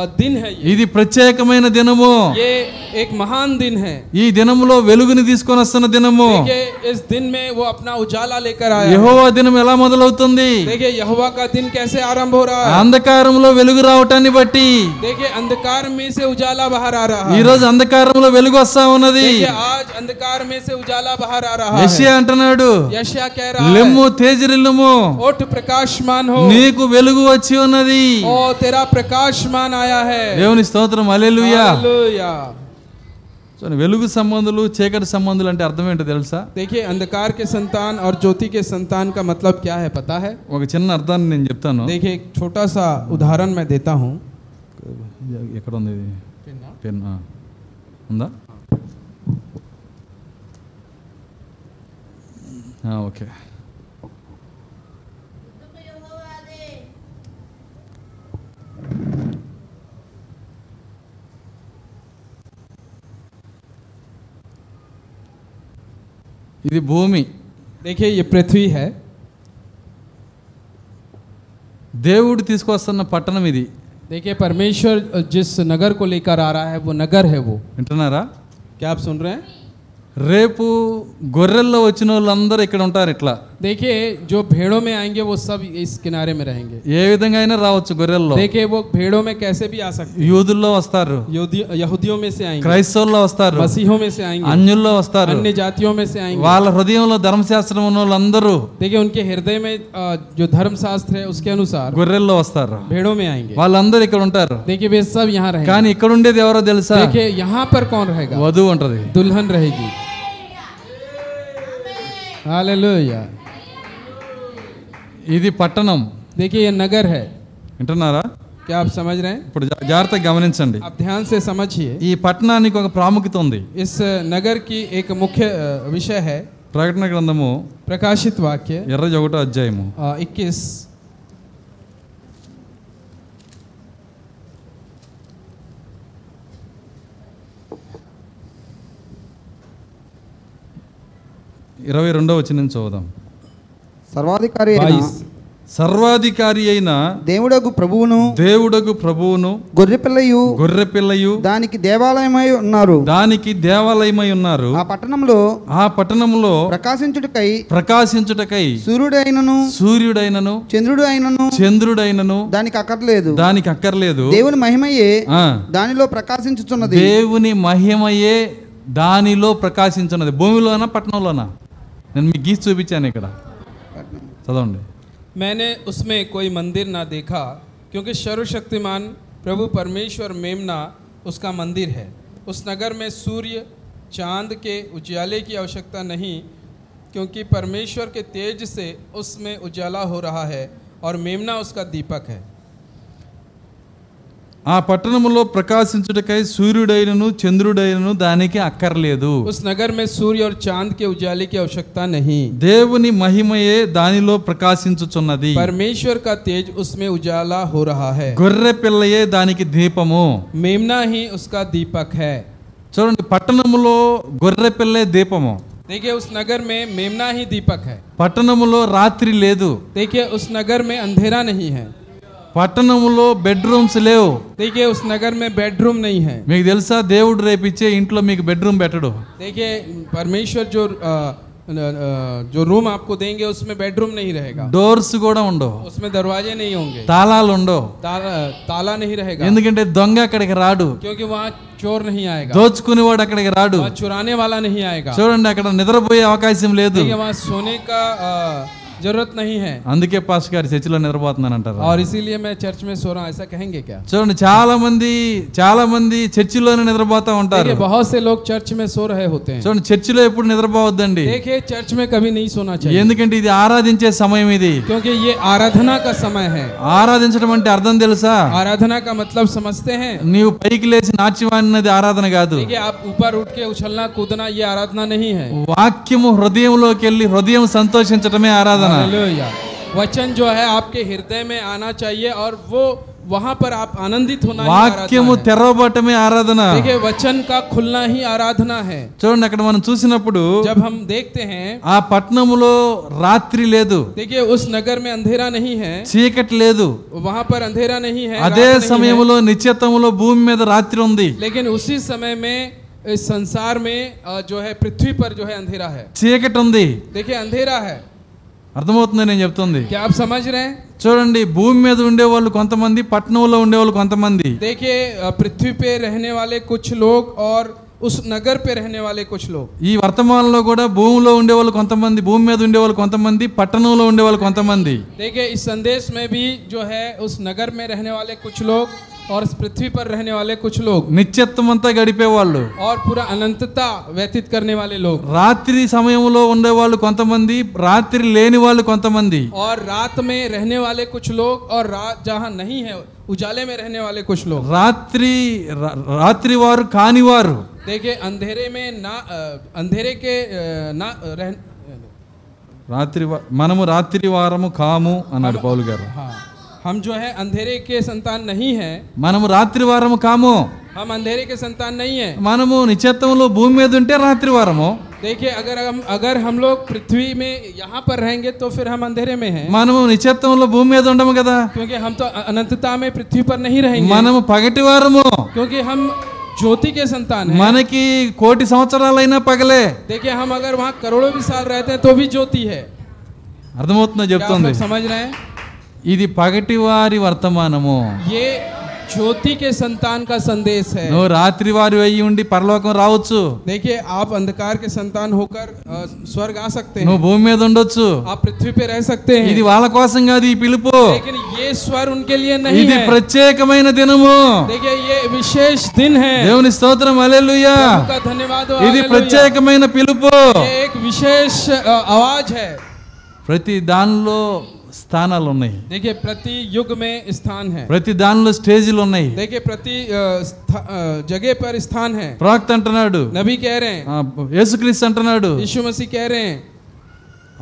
S5: अ, दिन है ये
S1: ఇది ప్రత్యేకమైన దినము
S5: ये एक महान दिन है
S1: ఈ దినములో వెలుగుని తీసుకొని వస్తున్న దినము
S5: देखिए इस दिन में वो अपना उजाला लेकर आया है।
S1: యహోవా దినం ఎలా మొదలవుతుంది
S5: देखिए यहोवा का दिन कैसे आरंभ हो रहा
S1: हाँ।
S5: है
S1: అంధకారంలో వెలుగు రావటాన్ని బట్టి
S5: देखिए अंधकार में से उजाला बाहर आ रहा
S1: ఈ
S5: है
S1: రోజు అంధకారంలో వెలుగు వస్తా ఉన్నది
S5: देखिए आज अंधकार में से उजाला बाहर आ रहा है
S1: యెషయా అంటున్నాడు
S5: यशया कह रहा
S1: లెమ్ము
S5: है
S1: తేజరిల్లుము
S5: ओठ प्रकाशमान हो
S1: నీకు వెలుగు వచ్చి ఉన్నది
S5: ओ तेरा ప్రకాశమాన్ ఆయా హై
S1: దేవుని స్తోత్రం అలెలుయా
S5: हालेलुया
S1: వెలుగు సంబంధులు చీకటి సంబంధులు అంటే అర్థం ఏంటో తెలుసా
S5: देखिए अंधकार के संतान और ज्योति के संतान का मतलब क्या है पता है
S1: ఒక చిన్న అర్థాన్ని నేను చెప్తాను
S5: देखिए एक छोटा सा उदाहरण मैं देता हूँ
S1: ఎక్కడ ఉంది ఇది పెన్ ఆ. ఉందా ఆ, ఓకే ఇది భూమి
S5: देखिए ये पृथ्वी है
S1: దేవుడు తీసుకొస్తున్న పట్టణం ఇది
S5: देखिए परमेश्वर जिस नगर को लेकर आ रहा है वो नगर है वो
S1: వింటున్నారా
S5: क्या आप सुन रहे हैं
S1: రేపు గొర్రెల్లో వచ్చిన వాళ్ళందరూ ఇక్కడ ఉంటారు ఇట్లా
S5: देखिए जो भेड़ों में आएंगे वो सब इस किनारे में रहेंगे
S1: ఏ విధంగా అయినా రావచ్చు గొర్రెల్లో
S5: देखिए वो भेड़ों में कैसे भी आ सकते
S1: యూదుల్లో వస్తారు
S5: हैं। यहूदी- यहूदियों में से आएंगे
S1: క్రైస్తవుల్లో వస్తారు
S5: मसीहों में से आएंगे
S1: అన్యుల్లో వస్తారు
S5: अन्य जातियों में से आएंगे
S1: వాళ్ళ హృదయంలో ధర్మశాస్త్రం ఉన్న వాళ్ళందరూ
S5: देखिए उनके हृदय में अ, जो धर्मशास्त्र है उसके अनुसार
S1: గొర్రెల్లో వస్తారు
S5: भेड़ों में आएंगे
S1: వాళ్ళందరూ ఇక్కడ ఉంటారు
S5: देखिए वे सब यहाँ रहेंगे
S1: కానీ ఇక్కడ ఉండేది ఎవరో తెలుసా
S5: देखिए यहाँ पर कौन रहेगा
S1: వధువు ఉంటది
S5: दुल्हन रहेगी हालेलुया
S1: ఇది పట్టణం
S5: देखिए ये नगर है
S1: వింటున్నారా
S5: क्या आप समझ रहे हैं
S1: ఇప్పుడు జా- జాగ్రత్తగా గమనించండి
S5: आप ध्यान से समझिए
S1: ఈ पట్టణానికి ఒక ప్రాముఖ్యత ఉంది
S5: इस नगर की एक मुख्य अ, विषय है
S1: ప్రకటన గ్రంథము
S5: प्रकाशित वाक्य
S1: ఇరవై ఒకటో అధ్యాయము
S5: इक्कीस
S1: ఇరవై రెండవ వచనం చదువుదాం
S6: సర్వాధికారి అయిన
S5: बाईस
S1: సర్వాధికారి అయిన
S6: దేవుడగు ప్రభువును
S1: దేవుడగు ప్రభువును
S6: గొర్రెపిల్లయు
S1: గొర్రెపిల్లయు
S6: దానికి దేవాలయమై ఉన్నారు
S1: దానికి దేవాలయమై ఉన్నారు
S6: ఆ పట్టణంలో
S1: ఆ పట్టణంలో
S6: ప్రకాశించుటకై
S1: ప్రకాశించుటకై
S6: సూర్యుడు అయినను
S1: సూర్యుడైనను
S6: చంద్రుడు అయినను
S1: చంద్రుడైనను
S6: దానికి అక్కర్లేదు
S1: దానికి అక్కర్లేదు
S6: దేవుని మహిమయే
S1: ఆ,
S6: దానిలో ప్రకాశించుచున్నది
S1: దేవుని మహిమయే దానిలో ప్రకాశించున్నది భూమిలోనా పట్టణంలోనా నేను మీకు గీసి చూపించాను ఇక్కడ చదవండి
S5: मैंने उसमें कोई मंदिर ना देखा क्योंकि सर्वशक्तिमान प्रभु परमेश्वर मेमना उसका मंदिर है उस नगर में सूर्य चांद के उजाले की आवश्यकता नहीं क्योंकि परमेश्वर के तेज से उसमें उजाला हो रहा है और मेमना उसका दीपक है
S1: ఆ పట్టణములో ప్రకాశించుటకై సూర్యుడైనను చంద్రుడైనను దానికి అక్కర్లేదు
S5: उस नगर में सूर्य और चांद के उजाले की आवश्यकता नहीं
S1: దేవుని మహిమయే దానిలో ప్రకాశించుచున్నది
S5: परमेश्वर का तेज उसमें उजाला हो रहा है
S1: గొర్రె పిల్లయే దానికి దీపము
S5: मेमना ही उसका दीपक है
S1: చూడండి పట్టణములో గొర్రె పిల్లే దీపము
S5: देखिए उस नगर में मेमना ही दीपक है
S1: పట్టణములో రాత్రి లేదు
S5: देखिए उस नगर में अंधेरा नहीं है
S1: పట్టణములో బెడ్రూమ్స్ లేవు
S5: देखिए उस नगर में बेडरूम नहीं है
S1: మీకు తెలుసా దేవుడు రేపిచ్చే ఇంట్లో మీకు బెడ్రూమ్ పెట్టడు
S5: देखिए परमेश्वर जो अ, न- अ, जो रूम आपको देंगे उसमें बेडरूम नहीं रहेगा
S1: డోర్స్ కూడా ఉండవు
S5: उसमें दरवाजे नहीं होंगे
S1: తాళాలు ఉండవు
S5: ताला ताला नहीं रहेगा
S1: ఎందుకంటే దొంగ అక్కడికి రాడు
S5: क्योंकि वहाँ चोर नहीं आएगा
S1: దోచుకునేవాడు అక్కడికి రాడు
S5: वहाँ चुराने वाला नहीं आएगा
S1: చూడండి అక్కడ నిద్రపోయే అవకాశం లేదు
S5: देखिए वहाँ सोने का अ, जरूरत नहीं है
S1: అందుకే పాస్ గారి చర్చిలో నిద్రపోతున్నాను అంటారు
S5: और इसीलिए मैं चर्च में सो रहा हूँ ऐसा कहेंगे क्या
S1: చూడండి చాలా మంది చాలా మంది చర్చిలోనే నిద్రపోతా ఉంటారు
S5: देखिए बहुत से लोग चर्च में सो रहे होते हैं
S1: చూడండి చర్చిలో ఎప్పుడు నిద్రపోవద్దండి
S5: देखिए चर्च में कभी नहीं सोना चाहिए
S1: ఎందుకంటే ఇది ఆరాధించే సమయం ఇది
S5: क्योंकि ये आराधना का समय है
S1: ఆరాధించడం అంటే అర్థం తెలుసా
S5: आराधना का मतलब समझते हैं
S1: నీవు పైకి లేచి నాట్యమాడినది ఆరాధన కాదు
S5: देखिए आप ऊपर उठ के उछलना कूदना ये आराधना नहीं है
S1: వాక్యము హృదయంలోకి వెళ్ళి హృదయం సంతోషించటమే ఆరాధన
S5: हालेलुया वचन जो है आपके हृदय में आना चाहिए और वो वहाँ पर आप आनंदित होना ही
S1: వాక్యము
S5: आराधना है।
S1: తెరవబడటమే ఆరాధన
S5: देखिए वचन का खुलना ही आराधना है
S1: చూడండి అక్కడ మనం చూసినప్పుడు
S5: जब हम देखते हैं
S1: ఆ పట్టణములో రాత్రి లేదు
S5: देखिए उस नगर में अंधेरा नहीं है
S1: చీకటి లేదు
S5: वहाँ पर अंधेरा नहीं है रात
S1: అదే
S5: नहीं है।
S1: సమయంలో నిశ్చితములో భూమి మీద రాత్రి ఉంది
S5: लेकिन उसी समय में इस संसार में अ, जो है पृथ्वी पर जो है अंधेरा है
S1: చీకటి ఉంది
S5: देखिए अंधेरा है
S1: అర్థమవుతుంది నేను చెప్తుంది
S5: क्या आप समझ रहे हैं
S1: చూడండి భూమి మీద ఉండేవాళ్ళు కొంతమంది పట్టణంలో ఉండేవాళ్ళు కొంతమంది
S5: देखिए अ, पृथ्वी पे रहने वाले कुछ लोग और उस नगर पे रहने वाले कुछ लोग
S1: ఈ వర్తమానంలో కూడా భూమిలో ఉండేవాళ్ళు కొంతమంది భూమి మీద ఉండేవాళ్ళు కొంతమంది పట్టణంలో ఉండేవాళ్ళు కొంతమంది
S5: देखिए इस संदेश में भी जो है उस नगर में रहने वाले कुछ लोग और इस पृथ्वी पर रहने वाले कुछ लोग
S1: నిత్యత్వం అంతా గడిపేవాళ్ళు
S5: और पूरा अनंतता व्यतीत करने वाले लोग
S1: రాత్రి సమయంలో ఉండేవాళ్ళు కొంతమంది రాత్రి లేని వాళ్ళు కొంతమంది
S5: और रात में रहने वाले कुछ लोग और रात जहाँ नहीं है उजाले में रहने वाले कुछ लोग
S1: రాత్రి రా- రాత్రి వారు కానివారు
S5: देखिए अंधेरे में ना अ, अंधेरे के अ, ना अ, रह
S1: రాత్రి వా- మనము రాత్రి వారము కాము అన్నాడు పౌలు గారు
S5: हाँ हम जो है अंधेरे के संतान नहीं है
S1: మనము రాత్రి వారము కాము
S5: हम अंधेरे के संतान नहीं है
S1: మనము నిశ్చిత్వంలో భూమి మీద ఉంటే రాత్రి వారము
S5: देखिए अगर हम अगर हम लोग पृथ्वी में यहाँ पर रहेंगे तो फिर हम अंधेरे में हैं
S1: మనము నిశ్చిత్వంలో భూమి మీద ఉండము కదా
S5: क्योंकि हम तो अ- अनंतता में पृथ्वी पर नहीं रहेंगे
S1: మనము పగటి వారము
S5: क्योंकि हम ज्योति के संतान हैं
S1: మనకి కోటి సంవత్సరాలైనా పగలే
S5: देखिए हम अगर वहाँ करोड़ों भी साल रहते हैं तो भी ज्योति है
S1: అర్థమవుతుందో
S5: क्या आप
S1: చెప్తుంది
S5: लोग समझ रहे हैं
S1: ఇది పగటి వారి వర్తమానము
S5: ये ज्योति के संतान का संदेश है
S1: నువ్వు రాత్రి వారి అయ్యి ఉండి పరలోకం రావచ్చు
S5: देखिए आप अंधकार के संतान होकर अ, स्वर्ग आ सकते हैं
S1: నువ్వు భూమి మీద ఉండొచ్చు
S5: आप पृथ्वी पे रह सकते हैं
S1: ఇది వాళ్ళ కోసం కాదు ఈ పిలుపు
S5: लेकिन ये स्वर उनके लिए नहीं
S1: ఇది
S5: है
S1: ప్రత్యేకమైన దినము
S5: देखिए ये विशेष दिन है
S1: దేవుని స్తోత్రం అలెలుయా
S5: प्रभु का धन्यवाद हो,
S1: ఇది
S5: हालेलुया।
S1: ప్రత్యేకమైన పిలుపు
S5: ये एक విశేష अ, आवाज है
S1: ప్రతి దానిలో స్థానాలు ఉన్నాయి
S5: देखिए प्रति युग में स्थान है
S1: ప్రతి దానిలో స్టేజీలు ఉన్నాయి
S5: देखिए प्रति अ, स्था- अ, जगह पर स्थान है
S1: ప్రవక్త అంటున్నాడు
S5: नबी कह रहे हैं
S1: ఆ, యేసుక్రీస్తు అంటున్నాడు
S5: यीशु मसीह कह रहे हैं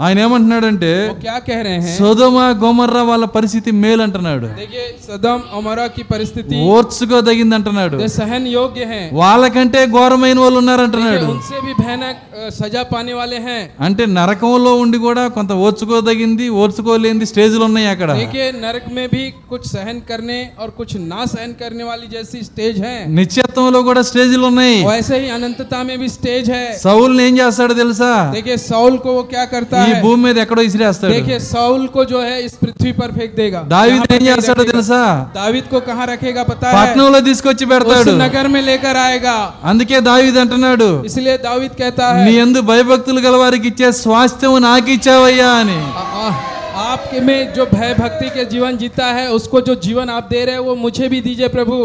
S1: ఆయన ఏమంటున్నాడంటే
S5: वो क्या कह रहे हैं
S1: సోదమ గోమర్రా వాళ్ళ పరిస్థితి మేలు అంటున్నాడు
S5: देखिए सदम अमरा की परिस्थिति
S1: ఓర్చుకోదగింది అంటున్నాడు
S5: वे सहन योग्य है
S1: వాళ్ళకంటే ఘోరమైన వాళ్ళు ఉన్నారంటున్నాడు
S5: उनसे भी भयानक अ, सजा पाने वाले हैं
S1: అంటే నరకంలో ఉండి కూడా కొంత ఓర్చుకోదగింది ఓర్చుకోలేని స్టేజ్లు ఉన్నాయి అక్కడ
S5: देखिए नरक में भी कुछ सहन करने और कुछ ना सहन करने वाली जैसी स्टेज है
S1: నిత్యత్వంలో కూడా స్టేజ్లు ఉన్నాయి
S5: वैसे ही अनंतता में भी स्टेज है
S1: సౌల్ని ఏం చేస్తాడు తెలుసా
S5: देखिए साउल को वो क्या करता
S1: ఈ
S5: है
S1: భూమి మీద ఎక్కడో ఇసిరేస్తాడు
S5: देखिए साउल को जो है इस पृथ्वी पर फेंक देगा यहाँ
S1: దావీదు
S5: पर
S1: ఏం
S5: फेंक
S1: చేస్తాడో
S5: देगा।
S1: తెలుసా
S5: दाविद को कहाँ रखेगा पता है
S1: పట్నంలో తీసుకొచ్చి
S5: उस
S1: పెడతాడు
S5: नगर में लेकर आएगा
S1: అందుకే దావీదు అంటున్నాడు
S5: इसलिए दाविद कहता
S1: నీ
S5: है
S1: ఎందు భయభక్తులు గల వారికి ఇచ్చే స్వాస్థ్యం నాకు ఇచ్చావయ్యా అని
S5: आ- आ- आपके में जो भय भक्ति के जीवन जीता है उसको जो जीवन आप दे रहे हो वो मुझे भी दीजिए प्रभु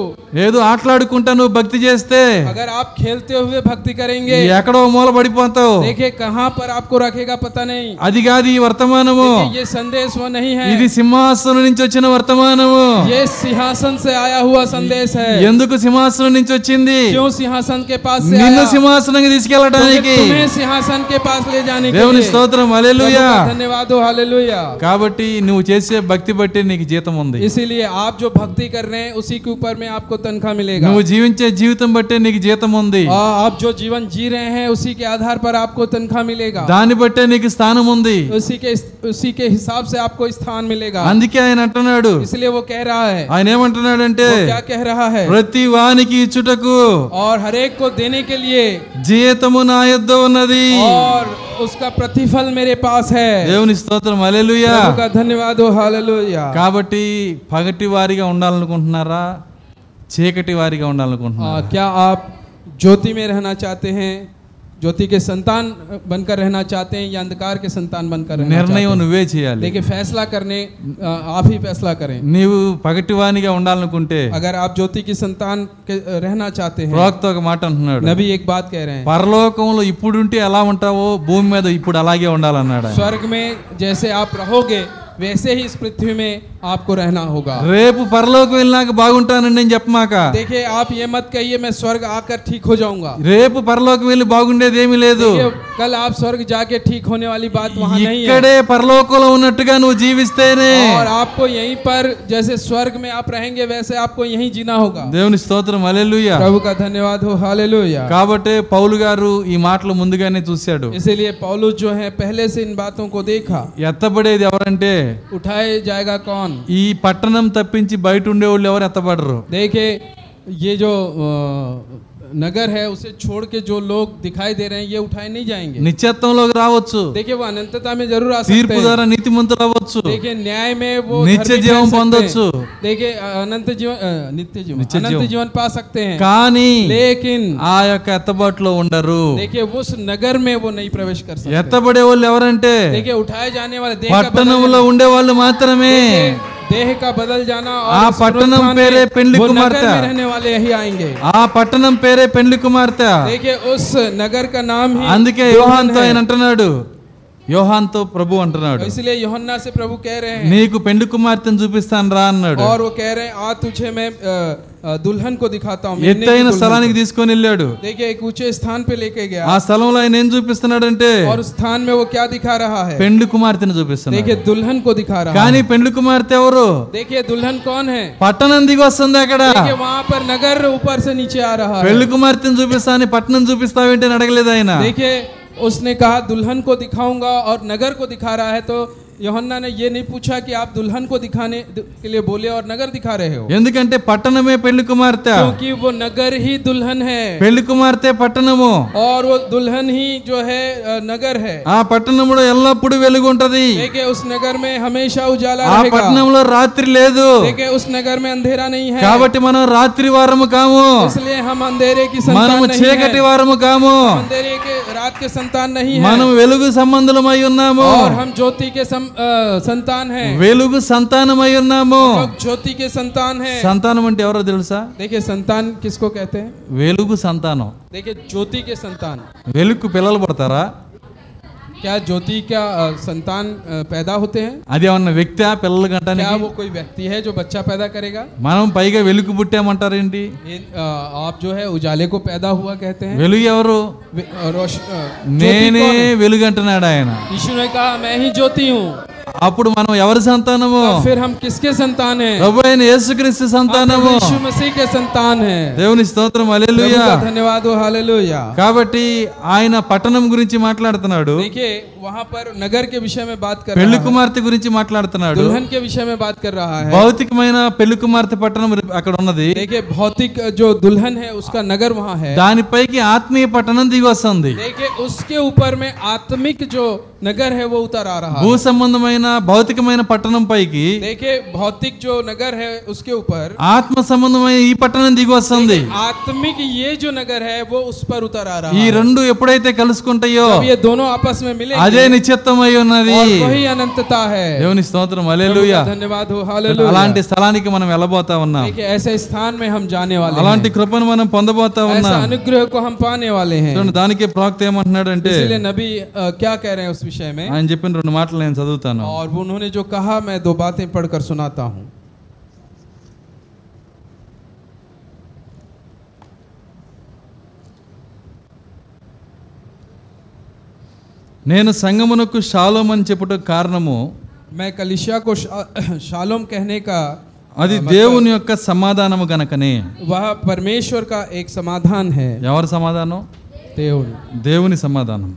S1: ఏదో ఆటలాడుకుంటా నువ్వు భక్తి చేస్తే
S5: अगर आप खेलते हुए भक्ति करेंगे
S1: ఎక్కడో మూల పడిపోతావు
S5: देखिए कहाँ पर आपको रखेगा पता नहीं
S1: అది కాదు ఈ వర్తమానము
S5: देखिए ये संदेश वो नहीं है
S1: ఇది సింహాసనం నుంచి వచ్చిన వర్తమానము
S5: ये सिंहासन से आया हुआ संदेश है
S1: ఎందుకు సింహాసనం నుంచి వచ్చింది
S5: क्यों सिंहासन के पास से
S1: నిన్ను
S5: आया?
S1: సింహాసనానికి తీసుకెళ్ళడానికి
S5: तुम्हें तो तुम्हें सिंहासन के पास ले जाने के
S1: దేవుని
S5: लिए
S1: స్తోత్రం
S5: प्रभु
S1: అలెలుయా
S5: का धन्यवाद हो हालेलुया
S1: కాబట్టి నువ్వు చేసే భక్తి బట్టి నీకు జీతం ఉంది
S5: इसीलिए आप जो भक्ति कर रहे हैं उसी के ऊपर में आपको तनख्वाह मिलेगा
S1: నువ్వు జీవించే జీవితం బట్టే నీకు జీతం ఉంది
S5: और आप जो जीवन जी रहे हैं उसी के आधार पर आपको तनख्वाह मिलेगा
S1: దాన్ని బట్టే నీకు స్థానం ఉంది
S5: उसी के उसी के हिसाब से आपको स्थान मिलेगा
S1: అందుకే ఆయన అంటున్నాడు
S5: इसलिए वो कह रहा है
S1: ఆయన ఏమంటున్నాడంటే
S5: वो क्या कह रहा है
S1: ప్రతి వానికి ఇచ్చుటకు
S5: और हरेक को देने के लिए
S1: జీతము నా యొద్ద ఉన్నది
S5: और उसका प्रतिफल मेरे पास है
S1: దేవుని స్తోత్రం అలెలుయా
S5: प्रभु का धन्यवाद हो हालेलुया
S1: కాబట్టి పగటి వారిగా ఉండాలనుకుంటున్నారా చీకటి వారిగా ఉండాలనుకుంటున్నారా
S5: आ, क्या आप ज्योति में रहना चाहते हैं ज्योति के संतान बनकर रहना चाहते हैं या अंधकार के संतान बनकर रहना चाहते
S1: నిర్ణయం
S5: हैं
S1: నువ్వే చేయాలి
S5: देखिए फैसला करने आ, आप ही फैसला करें
S1: నీవు పగటి వానిగా ఉండాలనుకుంటే
S5: अगर आप ज्योति की संतान के रहना चाहते हैं
S1: ప్రోక్త ఒక మాట అంటున్నాడు
S5: नबी एक बात कह रहे हैं
S1: పరలోకంలో ఇప్పుడుంటే ఎలా ఉంటావో భూమి మీద ఇప్పుడు అలాగే ఉండాలన్నాడు ఆయన.
S5: स्वर्ग में जैसे आप रहोगे वैसे ही इस पृथ्वी में आपको रहना होगा
S1: రేపు పరలోకం వెళ్ళినాక బాగుంటానని నేను చెప్పమాక
S5: देखिए आप ये मत कहिए मैं स्वर्ग आकर ठीक हो जाऊंगा
S1: రేపు పరలోకం వెళ్ళి బాగుండేది ఏమీ లేదు
S5: देखिए, कल आप स्वर्ग जाके ठीक होने वाली बात वहाँ नहीं है
S1: ఇక్కడే పరలోకంలో ఉన్నట్టుగా నువ్వు జీవిస్తేనే
S5: और आपको यहीं पर जैसे स्वर्ग में आप रहेंगे वैसे आपको यहीं जीना होगा
S1: దేవుని స్తోత్రం అలెలుయ్య
S5: प्रभु का धन्यवाद हो हालेलुया
S1: కాబట్టి పౌలు గారు ఈ మాటలు ముందుగానే చూశాడు
S5: इसीलिए पौलुस जो है पहले से इन बातों को देखा
S1: ఎత్తబడేది ఎవరంటే
S5: उठाए जाएगा कौन
S1: ఈ పట్టణం తప్పించి బయట ఉండే వాళ్ళు ఎవరు ఎత్తబడరు
S5: देखिए ये जो अ, नगर है उसे छोड़ के जो लोग दिखाई दे रहे हैं ये उठाए नहीं जाएंगे
S1: నిత్యత్వంలోకి రావచ్చు
S5: देखिए वो अनंतता में जरूर आ
S1: తీర్పు
S5: सकते हैं
S1: ద్వారా నీతిమంతులు అవ్వచ్చు
S5: देखिए न्याय में वो
S1: नित्य
S5: धर्मी
S1: जीवन
S5: ठहर सकते हैं।
S1: పొందొచ్చు।
S5: देखिए अनंत जीवन अ, नित्य जीवन
S1: नित्य
S5: अनंत
S1: जीवन।
S5: जीवन पा सकते हैं
S1: కానీ
S5: लेकिन
S1: ఆ యొక్క ఎత్తబాటులో ఉండరు
S5: देखिए उस नगर में वो नहीं प्रवेश कर सकते
S1: ఎత్తబడే వాళ్ళు ఎవరంటే
S5: देखिए उठाए जाने वाले देह का बदल
S1: పట్టణంలో ఉండే వాళ్ళు మాత్రమే
S5: देखिए, देह का बदल जाना
S1: ఆ
S5: और इस
S1: पट्टनम
S5: पुनरुत्थान
S1: पेरे
S5: में
S1: पिंडली
S5: वो नगर
S1: कुमारता।
S5: में रहने वाले यही आएंगे
S1: ఆ పట్టణం పేరే పెండ్లి కుమార్తె
S5: देखिए उस नगर का नाम ही
S1: అందుకే
S5: दुल्हन
S1: యోహాన్తో
S5: है।
S1: ఆయన అంటున్నాడు యోహాన్తో ప్రభు అంటున్నాడు
S5: इसलिए योहन्ना से प्रभु कह रहे हैं
S1: నీకు పెండ్లి కుమార్తెను చూపిస్తాను రా అన్నాడు
S5: और वो कह रहे हैं आ तुझे मैं अ, अ, दुल्हन को दिखाता हूँ मेमने की
S1: ఎత్తైన
S5: दुल्हन
S1: స్థలానికి
S5: को।
S1: తీసుకొని వెళ్ళాడు
S5: देखिए एक ऊंचे स्थान पे लेके गया
S1: ఆ స్థలంలో ఆయన ఏం చూపిస్తున్నాడంటే
S5: और उस स्थान में वो क्या दिखा रहा है
S1: పెండ్లి కుమార్తెను చూపిస్తున్నాడు
S5: देखिए दुल्हन को दिखा रहा है
S1: కానీ పెండ్లి కుమార్తె ఎవరు
S5: देखिए दुल्हन कौन है
S1: పట్టణం దిగి వస్తుంది అక్కడ
S5: देखिए वहाँ पर नगर ऊपर से नीचे आ रहा है
S1: పెళ్లి కుమార్తెను చూపిస్తా అని పట్టణం చూపిస్తావేంటి అని అడగలేదు ఆయన
S5: देखिए उसने कहा दुल्हन को दिखाऊंगा और नगर को दिखा रहा है तो योहन्ना ने ये नहीं पूछा कि आप दुल्हन को दिखाने दु- के लिए बोले और नगर दिखा रहे हो
S1: ఎందుకంటే పట్టణమే పెళ్లి కుమార్తె
S5: क्योंकि वो नगर ही दुल्हन है
S1: పెళ్లి కుమార్తె పట్టణము
S5: और वो दुल्हन ही जो है अ, नगर है
S1: ఆ పట్టణంలో ఎల్లప్పుడూ వెలుగు ఉంటది
S5: देखिए उस नगर में हमेशा उजाला
S1: ఆ
S5: रहेगा
S1: పట్టణంలో రాత్రి లేదు
S5: देखिए उस नगर में अंधेरा नहीं है
S1: కాబట్టి మనం రాత్రి వారము కాము
S5: इसलिए हम अंधेरे की
S1: మనము
S5: संतान नहीं
S1: చీకటి
S5: है
S1: వారము కాము
S5: अंधेरे के रात के संतान नहीं है
S1: మనం వెలుగు సంబంధులమై ఉన్నాము
S5: और हम ज्योति के सं, अ, संतान है
S1: వెలుగు సంతానమై ఉన్నాము
S5: लोग ज्योति के संतान है
S1: సంతానం అంటే ఎవరో తెలుసా
S5: देखिए संतान किसको कहते हैं
S1: వెలుగు సంతానం
S5: देखिए ज्योति के संतान
S1: వెలుగు పిల్లలు పడతారా
S5: क्या ज्योति क्या अ, संतान अ, पैदा होते हैं
S1: అది ఏమన్నా వ్యక్తి పిల్లలు
S5: क्या
S1: కంటానికి
S5: वो कोई व्यक्ति है जो बच्चा पैदा करेगा
S1: మనం పైగా వెలుగు పుట్టామంటారేంటి
S5: ये, अ, आप जो है उजाले को पैदा हुआ कहते हैं
S1: వెలుగు ఎవరు
S5: वे- अ, रोश अ, ज्योति
S1: నేనే
S5: कौन है?
S1: వెలుగు అంటున్నాడు ఆయన
S5: यीशु ने कहा मैं ही ज्योति हूँ तो
S1: అప్పుడు మనం ఎవరి సంతానము
S5: फिर हम किसके संतान हैं हम
S1: ప్రభు అయిన యేసుక్రీస్తు
S5: प्रभु
S1: సంతానము
S5: यीशु मसीह के संतान हैं
S1: దేవుని స్తోత్రం
S5: प्रभु
S1: అలెలుయా
S5: का धन्यवाद हो हालेलुया
S1: కాబట్టి ఆయన పట్టణం గురించి మాట్లాడుతున్నాడు
S5: देखिए वहाँ पर नगर के विषय में बात कर
S1: పెళ్లి
S5: रहा है
S1: కుమార్తె గురించి మాట్లాడుతున్నాడు
S5: दुल्हन के विषय में बात कर रहा है
S1: భౌతికమైన పెళ్లి కుమార్తె పట్టణం అక్కడ ఉన్నది
S5: देखिए भौतिक जो दुल्हन है उसका नगर वहाँ है
S1: దానిపైకి ఆత్మీయ పట్టణం దిగి వస్తుంది
S5: देखिए उसके ऊपर में आत्मिक जो नगर है वो उतर आ रहा
S1: భూ
S5: है
S1: సంబంధమైన భౌతికమైన పట్టణం పైకి
S5: देखिए भौतिक जो नगर है उसके ऊपर
S1: ఆత్మ సంబంధమైన ఈ పట్టణం దిగి వస్తుంది
S5: आत्मिक ये जो नगर है वो उस पर उतर आ रहा
S1: ఈ
S5: है
S1: రెండు ఎప్పుడైతే కలుసుకుంటాయో
S5: अब ये दोनों आपस में
S1: అదే
S5: मिलेंगे
S1: నిశ్చిత్తం అయి ఉన్నది
S5: और वही अनंतता है
S1: దేవుని స్తోత్రం
S5: प्रभु
S1: అలెలుయా
S5: का धन्यवाद हो हालेलुया
S1: అలాంటి స్థలానికి మనం వెళ్ళబోతా ఉన్నాం
S5: देखिए ऐसे स्थान में हम जाने वाले
S1: అలాంటి
S5: हैं
S1: కృపను మనం పొందబోతా
S5: ऐसा
S1: ఉన్నాం
S5: अनुग्रह को हम पाने वाले हैं
S1: చూడండి దానికే ప్రాక్త ఏమంటున్నాడంటే
S5: इसीलिए नबी अ, क्या कह रहे हैं उस विषय में
S1: ఆయన చెప్పిన రెండు మాటలు నేను చదువుతాను
S5: और वो उन्होंने जो कहा मैं दो बातें पढ़कर सुनाता हूँ
S1: నేను సంగమునకు శాలోం అని చెప్పుట కారణము
S5: मैं कलिशिया को शा, शालोम कहने का
S1: అది దేవుని యొక్క సమాధానము గనకనే
S5: वह परमेश्वर का एक समाधान है
S1: ఎవరి సమాధానం
S5: देव
S1: దేవుని సమాధానం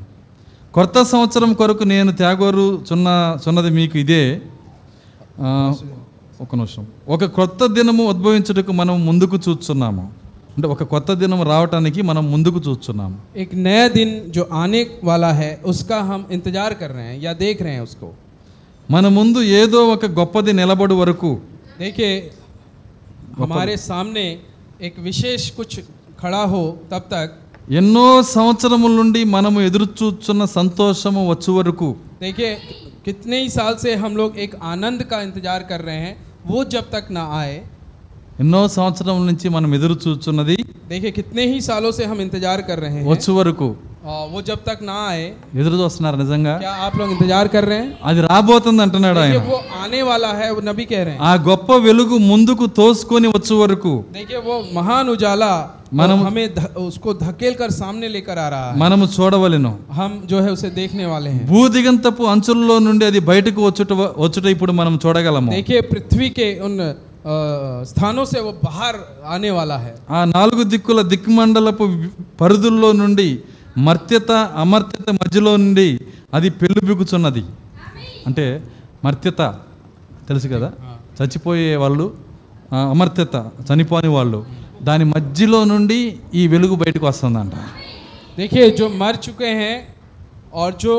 S1: కొత్త సంవత్సరం కొరకు నేను త్యాగోరు చున్న చున్నది మీకు ఇదే ఆ, ఒక నిమిషం ఒక కొత్త దినము ఉద్భవించుటకు మనం ముందుకు చూస్తున్నాము అంటే ఒక కొత్త దినం రావటానికి మనం ముందుకు చూస్తున్నాము
S5: एक नया दिन जो आने वाला है उसका हम इंतजार कर रहे हैं या देख रहे हैं उसको
S1: మన ముందు ఏదో ఒక గొప్పది నిలబడు వరకు
S5: देखिए हमारे सामने एक विशेष कुछ खड़ा हो तब तक
S1: ఎన్నో సంవత్సరముల నుండి మనము ఎదురు చూస్తున్న సంతోషము వచ్చు వరకు
S5: देखिए कितने ही साल से हम लोग एक आनंद का इंतजार कर रहे हैं वो जब तक ना आए
S1: ఎన్నో సంవత్సరముల నుంచి మనం ఎదురు చూస్తున్నది
S5: देखिए कितने ही सालों से हम इंतजार कर रहे हैं
S1: వచ్చు వరకు
S5: आ, वो जब तक ना आए
S1: ఎదురు చూస్తున్నారు నిజంగా
S5: क्या आप लोग इंतजार कर रहे हैं
S1: అది రాబోతుంది అంటున్నాడు
S5: देखिए
S1: ఆయన
S5: वो आने वाला है वो नबी कह रहे हैं
S1: ఆ గొప్ప వెలుగు ముందుకు తోసుకొని వచ్చు వరకు
S5: देखिए वो महान उजाला
S1: मनम-
S5: मनम हमें ध, उसको धकेल कर सामने लेकर आ रहा है
S1: మనము చూడవలెను
S5: हम जो है उसे देखने वाले हैं
S1: భూదిగంతపు అంచుల్లో నుండి అది బయటకు వచ్చుట వచ్చుట ఇప్పుడు మనం చూడగలము
S5: देखिए पृथ्वी के उन अ, स्थानों से वो बाहर आने वाला है
S1: ఆ నాలుగు దిక్కుల దిక్మండలపు పరిధుల్లో నుండి మర్త్యత అమర్త్యత మధ్యలో నుండి అది పెళ్ళిబిగుచున్నది అంటే మర్త్యత తెలుసు కదా చచ్చిపోయే వాళ్ళు ఆ, అమర్త్యత చనిపోని వాళ్ళు దాని మధ్యలో నుండి ఈ వెలుగు బయటకు వస్తుందంట
S5: देखिए जो मर चुके हैं और जो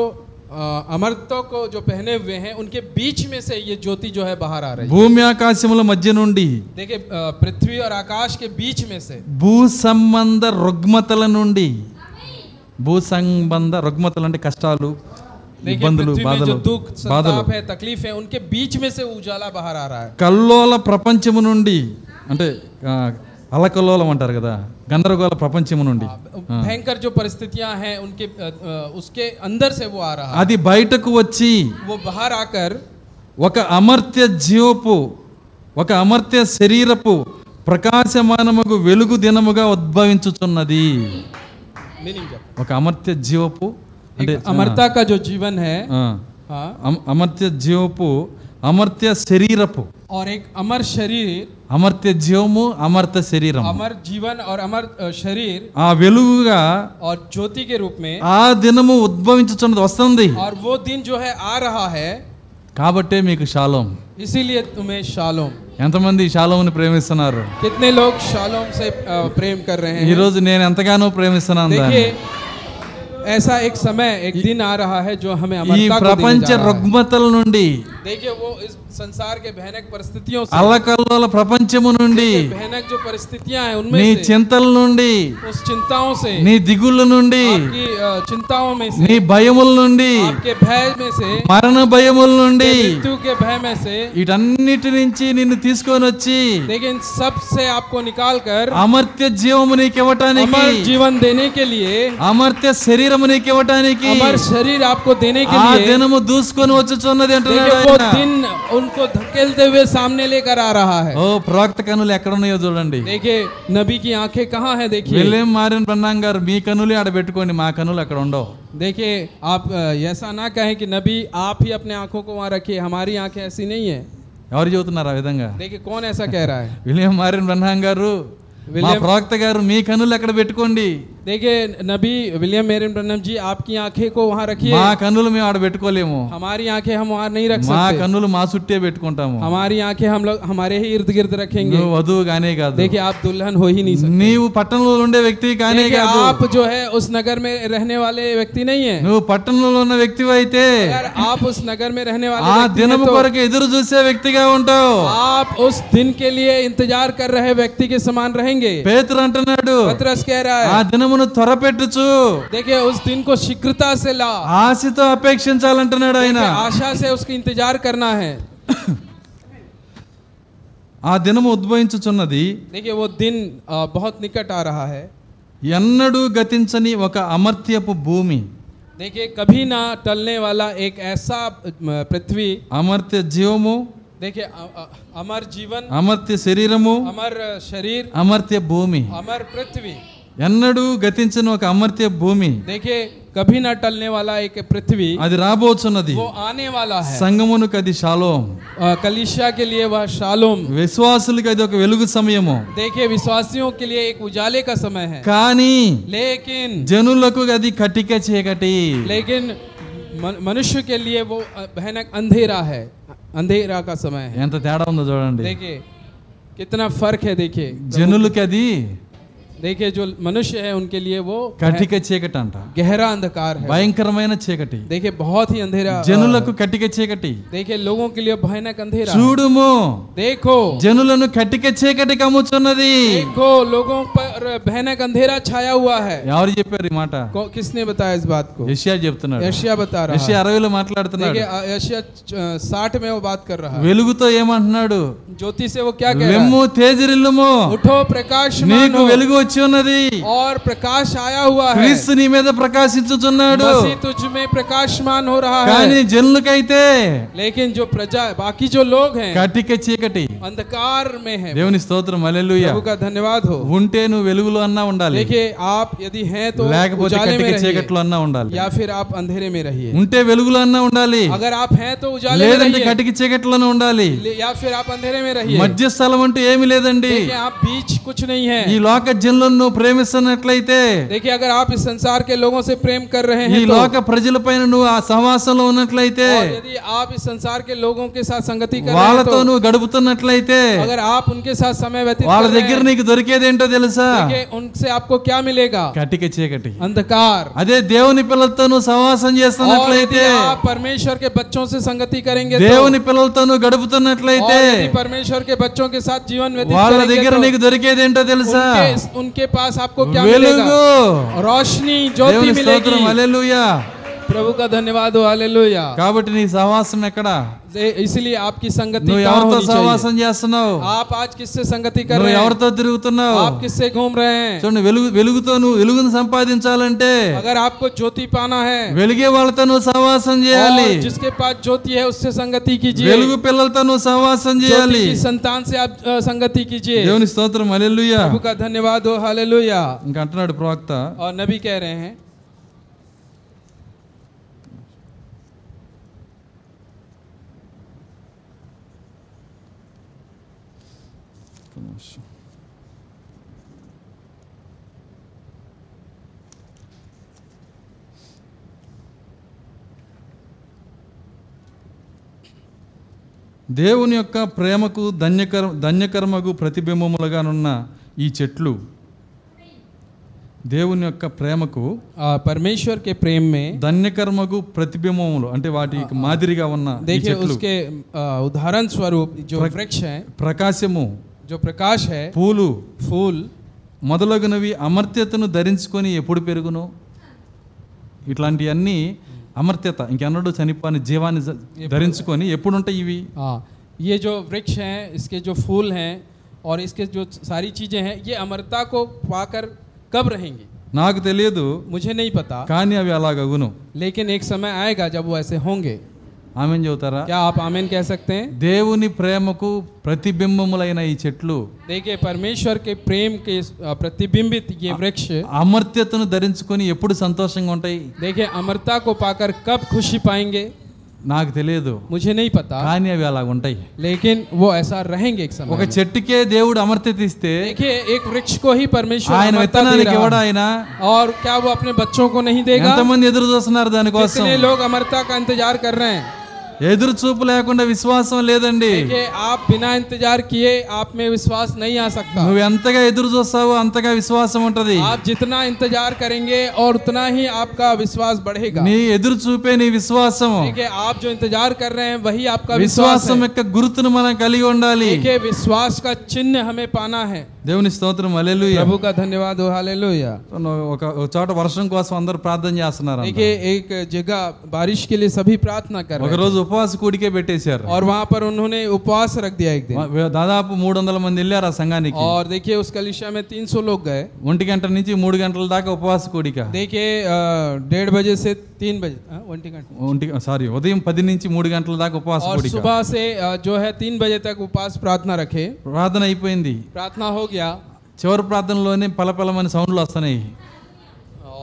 S5: अ, अमरत्व को जो पहने हुए हैं उनके बीच में से ये ज्योति जो है बाहर आ रही है
S1: భూమి ఆకాశముల మధ్య నుండి
S5: देखिए अ, पृथ्वी और आकाश के बीच में से
S1: భూ సంబంధ రుగ్మతల నుండి భూ సంబంధ రుగ్మతలు అంటే కష్టాలు
S5: देखिए
S1: ఇబ్బందులు
S5: पृथ्वी में
S1: బాధలు
S5: जो दुख
S1: బాధలు
S5: संताप है तकलीफ है उनके बीच में से उजाला बाहर आ रहा है
S1: కల్లోల ప్రపంచము నుండి అంటే ఆ, అలకల్లోలం అంటారు కదా గందరగోళ ప్రపంచము నుండి
S5: भयंकर जो परिस्थितियां हैं उनके अ, अ, उसके अंदर से वो आ रहा
S1: అది బయటకు వచ్చి
S5: है वो बाहर आकर
S1: ఒక అమర్త్య జీవపు ఒక అమర్త్య శరీరపు ప్రకాశమానముకు వెలుగు దినముగా ఉద్భవించుచున్నది
S5: मीनिंग जब
S1: ఒక అమర్త్య జీవపు అంటే
S5: एक अमरता का जो जीवन है
S1: ఆ,
S5: हाँ
S1: అమ- అమర్త్య జీవపు అమర్త్య శరీరపు
S5: और एक अमर शरीर
S1: అమర్త్య జీవము అమర్త్య శరీరం
S5: अमर जीवन और अमर अ, शरीर
S1: ఆ వెలుగుగా
S5: और ज्योति के रूप में
S1: ఆ దినము ఉద్భవించుచున్నది వస్తుంది
S5: और वो दिन जो है आ रहा है
S1: కాబట్టే మీకు శాలోం
S5: इसीलिए तुम्हें शालोम
S1: ఎంతమంది శాలోంని ప్రేమిస్తున్నారు
S5: कितने लोग शालोम से अ, प्रेम कर रहे
S1: ఈ
S5: हैं
S1: రోజు నేను ఎంతగానో ప్రేమిస్తున్నాను దాన్ని.
S5: देखिए ऐसा एक समय एक दिन आ रहा है जो हमें
S1: ఈ
S5: अमरता को देने
S1: ప్రపంచ
S5: जा रहा है।
S1: రుగ్మతల నుండి
S5: देखिए वो इस संसार के भयानक परिस्थितियों से
S1: అల్లకల్లోల ప్రపంచము నుండి
S5: ये भयानक जो परिस्थितियां हैं उनमें
S1: నీ
S5: से
S1: చింతల నుండి
S5: उस चिंताओं से
S1: నీ దిగుళ్ళ నుండి
S5: आपकी अ, चिंताओं में से
S1: నీ భయముల నుండి
S5: आपके भय में से
S1: మరణ భయముల నుండి
S5: मृत्यु के भय में से
S1: వీటన్నిటి నుంచి నిన్ను తీసుకొని వచ్చి
S5: लेकिन सब से आपको निकाल कर
S1: అమర్త్య జీవము నీకు ఇవ్వటానికి
S5: अमर जीवन देने के लिए
S1: అమర్త్య శరీరము నీకు ఇవ్వటానికి
S5: अमर शरीर आपको देने के
S1: ఆ
S5: लिए
S1: దినము దూసుకొని వచ్చుచున్నది అంటున్నాడు
S5: देखिए वो
S1: ఆయన.
S5: दिन उनको धकेलते हुए सामने लेकर आ रहा है
S1: ఓ ప్రవక్త కనులు ఎక్కడ ఉన్నాయో చూడండి
S5: देखिए नबी की आंखें कहाँ हैं देखिए
S1: వెళ్ళేం మారిన ప్రన్నాం గారు మీ కనులే ఆడ పెట్టుకోండి మా కనులు అక్కడ ఉండవు
S5: देखिए आप अ, ऐसा ना कहें कि नबी आप ही अपने आंखों को वहाँ रखिए हमारी आंखें ऐसी नहीं है
S1: ఎవరు చెబుతున్నారు ఆ విధంగా
S5: देखिए कौन ऐसा कह रहा है
S1: విలియం మారిన బ్రహ్మాం గారు మా
S5: విలియం-
S1: ప్రవక్త గారు మీ కనులు ఎక్కడ పెట్టుకోండి
S5: देखिए नबी विलियम मेरिन ब्रनम जी आपकी आंखें को वहाँ रखिए
S1: మా कन्నులు మేము ఆడ పెట్టుకోలేము
S5: हमारी आंखें हम वहाँ नहीं रख
S1: మా
S5: सकते
S1: కన్నులు మా చుట్టే పెట్టుకుంటాము
S5: हमारी आंखें हम लोग हमारे ही इर्द गिर्द रखेंगे
S1: నువ్వు వధువు కానే కాదు
S5: देखिए आप दुल्हन हो ही नहीं सकते
S1: నీవు పట్టణంలో ఉండే వ్యక్తి కానే
S5: देखिए
S1: కాదు
S5: आप जो है उस नगर में रहने वाले व्यक्ति नहीं है
S1: నువ్వు పట్టణంలో ఉన్న వ్యక్తివి అయితే
S5: अगर आप उस नगर में रहने
S1: ఆ
S5: वाले व्यक्ति हैं
S1: దినము
S5: तो
S1: కొరకు ఎదురు చూసే వ్యక్తిగా ఉంటావు
S5: आप उस दिन के लिए इंतजार कर रहे व्यक्ति के समान रहेंगे
S1: పేతురు అంటున్నాడు
S5: पतरस कह रहा
S1: ఆ
S5: है
S1: దినమును త్వరపెట్టుచు
S5: देखिए उस दिन को शीघ्रता से ला
S1: हाँ, ఆశతో అపేక్షించాలంటున్నాడు ఆయన
S5: देखिए, आशा से उसकी इंतजार करना है
S1: ఆ దినము ఉద్భవించుచున్నది
S5: देखिए वो दिन अ, बहुत निकट आ रहा है
S1: ఎన్నడూ గతించని ఒక అమర్త్యపు భూమి
S5: देखिए कभी ना टलने वाला एक ऐसा अ, पृथ्वी
S1: అమర్త్య జీవము
S5: देखिए अ- अ- अमर जीवन
S1: అమర్త్య శరీరము
S5: अमर शरीर
S1: అమర్త్య భూమి
S5: अमर पृथ्वी
S1: ఎన్నడూ గతించని ఒక అమర్త్య భూమి
S5: देखिए कभी ना टलने वाला एक पृथ्वी
S1: అది రాబోచున్నది
S5: वो ఆనే वाला है
S1: సంగమునకు అది శాలోం
S5: अ, कलीसिया के लिए वह शालोम
S1: విశ్వాసులకు అది ఒక వెలుగు సమయము
S5: देखिए विश्वासियों के लिए एक उजाले का समय है
S1: కానీ
S5: लेकिन
S1: జనులకు అది కటిక చీకటి
S5: लेकिन मन- मनुष्य के लिए वो अ, भयानक अंधेरा है अंधेरा का समय है
S1: ఎంత తేడా ఉందో చూడండి
S5: देखिए कितना फर्क है देखिए
S1: జనులకి అది
S5: देखिए जो मनुष्य है उनके लिए वो
S1: కటిక చీకటి అంట
S5: गहरा अंधकार है
S1: భయంకరమైన చీకటి
S5: देखिए बहुत ही अंधेरा अ,
S1: జనులకు కటిక చీకటి
S5: देखिए लोगों के लिए भयानक अंधेरा है।
S1: చూడుము
S5: देखो
S1: జనులను కటిక చీకటి కమ్ముచున్నది
S5: देखो लोगों पर भयानक अंधेरा छाया हुआ है
S1: ఎవరు చెప్పారు ఈ మాట
S5: को- किसने बताया इस बात को
S1: యషియా చెప్తున్నాడు
S5: यशिया बता रहा
S1: యషియా
S5: है
S1: అరవైలో మాట్లాడుతున్నాడు
S5: देखिए यशिया साठ में वो बात कर रहा है
S1: వెలుగుతో ఏమంటున్నాడు
S5: ज्योति से वो क्या कह रहा
S1: వెమ్ము తేజరిల్లుము
S5: है उठो प्रकाश
S1: నీకు వెలుగు వచ్చి ఉన్నది
S5: और प्रकाश आया हुआ है
S1: క్రీస్తు నీ మీద ప్రకాశించుచున్నాడు
S5: मसीह तुझ में प्रकाशमान हो रहा
S1: కానీ
S5: है
S1: జనులకైతే
S5: लेकिन जो प्रजा बाकी जो लोग हैं
S1: కటిక చీకటి
S5: अंधकार में है
S1: దేవుని స్తోత్రం అల్లెలుయ
S5: प्रभु का धन्यवाद हो
S1: ఉంటే నువ్వు వెలుగులో అన్నా ఉండాలి
S5: देखिए आप यदि हैं तो
S1: లేకపోతే
S5: उजाले में
S1: కటిక
S5: रहिए
S1: చీకట్లో అన్నా ఉండాలి
S5: या फिर आप अंधेरे में रहिए
S1: ఉంటే వెలుగులో అన్నా ఉండాలి
S5: अगर आप हैं तो उजाले में
S1: లేదంటే
S5: रहिए
S1: కటిక చీకట్లోనే ఉండాలి
S5: ले- या फिर आप अंधेरे में रहिए
S1: మధ్య స్థలం అంటూ ఏమీ లేదండి
S5: देखिए आप बीच कुछ नहीं
S1: ఈ
S5: है
S1: లోక జనులను నువ్వు ప్రేమిస్తున్నట్లయితే
S5: देखिए अगर आप इस संसार के लोगों से प्रेम कर रहे
S1: ఈ
S5: हैं तो
S1: లోక ప్రజలపైన నువ్వు ఆ సమాసంలో ఉన్నట్లయితే
S5: और यदि आप इस संसार के लोगों के साथ संगति कर रहे हैं
S1: వాళ్ళతో
S5: तो
S1: నువ్వు గడుపుతున్నట్లయితే
S5: अगर आप उनके साथ समय व्यतीत
S1: వాళ్ళ
S5: कर रहे
S1: దగ్గర నీకు దొరికేదేంటో తెలుసా
S5: हैं, देखिए उनसे आपको क्या मिलेगा
S1: కటిక చీకటి
S5: अंधकार
S1: అదే దేవుని పిల్లలతో నువ్వు సమాసం
S5: और यदि
S1: చేస్తున్నట్లయితే
S5: आप परमेश्वर के बच्चों से संगति करेंगे तो
S1: దేవుని పిల్లలతో నువ్వు
S5: और
S1: గడుపుతున్నట్లయితే
S5: यदि परमेश्वर के बच्चों के साथ जीवन व्यतीत
S1: వాళ్ళ
S5: करेंगे
S1: దగ్గర
S5: तो
S1: నీకు దొరికేదేంటో తెలుసా
S5: उनके, उनके पास आपको क्या
S1: వెలుగు
S5: मिलेगा रोशनी ज्योति
S1: దేవుని స్తోత్రం
S5: मिलेगी
S1: అలెలుయా
S5: प्रभु का धन्यवाद हो हालेलुया
S1: కాబట్టి నీ సహవాసం ఎక్కడ
S5: ए- इसलिए आपकी संगति
S1: నువ్వు
S5: कहाँ
S1: ఎవరితో
S5: होनी चाहिए
S1: సహవాసం చేస్తున్నావు
S5: आप आज किससे संगति कर
S1: నువ్వు
S5: रहे हैं
S1: ఎవరితో తిరుగుతున్నావు
S5: आप किससे घूम रहे हैं
S1: చూడండి వెలుగు వెలుగుతో నువ్వు వెలుగును సంపాదించాలంటే
S5: अगर आपको ज्योति पाना है
S1: వెలిగే వాళ్ళతో నువ్వు సహవాసం చేయాలి
S5: और जिसके पास ज्योति है उससे संगति कीजिए
S1: వెలుగు పిల్లలతో నువ్వు సహవాసం
S5: ज्योति
S1: చేయాలి
S5: की संतान से आप अ, संगति कीजिए
S1: దేవుని స్తోత్రం అలెలుయా
S5: प्रभु का धन्यवाद हो हालेलुया
S1: ఇంకా అంటున్నాడు ప్రవక్త
S5: और नबी कह रहे हैं
S1: దేవుని యొక్క ప్రేమకు ధన్యకర్మ ధన్యకర్మకు ప్రతిబింబములుగానున్న ఈ చెట్లు దేవుని యొక్క ప్రేమకు
S5: आ, परमेश्वर के प्रेम में
S1: ధన్యకర్మకు ప్రతిబింబములు అంటే వాటి మాదిరిగా ఉన్న ఈ
S5: देखिए
S1: చెట్లు
S5: उसके आ, उदाहरण स्वरूप जो
S1: प्रक-
S5: वृक्ष हैं
S1: ప్రకాశము
S5: जो प्रकाश है
S1: పూలు
S5: फूल
S1: మొదలగునవి అమర్త్యతను ధరించుకొని ఎప్పుడు పెరుగును ఇట్లాంటివన్నీ అమర్త్యత ఇంకెన్నడూ చనిపోని జీవాన్ని జ- ధరించుకొని ఎప్పుడుంటాయి ఇవి
S5: हाँ ये जो वृक्ष हैं इसके जो फूल हैं और इसके जो सारी चीज़ें हैं ये अमरता को पाकर कब रहेंगी
S1: నాకు తెలియదు
S5: मुझे नहीं पता
S1: కానీ అవి అలాగగును
S5: लेकिन एक समय आएगा जब वो ऐसे होंगे
S1: ఆమె చెబుతారా
S5: क्या आप आमीन कह सकते हैं
S1: దేవుని ప్రేమకు ప్రతిబింబములైన ఈ చెట్లు
S5: देखिए परमेश्वर के प्रेम के इस, आ, प्रतिबिंबित ये वृक्ष
S1: అమర్త్యతను ధరించుకొని ఎప్పుడు సంతోషంగా ఉంటాయి
S5: देखिए अमरता को पाकर कब खुशी पाएंगे
S1: నాకు తెలియదు
S5: मुझे नहीं पता
S1: కానీ అవి అలా ఉంటాయి
S5: लेकिन वो ऐसा रहेंगे एक समय
S1: ఒక చెట్టుకే దేవుడు అమర్త్యత ఇస్తే
S5: देखिए एक वृक्ष को ही परमेश्वर
S1: ఆయన
S5: अमरता दे
S1: విత్తనానికి
S5: रहा
S1: ఎవడు
S5: है।
S1: ఆయన
S5: और क्या वो अपने बच्चों को नहीं देगा
S1: ఎంతమంది ఎదురు చూస్తున్నారు దానికోసం
S5: कितने लोग अमरता का इंतजार कर रहे हैं
S1: ఎదురు చూపు లేకుండా విశ్వాసం లేదండి
S5: देखिए आप बिना इंतजार किए आप में विश्वास नहीं आ सकता
S1: నువ్వు ఎంతగా ఎదురు చూస్తావో అంతగా విశ్వాసం ఉంటది
S5: आप जितना इंतजार करेंगे और उतना ही आपका विश्वास बढ़ेगा
S1: నీ ఎదురు చూపే నీ విశ్వాసం
S5: देखिए आप जो इंतजार कर रहे हैं वही आपका विश्वास
S1: విశ్వాసం
S5: है
S1: యొక్క గుర్తును మనం కలిగి ఉండాలి
S5: देखिए विश्वास का चिन्ह हमें पाना है
S1: దేవుని స్తోత్రం అలెలుయ
S5: प्रभु का धन्यवाद हो हालेलुया
S1: ఒక ఒక చోట వర్షం కోసం అందరూ ప్రార్థన చేస్తున్నారు
S5: देखिए एक जगह बारिश के लिए सभी प्रार्थना कर
S1: ఒక
S5: रहे
S1: రోజు ఉపవాస కూడికే పెట్టేశారు
S5: हैं और వहाँ पर उन्होंने उपवास रख दिया एक दिन
S1: దాదాపు మూడు వందల మంది వెళ్ళారు ఆ సంఘానికి
S5: और देखिए उस कलिशा में 300 लोग गए
S1: ఒంటి గంట నుంచి మూడు గంటల దాకా ఉపవాస కూడిక
S5: देखिए अ, डेढ़ बजे से तीन बजे हाँ, one टिकट।
S1: ఒంటి సారీ ఉదయం పది నుంచి మూడు గంటల దాకా ఉపవాస
S5: और
S1: కూడిక
S5: सुबह से अ, जो है तीन बजे तक उपवास प्रार्थना रखे
S1: ప్రార్థన అయిపోయింది
S5: प्रार्थना हो गया
S1: చివరి ప్రార్థనలోనే పలపలమని సౌండ్లు వస్తున్నాయి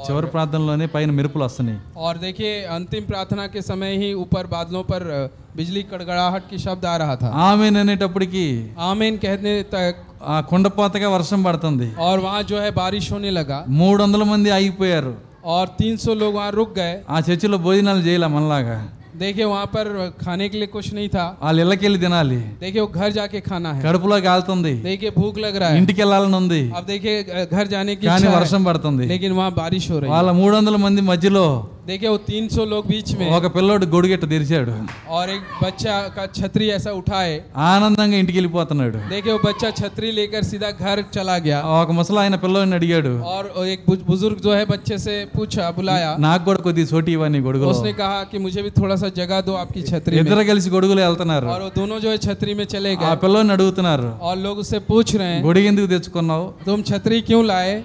S1: చివరి ప్రార్థనలోనే పైన మెరుపులు వస్తున్నాయి
S5: और देखिए अंतिम प्रार्थना के समय ही ऊपर बादलों पर अ, बिजली कड़गड़ाहट की शब्द आ रहा था
S1: ఆమె అనేటప్పటికి
S5: आमीन कहने तक
S1: ఆ కుండపోతగా వర్షం పడుతుంది
S5: और वहाँ जो है बारिश होने लगा
S1: మూడు వందల మంది ఆగిపోయారు
S5: और 300 लोग वहाँ रुक गए
S1: ఆ చర్చిలో భోజనాలు చేయలే మనలాగా
S5: देखिए वहाँ पर खाने के लिए कुछ नहीं था
S1: వాళ్ళ ఇళ్ళకెళ్ళి తినాలి
S5: देखिए वो घर जाके खाना है
S1: కడుపులో కాలుతుంది
S5: देखिए भूख लग रहा है
S1: ఇంటికి వెళ్ళాలని ఉంది
S5: अब देखिए अ, घर जाने की
S1: కానీ
S5: इच्छा है,
S1: వర్షం పడుతుంది
S5: लेकिन वहाँ बारिश हो रही है
S1: వాళ్ళ మూడు వందల మంది మధ్యలో
S5: देखिए वो 300 लोग बीच में
S1: ఒక పిల్లోడు గొడుగెట్ట తెరిచాడు
S5: और एक बच्चा का छतरी ऐसा उठाए
S1: ఆనందంగా ఇంటికి వెళ్ళిపోతున్నాడు
S5: देखिए वो बच्चा छतरी लेकर सीधा घर चला गया
S1: ఒక ముసలాయన ఆయన పిల్లోడిని అడిగాడు
S5: और वो एक बुज- बुजुर्ग जो है बच्चे से पूछा बुलाया
S1: నాకు కూడా కొద్ది చోటు ఇవ్వని గొడుగులో
S5: उसने कहा कि मुझे भी थोड़ा सा जगह दो आपकी छतरी में
S1: ఇద్దరు కలిసి గొడుగులు వెళ్తున్నారు
S5: और वो दोनों जो है छतरी में चले
S1: ఆ
S5: गए
S1: పిల్లోని అడుగుతున్నారు
S5: और लोग उससे पूछ रहे हैं
S1: గొడుగు ఎందుకు తెచ్చుకున్నావు
S5: तुम छतरी क्यों लाए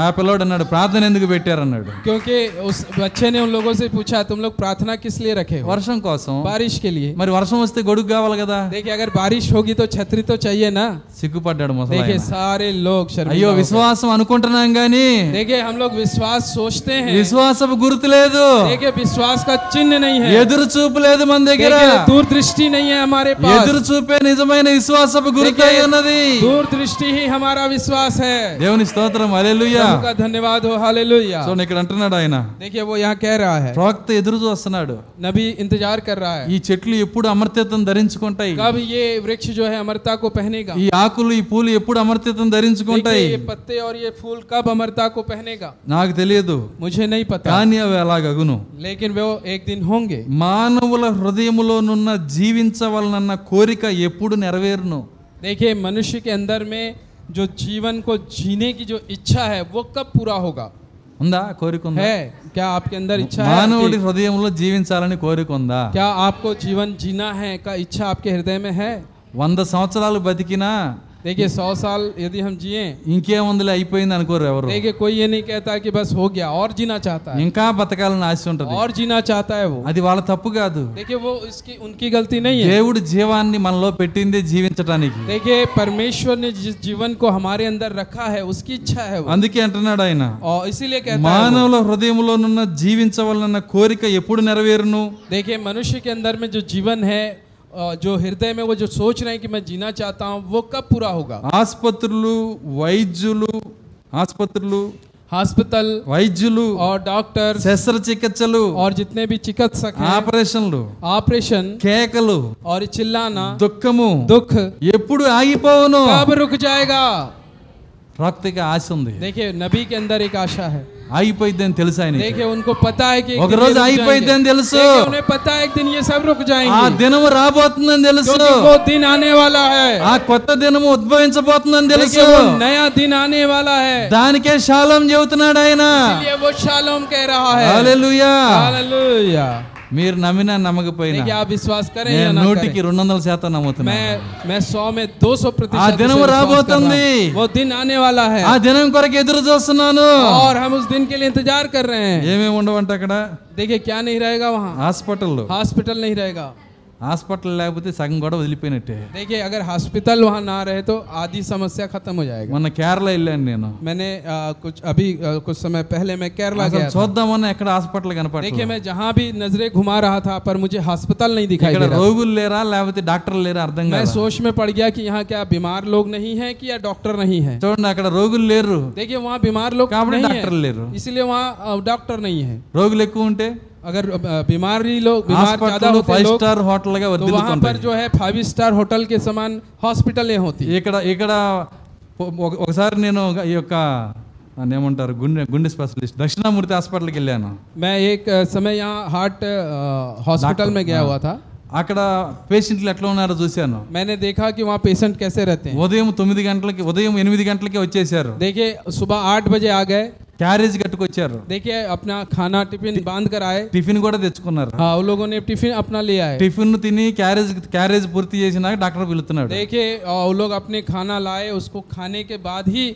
S1: ఆ పిల్లోడు అన్నాడు ప్రార్థన ఎందుకు పెట్టారు అన్నాడు
S5: क्योंकि उस बच्चे ने उन लोगों से पूछा तुम लोग प्रार्थना किस लिए रखे हो
S1: వర్షం కోసం
S5: बारिश के लिए
S1: మరి వర్షం వస్తే గొడుగు కావాలి కదా
S5: देखिए अगर बारिश होगी तो छतरी तो चाहिए ना
S1: సిగ్గుపడ్డాడు
S5: देखिए
S1: ముసలాయన
S5: सारे लोग
S1: అయ్యో
S5: शर्मिंदा हो गए।
S1: విశ్వాసం అనుకుంటున్నాం గాని
S5: देखिए हम लोग विश्वास सोचते हैं
S1: విశ్వాసపు గుర్తు లేదు
S5: देखिए विश्वास का चिन्ह नहीं है
S1: ఎదురు చూపు లేదు మన దగ్గర
S5: देखिए दूरदृष्टि नहीं है हमारे पास
S1: ఎదురు చూపే నిజమైన విశ్వాసపు గుర్తు అయి ఉన్నది
S5: दूरदृष्टि ही हमारा विश्वास है
S1: దేవుని స్తోత్రం అలెలుయా
S5: प्रभु का धन्यवाद हो हालेलुया
S1: చూడండి ఇక్కడ అంటున్నాడు ఆయన
S5: देखिए वो यहाँ कह रहा है
S1: ప్రవక్త ఎదురు చూస్తున్నాడు
S5: नबी इंतजार कर रहा है
S1: ఈ చెట్లు ఎప్పుడు అమర్త్యతను ధరించుకుంటాయి
S5: कब ये वृक्ष जो है अमरता को पहनेगा
S1: ఈ ఆకులు ఈ పూలు ఎప్పుడు అమర్త్యతను
S5: देखिए
S1: ధరించుకుంటాయి
S5: ये पत्ते और ये फूल कब अमरता को पहनेगा
S1: నాకు తెలియదు
S5: मुझे नहीं पता
S1: కానీ అవి అలాగగును
S5: लेकिन वो एक दिन होंगे
S1: మానవుల హృదయములోనున్న జీవించవలనన్న కోరిక ఎప్పుడు నెరవేరును
S5: देखिए मनुष्य के अंदर में जो जीवन को जीने की जो इच्छा है वो कब पूरा होगा
S1: ఉందా కోరిక ఉందా
S5: है क्या आपके अंदर इच्छा है
S1: మానవుడి
S5: आपकी?
S1: హృదయంలో జీవించాలని కోరిక ఉందా
S5: क्या आपको जीवन जीना है का इच्छा आपके हृदय में है
S1: వంద సంవత్సరాలు బతికినా
S5: देखिए सौ साल यदि हम जिए
S1: ఇంకేముందిలే అయిపోయింది అనుకోరు ఎవరు
S5: देखिए कोई ये नहीं कहता कि बस हो गया और जीना चाहता है
S1: ఇంకా బతకాలని ఆశ ఉంటది
S5: और जीना चाहता है वो
S1: అది వాళ్ళ తప్పు కాదు
S5: देखिए वो इसकी उनकी गलती नहीं है
S1: దేవుడు జీవాన్ని మనలో పెట్టిందే జీవించటానికి
S5: देखिए परमेश्वर ने जिस जीवन को हमारे अंदर रखा है उसकी इच्छा है वो
S1: అందుకే అంటున్నాడు ఆయన
S5: और इसीलिए कहता है वो,
S1: మానవుల హృదయంలోనున్న జీవించవలనన్న కోరిక ఎప్పుడు నెరవేరును
S5: देखिए मनुष्य के अंदर में जो जीवन है अ, जो हृदय में वो जो सोच रहे हैं कि मैं जीना चाहता हूँ वो कब पूरा होगा
S1: ఆసుపత్రులు వైద్యులు ఆసుపత్రులు
S5: हॉस्पिटल
S1: వైద్యులు
S5: और डॉक्टर
S1: శస్త్రచికిత్సలు
S5: और जितने भी चिकित्सक हैं
S1: ఆపరేషన్లు
S5: ऑपरेशन
S1: కేకలు
S5: और चिल्लाना
S1: దుఃఖము
S5: दुख
S1: ఎప్పుడు ఆగిపోవును
S5: कब रुक जाएगा
S1: ప్రవక్తకి ఆశ ఉంది
S5: देखिए नबी के अंदर एक आशा है
S1: ఆగిపోయిద్ది అని తెలుసు ఆయన
S5: देखिए उनको पता है कि एक
S1: ఒక
S5: दिन ये
S1: రోజు
S5: रुक जाएंगे।
S1: అయిపోయిద్దని తెలుసు.
S5: देखिए, उन्हें पता है एक दिन ये सब रुक
S1: ఆ
S5: जाएंगे
S1: దినము రాబోతుందని తెలుసు
S5: क्योंकि वो दिन आने वाला है
S1: ఆ కొత్త దినము ఉద్భవించబోతుందని
S5: देखिए
S1: తెలుసు
S5: वो नया दिन आने वाला है
S1: దానికే శాలం చెబుతున్నాడు ఆయన
S5: इसलिए वो शालोम कह रहा है
S1: హల్లెలూయా
S5: हालेलुया
S1: మీరు నమ్మినా నమ్మకపోయినా
S5: देखिए आप विश्वास करें या
S1: నేను
S5: ना
S1: నూటికి
S5: करें
S1: రెండు వందల శాతం నమ్ముతున్నా
S5: मैं मैं सौ में दो सौ
S1: ఆ
S5: प्रतिशत
S1: దినం
S5: उसे विश्वास कर रहा
S1: రాబోతుంది.
S5: हूं। वो दिन आने वाला है
S1: ఆ దినం కొరకు ఎదురు చూస్తున్నాను
S5: और हम उस दिन के लिए इंतजार कर रहे हैं
S1: ఏమేమి ఉండవంటే అక్కడ
S5: देखिए क्या नहीं रहेगा वहाँ
S1: హాస్పిటల్లో
S5: हॉस्पिटल नहीं रहेगा
S1: హాస్పిటల్ లేకపోతే సగం కూడా వదిలిపోయినట్టే
S5: देखिए अगर हॉस्पिटल वहाँ ना रहे तो आधी समस्या खत्म हो जाएगा
S1: మొన్న కేరళ వెళ్ళాను నేను
S5: मैंने आ, कुछ अभी आ, कुछ समय पहले मैं केरला
S1: అసలు
S5: गया था।
S1: చూద్దామన్నా ఎక్కడ హాస్పిటల్ కనపడలేదు
S5: देखिए मैं जहाँ भी नजरें घुमा रहा था पर मुझे हॉस्पिटल नहीं दिखाई
S1: ఇక్కడ
S5: दे रहा था।
S1: రోగులు లేరా లేకపోతే డాక్టర్లు లేరా అర్థం
S5: मैं
S1: కాదు
S5: सोच में पड़ गया कि यहाँ क्या बीमार लोग नहीं हैं कि या डॉक्टर नहीं है
S1: చూడండి అక్కడ రోగులు లేరు
S5: देखिए वहाँ बीमार लोग
S1: కాబట్టి
S5: नहीं
S1: डॉक्टर ले रहे
S5: हैं
S1: हो।
S5: इसलिए वहाँ अ, डॉक्टर नहीं है
S1: రోగులు ఎక్కువ ఉంటే
S5: अगर अ, बीमारी लोग बीमार ज्यादा
S1: హాస్పిటల్
S5: होते
S1: ఫైవ్
S5: तो लोग
S1: స్టార్ హోటల్ గా
S5: तो वहाँ पर
S1: వర్దిల్లుతుంటాయి
S5: जो है फाइव स्टार होटल के समान हॉस्पिटलें होती हैं।
S1: ఇక్కడ ఇక్కడ ఒ- ఒక- ఒకసారి నేను ఒక- ఈ యొక్క దాన్ని ఏమంటారు గుండె గుండె స్పెషలిస్ట్ దక్షిణామూర్తి హాస్పిటల్కి వెళ్ళాను
S5: मैं एक अ, समय यहाँ हार्ट अ, हॉस्पिटल में गया हुआ था
S1: అక్కడ పేషెంట్లు ఎట్లా ఉన్నారో చూశాను
S5: मैंने देखा कि वहाँ पेशेंट कैसे रहते हैं
S1: ఉదయం తొమ్మిది గంటలకి ఉదయం ఎనిమిది గంటలకి వచ్చేసారు
S5: देखिए सुबह आठ बजे आ गए
S1: క్యారేజ్ కట్టుకొచ్చారు
S5: देखिए अपना खाना टिफिन बांध कर आए
S1: టిఫిన్ కూడా తెచ్చుకున్నారు
S5: हाँ उन लोगों ने टिफिन अपना लिया है
S1: టిఫిన్ తిని క్యారేజ్ క్యారేజ్ పూర్తి చేసినాక డాక్టర్ పిలుతున్నాడు
S5: देखिए अ, वो लोग अपने खाना लाए उसको खाने के बाद ही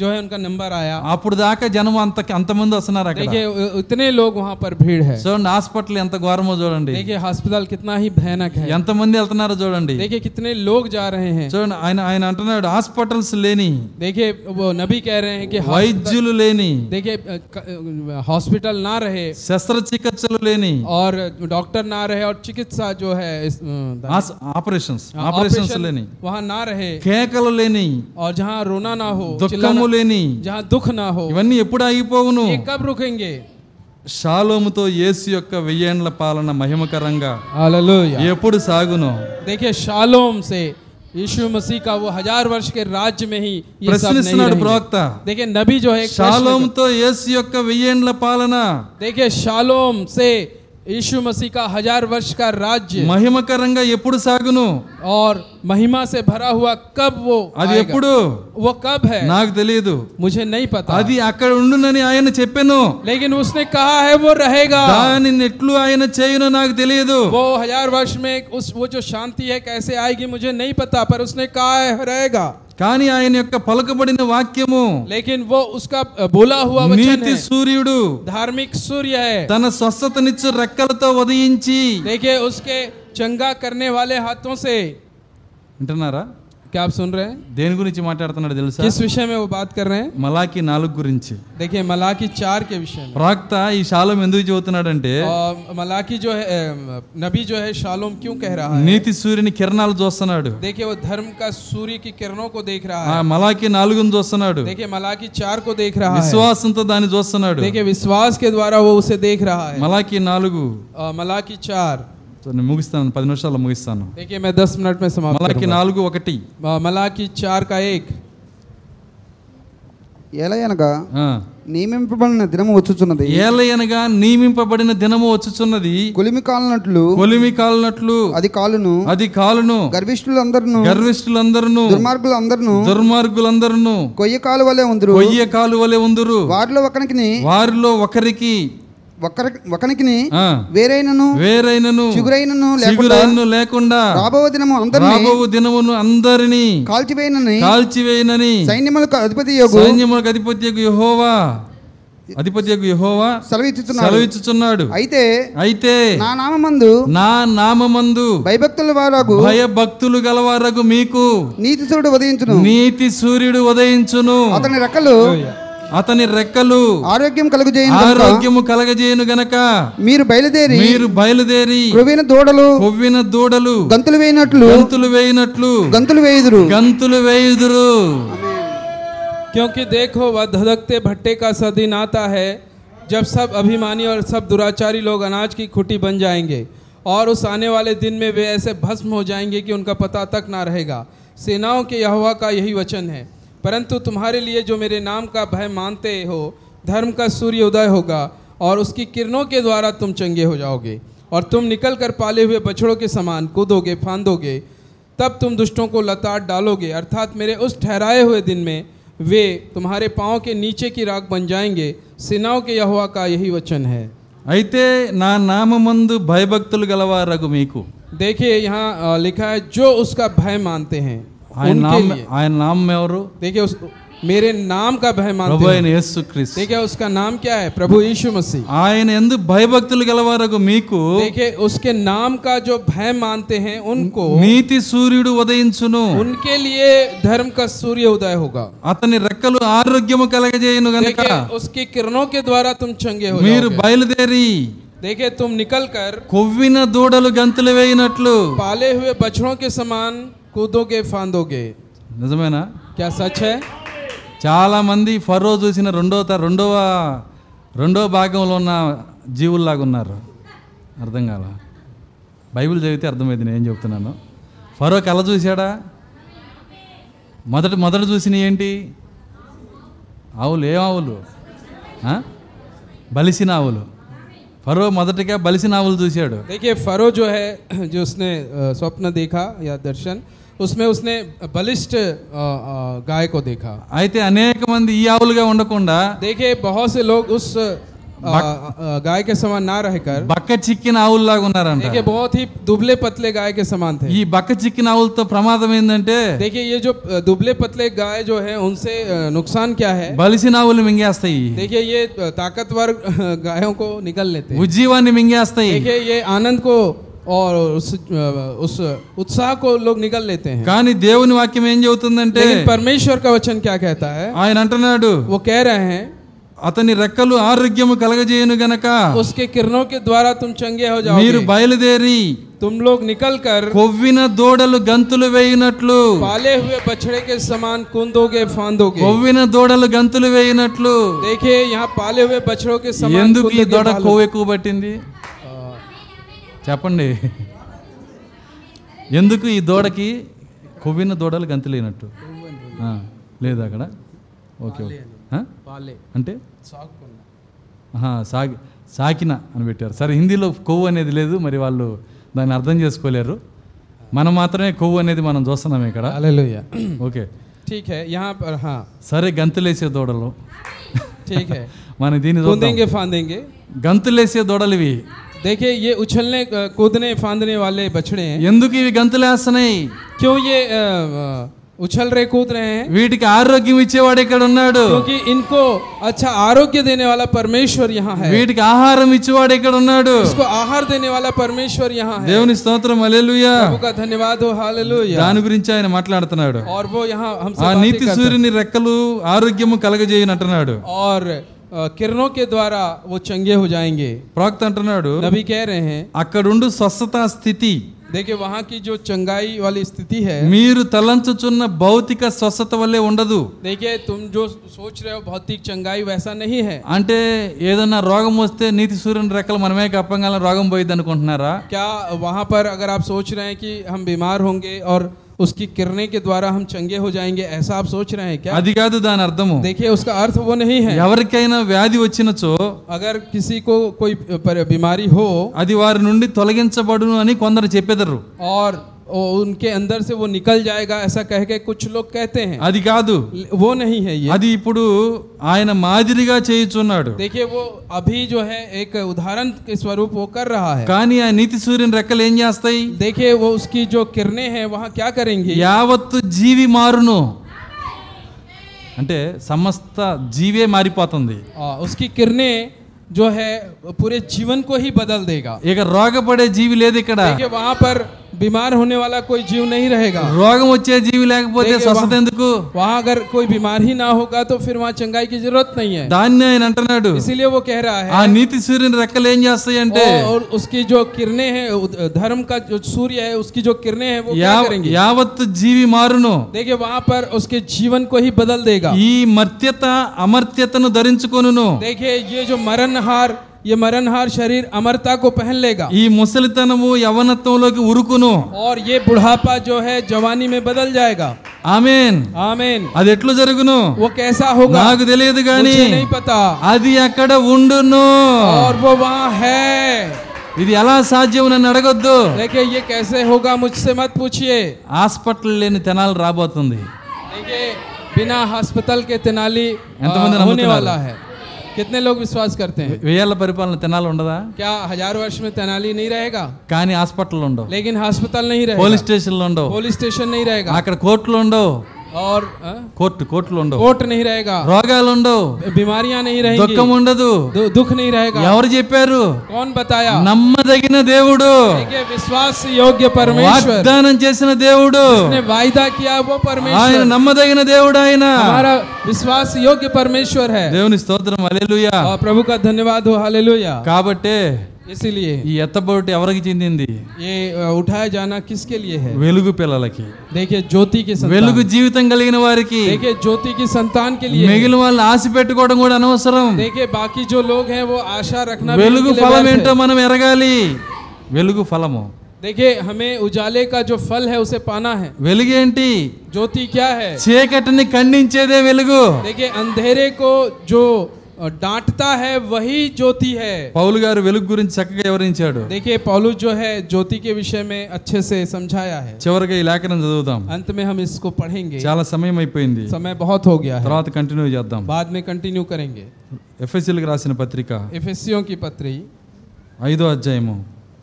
S5: जो है उनका नंबर आया
S1: అప్పుడు దాకా జనం అంత అంతమంది వస్తున్నారు అక్కడ
S5: देखिए उ- इतने लोग वहाँ पर भीड़ है
S1: చూడండి హాస్పిటల్ ఎంత ఘోరమో చూడండి
S5: देखिए हॉस्पिटल कितना ही भयानक है
S1: ఎంతమంది వెళ్తున్నారో చూడండి
S5: देखिए कितने लोग जा रहे हैं
S1: చూడండి ఆయన ఆయన అంటున్నాడు హాస్పిటల్స్ లేని
S5: देखिए वो नबी कह रहे हैं कि हॉस्पिटल-
S1: వైద్యులు లేని
S5: देखिए अ, क- अ, हॉस्पिटल ना रहे
S1: శస్త్రచికిత్సలు లేని
S5: और डॉक्टर ना रहे और చికిత్స जो है इस, अ,
S1: ఆస్- ఆపరేషన్స్
S5: हाँ,
S1: ఆపరేషన్స్
S5: operation
S1: లేని
S5: वहाँ ना रहे
S1: కేకలు లేని
S5: और जहाँ रोना ना हो
S1: దుఃఖము
S5: चिल्लाना-
S1: లేని
S5: जहाँ दुख ना हो
S1: ఇవన్నీ ఎప్పుడు ఆగిపోవును
S5: ये कब रुकेंगे
S1: షాలోముతో యేసు యొక్క వెయ్యేండ్ల పాలన మహిమకరంగా
S5: हालेलुया
S1: ఎప్పుడు సాగును
S5: देखिए शालोम से यीशु मसीह का वो हजार वर्ष के राज्य में ही ये सब नहीं
S1: ప్రశ్నిస్తున్నాడు
S5: रहेंगे।
S1: ప్రవక్త
S5: देखिए नबी जो है एक प्रश्न
S1: షాలోముతో యేసు యొక్క వెయ్యేండ్ల పాలన
S5: कर- देखिए शालोम से यीशु मसीह का हजार वर्ष का राज्य
S1: మహిమకరంగా ఎప్పుడు సాగును
S5: और महिमा से भरा हुआ कब वो
S1: అది
S5: आएगा?
S1: ఎప్పుడు
S5: वो कब है
S1: నాకు తెలియదు
S5: मुझे नहीं पता
S1: అది అక్కడ ఉండునని ఆయన చెప్పాను
S5: लेकिन उसने कहा है वो रहेगा
S1: దాని నెట్లు ఆయన చేయును నాకు తెలియదు
S5: वो हजार वर्ष में उस वो जो शांति है कैसे आएगी मुझे नहीं पता पर उसने कहा है रहेगा
S1: కానీ ఆయన యొక్క పలుకబడిన వాక్యము
S5: लेकिन वो उसका बोला हुआ वचन
S1: నీతి
S5: है
S1: సూర్యుడు
S5: धार्मिक सूर्य है
S1: తన స్వస్థతనిచ్చు రెక్కలతో ఉదయించి
S5: देखिए उसके चंगा करने वाले हाथों से
S1: వింటున్నారా
S5: क्या आप सुन रहे हैं
S1: దేని గురించి మాట్లాడుతున్నాడు తెలుసా
S5: किस विषय में वो बात कर रहे हैं
S1: మలాకి నాలుగు గురించి
S5: देखिए मलाकी चार के विषय में
S1: ప్రవక్త ఈ శాలం ఎందుకు చెబుతున్నాడంటే
S5: और मलाकी जो है अ, नबी जो है शालोम क्यों कह रहा है
S1: నీతి సూర్యుని కిరణాలు చూస్తున్నాడు
S5: देखिए वो धर्म का सूर्य की किरणों को देख
S1: ఆ
S5: रहा है
S1: మలాకి నాలుగును చూస్తున్నాడు
S5: देखिए मलाकी चार को देख रहा है
S1: విశ్వాసంతో దాన్ని చూస్తున్నాడు
S5: देखिए विश्वास के द्वारा वो उसे देख रहा है
S1: మలాకి నాలుగు
S5: अ, मलाकी चार
S1: సో నేను ముగిస్తాను పది నిమిషాల్లో ముగిస్తాను
S5: देखिए मैं दस मिनट में समाप्त
S1: మలాకి
S5: करूंगा।
S1: నాలుగు ఒకటి
S5: अ, मलाकी चार का एक
S6: ఎలా అనగా
S1: ఆ.
S6: నియమింపబడిన దినము వచ్చుచున్నది
S1: ఏలయనగా నియమింపబడిన దినము వచ్చుచున్నది
S6: గొలిమి కాలనట్లు
S1: కొలిమి కాలినట్లు
S6: అది కాలును
S1: అది కాలును
S6: గర్విష్ఠులందరును
S1: గర్విష్ఠులందరును
S6: దుర్మార్గులందరును
S1: దుర్మార్గులందరును
S6: కొయ్య కాలు వలె ఉందరు
S1: కొయ్య కాలు వలె ఉందురు
S6: వారిలో ఒకనికి
S1: వారిలో ఒకరికి
S6: ఒకనికి
S1: ఆ,
S6: వేరైనను
S1: వేరైనను
S6: చిగురైనను లేకుండా
S1: చిగురైనను లేకుండా
S6: రాబో దినము అందరినీ
S1: రాబోవు దినమును అందరిని
S6: కాల్చివేయనని
S1: కాల్చివేయనని
S6: సైన్యములకు అధిపతి యోగు
S1: సైన్యములకు అధిపతి యెహోవా అధిపతి యెహోవా
S6: సెలవిచ్చుచున్నాడు
S1: సెలవిచ్చుచున్నాడు
S6: అయితే
S1: అయితే
S6: నా నామందు
S1: నా నామమందు
S6: భయభక్తుల వారాగు
S1: భయభక్తులు గలవారకు మీకు
S6: నీతిశుడు ఉదయించును
S1: నీతి సూర్యుడు ఉదయించును
S6: అతని రెక్కలు
S1: అతని రెక్కలు
S6: ఆరోగ్యం కలుగుజేయను గనుక
S1: ఆరోగ్యము కలగజేయును గనక
S6: మీరు బయలుదేరి
S1: మీరు బయలుదేరి
S6: క్రొవ్విన దూడలు
S1: కొవ్విన దూడలు
S6: గంతులు వేయినట్లు
S1: గంతులు వేయినట్లు
S6: గంతులు వేయుదురు
S1: గంతులు వేయుదురు
S5: क्योंकि देखो वह धधकते भट्टे का सा दिन आता है जब सब अभिमानी और सब दुराचारी लोग अनाज की खुटी बन जाएंगे और उस आने वाले दिन में वे ऐसे भस्म हो जाएंगे कि उनका पता तक ना रहेगा सेनाओं के यहोवा का यही वचन है परंतु तुम्हारे लिए जो मेरे नाम का भय मानते हो धर्म का सूर्य उदय होगा और उसकी किरणों के द्वारा तुम चंगे हो जाओगे और तुम निकल कर पाले हुए बछड़ों के समान कूदोगे फांदोगे तब तुम दुष्टों को लताड़ डालोगे अर्थात मेरे उस ठहराए हुए दिन में वे तुम्हारे पाँव के नीचे की राख बन जाएंगे सेनाओं के यहोवा का यही वचन है
S1: అయితే నా నామందు భయభక్తులు గలవారగు మీకు
S5: देखिए यहाँ अ, लिखा है जो उसका भय मानते हैं
S1: ఆయన
S5: उनके
S1: నామ
S5: लिए
S1: ఆయన నామం ఎవరు
S5: देखिए उस मेरे नाम का भय
S1: ప్రభు
S5: मानते
S1: అయిన
S5: हैं
S1: యేసు క్రీస్తు
S5: देखिए उसका नाम क्या है प्रभु यीशु मसीह
S1: ఆయన ఎందు భయభక్తులు గలవారగు మీకు
S5: देखिए उसके नाम का जो भय मानते हैं उनको
S1: నీతి సూర్యుడు ఉదయించును
S5: उनके लिए धर्म का सूर्य उदय होगा
S1: అతని రెక్కలు ఆరోగ్యము కలగజేయును గనుక
S5: देखिए उसकी किरणों के द्वारा तुम चंगे हो
S1: మీరు
S5: जाओगे
S1: బయలుదేరి
S5: देखिए तुम निकल कर
S1: కొవ్విన దూడలు గంతులు వేయినట్లు
S5: पाले हुए बछड़ों के समान कूदोगे फांदोगे
S1: నిజమేనా
S5: क्या सच है
S1: చాలా మంది ఫరో చూసిన రెండో త- రెండవ రెండో భాగంలో ఉన్న జీవుల్లాగా ఉన్నారు అర్థం కాల బైబిల్ చదివితే అర్థమైంది నేను ఏం చెప్తున్నాను ఫరో కళ చూశాడా మొదట మొదట చూసినవి ఏంటి ఆవులు ఏం ఆవులు ఆ? బలిసిన ఆవులు ఫరో మొదటగా బలిసిన ఆవులు చూశాడు
S5: देखिए फरो जो है जो उसने अ, स्वप्न देखा या दर्शन उसमें उसने बलिष्ठ अ, अ, गाय को देखा
S1: అయితే అనేక మంది ఈ ఆవులుగా ఉండకుండా
S5: देखिए बहुत से लोग उस अ, अ, गाय के समान ना रहकर
S1: బక్క చిక్కిన ఆవుల్లాగా ఉన్నారంట
S5: देखिए बहुत ही दुबले पतले गाय के समान थे
S1: ఈ బక్క చిక్కిన ఆవులతో ప్రమాదం ఏంటంటే
S5: देखिए ये जो अ, दुबले पतले गाय जो है उनसे अ, नुकसान क्या है
S1: బలిసిన ఆవులు మింగేస్తాయి
S5: देखिए ये अ, ताकतवर अ, गायों को निकल लेते हैं
S1: ఉజ్జీవాన్ని మింగేస్తాయి
S5: देखिए ये आनंद को और उस अ, उस उत्साह को लोग निकल लेते हैं
S1: కానీ దేవుని వాక్యం ఏం చెబుతుందంటే
S5: लेकिन परमेश्वर का वचन क्या कहता है
S1: ఆయన అంటున్నాడు
S5: वो कह रहे हैं
S1: అతని రెక్కలు ఆరోగ్యము కలగజేయును గనక
S5: उसके किरणों के द्वारा तुम चंगे हो
S1: మీరు
S5: जाओगे
S1: బయలుదేరి
S5: तुम लोग निकल कर
S1: కొవ్విన దూడలు గంతులు వేయినట్లు
S5: पाले हुए बछड़े के समान कूदोगे फांदोगे
S1: కొవ్విన దూడలు గంతులు వేయినట్లు
S5: देखिए यहाँ पाले हुए बछड़ों के समान
S1: ఎందుకు ఈ
S5: कूदोगे,
S1: దూడ
S5: भालो-
S1: కొవ్వు ఎక్కువ పట్టింది చెప్పండి ఎందుకు ఈ దూడకి కొవ్విన దూడలు గంతులేనట్టు ఆ, లేదు అక్కడ ఓకే ఓకే ఆ?
S5: पाले
S1: అంటే
S5: साग करना।
S1: ఆహా, సాగి సాకిన అని పెట్టారు సరే హిందీలో కొవ్వు అనేది లేదు మరి వాళ్ళు దాన్ని అర్థం చేసుకోలేరు మనం మాత్రమే కొవ్వు అనేది మనం చూస్తున్నాం ఇక్కడ
S5: हालेलुया
S1: ఓకే
S5: ठीक है यहाँ पर हाँ
S1: సరే గంతులేసే దూడలు
S5: ठीक है
S1: మనం దీన్ని చూద్దాం
S5: कूदेंगे फांदेंगे
S1: గంతులేసే దూడలు ఇవి
S5: देखिए ये उछलने अ, कूदने फांदने वाले बछड़े हैं
S1: ఎందుకు ఇవి గంతులేస్తున్నాయి
S5: क्यों ये अ, अ, उछल रहे कूद रहे हैं
S1: వీటికి ఆరోగ్యం ఇచ్చేవాడు ఇక్కడ ఉన్నాడు
S5: क्योंकि इनको अच्छा आरोग्य देने वाला परमेश्वर यहाँ है
S1: వీటికి ఆహారం ఇచ్చేవాడు ఇక్కడ ఉన్నాడు
S5: इसको आहार देने वाला परमेश्वर यहाँ है
S1: దేవుని స్తోత్రం అలెలుయా
S5: प्रभु का धन्यवाद हो हालेलुया
S1: దాని గురించి ఆయన మాట్లాడుతున్నాడు
S5: और वो यहाँ
S1: ఆ
S5: हमसे
S1: నీతి
S5: बातें करता है।
S1: సూర్యుని రెక్కలు ఆరోగ్యము కలగజేయనంటున్నాడు
S5: और अ, किरणों के द्वारा वो चंगे हो जाएंगे
S1: ప్రాక్త అంటున్నాడు
S5: नबी कह रहे हैं
S1: అక్కడుండు స్వస్థత స్థితి
S5: देखिए वहाँ की जो चंगाई वाली स्थिति है
S1: మీరు తలంచుచున్న భౌతిక స్వస్థత వల్లే ఉండదు
S5: देखिए तुम जो सोच रहे हो भौतिक चंगाई वैसा नहीं है
S1: అంటే ఏదైనా రోగం వస్తే నీతి సూర్యుని రెక్కలు మనమే కప్పంగా రోగం పోయిద్ది అనుకుంటున్నారా
S5: क्या वहाँ पर अगर आप सोच रहे हैं कि हम बीमार होंगे और उसकी किरणें के द्वारा हम चंगे हो जाएंगे ऐसा आप सोच रहे हैं क्या
S1: అది కాదు దాని అర్థము
S5: देखिए उसका अर्थ वो नहीं है
S1: ఎవరికైనా వ్యాధి వచ్చినచో
S5: अगर किसी को कोई पर- बीमारी हो
S1: అది వారి నుండి తొలగించబడును అని కొందరు చెప్పెదరు
S5: और वो उनके अंदर से वो निकल जाएगा ऐसा कह के कुछ लोग कहते हैं
S1: అది కాదు
S5: वो नहीं है ये
S1: అది ఇప్పుడు ఆయన మాదిరిగా చేయుచున్నాడు
S5: देखिए वो अभी जो है एक उदाहरण के स्वरूप वो कर रहा है
S1: కానీ ఆ నీతి సూర్యుని రెక్కలు ఏం చేస్తాయి
S5: देखिए वो उसकी जो किरणें हैं वहाँ क्या करेंगी
S1: యావత్తు జీవి మారును అంటే సమస్త జీవే మారిపోతుంది
S5: आ, उसकी किरणें जो है पूरे जीवन को ही बदल देगा
S1: ఇక రోగపడే జీవి లేదు ఇక్కడ
S5: देखिए वहाँ पर बीमार होने वाला कोई जीव नहीं रहेगा
S1: రోగం వచ్చే జీవి లేకపోతే
S5: దేనికి
S1: స్వస్థత
S5: వా-
S1: ఎందుకు
S5: वहाँ अगर कोई बीमार ही ना होगा तो फिर वहाँ चंगाई की जरूरत नहीं है
S1: దాన్ని ఆయన అంటున్నాడు
S5: इसीलिए वो कह रहा है
S1: ఆ నీతి సూర్యుని రెక్కలు ఏం చేస్తాయంటే
S5: और- और उसकी जो किरणें हैं उ- धर्म का जो सूर्य है उसकी जो किरणें हैं वो क्या
S1: యావ-
S5: करेंगी
S1: యావత్తు జీవి మారును
S5: देखिए वहाँ पर उसके जीवन को ही बदल देगा
S1: ఈ మర్త్యత అమర్త్యతను ధరించుకొనును
S5: देखिए ये जो मरणहार ये मरणहार शरीर अमरता को पहन लेगा
S1: ఈ ముసలితనము యవనత్వంలోకి ఉరుకును
S5: और ये बुढ़ापा जो है जवानी में बदल जाएगा
S1: ఆమెన్
S5: आमीन
S1: అది ఎట్లు జరుగును
S5: वो कैसा होगा
S1: నాకు తెలియదు గాని
S5: मुझे नहीं पता
S1: అది అక్కడ ఉండును
S5: और वो वहाँ है
S1: ఇది ఎలా సాధ్యం నన్ను అడగొద్దు
S5: देखिए ये कैसे होगा मुझसे मत पूछिए
S1: హాస్పిటల్ లేని తెనాలు రాబోతుంది
S5: देखिए बिना अस्पताल के तेनाली
S1: तो
S5: आ,
S1: बंदे नमूने
S5: होने
S1: वाला।
S5: वाला है कितने लोग विश्वास करते हैं
S1: వేయాల పరిపాలన తెనాలు ఉండదా
S5: क्या हजार वर्ष में तेनाली नहीं रहेगा
S1: కానీ హాస్పిటల్ ఉండవు
S5: लेकिन अस्पताल नहीं रहेगा
S1: పోలీస్ స్టేషన్లు ఉండవు
S5: पुलिस स्टेशन नहीं रहेगा
S1: అక్కడ కోర్టులు ఉండవు
S5: और आ,
S1: కోర్టు కోర్టులు ఉండవు
S5: कोर्ट नहीं रहेगा
S1: రోగాలు ఉండవు
S5: बीमारियां नहीं रहेंगी
S1: దుఃఖం ఉండదు
S5: दु- दुख नहीं रहेगा
S1: ఎవరు చెప్పారు
S5: कौन बताया
S1: నమ్మదగిన దేవుడు
S5: देखिए विश्वास योग्य परमेश्वर
S1: వాగ్దానం చేసిన దేవుడు
S5: ने वायदा किया वो परमेश्वर
S1: ఆయన నమ్మదగిన దేవుడు ఆయన
S5: हमारा विश्वास योग्य परमेश्वर है
S1: దేవుని స్తోత్రం అలెలుయా
S5: और प्रभु का धन्यवाद हो हालेलुया
S1: కాబట్టే
S5: इसीलिए
S1: ఈ ఎత్తబోటి ఎవరికి చెందింది
S5: ये अ, उठाया जाना किसके लिए है
S1: వెలుగు పిల్లలకి
S5: देखिए ज्योति की संतान
S1: వెలుగు జీవితం కలిగిన వారికి
S5: देखिए ज्योति की संतान के लिए
S1: మిగిలిన వాళ్ళని ఆశ పెట్టుకోవడం కూడా అనవసరం
S5: देखिए बाकी जो लोग हैं वो आशा रखना भी
S1: వెలుగు
S5: उनके लिए
S1: ఫలం
S5: व्यर्थ
S1: ఏంటో
S5: है।
S1: మనం ఎరగాలి వెలుగు ఫలము
S5: देखिए हमें उजाले का जो फल है उसे पाना है
S1: వెలుగేంటి
S5: ज्योति क्या है
S1: చీకటిని ఖండించేదే వెలుగు
S5: देखिए अंधेरे को जो अ, डांटता है वही ज्योति है
S1: పౌలు గారు వెలుగు గురించి చక్కగా వివరించాడు
S5: देखिए पौलुस जो है ज्योति के विषय में अच्छे से समझाया है
S1: చివరిగా ఈ లేఖనం చదువుదాం
S5: अंत में हम इसको पढ़ेंगे
S1: చాలా సమయం అయిపోయింది
S5: समय बहुत हो गया है
S1: తర్వాత కంటిన్యూ చేద్దాం
S5: बाद में कंटिन्यू करेंगे
S1: ఎఫ్ఎస్ఎల్కి రాసిన పత్రిక
S5: एफएसियों की पत्री
S1: ఐదో అధ్యాయము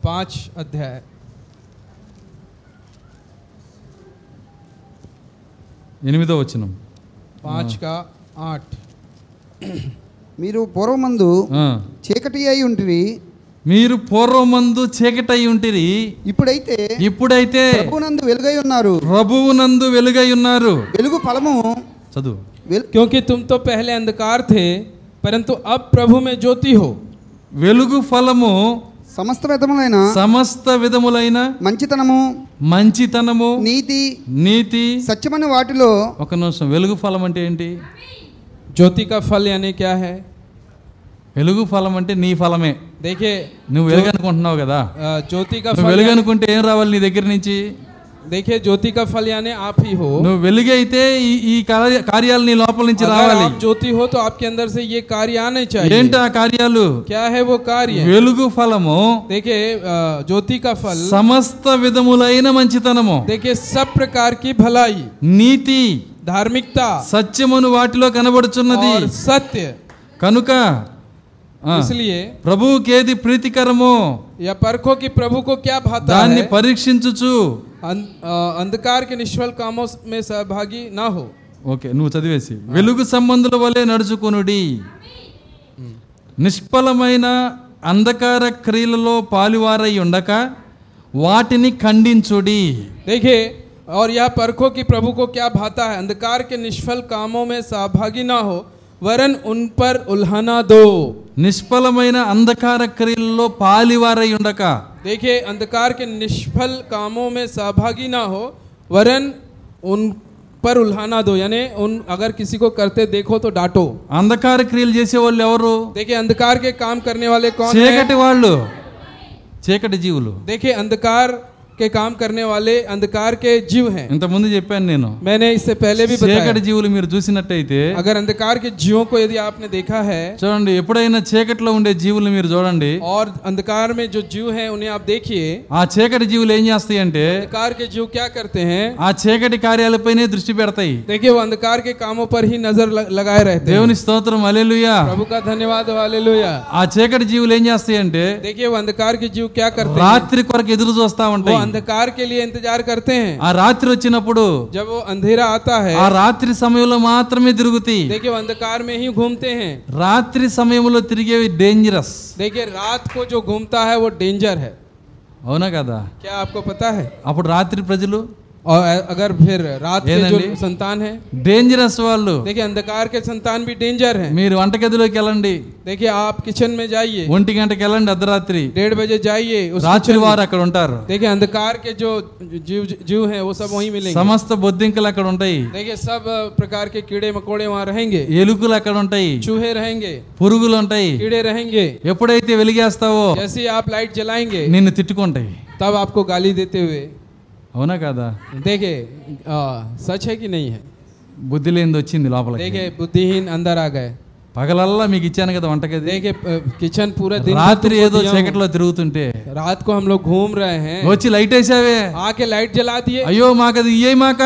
S5: पांच अध्याय
S1: ఎనిమిదో వచనం
S5: पांच का आठ
S6: మీరు పూర్వమందు
S1: ఆ.
S6: చీకటి అయి ఉంటిరి
S1: మీరు పూర్వమందు చీకటి అయి ఉంటిరి
S6: ఇప్పుడైతే
S1: ఇప్పుడైతే
S6: ప్రభునందు వెలుగై ఉన్నారు
S1: ప్రభువునందు వెలుగై ఉన్నారు
S6: వెలుగు ఫలము
S1: చదువు
S6: వెలు-
S5: क्योंकि तुम तो पहले अंधकार थे परंतु अब प्रभु में ज्योति हो
S1: వెలుగు ఫలము
S6: సమస్త విధములైన
S1: సమస్త విధములైన
S6: మంచితనము
S1: మంచితనము
S6: నీతి
S1: నీతి
S6: సత్యమని వాటిలో
S1: ఒక నిమిషం వెలుగు ఫలం అంటే ఏంటి
S5: ज्योति का फल यानी क्या है
S1: వెలుగు ఫలం అంటే నీ ఫలమే
S5: देखिए
S1: నువ్వు వెలుగు అనుకుంటున్నావు కదా
S5: अ, ज्योति का
S1: నువ్వు
S5: फल
S1: వెలుగు అనుకుంటే ఏం రావాలి నీ దగ్గర నుంచి
S5: देखिए ज्योति का फल यानी आप ही हो
S1: నువ్వు వెలుగైతే ఈ ఈ కార్య- కార్యాలు నీ లోపల నుంచి
S5: अगर
S1: రావాలి
S5: आप ज्योति हो तो आपके अंदर से ये कार्य आने चाहिए
S1: ఏంటి ఆ కార్యాలు
S5: क्या है वो कार्य
S1: వెలుగు ఫలము
S5: देखिए अ, ज्योति का फल
S1: సమస్త విధములైన మంచితనము
S5: देखिए सब प्रकार की भलाई
S1: నీతి
S5: धार्मिकता
S1: సత్యమును వాటిలో కనబడుచున్నది
S5: और सत्य
S1: కనుక ఆ,
S5: इसलिए
S1: ప్రభువుకేది ప్రీతికరమో
S5: यह परखो कि प्रभु को क्या भाता
S1: దాన్ని
S5: है
S1: పరీక్షించుచు
S5: अं- अ, अंधकार के निष्फल कामों में सहभागी ना हो
S1: ఓకే నువ్వు చదివేసి వెలుగు సంబంధుల వలె నడుచుకొనుడి నిష్ఫలమైన అంధకార క్రియలలో పాలువారై ఉండక వాటిని ఖండించుడి
S5: देखिए और यह परखो कि प्रभु को क्या भाता है अंधकार के निष्फल कामों में सहभागी ना हो वरन उन पर उल्हाना दो
S1: నిష్ఫలమైన అంధకార క్రియలలో పాలివారై ఉండక
S5: देखिए अंधकार के निष्फल कामों में सहभागी ना हो वरन उन पर उल्हाना दो यानी उन अगर किसी को करते देखो तो डांटो
S1: అంధకార క్రియలు చేసే వాళ్ళు ఎవరు
S5: देखिए अंधकार के काम करने वाले कौन हैं
S1: చీకటి వాళ్ళు చీకటి జీవులు
S5: देखिए अंधकार के काम करने वाले अंधकार के जीव हैं
S1: ఇంతకుముందు చెప్పాను నేను
S5: मैंने इससे पहले भी बताया
S1: చీకటి జీవులు మీరు చూసినట్టయితే
S5: अगर अंधकार के जीवों को यदि आपने देखा है
S1: చూడండి ఎప్పుడైనా చీకటిలో ఉండే జీవులు మీరు చూడండి
S5: और अंधकार में जो जीव हैं उन्हें आप देखिए
S1: ఆ చీకటి జీవులు ఏం చేస్తాయి అంటే
S5: अंधकार के जीव क्या करते हैं
S1: ఆ చీకటి కార్యాలపైనే దృష్టి పెడతాయి
S5: देखिए वो अंधकार के कामों पर ही नजर ल- लगाए रहते हैं
S1: దేవుని స్తోత్రం అలెలుయా
S5: प्रभु का धन्यवाद हालेलुया
S1: ఆ చీకటి జీవులు ఏం చేస్తాయి అంటే
S5: देखिए वो अंधकार के जीव क्या करते हैं
S1: రాత్రి కొరకు ఎదురు చూస్తా
S5: वो
S1: ఉంటాయి
S5: अंधकार के लिए इंतजार करते हैं
S1: ఆ రాత్రి వచ్చినప్పుడు
S5: जब वो अंधेरा आता
S1: ఆ
S5: है
S1: రాత్రి సమయంలో మాత్రమే తిరుగుతాయి
S5: देखिए वो अंधकार में ही घूमते हैं
S1: రాత్రి సమయంలో తిరిగేవి డేంజరస్
S5: देखिए रात को जो घूमता है वो डेंजर है
S1: అవునా కదా
S5: क्या आपको पता है
S1: అప్పుడు రాత్రి ప్రజలు
S5: और अ- अगर फिर रात के जो
S1: ఏందండి?
S5: संतान है
S1: డేంజరస్ వాళ్ళు
S5: देखिए अंधकार के संतान भी डेंजर है
S1: మీరు వంటగదిలోకి వెళ్ళండి
S5: देखिए आप किचन में जाइए
S1: ఒంటి గంటకి వెళ్ళండి అర్ధరాత్రి
S5: डेढ़ बजे जाइए उस
S1: రాత్రి
S5: kitchen में।
S1: వారు అక్కడ ఉంటారు
S5: देखिए अंधकार के जो जीव जीव हैं वो सब वहीं मिलेंगे
S1: సమస్త బొద్దింకలు అక్కడ ఉంటాయి
S5: देखिए सब अ, प्रकार के कीड़े मकोड़े वहाँ रहेंगे
S1: ఎలుకలు అక్కడ ఉంటాయి
S5: चूहे रहेंगे
S1: పురుగులు ఉంటాయి
S5: कीड़े रहेंगे
S1: ఎప్పుడైతే వెలిగేస్తావో
S5: जैसे ही आप लाइट जलाएंगे
S1: నిన్ను తిట్టుకుంటాయి
S5: तब आपको गाली देते हुए
S1: అవునా కాదా
S5: देखिए आ, सच है कि नहीं है
S1: బుద్ధి లేనిది వచ్చింది లోపలికి
S5: देखिए बुद्धिहीन अंदर आ गए
S1: పగలల్లా మీకు ఇచ్చాను కదా వంటగది
S5: देखिए अ, किचन पूरा दिन में
S1: రాత్రి
S5: तुमको
S1: ఏదో
S5: दिया हूँ।
S1: చీకట్లో తిరుగుతుంటే
S5: रात को हम लोग घूम रहे हैं
S1: వచ్చి లైట్ వేసావే
S5: आके लाइट जला दिए
S1: అయ్యో మాకది ఇయ్యే మాక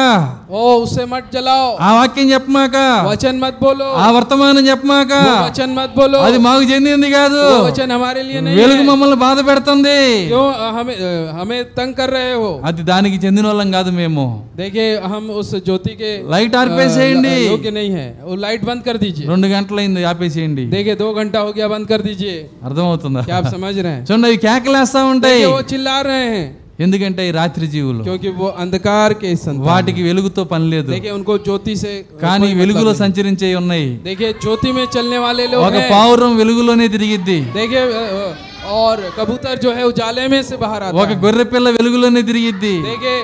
S5: ओ उसे मत जलाओ
S1: ఆ వాక్యం చెప్పమాక
S5: वचन मत बोलो
S1: ఆ వర్తమానం చెప్పమాక
S5: वो वचन हाँ। मत बोलो
S1: అది మాకు చెందింది కాదు
S5: वो वचन हमारे लिए नहीं
S1: వెలుగు
S5: है
S1: మమ్మల్ని బాధ పెడుతుంది
S5: क्यों अ, हमें अ, हमें तंग कर रहे हो
S1: అది దానికి చెందిన వాళ్ళం కాదు మేము
S5: देखिए हम उस ज्योति के
S1: లైట్
S5: अ,
S1: ఆర్పేసేయండి
S5: योग्य नहीं हाँ। है वो लाइट बंद कर दीजिए
S1: రెండు గంటలైంది ఆపేసేయండి
S5: देखिए दो घंटा हो गया बंद कर दीजिए
S1: అర్థమవుతుందా
S5: क्या आप समझ रहे हैं
S1: చూడండి అవి కేకలేస్తా ఉంటాయి
S5: देखिए वो चिल्ला रहे हैं
S1: ఎందుకంటే ఈ రాత్రి జీవులు
S5: क्योंकि वो अंधकार के संतान
S1: వాటికి వెలుగుతో పని లేదు
S5: देखिए उनको ज्योति से
S1: కానీ
S5: कोई मतलब
S1: వెలుగులో
S5: नहीं।
S1: సంచరించే ఉన్నాయి
S5: देखिए ज्योति में चलने वाले लोग
S1: ఒక
S5: हैं
S1: పావురం వెలుగులోనే తిరిగిద్ది
S5: देखिए अ, अ, और कबूतर जो है उजाले में से बाहर आता
S1: ఒక
S5: है
S1: గొర్రె పిల్ల వెలుగులోనే తిరిగిద్ది
S5: देखिए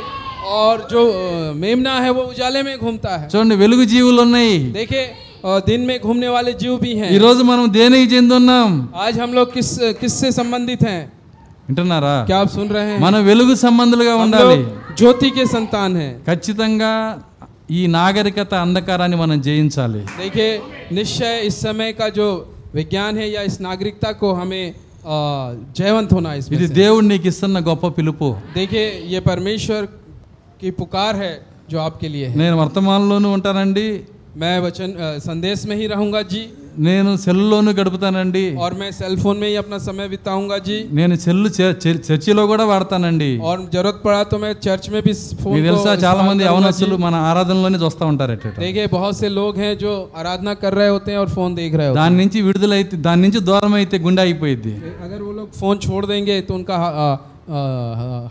S5: और जो अ, मेमना है वो उजाले में घूमता है
S1: చూడండి వెలుగు జీవులు ఉన్నాయి
S5: देखिए अ, दिन में घूमने वाले जीव भी
S1: ఈ
S5: हैं
S1: రోజు మనం దేనికి చెందున్నాం
S5: आज हम लोग किस किस से संबंधित हैं
S1: వింటున్నారా
S5: क्या आप सुन रहे हैं
S1: మనం వెలుగు సంబంధులుగా
S5: हम
S1: ఉండాలి
S5: लोग ज्योति के संतान हैं
S1: ఖచ్చితంగా ఈ నాగరికత అంధకారాన్ని మనం జయించాలి
S5: देखिए निश्चय इस समय का जो विज्ञान है या इस नागरिकता को हमें अ, जयवंत होना है इसमें
S1: ఇది
S5: से।
S1: దేవుడు నీకు ఇస్తున్న గొప్ప పిలుపు
S5: देखिए ये परमेश्वर की पुकार है जो आपके लिए है
S1: నేను వర్తమానంలోనూ ఉంటానండి
S5: मैं वचन अ, संदेश में ही रहूंगा जी
S1: నేను సెల్లులోనూ గడుపుతానండి
S5: और मैं सेलफोन में ही अपना समय बिताऊंगा जी
S1: నేను సెల్లు చ- చ- చర్చిలో కూడా వాడతానండి
S5: और जरूरत पड़ा तो मैं चर्च में भी
S1: మీకు
S5: फोन को
S1: తెలుసా చాలా
S5: इस्तेमाल
S1: మంది
S5: करूंगा जी।
S1: యవనస్తులు మన ఆరాధనలోనే చూస్తూ ఉంటారు అట్ట
S5: देखिए बहुत से लोग हैं जो आराधना कर रहे होते हैं और फोन देख रहे होते
S1: దాని నుంచి విడుదలైతే దాని నుంచి దూరం అయితే గుండె అయిపోయింది
S5: हैं अगर वो लोग फोन छोड़ देंगे तो उनका हा- अ, अ,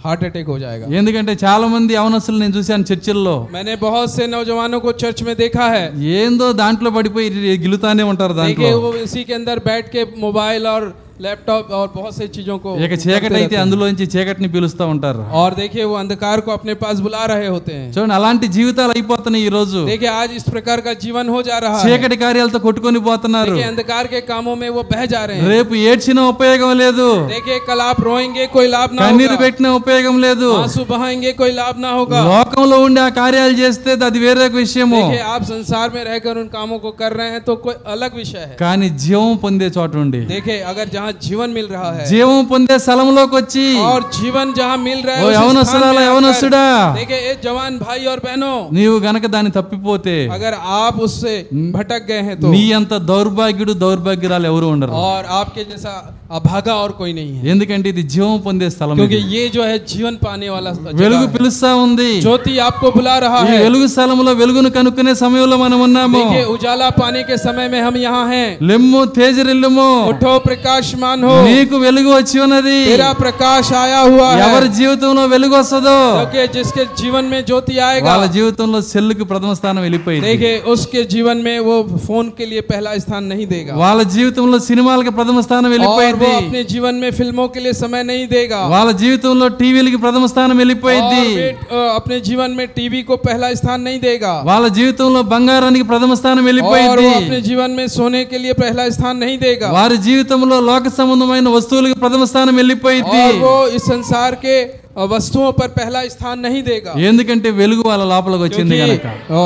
S5: हार्ट अटैक हो जाएगा
S1: ఎందుకంటే చాలా మంది యవనస్తులు నేను చూశాను చర్చిల్లో
S5: मैंने बहुत से नौजवानों को चर्च में देखा है
S1: ఏందో దాంట్లో పడిపోయి గిలుతానే ఉంటారు దాంట్లో
S5: देखिए वो इसी के अंदर बैठ के मोबाइल और लैपटॉप और बहुत से चीजों को
S1: ఇక
S5: करते
S1: చీకటి అయితే
S5: रहते हैं।
S1: అందులోంచి చీకటిని పిలుస్తూ ఉంటారు
S5: और देखिए वो अंधकार को अपने पास बुला रहे होते हैं
S1: చూడండి అలాంటి జీవితాలు అయిపోతున్నాయి ఈ రోజు
S5: देखिए आज इस प्रकार का जीवन हो जा रहा है
S1: చీకటి కార్యాలతో కొట్టుకొని పోతున్నారు
S5: देखिए अंधकार के कामों में वो बह जा रहे हैं
S1: రేపు ఏడ్చిన ఉపయోగం లేదు
S5: देखिए कल आप रोएंगे कोई लाभ ना
S1: కన్నీరు
S5: होगा
S1: పెట్టిన ఉపయోగం లేదు
S5: आंसू बहाएंगे कोई लाभ ना होगा
S1: లోకంలో ఉండి ఆ కార్యాలు చేస్తే అది వేరే విషయము
S5: देखिए आप संसार में रहकर उन कामों को कर रहे हैं तो कोई अलग विषय है
S1: కానీ జీవం పొందే చోట ఉండి
S5: देखिए अगर जहाँ जीवन मिल रहा है
S1: జీవం పొందే స్థలంలోకి వచ్చి
S5: और जीवन जहाँ मिल रहा है
S1: ఓ
S5: उस स्थान
S1: యవనస్తులారా,
S5: में आकर-
S1: యవనస్తుడా।
S5: देखिए ए जवान भाई और बहनों
S1: నీవు గనక దాన్ని తప్పిపోతే
S5: अगर आप उससे भटक गए हैं तो
S1: నీ అంత దౌర్భాగ్యుడు దౌర్భాగ్యురాలు ఎవరు ఉండరు
S5: और आपके जैसा अभागा और कोई नहीं है
S1: ఎందుకంటే ఇది జీవం పొందే స్థలం
S5: क्योंकि
S1: ఇది.
S5: ये जो है जीवन पाने वाला जगह
S1: వెలుగు
S5: है।
S1: పిలుస్తా ఉంది
S5: ज्योति आपको बुला रहा
S1: ఈ
S5: है
S1: వెలుగు స్థలంలో వెలుగును కనుక్కునే సమయంలో మనం ఉన్నాము
S5: देखिए उजाला पाने के समय में हम यहाँ हैं
S1: లెమ్ము తేజరిల్లుము
S5: उठो प्रकाशमान हो
S1: నీకు వెలుగు వచ్చి ఉన్నది
S5: तेरा प्रकाश आया हुआ है
S1: ఎవరి జీవితంలో వెలుగు వస్తుందో
S5: क्योंकि जिसके जीवन में ज्योति आएगा
S1: వాళ్ళ జీవితంలో సెల్లుకు ప్రథమ స్థానం వెళ్ళిపోయింది
S5: देखिए उसके जीवन में वो फोन के लिए पहला स्थान नहीं देगा
S1: వాళ్ళ జీవితంలో సినిమాలకు ప్రథమ స్థానం
S5: और वो
S1: వెళ్ళిపోయింది
S5: अपने जीवन में फिल्मों के लिए समय नहीं देगा और
S1: వాళ్ళ జీవితంలో టీవీలకి ప్రథమ స్థానం వెళ్ళిపోయింది
S5: वे, अ, अपने जीवन में टीवी को पहला स्थान नहीं देगा
S1: వాళ్ళ జీవితంలో బంగారానికి ప్రథమ స్థానం
S5: और
S1: వెళ్ళిపోయింది
S5: वो अपने जीवन में सोने के लिए पहला स्थान नहीं देगा
S1: వారి జీవితంలో లోక సంబంధమైన వస్తువులకు ప్రథమ స్థానం వెళ్ళిపోయింది
S5: और वो इस संसार के अ, वस्तुओं पर पहला स्थान नहीं देगा
S1: ఎందుకంటే వెలుగు వాళ్ళ లోపలికి వచ్చింది
S5: क्योंकि,
S1: గనక
S5: अ,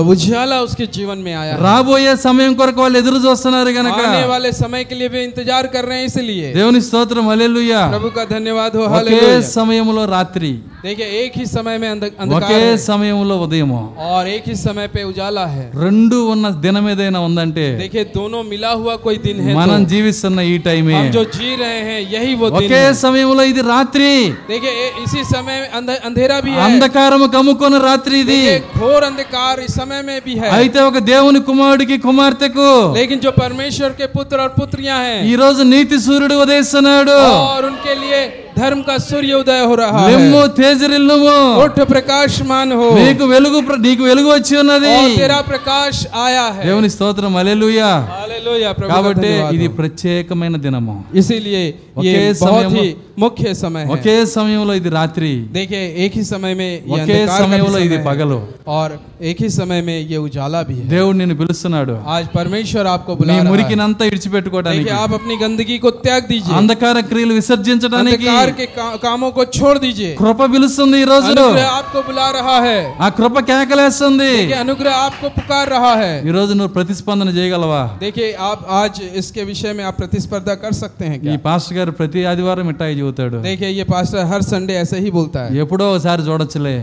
S5: अ, उजियाला उसके जीवन में आया है।
S1: రాబోయే సమయం కొరకు వాళ్ళు ఎదురు చూస్తున్నారు గనక
S5: आने वाले समय के लिए वे इंतजार कर रहे हैं इसलिए
S1: దేవుని స్తోత్రం హల్లెలూయా
S5: प्रभु का धन्यवाद हो
S1: ఒకే
S5: हालेलुया
S1: సమయంలో రాత్రి
S5: देखिए एक ही समय में अंध-
S1: ఒకే
S5: अंधकार है
S1: సమయంలో ఉదయము
S5: और एक ही समय पे उजाला है
S1: రెండు ఉన్న దినం ఏదైనా ఉందంటే
S5: देखिए दोनों मिला हुआ कोई दिन है
S1: మనం
S5: तो
S1: జీవిస్తున్న ఈ టైమే
S5: हम जो जी रहे हैं यही वो दिन
S1: ఒకే
S5: है
S1: సమయంలో ఇది రాత్రి
S5: देखिए ए- इसी समय अंध- अंधेरा भी है
S1: అంధకారము కమ్ముకున్న రాత్రి ఇది
S5: देखिए घोर अंधकार इस समय में भी है
S1: అయితే ఒక దేవుని కుమారుడికి కుమార్తెకు
S5: लेकिन जो परमेश्वर के पुत्र और पुत्रियां
S1: ఈ
S5: हैं
S1: రోజు నీతి సూర్యుడు ఉదయిస్తున్నాడు
S5: और उनके लिए धर्म का सूर्य उदय हो रहा
S1: నిమ్ము
S5: है
S1: తేజరిల్లుము
S5: उठ ప్రకాశమాన్ हो
S1: నీకు వెలుగు ప్ర- నీకు వెలుగు వచ్చి ఉన్నది
S5: और तेरा प्रकाश आया है
S1: దేవుని స్తోత్రం అలెలుయా
S5: हालेलूया प्रभु का
S1: కాబట్టి
S5: धन्यवाद
S1: ఇది
S5: हो।
S1: ప్రత్యేకమైన దినము
S5: इसीलिए
S1: ఒకే
S5: ये बहुत
S1: సమయము
S5: ही मुख्य समय है
S1: ఒకే సమయంలో ఇది రాత్రి
S5: देखिए एक ही समय में ये
S1: ఒకే
S5: अंधकार का भी
S1: సమయంలో
S5: समय
S1: ఇది
S5: है,
S1: పగలు
S5: और एक ही समय में ये उजाला भी है
S1: దేవుడు నిన్ను పిలుస్తున్నాడు
S5: आज परमेश्वर आपको
S1: నీ
S5: बुला रहा है
S1: మురికినంతా ఇడిచిపెట్టుకోవడానికి
S5: देखिए आप अपनी गंदगी को त्याग दीजिए
S1: అంధకార క్రియలు విసర్జించడానికి
S5: अंधकार के का, कामों को छोड़ दीजिए
S1: కృప పిలుస్తుంది ఈ రోజు
S5: अनुग्रह आपको बुला रहा है
S1: ఆ కృప కేకలేస్తుంది
S5: देखिए अनुग्रह आपको पुकार रहा है
S1: ఈ రోజు నువ్వు ప్రతిస్పందన చేయగలవా
S5: देखिए आप आज इसके विषय में आप प्रतिस्पर्धा कर सकते हैं
S1: ఈ
S5: क्या
S1: పాస్టర్ గారు ప్రతి ఆదివారం మిఠాయి చెబుతాడు
S5: देखिए ये पास्टर हर संडे ऐसे ही बोलता है
S1: ఎప్పుడో ఒకసారి చూడొచ్చులే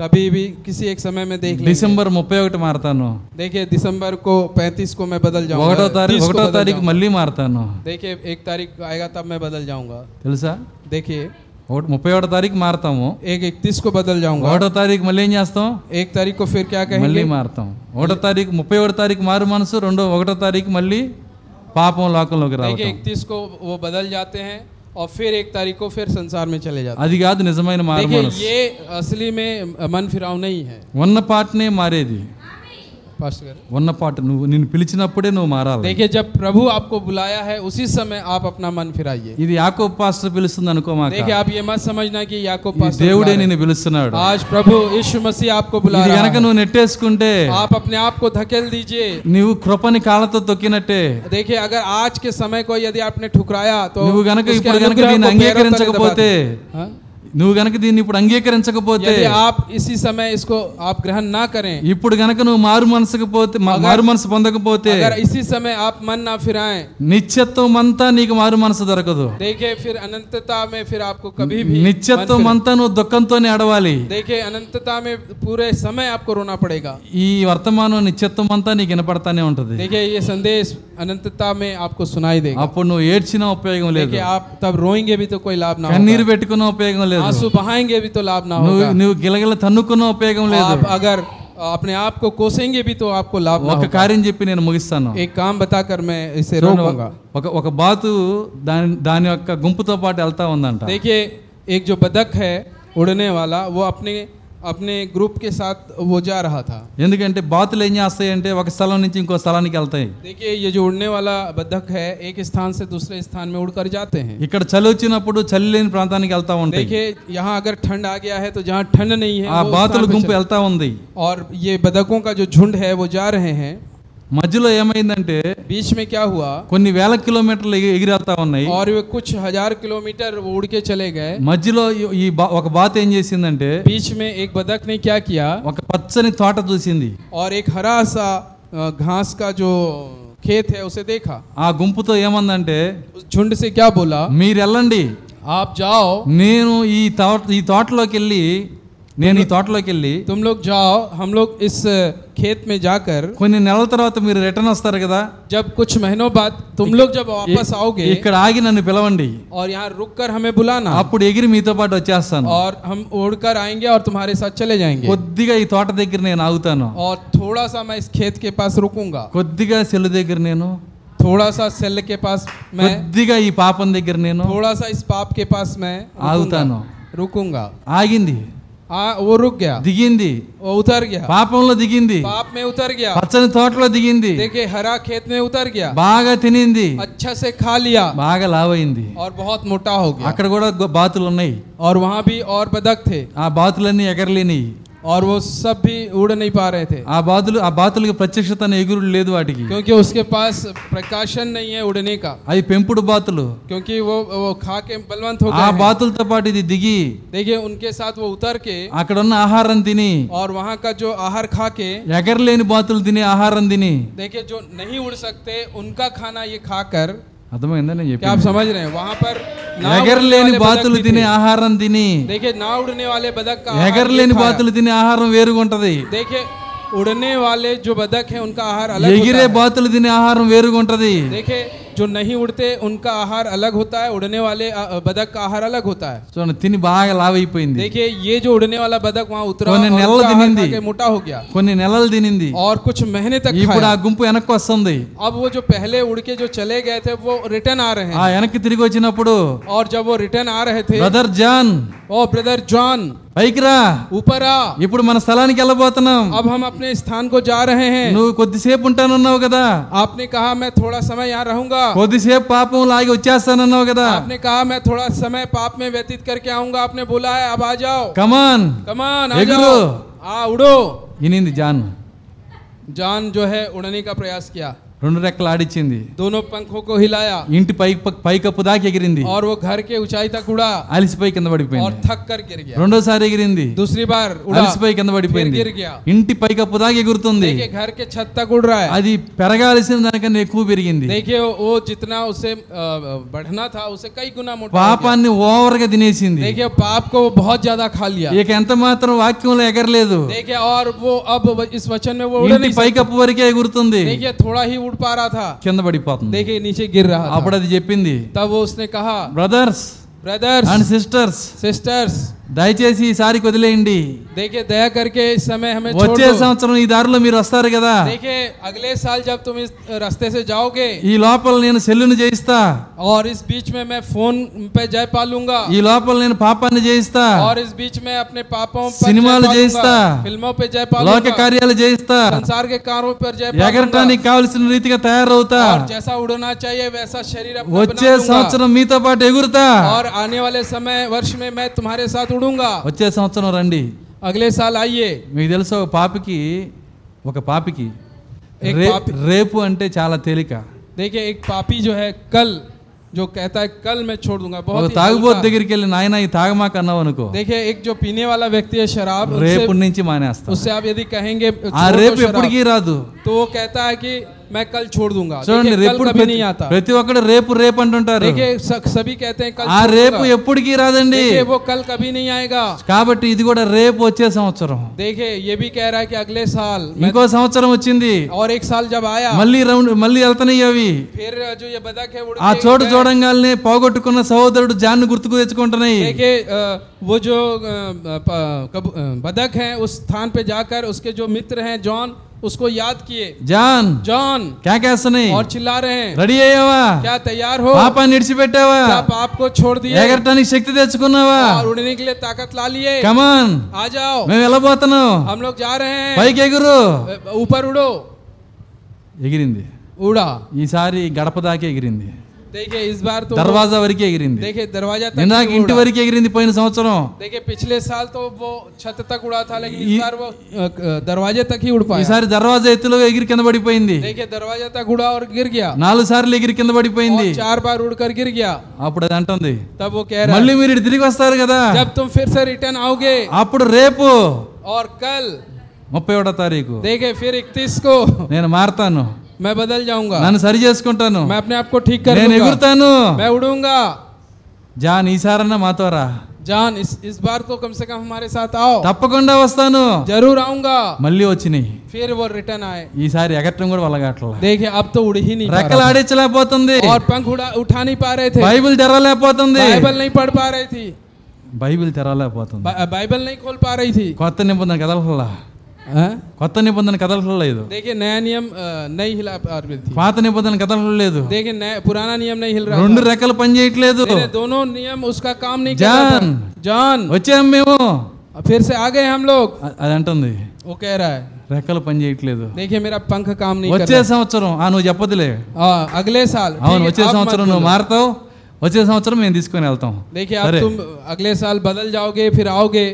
S5: कभी भी किसी एक समय में देख लेंगे
S1: డిసెంబర్ ముప్పై ఒకటి మారతాను
S5: देखिए दिसंबर को 35 को मैं बदल
S1: ఒకటో
S5: जाऊंगा
S1: తారీఖు
S5: 30 को
S1: ఒకటో
S5: बदल
S1: తారీఖు
S5: जाऊंगा।
S1: మళ్ళీ మారతాను
S5: देखिए एक तारीख आएगा तब मैं बदल जाऊंगा
S1: తెలుసా
S5: देखिए
S1: ఒకటి ముప్పై ఒకటో తారీఖు మారతాము
S5: एक इकतीस को बदल जाऊंगा
S1: ఒకటో తారీఖు మళ్ళీ ఏం చేస్తాం
S5: एक तारीख को फिर क्या
S1: మళ్ళీ
S5: कहेंगे
S1: మారతాం ఒకటో తారీఖు ముప్పై ఒకటో తారీఖు మారు మనసు రెండో ఒకటో తారీఖు మళ్ళీ పాపం లోకంలోకి
S5: देखिए
S1: రావటం
S5: इकतीस को वो बदल जाते हैं और फिर एक तारीख को फिर संसार में चले जाते
S1: అది కాదు నిజమైన
S5: हैं
S1: మారు
S5: देखिए
S1: మనసు
S5: ये असली में मन फिराव नहीं है
S1: ఉన్న పాటనే మారేది
S5: पास्टर करें।
S1: ఉన్న పాట నువ్వు నిన్ను పిలిచినప్పుడే నువ్వు మారాలి
S5: देखिए जब प्रभु आपको बुलाया है उसी समय आप अपना मन फिराइए
S1: ఇది యాకో పాస్టర్ పిలుస్తుంది అనుకో మాకు
S5: देखिए आप ये मत समझना कि याकूब
S1: ఈ
S5: पास्टर बुला
S1: దేవుడే
S5: रहे
S1: నిన్ను పిలుస్తున్నాడు
S5: हैं। आज प्रभु यीशु मसीह आपको बुला
S1: ఇది
S5: रहा
S1: గనక
S5: है
S1: నువ్వు నెట్టేసుకుంటే
S5: आप अपने आप को धकेल दीजिए
S1: నువ్వు కృపని కాళ్ళతో తొక్కినట్టే
S5: देखिए अगर आज के समय को यदि आपने ठुकराया तो
S1: నువ్వు గనక
S5: उसके
S1: ఇప్పుడు గనక
S5: अनुग्रह
S1: దీన్ని
S5: को पैरों तले दबा
S1: అంగీకరించకపోతే
S5: दीजिए। हाँ?
S1: నువ్వు గనక దీన్ని ఇప్పుడు అంగీకరించకపోతే
S5: यदि आप इसी समय इसको आप ग्रहण ना करें
S1: ఇప్పుడు గనక నువ్వు మారు మనసుకు పోతే మా-
S5: అగర్-
S1: మారు మనసు పొందకపోతే
S5: अगर इसी समय आप मन ना फिराएं
S1: నిత్యత్వం అంతా నీకు మారు మనసు దొరకదు
S5: देखिए फिर अनंतता में फिर आपको
S1: हम्म।
S5: कभी भी मन
S1: నిత్యత్వం
S5: फिरा-
S1: అంతా నువ్వు దుఃఖంతోనే అడవాలి
S5: देखिए अनंतता में पूरे समय आपको रोना पड़ेगा
S1: ఈ వర్తమానం నిత్యత్వం అంతా నీకు వినపడతానే ఉంటది
S5: देखिए ये संदेश अनंतता में आपको सुनाई देगा
S1: అప్పుడు నువ్వు ఏడ్చినా ఉపయోగం లేదు
S5: देखिए आप तब रोएंगे भी तो कोई लाभ ना
S1: కన్నీరు
S5: होगा
S1: పెట్టుకున్న ఉపయోగం లేదు
S5: आंसू बहाएंगे भी तो लाभ ना
S1: నువ్వు
S5: होगा
S1: నువ్వు గిలగిల తన్నుకున్న ఉపయోగం లేదు
S5: आप अगर अपने आप को कोसेंगे भी तो आपको लाभ ना
S1: ఒక
S5: होगा
S1: కార్యం చెప్పి నేను ముగిస్తాను
S5: एक काम बताकर मैं इसे
S1: చూడండి,
S5: रोकूंगा
S1: ఒక ఒక బాతు దాని దాని యొక్క గుంపుతో పాటు వెళ్తా ఉందంట
S5: देखिए एक जो बदक है उड़ने वाला वो अपने अपने ग्रुप के साथ वो जा रहा था
S1: ఎందుకంటే బాతులు ఏం చేస్తాయంటే ఒక స్థలం నుంచి ఇంకో స్థలానికి వెళ్తాయి
S5: देखिए ये जो उड़ने वाला बदक है एक स्थान से दूसरे स्थान में उड़कर जाते हैं
S1: ఇక్కడ చలి వచ్చినప్పుడు చలి లేని ప్రాంతానికి వెళ్తా ఉంటాయి
S5: देखिए यहाँ अगर ठंड आ गया है तो जहाँ ठंड नहीं है
S1: ఆ
S5: वो
S1: బాతుల
S5: स्थान पे
S1: గుంపు
S5: चले-
S1: వెళ్తా ఉంది
S5: और ये बदकों का जो झुंड है वो जा रहे हैं
S1: మధ్యలో ఏమైందంటే
S5: बीच में क्या हुआ
S1: కొన్ని వేల కిలోమీటర్లు ఎగి- ఎగిరేస్తా ఉన్నాయి
S5: और वे कुछ हजार किलोमीटर वो उड़ के चले गए
S1: మధ్యలో ఈ- ఈ బా- ఒక బాత ఏం చేసిందంటే
S5: बीच में एक बदक ने क्या किया
S1: ఒక పచ్చని తోట చూసింది
S5: और एक हरा सा अ, घास का जो खेत है उसे देखा
S1: ఆ గుంపుతో ఏమందంటే
S5: उस झुंड से क्या बोला
S1: మీరు వెళ్ళండి
S5: आप जाओ
S1: నేను ఈ తోట ఈ తోటలోకి వెళ్ళి నేను ఈ తోటలోకి వెళ్ళి
S5: तुम लोग जाओ हम लोग इस अ, खेत में जाकर
S1: కొన్ని నెలల తర్వాత మీరు రిటర్న్ వస్తారు కదా
S5: जब कुछ महीनों बाद तुम लोग जब वापस आओगे
S1: ఇక్కడ ఆగి నన్ను పిలవండి
S5: और यहाँ रुक कर हमें बुलाना
S1: అప్పుడు ఎగిరి మీతో పాటు వచ్చేస్తాను
S5: और हम उड़कर आएंगे और तुम्हारे साथ चले जाएंगे
S1: కొద్దిగా ఈ తోట దగ్గర నేను ఆగుతాను
S5: और थोड़ा सा मैं इस खेत के पास रुकूंगा
S1: కొద్దిగా సెల్లు దగ్గర నేను
S5: थोड़ा सा सेल के पास मैं
S1: కొద్దిగా ఈ పాపం దగ్గర నేను
S5: थोड़ा सा इस पाप के पास मैं
S1: ఆగుతాను
S5: रुकूंगा- रुकूंगा
S1: ఆగింది
S5: आ, वो रुक गया
S1: దిగింది
S5: वो उतर गया
S1: పాపంలో దిగింది
S5: पाप में उतर गया
S1: పచ్చని తోటలో దిగింది
S5: देखिए हरा खेत में उतर गया
S1: బాగా తినింది
S5: अच्छा से खा लिया
S1: బాగా లావైంది
S5: और बहुत मोटा हो गया
S1: అక్కడ కూడా గొ- బాతులు ఉన్నాయి
S5: और वहाँ भी और बदक थे
S1: ఆ బాతులన్నీ ఎగరలేనివి
S5: और वो सब भी उड़ नहीं पा रहे थे
S1: ఆ బాతులు ఆ బాతులకు ప్రత్యక్షత అనే ఎగురుడు లేదు వాటికి
S5: क्योंकि उसके पास प्रकाशन नहीं है उड़ने का
S1: అవి పెంపుడు బాతులు
S5: क्योंकि वो वो खा के बलवंत हो
S1: ఆ
S5: गए हैं।
S1: బాతులతో పాటు ఇది దిగి
S5: देखिए उनके साथ वो उतर के
S1: అక్కడ ఉన్న ఆహారం తిని
S5: और वहाँ का जो आहार खा के
S1: ఎగరలేని బాతులు తినే ఆహారం తిని
S5: देखिए जो नहीं उड़ सकते उनका खाना ये खाकर
S1: అర్థమైందా నేను
S5: क्या आप
S1: చెప్పి
S5: समझ रहे हैं वहाँ पर ना उड़ने
S1: ఎగరలేని
S5: वाले बदक
S1: బాతులు
S5: भी
S1: తినే
S5: थे।
S1: ఆహారం తిని
S5: देखिए ना उड़ने वाले बदक का आहार ये
S1: ఎగరలేని
S5: खाया।
S1: బాతులు తినే ఆహారం వేరుగా ఉంటది
S5: देखिए उड़ने वाले जो बदक है उनका आहार अलग
S1: ఎగిరే
S5: होता है
S1: బాతులు తినే ఆహారం వేరుగా ఉంటది
S5: देखिए जो नहीं उड़ते उनका आहार अलग होता है उड़ने वाले अ, बदक का आहार अलग होता है
S1: చూడండి తిని బాగా లావైపోయింది
S5: देखिए ये जो उड़ने वाला बदक वहाँ उतरा
S1: कोने
S5: और
S1: नेल्ल
S5: उसका आहार
S1: दिनिंदी।
S5: खा के मोटा हो गया
S1: కొన్ని నెలలు తినింది
S5: और कुछ महीने तक
S1: ఇప్పుడు ఆ
S5: खाया
S1: గుంపు వెనక్కి వస్తుంది
S5: अब वो जो पहले उड़ के जो चले गए थे वो रिटर्न आ रहे
S1: ఆ
S5: हैं
S1: వెనక్కి తిరిగి వచ్చినప్పుడు
S5: और जब वो रिटर्न आ रहे थे
S1: బ్రదర్ జాన్
S5: ओ ब्रदर जॉन
S1: పైకి రా
S5: ऊपर आ
S1: ఇప్పుడు మన స్థలానికి వెళ్ళబోతున్నాం
S5: अब हम अपने स्थान को जा रहे हैं
S1: నువ్వు కొద్దిసేపు ఉంటానన్నావు కదా
S5: आपने कहा मैं थोड़ा समय यहाँ रहूंगा
S1: కొద్దిసేపు పాపం లాగి వచ్చేస్తానన్నావు కదా
S5: आपने कहा मैं थोड़ा समय पाप में व्यतीत करके आऊंगा आपने बोला है अब आ जाओ
S1: కమాన్
S5: कमान आ
S1: एगो।
S5: जाओ आ उड़ो
S1: ఇనింది జాన్
S5: जान जो है उड़ने का प्रयास किया
S1: రెండు రెక్కలు ఆడిచ్చింది
S5: दोनों पंखों को हिलाया
S1: ఇంటి పై పైకప్పు దాకా ఎగిరింది
S5: और वो घर के ऊंचाई तक उड़ा
S1: అలిసిపోయి కింద
S5: और
S1: పడిపోయింది
S5: थक कर गिर गया
S1: రెండోసారి ఎగిరింది
S5: दूसरी बार उड़ा
S1: అలసిపోయి కింద
S5: फिर
S1: పడిపోయింది
S5: गिर गया
S1: ఇంటి పైకప్పు దాకా ఎగురుతుంది
S5: देखिए घर के छत तक उड़ रहा है
S1: అది పెరగాల్సిన దానికన్నా ఎక్కువ పెరిగింది
S5: देखिए वो जितना उसे अ, बढ़ना था उसे कई गुना मोटा हो गया।
S1: పాపాన్ని ఓవర్ గా తినేసింది
S5: देखिए पाप को वो बहुत ज्यादा खा लिया
S1: ఇక ఎంత మాత్రం వాక్యంలో ఎగరలేదు
S5: देखिए और वो अब व- इस वचन में वो उड़
S1: ఇంటి
S5: नहीं सकता।
S1: పైకప్పు వరకే ఎగురుతుంది
S5: देखिए थोड़ा ही उड़ पा रहा था
S1: కింద పడిపోతుంది
S5: देखिए नीचे गिर रहा
S1: అప్పుడు
S5: था
S1: అది చెప్పింది
S5: तब वो उसने कहा
S1: బ్రదర్స్ అండ్ हाँ।
S5: ब्रदर्स
S1: సిస్టర్స్
S5: सिस्टर्स
S1: దయచేసి ఈసారికి వదిలేయండి
S5: देखिए दया करके इस समय हमें छोड़
S1: వచ్చే
S5: दो।
S1: సంవత్సరం ఈ దారిలో మీరు వస్తారు కదా
S5: देखिए अगले साल जब तुम इस रास्ते से जाओगे
S1: ఈ లోపల నేను సెల్లును జయిస్తా
S5: और इस बीच में मैं फोन पे जय पा लूंगा
S1: ఈ లోపల నేను పాపాన్ని జయిస్తా
S5: और इस बीच में अपने पापों पर
S1: सिनेमा
S5: जय
S1: लो
S5: पा लूंगा,
S1: जयस्ता।
S5: फिल्मों पे जय पा
S1: లోక
S5: लूंगा
S1: కార్యాలు జయిస్తా
S5: संसार के कार्यों पर जय पा
S1: ఎగరటానికి
S5: लूंगा
S1: కావలసిన రీతిగా తయారవుతా
S5: और जैसा उड़ना चाहिए वैसा शरीर अपना बना
S1: వచ్చే
S5: लूंगा
S1: సంవత్సరం మీతో పాటు ఎగురుతా
S5: और आने वाले समय वर्ष में मैं तुम्हारे साथ उड़ूंगा
S1: వచ్చే సంవత్సరం రండి
S5: अगले साल आइए
S1: మీకు తెలుసా ఒక పాపికి ఒక పాపికి
S5: ఏక్
S1: రే-
S5: పాపి.
S1: రేపు అంటే చాలా తేలిక
S5: देखिए एक पापी जो है कल जो कहता है कल मैं छोड़ दूंगा
S1: ఒక
S5: बहुत ही
S1: తాగుబోతు
S5: हल्का।
S1: దగ్గరికి వెళ్ళి నాయన ఈ తాగమాక అన్నావు అనుకో
S5: देखिए एक जो पीने वाला व्यक्ति है शराब उससे-
S1: రేపు నుంచి మానేస్తా
S5: उससे आप यदि कहेंगे
S1: ఆ
S5: छोड़ दो
S1: రేపు
S5: शराब,
S1: ఎప్పటికీ రాదు
S5: तो वो कहता है कि मैं कल छोड़ दूंगा
S1: చూడండి
S5: देखिए,
S1: రేపు
S5: कल कभी
S1: ప్రతి-
S5: नहीं आता
S1: ప్రతి ఒక్కడు రేపు రేపు అంటుంటారు
S5: देखिए स- सभी कहते हैं कल
S1: ఆ
S5: छोड़
S1: రేపు
S5: दूंगा।
S1: ఎప్పటికీ రాదండి
S5: देखिए वो कल कभी नहीं आएगा
S1: కాబట్టి ఇది కూడా రేపు వచ్చే సంవత్సరం
S5: देखिए ये भी कह रहा है कि अगले साल मैं-
S1: ఇంకో సంవత్సరం వచ్చింది
S5: और एक साल जब आया
S1: మళ్ళీ రౌండ్ మళ్ళీ వెళ్తున్నాయి అవి
S5: फिर जो ये बदक है उड़
S1: ఆ
S5: के
S1: చోటు
S5: गए।
S1: చూడంగానే పోగొట్టుకున్న సహోదరుడు జాన్ను గుర్తుకు తెచ్చుకుంటున్నాయి
S5: देखिए अ, वो जो अ, प- कब- अ, बदक है उस स्थान पे जाकर उसके जो मित्र हैं जॉन उसको याद किए
S1: జాన్
S5: जॉन
S1: కేకేస్తున్నాయి
S5: और चिल्ला रहे हैं
S1: రెడీ అయ్యావా
S5: क्या तैयार हो
S1: పాపాన్ని విడిచిపెట్టావా
S5: क्या पाप को छोड़ दिए
S1: ఎగరటానికి శక్తి తెచ్చుకున్నావా
S5: और उड़ने के लिए ताकत ला लिए
S1: కమాన్
S5: आ जाओ
S1: మేము వెళ్ళబోతున్నాం
S5: हम लोग जा रहे हैं
S1: పైకి ఎగురు
S5: अ, ऊपर उड़ो
S1: ఎగిరింది
S5: उड़ा
S1: ఈసారి గడప దాకే ఎగిరింది
S5: देखिए इस बार तो वो-
S1: దర్వాజా వరకే ఎగిరింది
S5: देखिए दरवाजा तक
S1: ఇందాక
S5: ही
S1: ఇంటి
S5: उड़ा।
S1: వరకు ఎగిరింది పోయిన సంవత్సరం
S5: देखिए पिछले साल तो वो छत तक उड़ा था लेकिन
S1: ये-
S5: इस बार वो अ, अ, दरवाजे तक ही उड़ पाया
S1: ఈసారి దర్వాజా ఎత్తులో ఎగిరి కింద పడిపోయింది
S5: देखिए दरवाजा तक उड़ा और गिर गया
S1: నాలుగు సార్లు ఎగిరి కింద పడిపోయింది
S5: और चार बार उड़कर गिर गया
S1: అప్పుడు అది అంటుంది
S5: तब वो कह रहा
S1: మళ్ళీ మీరు ఇటు తిరిగి వస్తారు కదా
S5: है जब तुम फिर से रिटर्न आओगे
S1: అప్పుడు రేపు
S5: और कल
S1: ముప్పై ఒకటో తారీఖు
S5: देखे फिर इकतीस को
S1: నేను మారతాను
S5: मैं बदल जाऊंगा
S1: నన్ను సరి చేసుకుంటాను
S5: मैं अपने आप को ठीक कर
S1: నేను
S5: लूंगा
S1: ఎగురుతాను
S5: मैं उड़ूंगा
S1: జాన్ ఈసారన్నా మాతో రా
S5: जान इस इस बार तो कम से कम हमारे साथ आओ
S1: తప్పకుండా వస్తాను
S5: जरूर आऊंगा
S1: మళ్ళీ వచ్చినాయి
S5: फिर वो रिटर्न आए
S1: ఈసారి ఎగరటం కూడా వల్లగట్ల
S5: देखे अब तो उड़ ही नहीं पा
S1: రెక్కలు
S5: रहा
S1: ఆడించలేకపోతుంది
S5: था। और पंख उड़ा उठा नहीं पा रहे थे
S1: బైబిల్ తెరవలేకపోతుంది
S5: बाइबल नहीं पढ़ पा रही थी
S1: బైబిల్ తెరవలేకపోతుంది
S5: बा- बाइबल नहीं खोल पा रही थी
S1: కొత్త నిబంధన కదలహల్లా
S5: हाँ?
S1: కొత్త నిబంధన కదలలేదు
S5: देखिए नया नियम अ, नहीं हिला पा रही थी
S1: పాత నిబంధన కదలలేదు
S5: देखिए नया पुराना नियम नहीं हिल रहा
S1: రెండు
S5: था
S1: రెక్కలు పని చేయట్లేదు
S5: नहीं, नहीं, दोनों नियम उसका काम नहीं कर रहा
S1: तो जान।
S5: था। जान
S1: వచ్చాం మేము
S5: फिर से आ गए हम लोग
S1: అ- అది అంటుంది
S5: वो कह रहा है
S1: రెక్కలు పని చేయట్లేదు
S5: देखिए मेरा पंख काम नहीं कर
S1: వచ్చే సంవత్సరం ఆ నువ్వు చెప్పదులే
S5: रहा आ, अगले साल
S1: అవును
S5: ठीक है,
S1: వచ్చే
S5: आप मत
S1: సంవత్సరం నువ్వు
S5: बोलो।
S1: మారతావు వచ్చే సంవత్సరం మేము తీసుకొని వెళ్తాం
S5: देखिए अब
S1: अरे।
S5: तुम अगले साल बदल जाओगे फिर आओगे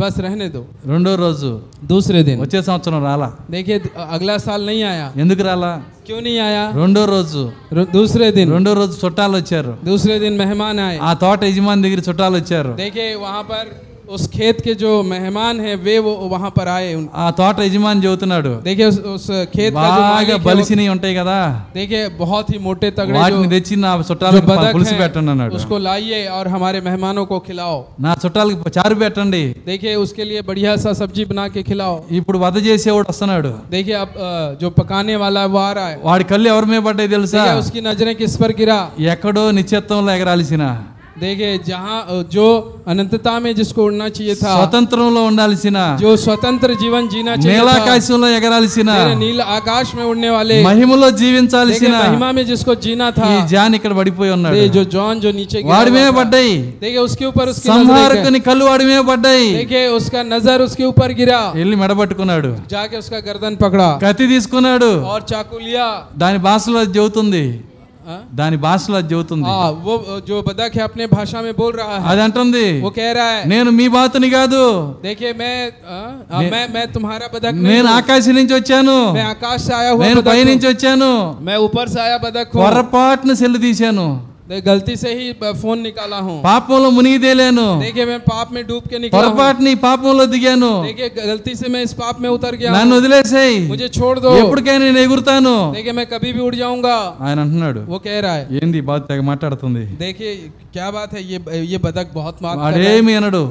S5: बस रहने दो
S1: రెండో రోజు
S5: दूसरे दिन
S1: వచ్చే संवत्सరం రాలా
S5: देखिए अगला साल नहीं आया
S1: ఎందుకు రాలా
S5: क्यों नहीं आया
S1: రెండో రోజు
S5: रु- दूसरे दिन
S1: రెండో రోజు చుట్టాలు వచ్చారు
S5: दूसरे दिन मेहमान आए
S1: ఆ తోట యజమాని దగ్గర చుట్టాలు వచ్చారు
S5: देखिए वहाँ पर उस खेत के जो मेहमान हैं वे वो वहाँ पर आए उन-
S1: ఆ తోట యజమాని చెబుతున్నాడు
S5: देखिए उस, उस खेत का जो
S1: బాగా
S5: मालिक है, वो-
S1: బలిసినవి ఉంటాయి కదా
S5: देखिए बहुत ही मोटे तगड़े
S1: వాటిని
S5: जो
S1: తెచ్చి నా
S5: जो
S1: చుట్టాలకు ప-
S5: बदक
S1: పులుసు పెట్టండి
S5: हैं,
S1: అన్నాడు
S5: उसको लाइए और हमारे मेहमानों को खिलाओ
S1: నా చుట్టాలకు చారు పెట్టండి
S5: देखिए उसके लिए बढ़िया सा सब्जी बना के खिलाओ
S1: ఇప్పుడు వధ చేసేవాడు వస్తున్నాడు
S5: देखिए अब अ, जो पकाने वाला है वो आ रहा है
S1: వాడి కళ్ళు ఎవరి మీద పడ్డాయి తెలుసా
S5: देखिए उसकी नजरें किस पर गिरा
S1: ఎక్కడో నిశ్చిత్వంలో ఎగరాల్సిన
S5: देखिए जहाँ अ, जो अनंतता में जिसको उड़ना चाहिए था
S1: స్వతంత్రంలో ఉండాల్సిన
S5: जो स्वतंत्र जीवन जीना चाहिए था,
S1: నీలాకాశంలో ఎగరాల్సిన
S5: मेरे नील आकाश में उड़ने वाले
S1: మహిమలో
S5: देखिए,
S1: జీవించాల్సిన
S5: महिमा में जिसको जीना था
S1: ఈ జాన్ ఇక్కడ పడిపోయి ఉన్నాడు
S5: देखिए, जो जॉन जो नीचे गिरा
S1: వాడి మీద
S5: हुआ था,
S1: పడ్డాయి
S5: देखिए उसके ऊपर उसकी नजरें गई।
S1: సంహారకుని కళ్ళు వాడి మీద పడ్డాయి
S5: देखिए उसका नजर उसके ऊपर गिरा
S1: వెళ్ళి మెడబట్టుకున్నాడు
S5: जाके उसका गर्दन पकड़ा
S1: కత్తి తీసుకున్నాడు
S5: और चाकू लिया
S1: దాని భాషలో అది చెబుతుంది
S5: हाँ?
S1: దాని భాషలో అది చెబుతుంది
S5: हाँ वो जो बदक है अपने भाषा में बोल रहा है
S1: అది అంటుంది
S5: वो कह रहा है
S1: నేను మీ బాతుని కాదు
S5: देखिए मैं हाँ? हाँ, मैं मैं तुम्हारा बदक नहीं
S1: నేను
S5: हूँ।
S1: ఆకాశం నుంచి వచ్చాను
S5: मैं आकाश से आया हुआ
S1: నేను
S5: बदक
S1: పై నుంచి
S5: हूँ।
S1: వచ్చాను
S5: मैं ऊपर से आया बदक हूँ
S1: పొరపాటున సెల్లు తీశాను
S5: देख, गलती से ही ब- फोन निकाला हूँ
S1: పాపంలో మునిగి తేలాను
S5: देखिए मैं पाप में डूब के निकला हूँ
S1: పొరపాటుని పాపంలో దిగాను
S5: देखिए गलती से मैं इस पाप में उतर गया
S1: నన్ను
S5: हूँ।
S1: వదిలేసేయ్
S5: मुझे छोड़ दो
S1: ఎప్పటికైనా నేను ఎగురుతాను
S5: देखिए मैं कभी भी उड़ जाऊंगा
S1: ఆయన అంటున్నాడు
S5: वो कह रहा है
S1: ఏంది ఈ బాధ తెగ మాట్లాడుతుంది
S5: देखिए क्या बात है ये ये बदक बहुत बात कर रहा है।
S1: వాడేమి అనడు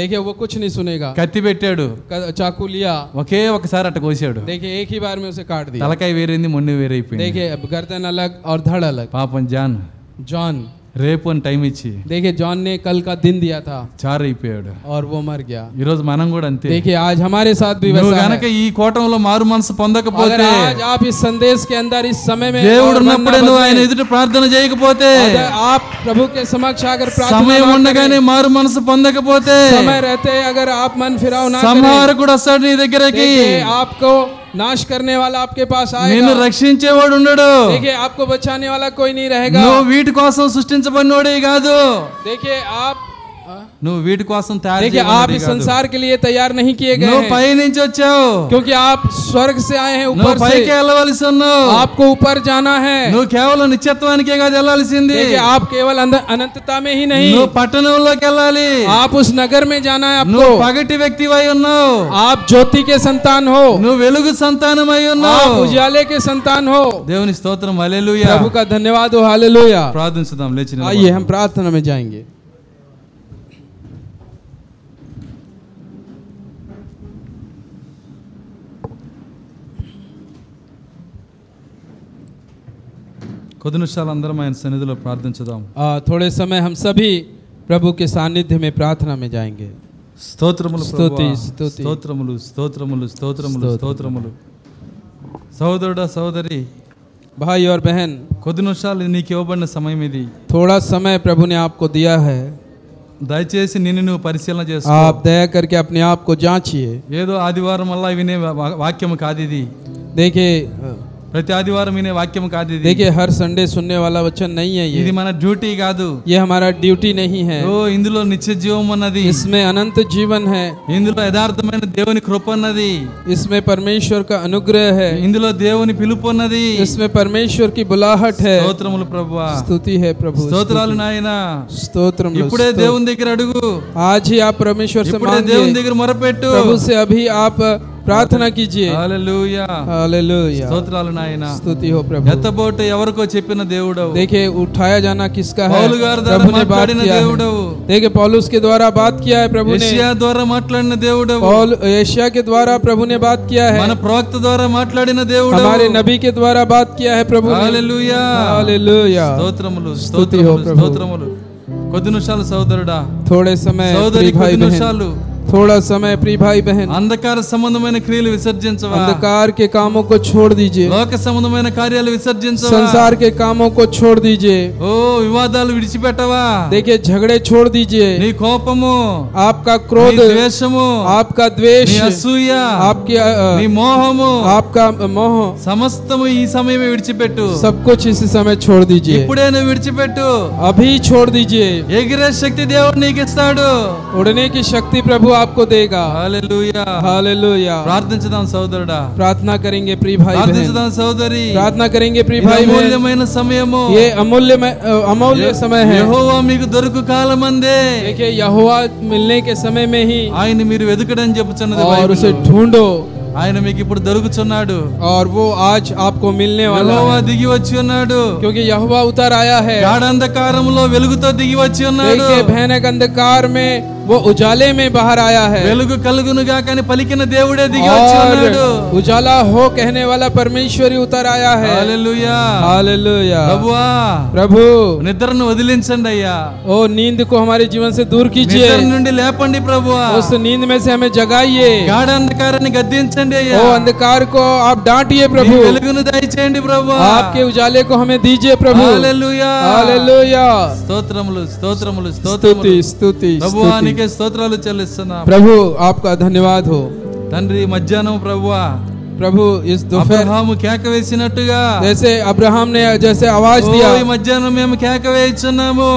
S5: देखिए वो कुछ नहीं सुनेगा
S1: కత్తి పెట్టాడు
S5: क- चाकू लिया
S1: ఒకే ఒకసారి అట్ట కోసాడు
S5: देखिए एक ही बार में उसे काट दिया
S1: తలకాయ వేరైంది మొండి వేరైపోయింది
S5: देखिए अब गर्दन अलग और धड़ अलग
S1: పాపం జాన్
S5: जॉन
S1: రేపు అని టైం ఇచ్చి
S5: देखिए जॉन ने कल का दिन दिया था
S1: చారైపోయాడు
S5: और वो मर गया
S1: ఈరోజు మనం కూడా అంతే
S5: देखिए आज हमारे साथ भी
S1: నువ్వు
S5: वैसा
S1: గనక
S5: है
S1: ఈ కోటంలో మారు మనసు
S5: अगर
S1: పొందకపోతే
S5: आज आप इस संदेश के अंदर इस समय में
S1: దేవుడు
S5: और बनना
S1: ఉన్నప్పుడే నువ్వు ఆయన
S5: बदले,
S1: ఎదుట ప్రార్థన చేయకపోతే
S5: अगर आप प्रभु के समक्ष आकर प्रार्थना
S1: సమయం
S5: ना
S1: ఉండగానే
S5: करें,
S1: మారు మనసు పొందకపోతే
S5: समय रहते अगर आप मन फिराव ना करें
S1: సంహారకుడు వస్తాడు నీ దగ్గరికి
S5: देखिए आपको नाश करने वाला आपके पास
S1: నిన్ను
S5: आएगा
S1: రక్షించేవాడు ఉండడు
S5: देखिए आपको बचाने वाला कोई नहीं रहेगा
S1: నువ్వు వీటి కోసం సృష్టించబడినోడే కాదు
S5: देखिए आप हाँ?
S1: నువ్వు వీటి కోసం తయారు
S5: देखिए आप
S1: చేయబడినోడే
S5: इस
S1: కాదు.
S5: संसार के लिए तैयार नहीं किए गए
S1: నువ్వు
S5: हैं
S1: పై నుంచి వచ్చావు
S5: क्योंकि आप स्वर्ग से आए हैं
S1: నువ్వు
S5: ऊपर
S1: పైకి
S5: से
S1: వెళ్ళవలసి ఉన్నావు
S5: आपको ऊपर जाना है
S1: నువ్వు కేవలం నిత్యత్వానికే కాదు వెళ్ళాల్సింది
S5: देखिए आप केवल अंदर- अनंतता में ही
S1: నువ్వు
S5: नहीं
S1: పట్టణంలోకి వెళ్ళాలి
S5: आप उस नगर में जाना है
S1: నువ్వు
S5: आपको
S1: పగటి వ్యక్తి అయి ఉన్నావు
S5: आप ज्योति के संतान हो
S1: నువ్వు వెలుగు సంతానం అయి
S5: आप
S1: ఉన్నావు
S5: उजाले के संतान हो
S1: దేవుని స్తోత్రం హల్లెలూయా
S5: प्रभु का धन्यवाद हो हालेलुया
S1: ప్రార్థించుదాం లేచి నిలబడదాం.
S5: आइए हम प्रार्थना में जाएंगे
S1: కొద్ది నిమిషాలు అందరం ఆయన సన్నిధిలో ప్రార్థించుదాం
S5: आ, थोड़े समय हम सभी प्रभु के सानिध्य में प्रार्थना में जाएंगे
S1: స్తోత్రములు
S5: స్తుతి,
S1: ప్రభువా.
S5: స్తుతి.
S1: స్తోత్రములు స్తోత్రములు స్తోత్రములు
S5: స్తోత్రం.
S1: స్తోత్రములు సహోదరుడా సహోదరి
S5: भाई और बहन
S1: కొద్ది నిమిషాలు నీకు ఇవ్వబడిన సమయం ఇది
S5: थोड़ा समय प्रभु ने आपको दिया है
S1: దయచేసి నిన్ను నువ్వు పరిశీలన చేసుకో
S5: आप दया करके अपने आप को जांचिए
S1: ఏదో ఆదివారం వల్ల వినే వా- వాక్యం కాదు ఇది
S5: देखिए
S1: ప్రతి ఆదివారం వినే వాక్యం కాదు ఇది
S5: देखिए हर संडे सुनने वाला वचन नहीं है
S1: ఇది
S5: ये
S1: మన డ్యూటీ కాదు
S5: ये हमारा ड्यूटी नहीं है
S1: ఓ ఇందులో నిత్య జీవం ఉన్నది
S5: इसमें अनंत जीवन है
S1: ఇందులో యథార్థమైన దేవుని కృప ఉన్నది
S5: इसमें परमेश्वर का अनुग्रह है
S1: ఇందులో దేవుని పిలుపు ఉన్నది
S5: इसमें परमेश्वर की बुलाहट है
S1: స్తోత్రములు ప్రభువా
S5: स्तुति है प्रभु
S1: స్తోత్రాలు నాయనా
S5: स्तोत्रम लो,
S1: ఇప్పుడే
S5: स्तोत्र
S1: దేవుని దగ్గర అడుగు
S5: आज ही आप परमेश्वर से
S1: ఇప్పుడే దేవుని
S5: मांगिए
S1: దగ్గర మొరపెట్టు
S5: प्रभु से अभी आप प्रार्थना कीजिए
S1: हाँ। హల్లెలూయా
S5: हालेलुया
S1: స్తోత్రాలు నాయన
S5: स्तुति हो प्रभु
S1: ఎత్తబోట ఎవరికో చెప్పిన దేవుడవు
S5: देखिए उठाया जाना किसका
S1: तो।
S5: है
S1: पौल गार द्वारा
S5: प्रभु ने बात
S1: मातलाडिन
S5: किया है
S1: देवुडु।
S5: देखिए पौलुस के द्वारा बात किया है प्रभु ने
S1: ఏషియా ద్వారా మాట్లాడిన దేవుడవు
S5: पौल एशिया के द्वारा प्रभु ने बात किया है
S1: మన ప్రవక్త ద్వారా మాట్లాడిన దేవుడు
S5: हमारे नबी के द्वारा बात किया है प्रभु
S1: हाँ।
S5: ने
S1: హల్లెలూయా
S5: हालेलुया
S1: స్తోత్రములు
S5: స్తుతి
S1: స్తోత్రములు
S5: హో ప్రభు.
S1: స్తోత్రములు కొద్ది నిమిషాలు సోదరుడా
S5: थोड़े समय
S1: సోదరి
S5: प्रिय
S1: కొద్ది
S5: भाई बहन
S1: నిమిషాలు
S5: थोड़ा समय प्रिय भाई बहन
S1: అంధకార సంబంధమైన క్రియలు విసర్జించవా
S5: अंधकार के कामों को छोड़ दीजिए
S1: లోక సంబంధమైన కార్యాలు విసర్జించవా
S5: संसार के कामों को छोड़ दीजिए
S1: ఓ వివాదాలు విడిచిపెట్టవా
S5: देखिए झगड़े छोड़ दीजिए
S1: నీ కోపము
S5: आपका
S1: నీ
S5: क्रोध
S1: ద్వేషము
S5: आपका
S1: నీ
S5: द्वेष
S1: అసూయ
S5: आपके अ,
S1: నీ
S5: अ,
S1: మోహము
S5: आपका मोह
S1: సమస్తము ఈ సమయమే విడిచిపెట్టు
S5: सब कुछ इसी समय छोड़ दीजिए
S1: ఇప్పుడే నువ్వు విడిచిపెట్టు
S5: अभी छोड़ दीजिए
S1: ఎగిరే శక్తి దేవుడు నీకు ఇస్తాడు
S5: उड़ने की शक्ति प्रभु आपको देगा
S1: హల్లెలూయా
S5: हालेलुया
S1: ప్రార్థించుదాం సోదరుడా
S5: प्रार्थना करेंगे प्रिय भाई बहन
S1: ప్రార్థించుదాం సోదరి
S5: प्रार्थना करेंगे प्रिय
S1: ఇది
S5: भाई बहन
S1: అమూల్యమైన సమయము
S5: ये अमूल्य में- अ, अमूल्य समय है
S1: యెహోవా మీకు దొరుకు కాలమందే
S5: देखिए यहोवा मिलने के समय में ही
S1: ఆయన మీరు వెతుకడని చెప్పుచున్నది
S5: और
S1: బైబిల్.
S5: उसे ढूंढो
S1: ఆయన మీకు ఇప్పుడు దొరుకుచున్నాడు
S5: और वो आज आपको మిల్నే वाला
S1: యెహోవా
S5: है
S1: దిగి వచ్చి ఉన్నాడు
S5: क्योंकि यहोवा उतर आया है
S1: గాఢ అంధకారంలో వెలుగుతో దిగి వచ్చి ఉన్నాడు
S5: देखिए भयानक अंधकार में वो उजाले में बाहर आया है
S1: వెలుగు కలుగునుగా కానీ పలికిన దేవుడే దిగి వచ్చి ఉన్నాడు
S5: और उजाला हो कहने वाला परमेश्वरी उतर आया है
S1: హల్లెలూయా.
S5: हालेलुया
S1: ప్రభువా
S5: प्रभु
S1: నిద్రను వదిలించండి అయ్యా
S5: ओ नींद को हमारे जीवन से दूर कीजिए
S1: నిద్ర నుండి లేపండి ప్రభువా
S5: उस नींद में से हमें जगाइए
S1: గాఢ అంధకారాన్ని గద్దించండి అయ్యా
S5: ओ अंधकार को आप डांटिए
S1: నీ
S5: प्रभु
S1: వెలుగును దయచేయండి ప్రభువా
S5: आपके उजाले को हमें दीजिए प्रभु
S1: హల్లెలూయా.
S5: हालेलुया
S1: స్తోత్రములు స్తోత్రములు స్తోత్రములు
S5: स्तुति स्तुति
S1: ప్రభువా
S5: स्तुति।
S1: నీకే స్తోత్రాలు చెల్లిస్తున్నాం
S5: प्रभु आपका धन्यवाद हो
S1: తండ్రి మధ్యాహ్నం ప్రభువా
S5: प्रभु इस दोपहर
S1: అబ్రహాము కేక వేసినట్టుగా
S5: जैसे अब्राहम ने जैसे आवाज
S1: ఓ,
S5: दिया
S1: ఈ మధ్యాహ్నం మేము కేక వేయుచున్నాము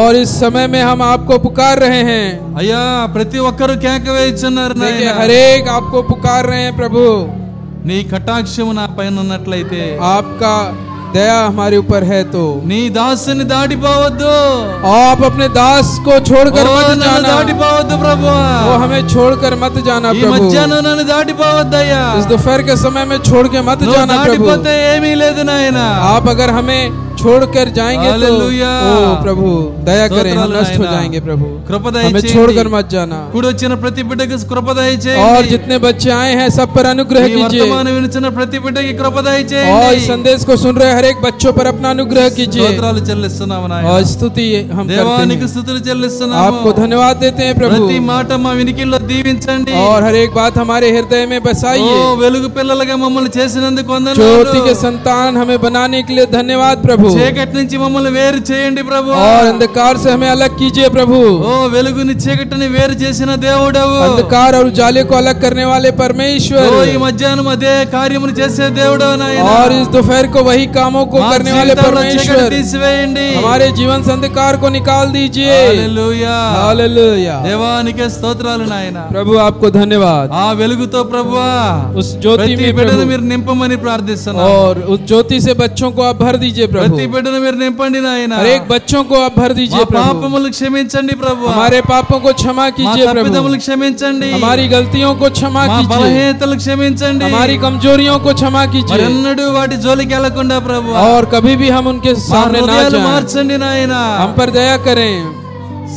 S5: और इस समय में हम आपको पुकार रहे हैं
S1: అయ్యా ప్రతి ఒక్కరు కేక వేయుచున్నారు
S5: देखिए
S1: నాయనా.
S5: हर एक आपको पुकार रहे हैं प्रभु
S1: నీ కటాక్షము నా పైన ఉన్నట్లయితే
S5: आपका दया हमारे ऊपर है तो
S1: నీ దాసుని దాటిపోవద్దు
S5: आप अपने दास को छोड़कर
S1: ఓ,
S5: मत
S1: నన్ను
S5: जाना
S1: దాటిపోవద్దు ప్రభు
S5: वो हमें छोड़कर मत जाना
S1: ఈ
S5: प्रभु
S1: మధ్యాహ్నం నన్ను దాటిపోవద్దు అయ్యా
S5: इस दोपहर के समय में छोड़ के मत
S1: నువ్వు
S5: जाना प्रभु
S1: దాటిపోతే ఏమీ లేదు నాయనా
S5: आप अगर हमें छोड़कर जाएंगे तो
S1: हालेलुया।
S5: ओ प्रभु दया करें हम
S1: స్తోత్రాలు
S5: नष्ट हो
S1: నాయనా.
S5: जाएंगे प्रभु
S1: కృప
S5: हमें
S1: దయచేయండి.
S5: छोड़कर मत जाना
S1: కూడొచ్చిన ప్రతి బిడ్డకి కృప
S5: और
S1: దయచేయండి
S5: जितने बच्चे आए हैं सब पर अनुग्रह
S1: ఈ
S5: कीजिए
S1: వర్తమానం వినిచిన ప్రతి బిడ్డకి కృప
S5: और इस
S1: దయచేయండి
S5: संदेश को सुन रहे हर एक बच्चों पर अपना अनुग्रह कीजिए
S1: స్తోత్రాలు చెల్లిస్తున్నాము నాయనా.
S5: और स्तुति हम करते
S1: దేవానికి
S5: हैं
S1: స్థుతులు చెల్లిస్తున్నాము
S5: आपको धन्यवाद देते हैं
S1: ప్రతి
S5: प्रभु
S1: మాట మా వినికిల్లో దీవించండి
S5: और हर एक बात हमारे हृदय में
S1: ఓ,
S5: बसाइए
S1: వెలుగు పిల్లలుగా మమ్మల్ని చేసినందుకు వందనాలు.
S5: ज्योति के संतान हमें बनाने के लिए धन्यवाद प्रभु
S1: చీకటి నుంచి మమ్మల్ని వేరు చేయండి ప్రభు
S5: और अंधकार से हमें अलग कीजिए प्रभु
S1: ఓ వెలుగుని చీకటిని వేరు చేసిన దేవుడవు
S5: अंधकार और उजाले को अलग करने वाले
S1: ఓ
S5: परमेश्वर
S1: ఈ మధ్యాహ్నం అదే కార్యమును చేసే దేవుడవు నాయనా.
S5: और इस दोपहर को वही कामों को
S1: మా
S5: करने वाले
S1: జీవితంలో చీకటి
S5: परमेश्वर
S1: తీసివేయండి
S5: हमारे जीवन से अंधकार को निकाल दीजिए
S1: హల్లెలూయా.
S5: हालेलुया
S1: దేవానికే స్తోత్రాలు నాయన
S5: प्रभु आपको धन्यवाद
S1: ఆ వెలుగుతో ప్రభువా
S5: उस ज्योति
S1: ప్రతి
S5: में
S1: బిడ్డను
S5: प्रभु
S1: మీరు నింపమని ప్రార్థిస్తున్నా
S5: और उस ज्योति से बच्चों को आप भर दीजिए प्रभु
S1: ప్రతి బిడ్డను మీరు నింపండి నాయన
S5: हर एक बच्चों को आप भर
S1: మా
S5: दीजिए प्रभु
S1: పాపములు క్షమించండి ప్రభు
S5: हमारे पापों को क्षमा
S1: మా
S5: कीजिए
S1: తప్పిదములు
S5: प्रभु
S1: క్షమించండి
S5: हमारी गलतियों को क्षमा
S1: మా
S5: कीजिए
S1: బలహీనతలు క్షమించండి
S5: हमारी कमजोरियों को क्षमा कीजिए
S1: మరెన్నడూ వాటి జోలికి వెళ్లకుండా ప్రభు
S5: और कभी भी हम उनके
S1: మా
S5: सामने ना
S1: హృదయాలు
S5: जाएं
S1: మార్చండి నాయన
S5: हम पर दया करें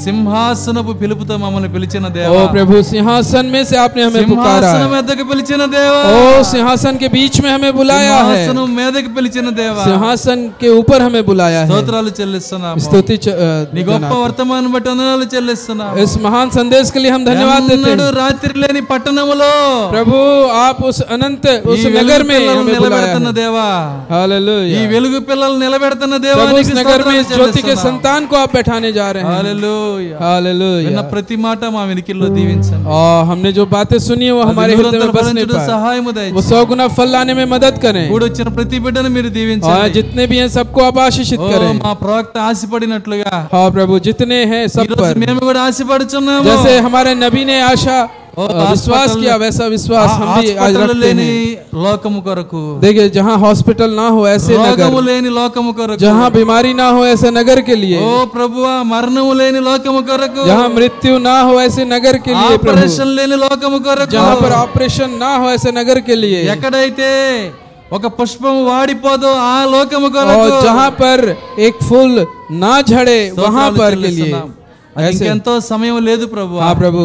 S1: సింహాసనపు పిలుపుతో మమ్మల్ని పిలిచిన
S5: ओ
S1: దేవా
S5: प्रभु सिंहासन में से आपने हमें पुकारा
S1: సింహాసనం
S5: है
S1: మీదకు పిలిచిన దేవా
S5: ओ सिंहासन के बीच में हमें बुलाया है
S1: సింహాసనం మీదకు పిలిచిన దేవా
S5: सिंहासन के ऊपर हमें बुलाया है
S1: స్తోత్రాలు చెల్లిస్తున్నాము
S5: स्तुति च- अ,
S1: నీ గొప్ప వర్తమానం బట్టి వందనాలు చెల్లిస్తున్నాము
S5: इस महान संदेश के लिए हम धन्यवाद देते
S1: ఎన్నడూ
S5: हैं
S1: రాత్రి లేని పట్టణములో
S5: प्रभु आप उस अनंत
S1: ఈ
S5: उस
S1: వెలుగు
S5: नगर में
S1: పిల్లలను
S5: हमें बुलाया
S1: నిలబెడుతున్న
S5: है
S1: దేవా ఈ
S5: हालेलुया
S1: వెలుగు పిల్లలు నిలబెడుతున్న దేవా
S5: प्रभु
S1: నీకు
S5: इस नगर में इस
S1: స్తోత్రాలు
S5: ज्योति के
S1: చెల్లిస్తున్నాము.
S5: संतान को आप बैठाने जा रहे हैं
S1: హల్లెలూయా. విన్న
S5: हालेलुया
S1: ప్రతి మాట మా వెనికిల్లో దీవించండి
S5: और हमने जो बातें सुनी है वो
S1: అది
S5: हमारे हृदय
S1: నూరంతలు
S5: में बसने
S1: ఫలించుట
S5: पाए
S1: సహాయము
S5: वो
S1: దయచేయండి
S5: सौ गुना फल लाने में मदद करें
S1: కూడా వచ్చిన ప్రతి బిడ్డను మీరు
S5: और
S1: దీవించండి
S5: जितने भी हैं सबको आप आशीषित
S1: ఓ,
S5: करें
S1: మా ప్రవక్త ఆశపడినట్లుగా
S5: हाँ प्रभु जितने हैं
S1: ఈ
S5: सब
S1: రోజు
S5: पर
S1: మేము కూడా ఆశపడుచున్నాము
S5: जैसे हमारे नबी ने आशा
S1: और
S5: अ, विश्वास
S1: अस्पताल-
S5: किया वैसा विश्वास
S1: ఆ-
S5: हम भी आज
S1: ఆస్పత్రులు
S5: रखते
S1: లేని
S5: हैं
S1: లోకము కొరకు
S5: देखिए जहाँ हॉस्पिटल ना हो ऐसे
S1: రోగము
S5: नगर
S1: లేని లోకము కొరకు
S5: जहाँ बीमारी ना हो ऐसे नगर के लिए
S1: ఓ ప్రభువా మరణము లేని లోకము కొరకు
S5: जहाँ मृत्यु ना हो ऐसे नगर के लिए प्रभु
S1: ఆపరేషన్ లేని లోకము కొరకు
S5: जहाँ पर ऑपरेशन ना हो ऐसे नगर के लिए
S1: ఎక్కడైతే ఒక పుష్పం వాడిపోదో ఆ లోకము కొరకు
S5: और जहाँ पर एक फूल ना झड़े वहाँ
S1: స్తోత్రాలు
S5: पर के लिए
S1: చెల్లిస్తున్నాం. అది ఇంకెంతో సమయం లేదు ప్రభు
S5: हाँ प्रभु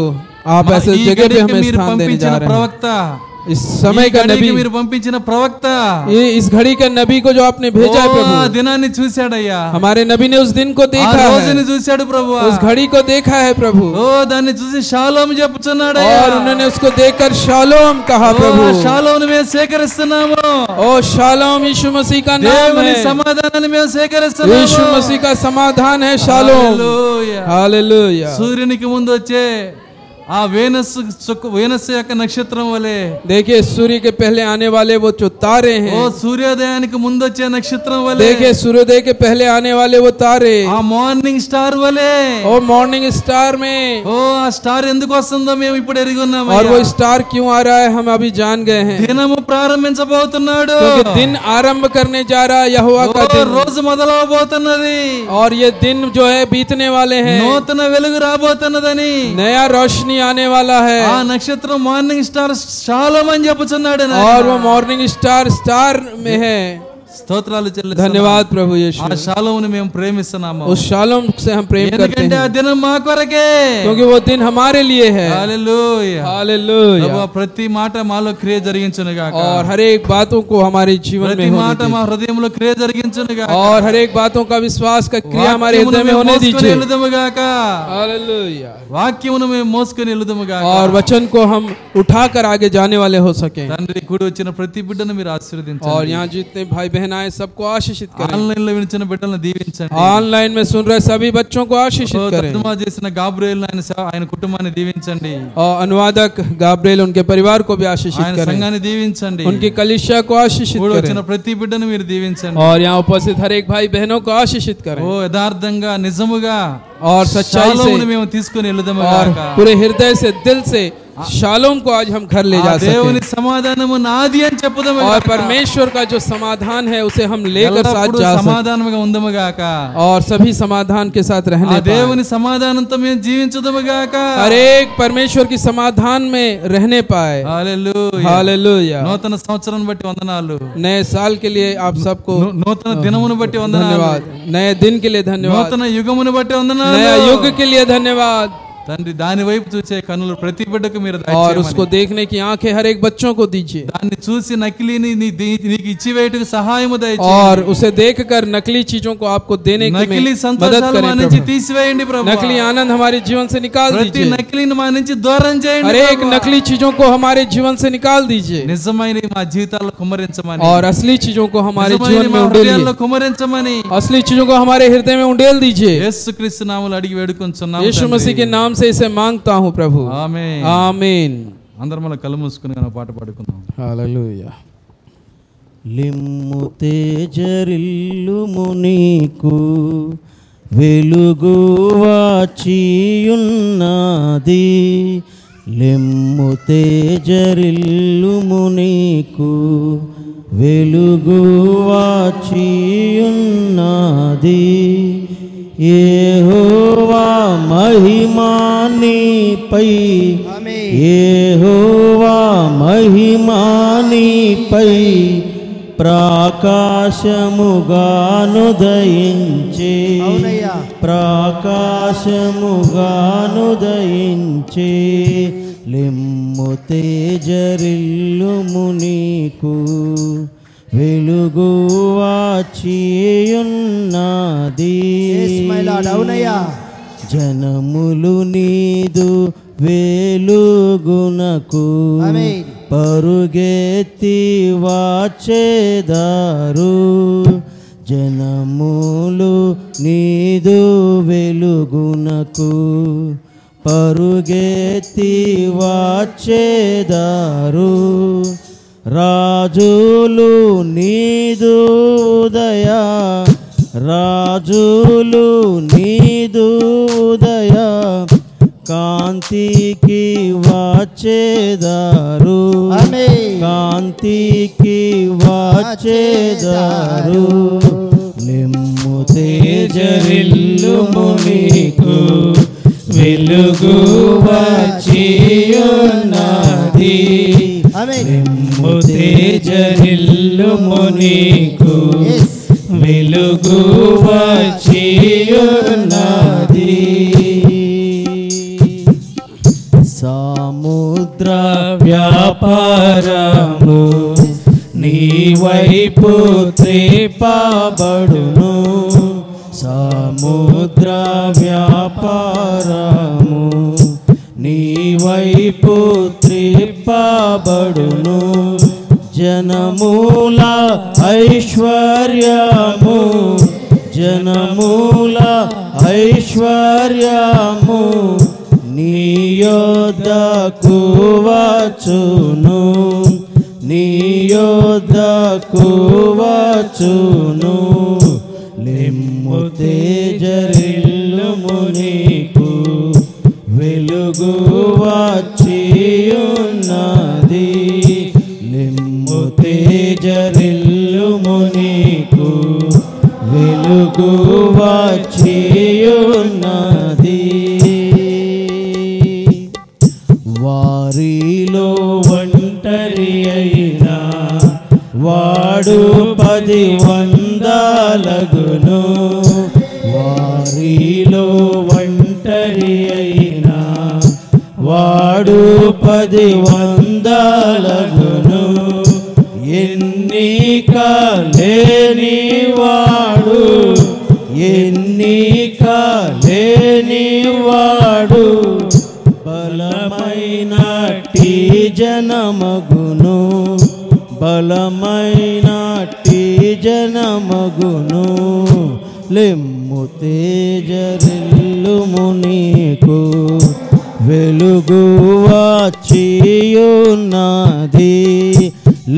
S5: आप ऐसे जगह पे हमें
S1: మీరు
S5: स्थान देने
S1: పంపించిన
S5: जा रहे
S1: ప్రవక్త
S5: हैं इस
S1: ఈ
S5: समय का
S1: గడికి
S5: नबी
S1: మీరు పంపించిన ప్రవక్త
S5: ये इस घड़ी के नबी को जो आपने भेजा है
S1: ఓ, ఆ
S5: प्रभु
S1: దినాన్ని చూశాడయ్యా
S5: हमारे नबी ने उस दिन को
S1: ఆ
S5: देखा है
S1: రోజుని చూశాడు ప్రభు
S5: उस घड़ी को देखा है प्रभु
S1: ఓ దాన్ని చూసి షాలోం చెప్పుచున్నాడయ్యా
S5: और उन्होंने उसको देखकर शालोम कहा प्रभु
S1: షాలోను మేము సేకరిస్తున్నాము
S5: ओ शालोम यीशु मसीह का नाम
S1: దేవుని
S5: है
S1: సమాధానాన్ని మేము
S5: यीशु
S1: సేకరిస్తున్నాము
S5: मसीह का समाधान है शालोम
S1: హల్లెలూయా.
S5: हालेलुया
S1: సూర్యునికి ముందు వచ్చే ఆ వేనస్ చుక్క- వేనస్ యొక్క నక్షత్రం వలె
S5: देखिए सूर्य के पहले आने वाले वो जो तारे
S1: ఓ
S5: हैं
S1: సూర్యోదయానికి ముందు వచ్చే నక్షత్రం వలె
S5: देखिए सूर्योदय के पहले आने वाले वो तारे
S1: ఆ మార్నింగ్ స్టార్ వలె
S5: ओ मॉर्निंग स्टार में
S1: ఓ ఆ స్టార్ ఎందుకు వస్తుందో మేము ఇప్పుడు ఎరుగున్నాము
S5: और वो స్టార్ क्यों आ रहा है हम अभी जान गए हैं
S1: దినము ప్రారంభించబోతున్నాడు
S5: क्योंकि दिन आरंभ करने जा रहा है यहोवा
S1: ఓ,
S5: का दिन
S1: రోజు మొదలవబోతున్నది
S5: और ये दिन जो है बीतने वाले हैं
S1: నూతన వెలుగు రాబోతున్నదని
S5: नया रोशनी आने वाला है
S1: ఆ నక్షత్రం మార్నింగ్ స్టార్ శాలం అని చెప్పుచున్నాడు నాయన.
S5: और वो मॉर्निंग स्टार स्टार में है
S1: స్తోత్రాలు చెల్లిస్తున్నాం
S5: धन्यवाद प्रभु
S1: ఆ
S5: यीशु
S1: శాలోముని మేము ప్రేమిస్తున్నాము
S5: उस शालोम से हम प्रेम करते
S1: ఎందుకంటే
S5: हैं
S1: ఆ దినం మా కొరకే
S5: क्योंकि वो दिन हमारे लिए है
S1: హల్లెలూయా.
S5: हालेलुया
S1: ప్రభువా, ప్రతి మాట మాలో క్రియ జరిగించును గాక
S5: और हर एक बातों को हमारे जीवन
S1: ప్రతి
S5: में होने
S1: మాట మా హృదయంలో క్రియ జరిగించును గాక
S5: दीजिए। और हर एक बातों का विश्वास का क्रिया हमारे
S1: వాక్యమును
S5: हृदय में
S1: మేము
S5: होने
S1: మోసుకొని
S5: दीजिए
S1: వెళుదుము గాక
S5: हालेलुया
S1: వాక్యమును మేము మోసుకొని వెళుదుము గాక
S5: और वचन को हम उठा कर आगे जाने वाले हो सके
S1: తండ్రి కూడి వచ్చిన ప్రతి బిడ్డను మీరు ఆశీర్వదించండి
S5: और यहाँ जितने भाई बहन आए सबको आशीषित करें
S1: ఆన్లైన్ లో వినిచిన బిడ్డలను దీవించండి
S5: ऑनलाइन में सुन रहे सभी बच्चों को
S1: ఓ,
S5: आशीषित करें
S1: తర్జుమా చేసిన గాబ్రియల్ ఆయన సేవ- ఆయన కుటుంబాన్ని దీవించండి
S5: और अनुवादक गाब्रिएल उनके परिवार को भी
S1: ఆయన
S5: आशीषित करें
S1: సంఘాన్ని దీవించండి
S5: उनकी कलिशा को आशीषित
S1: కూడి వచ్చిన
S5: करें
S1: ప్రతి బిడ్డను మీరు దీవించండి
S5: और यहाँ उपस्थित हर एक भाई बहनों को आशीषित
S1: ఓ
S5: करें
S1: యథార్థంగా నిజముగా
S5: और सच्चाई
S1: శాలోమును
S5: से
S1: మేము తీసుకుని వెళదాము
S5: और
S1: గాక.
S5: पूरे हृदय से दिल से शालोम को आज हम घर ले
S1: ఆ
S5: जा सकें
S1: దేవుని సమాధానము నాది అని చెప్పుదాము
S5: और
S1: గాక.
S5: परमेश्वर का जो समाधान है उसे हम लेकर साथ
S1: ఎల్లప్పుడూ
S5: जा सकते
S1: సమాధానముగా ఉందము గాక
S5: और सभी समाधान के साथ
S1: ఆ
S5: रहने पाए
S1: దేవుని సమాధానంతో మేము జీవించదము గాక
S5: हर एक परमेश्वर की समाधान में रहने पाए
S1: హల్లెలూయా.
S5: हालेलुया
S1: నూతన సంవత్సరం బట్టి వందనాలు
S5: नए साल के लिए आप सबको
S1: నూ- నూతన దినమును బట్టి వందనాలు
S5: धन्यवाद नए दिन के लिए धन्यवाद
S1: నూతన యుగమును బట్టి వందనాలు
S5: नया युग के लिए धन्यवाद
S1: తండ్రి దాని వైపు చూసే కనులు ప్రతి బిడ్డకు మీరు
S5: और
S1: దయచేయమని.
S5: उसको देखने की आंखें हर एक बच्चों को दीजिए
S1: దాన్ని చూసి నకిలీని నీ- దీ- నీకు ఇచ్చివేయటకు సహాయము దయచేయండి
S5: और उसे देखकर नकली चीजों को आपको देने की
S1: నకిలీ
S5: में मदद
S1: సంతోషాలు మా
S5: करें
S1: నుంచి
S5: प्रभु।
S1: తీసివేయండి ప్రభు
S5: नकली आनंद हमारे जीवन से निकाल
S1: ప్రతి
S5: दीजिए
S1: నకిలీని మా నుంచి దూరం చేయండి
S5: हर एक
S1: ప్రభువా.
S5: नकली चीजों को हमारे जीवन से निकाल दीजिए
S1: నిజమైన మా జీవితాల్లో కుమ్మరించమని
S5: और असली चीजों को हमारे
S1: నిజమైన
S5: जीवन में
S1: మా హృదయాల్లో
S5: उंडेलिए
S1: కుమ్మరించమని
S5: असली चीजों को हमारे हृदय में उंडेल दीजिए
S1: యేసుక్రీస్తు నామములు అడిగి వేడుకొంచున్నాము
S5: यीशु
S1: తండ్రి.
S5: मसीह के नाम से इसे मांगता हूँ प्रभु
S1: ఆమేన్.
S5: आमीन
S1: అందరం మన కళ్ళు మూసుకుని మనం పాట పాడుకుందాం
S5: हालेलुया
S4: లిమ్ము తేజరిల్లుము నీకు వెలుగు వాచియున్నది లిమ్ము తేజరిల్లుము నీకు వెలుగు వాచియున్నది ఏహోవా మహిమా నీపై యెహోవా మహిమానిపై ప్రాకాశముగానుదయించే ప్రాకాశముగానుదయించే లిమ్ము తేజరిల్లుము నీకు వెలుగు వాచియున్నది జనములు నీదు వేలుగునకు పరుగెత్తి వాచేదారు జనములు నీదు వెలుగునకు పరుగెత్తి వాచేదారు రాజులు నీదు దయా రాజులు నీదు దయా కాంతికి వాచేదారు కాంతికి వాచేదారు నిమ్ము తేజరిల్లుము నీకు వెలుగు వచ్చియున్నది నిమ్ము తేజరిల్లుము నీకు వెలుగు వచ్చియున్నది సముద్ర వ్యాపారము నీ వైపు త్రేపబడును సముద్ర వ్యాపారము నీ వైపు త్రేపబడును జనమూల ఐశ్వర్యము జనమూల ఐశ్వర్యము నియోదకు వచ్చును నియోదకు వచ్చును నిమ్ము తేజరిల్లుము నీకు వెలుగు వచ్చియున్నది నిమ్ము తేజరిల్లుము నీకు వెలుగు వచ్చియున్నది వారిలో ఒంటరి అయినా వాడు ప పది వందలగును వారిలో ఒంటరి అయినా వాడు పది వందలగును ఎన్నిక లేని వాడు ఎన్నిక లేని వాడు బలమైన టీ జనమగును బలమైన టీ జనమగును లెమ్ము తేజరిల్లు మునీకు వెలుగు వాచియున్నది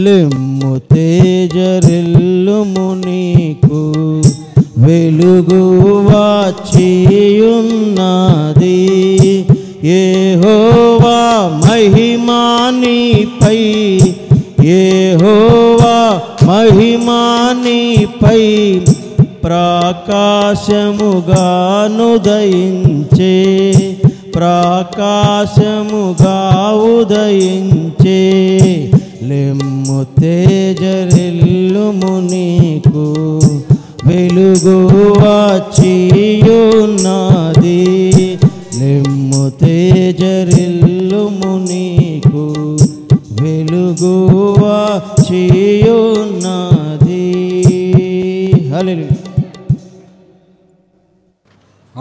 S4: లెమ్ము తేజరిల్లు మునీకు వెలుగు వాచియున్నది యెహోవా మహిమానిపై యెహోవా మహిమానిపై ప్రాకాశముగానుదయించే ప్రాకాశముగా ఉదయించే లెమ్ము తేజరిల్లుము నీకు వెలుగు వాచియున్నది నిమ్ము తేజరిల్లుము నీకు వెలుగు వాచియున్నది హల్లెలూయా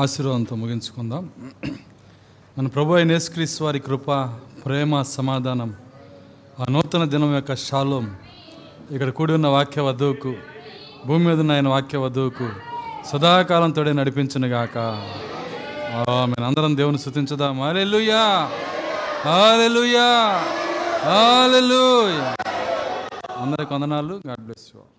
S1: ఆశీర్వాదంతో ముగించుకుందాం మన ప్రభు అయిన యేసుక్రీస్తు వారి కృప ప్రేమ సమాధానం ఆ నూతన దినం యొక్క శాలోం ఇక్కడ కూడి ఉన్న వాక్య వధువుకు భూమి మీద ఉన్న ఆయన వాక్య వధువుకు సదాకాలం తోడే నడిపించునుగాక ఆమె అందరం దేవుని స్థుతించుదాం హల్లెలూయా హల్లెలూయా హల్లెలూయా అందరికి వందనాలు గాడ్ బ్లెస్ యు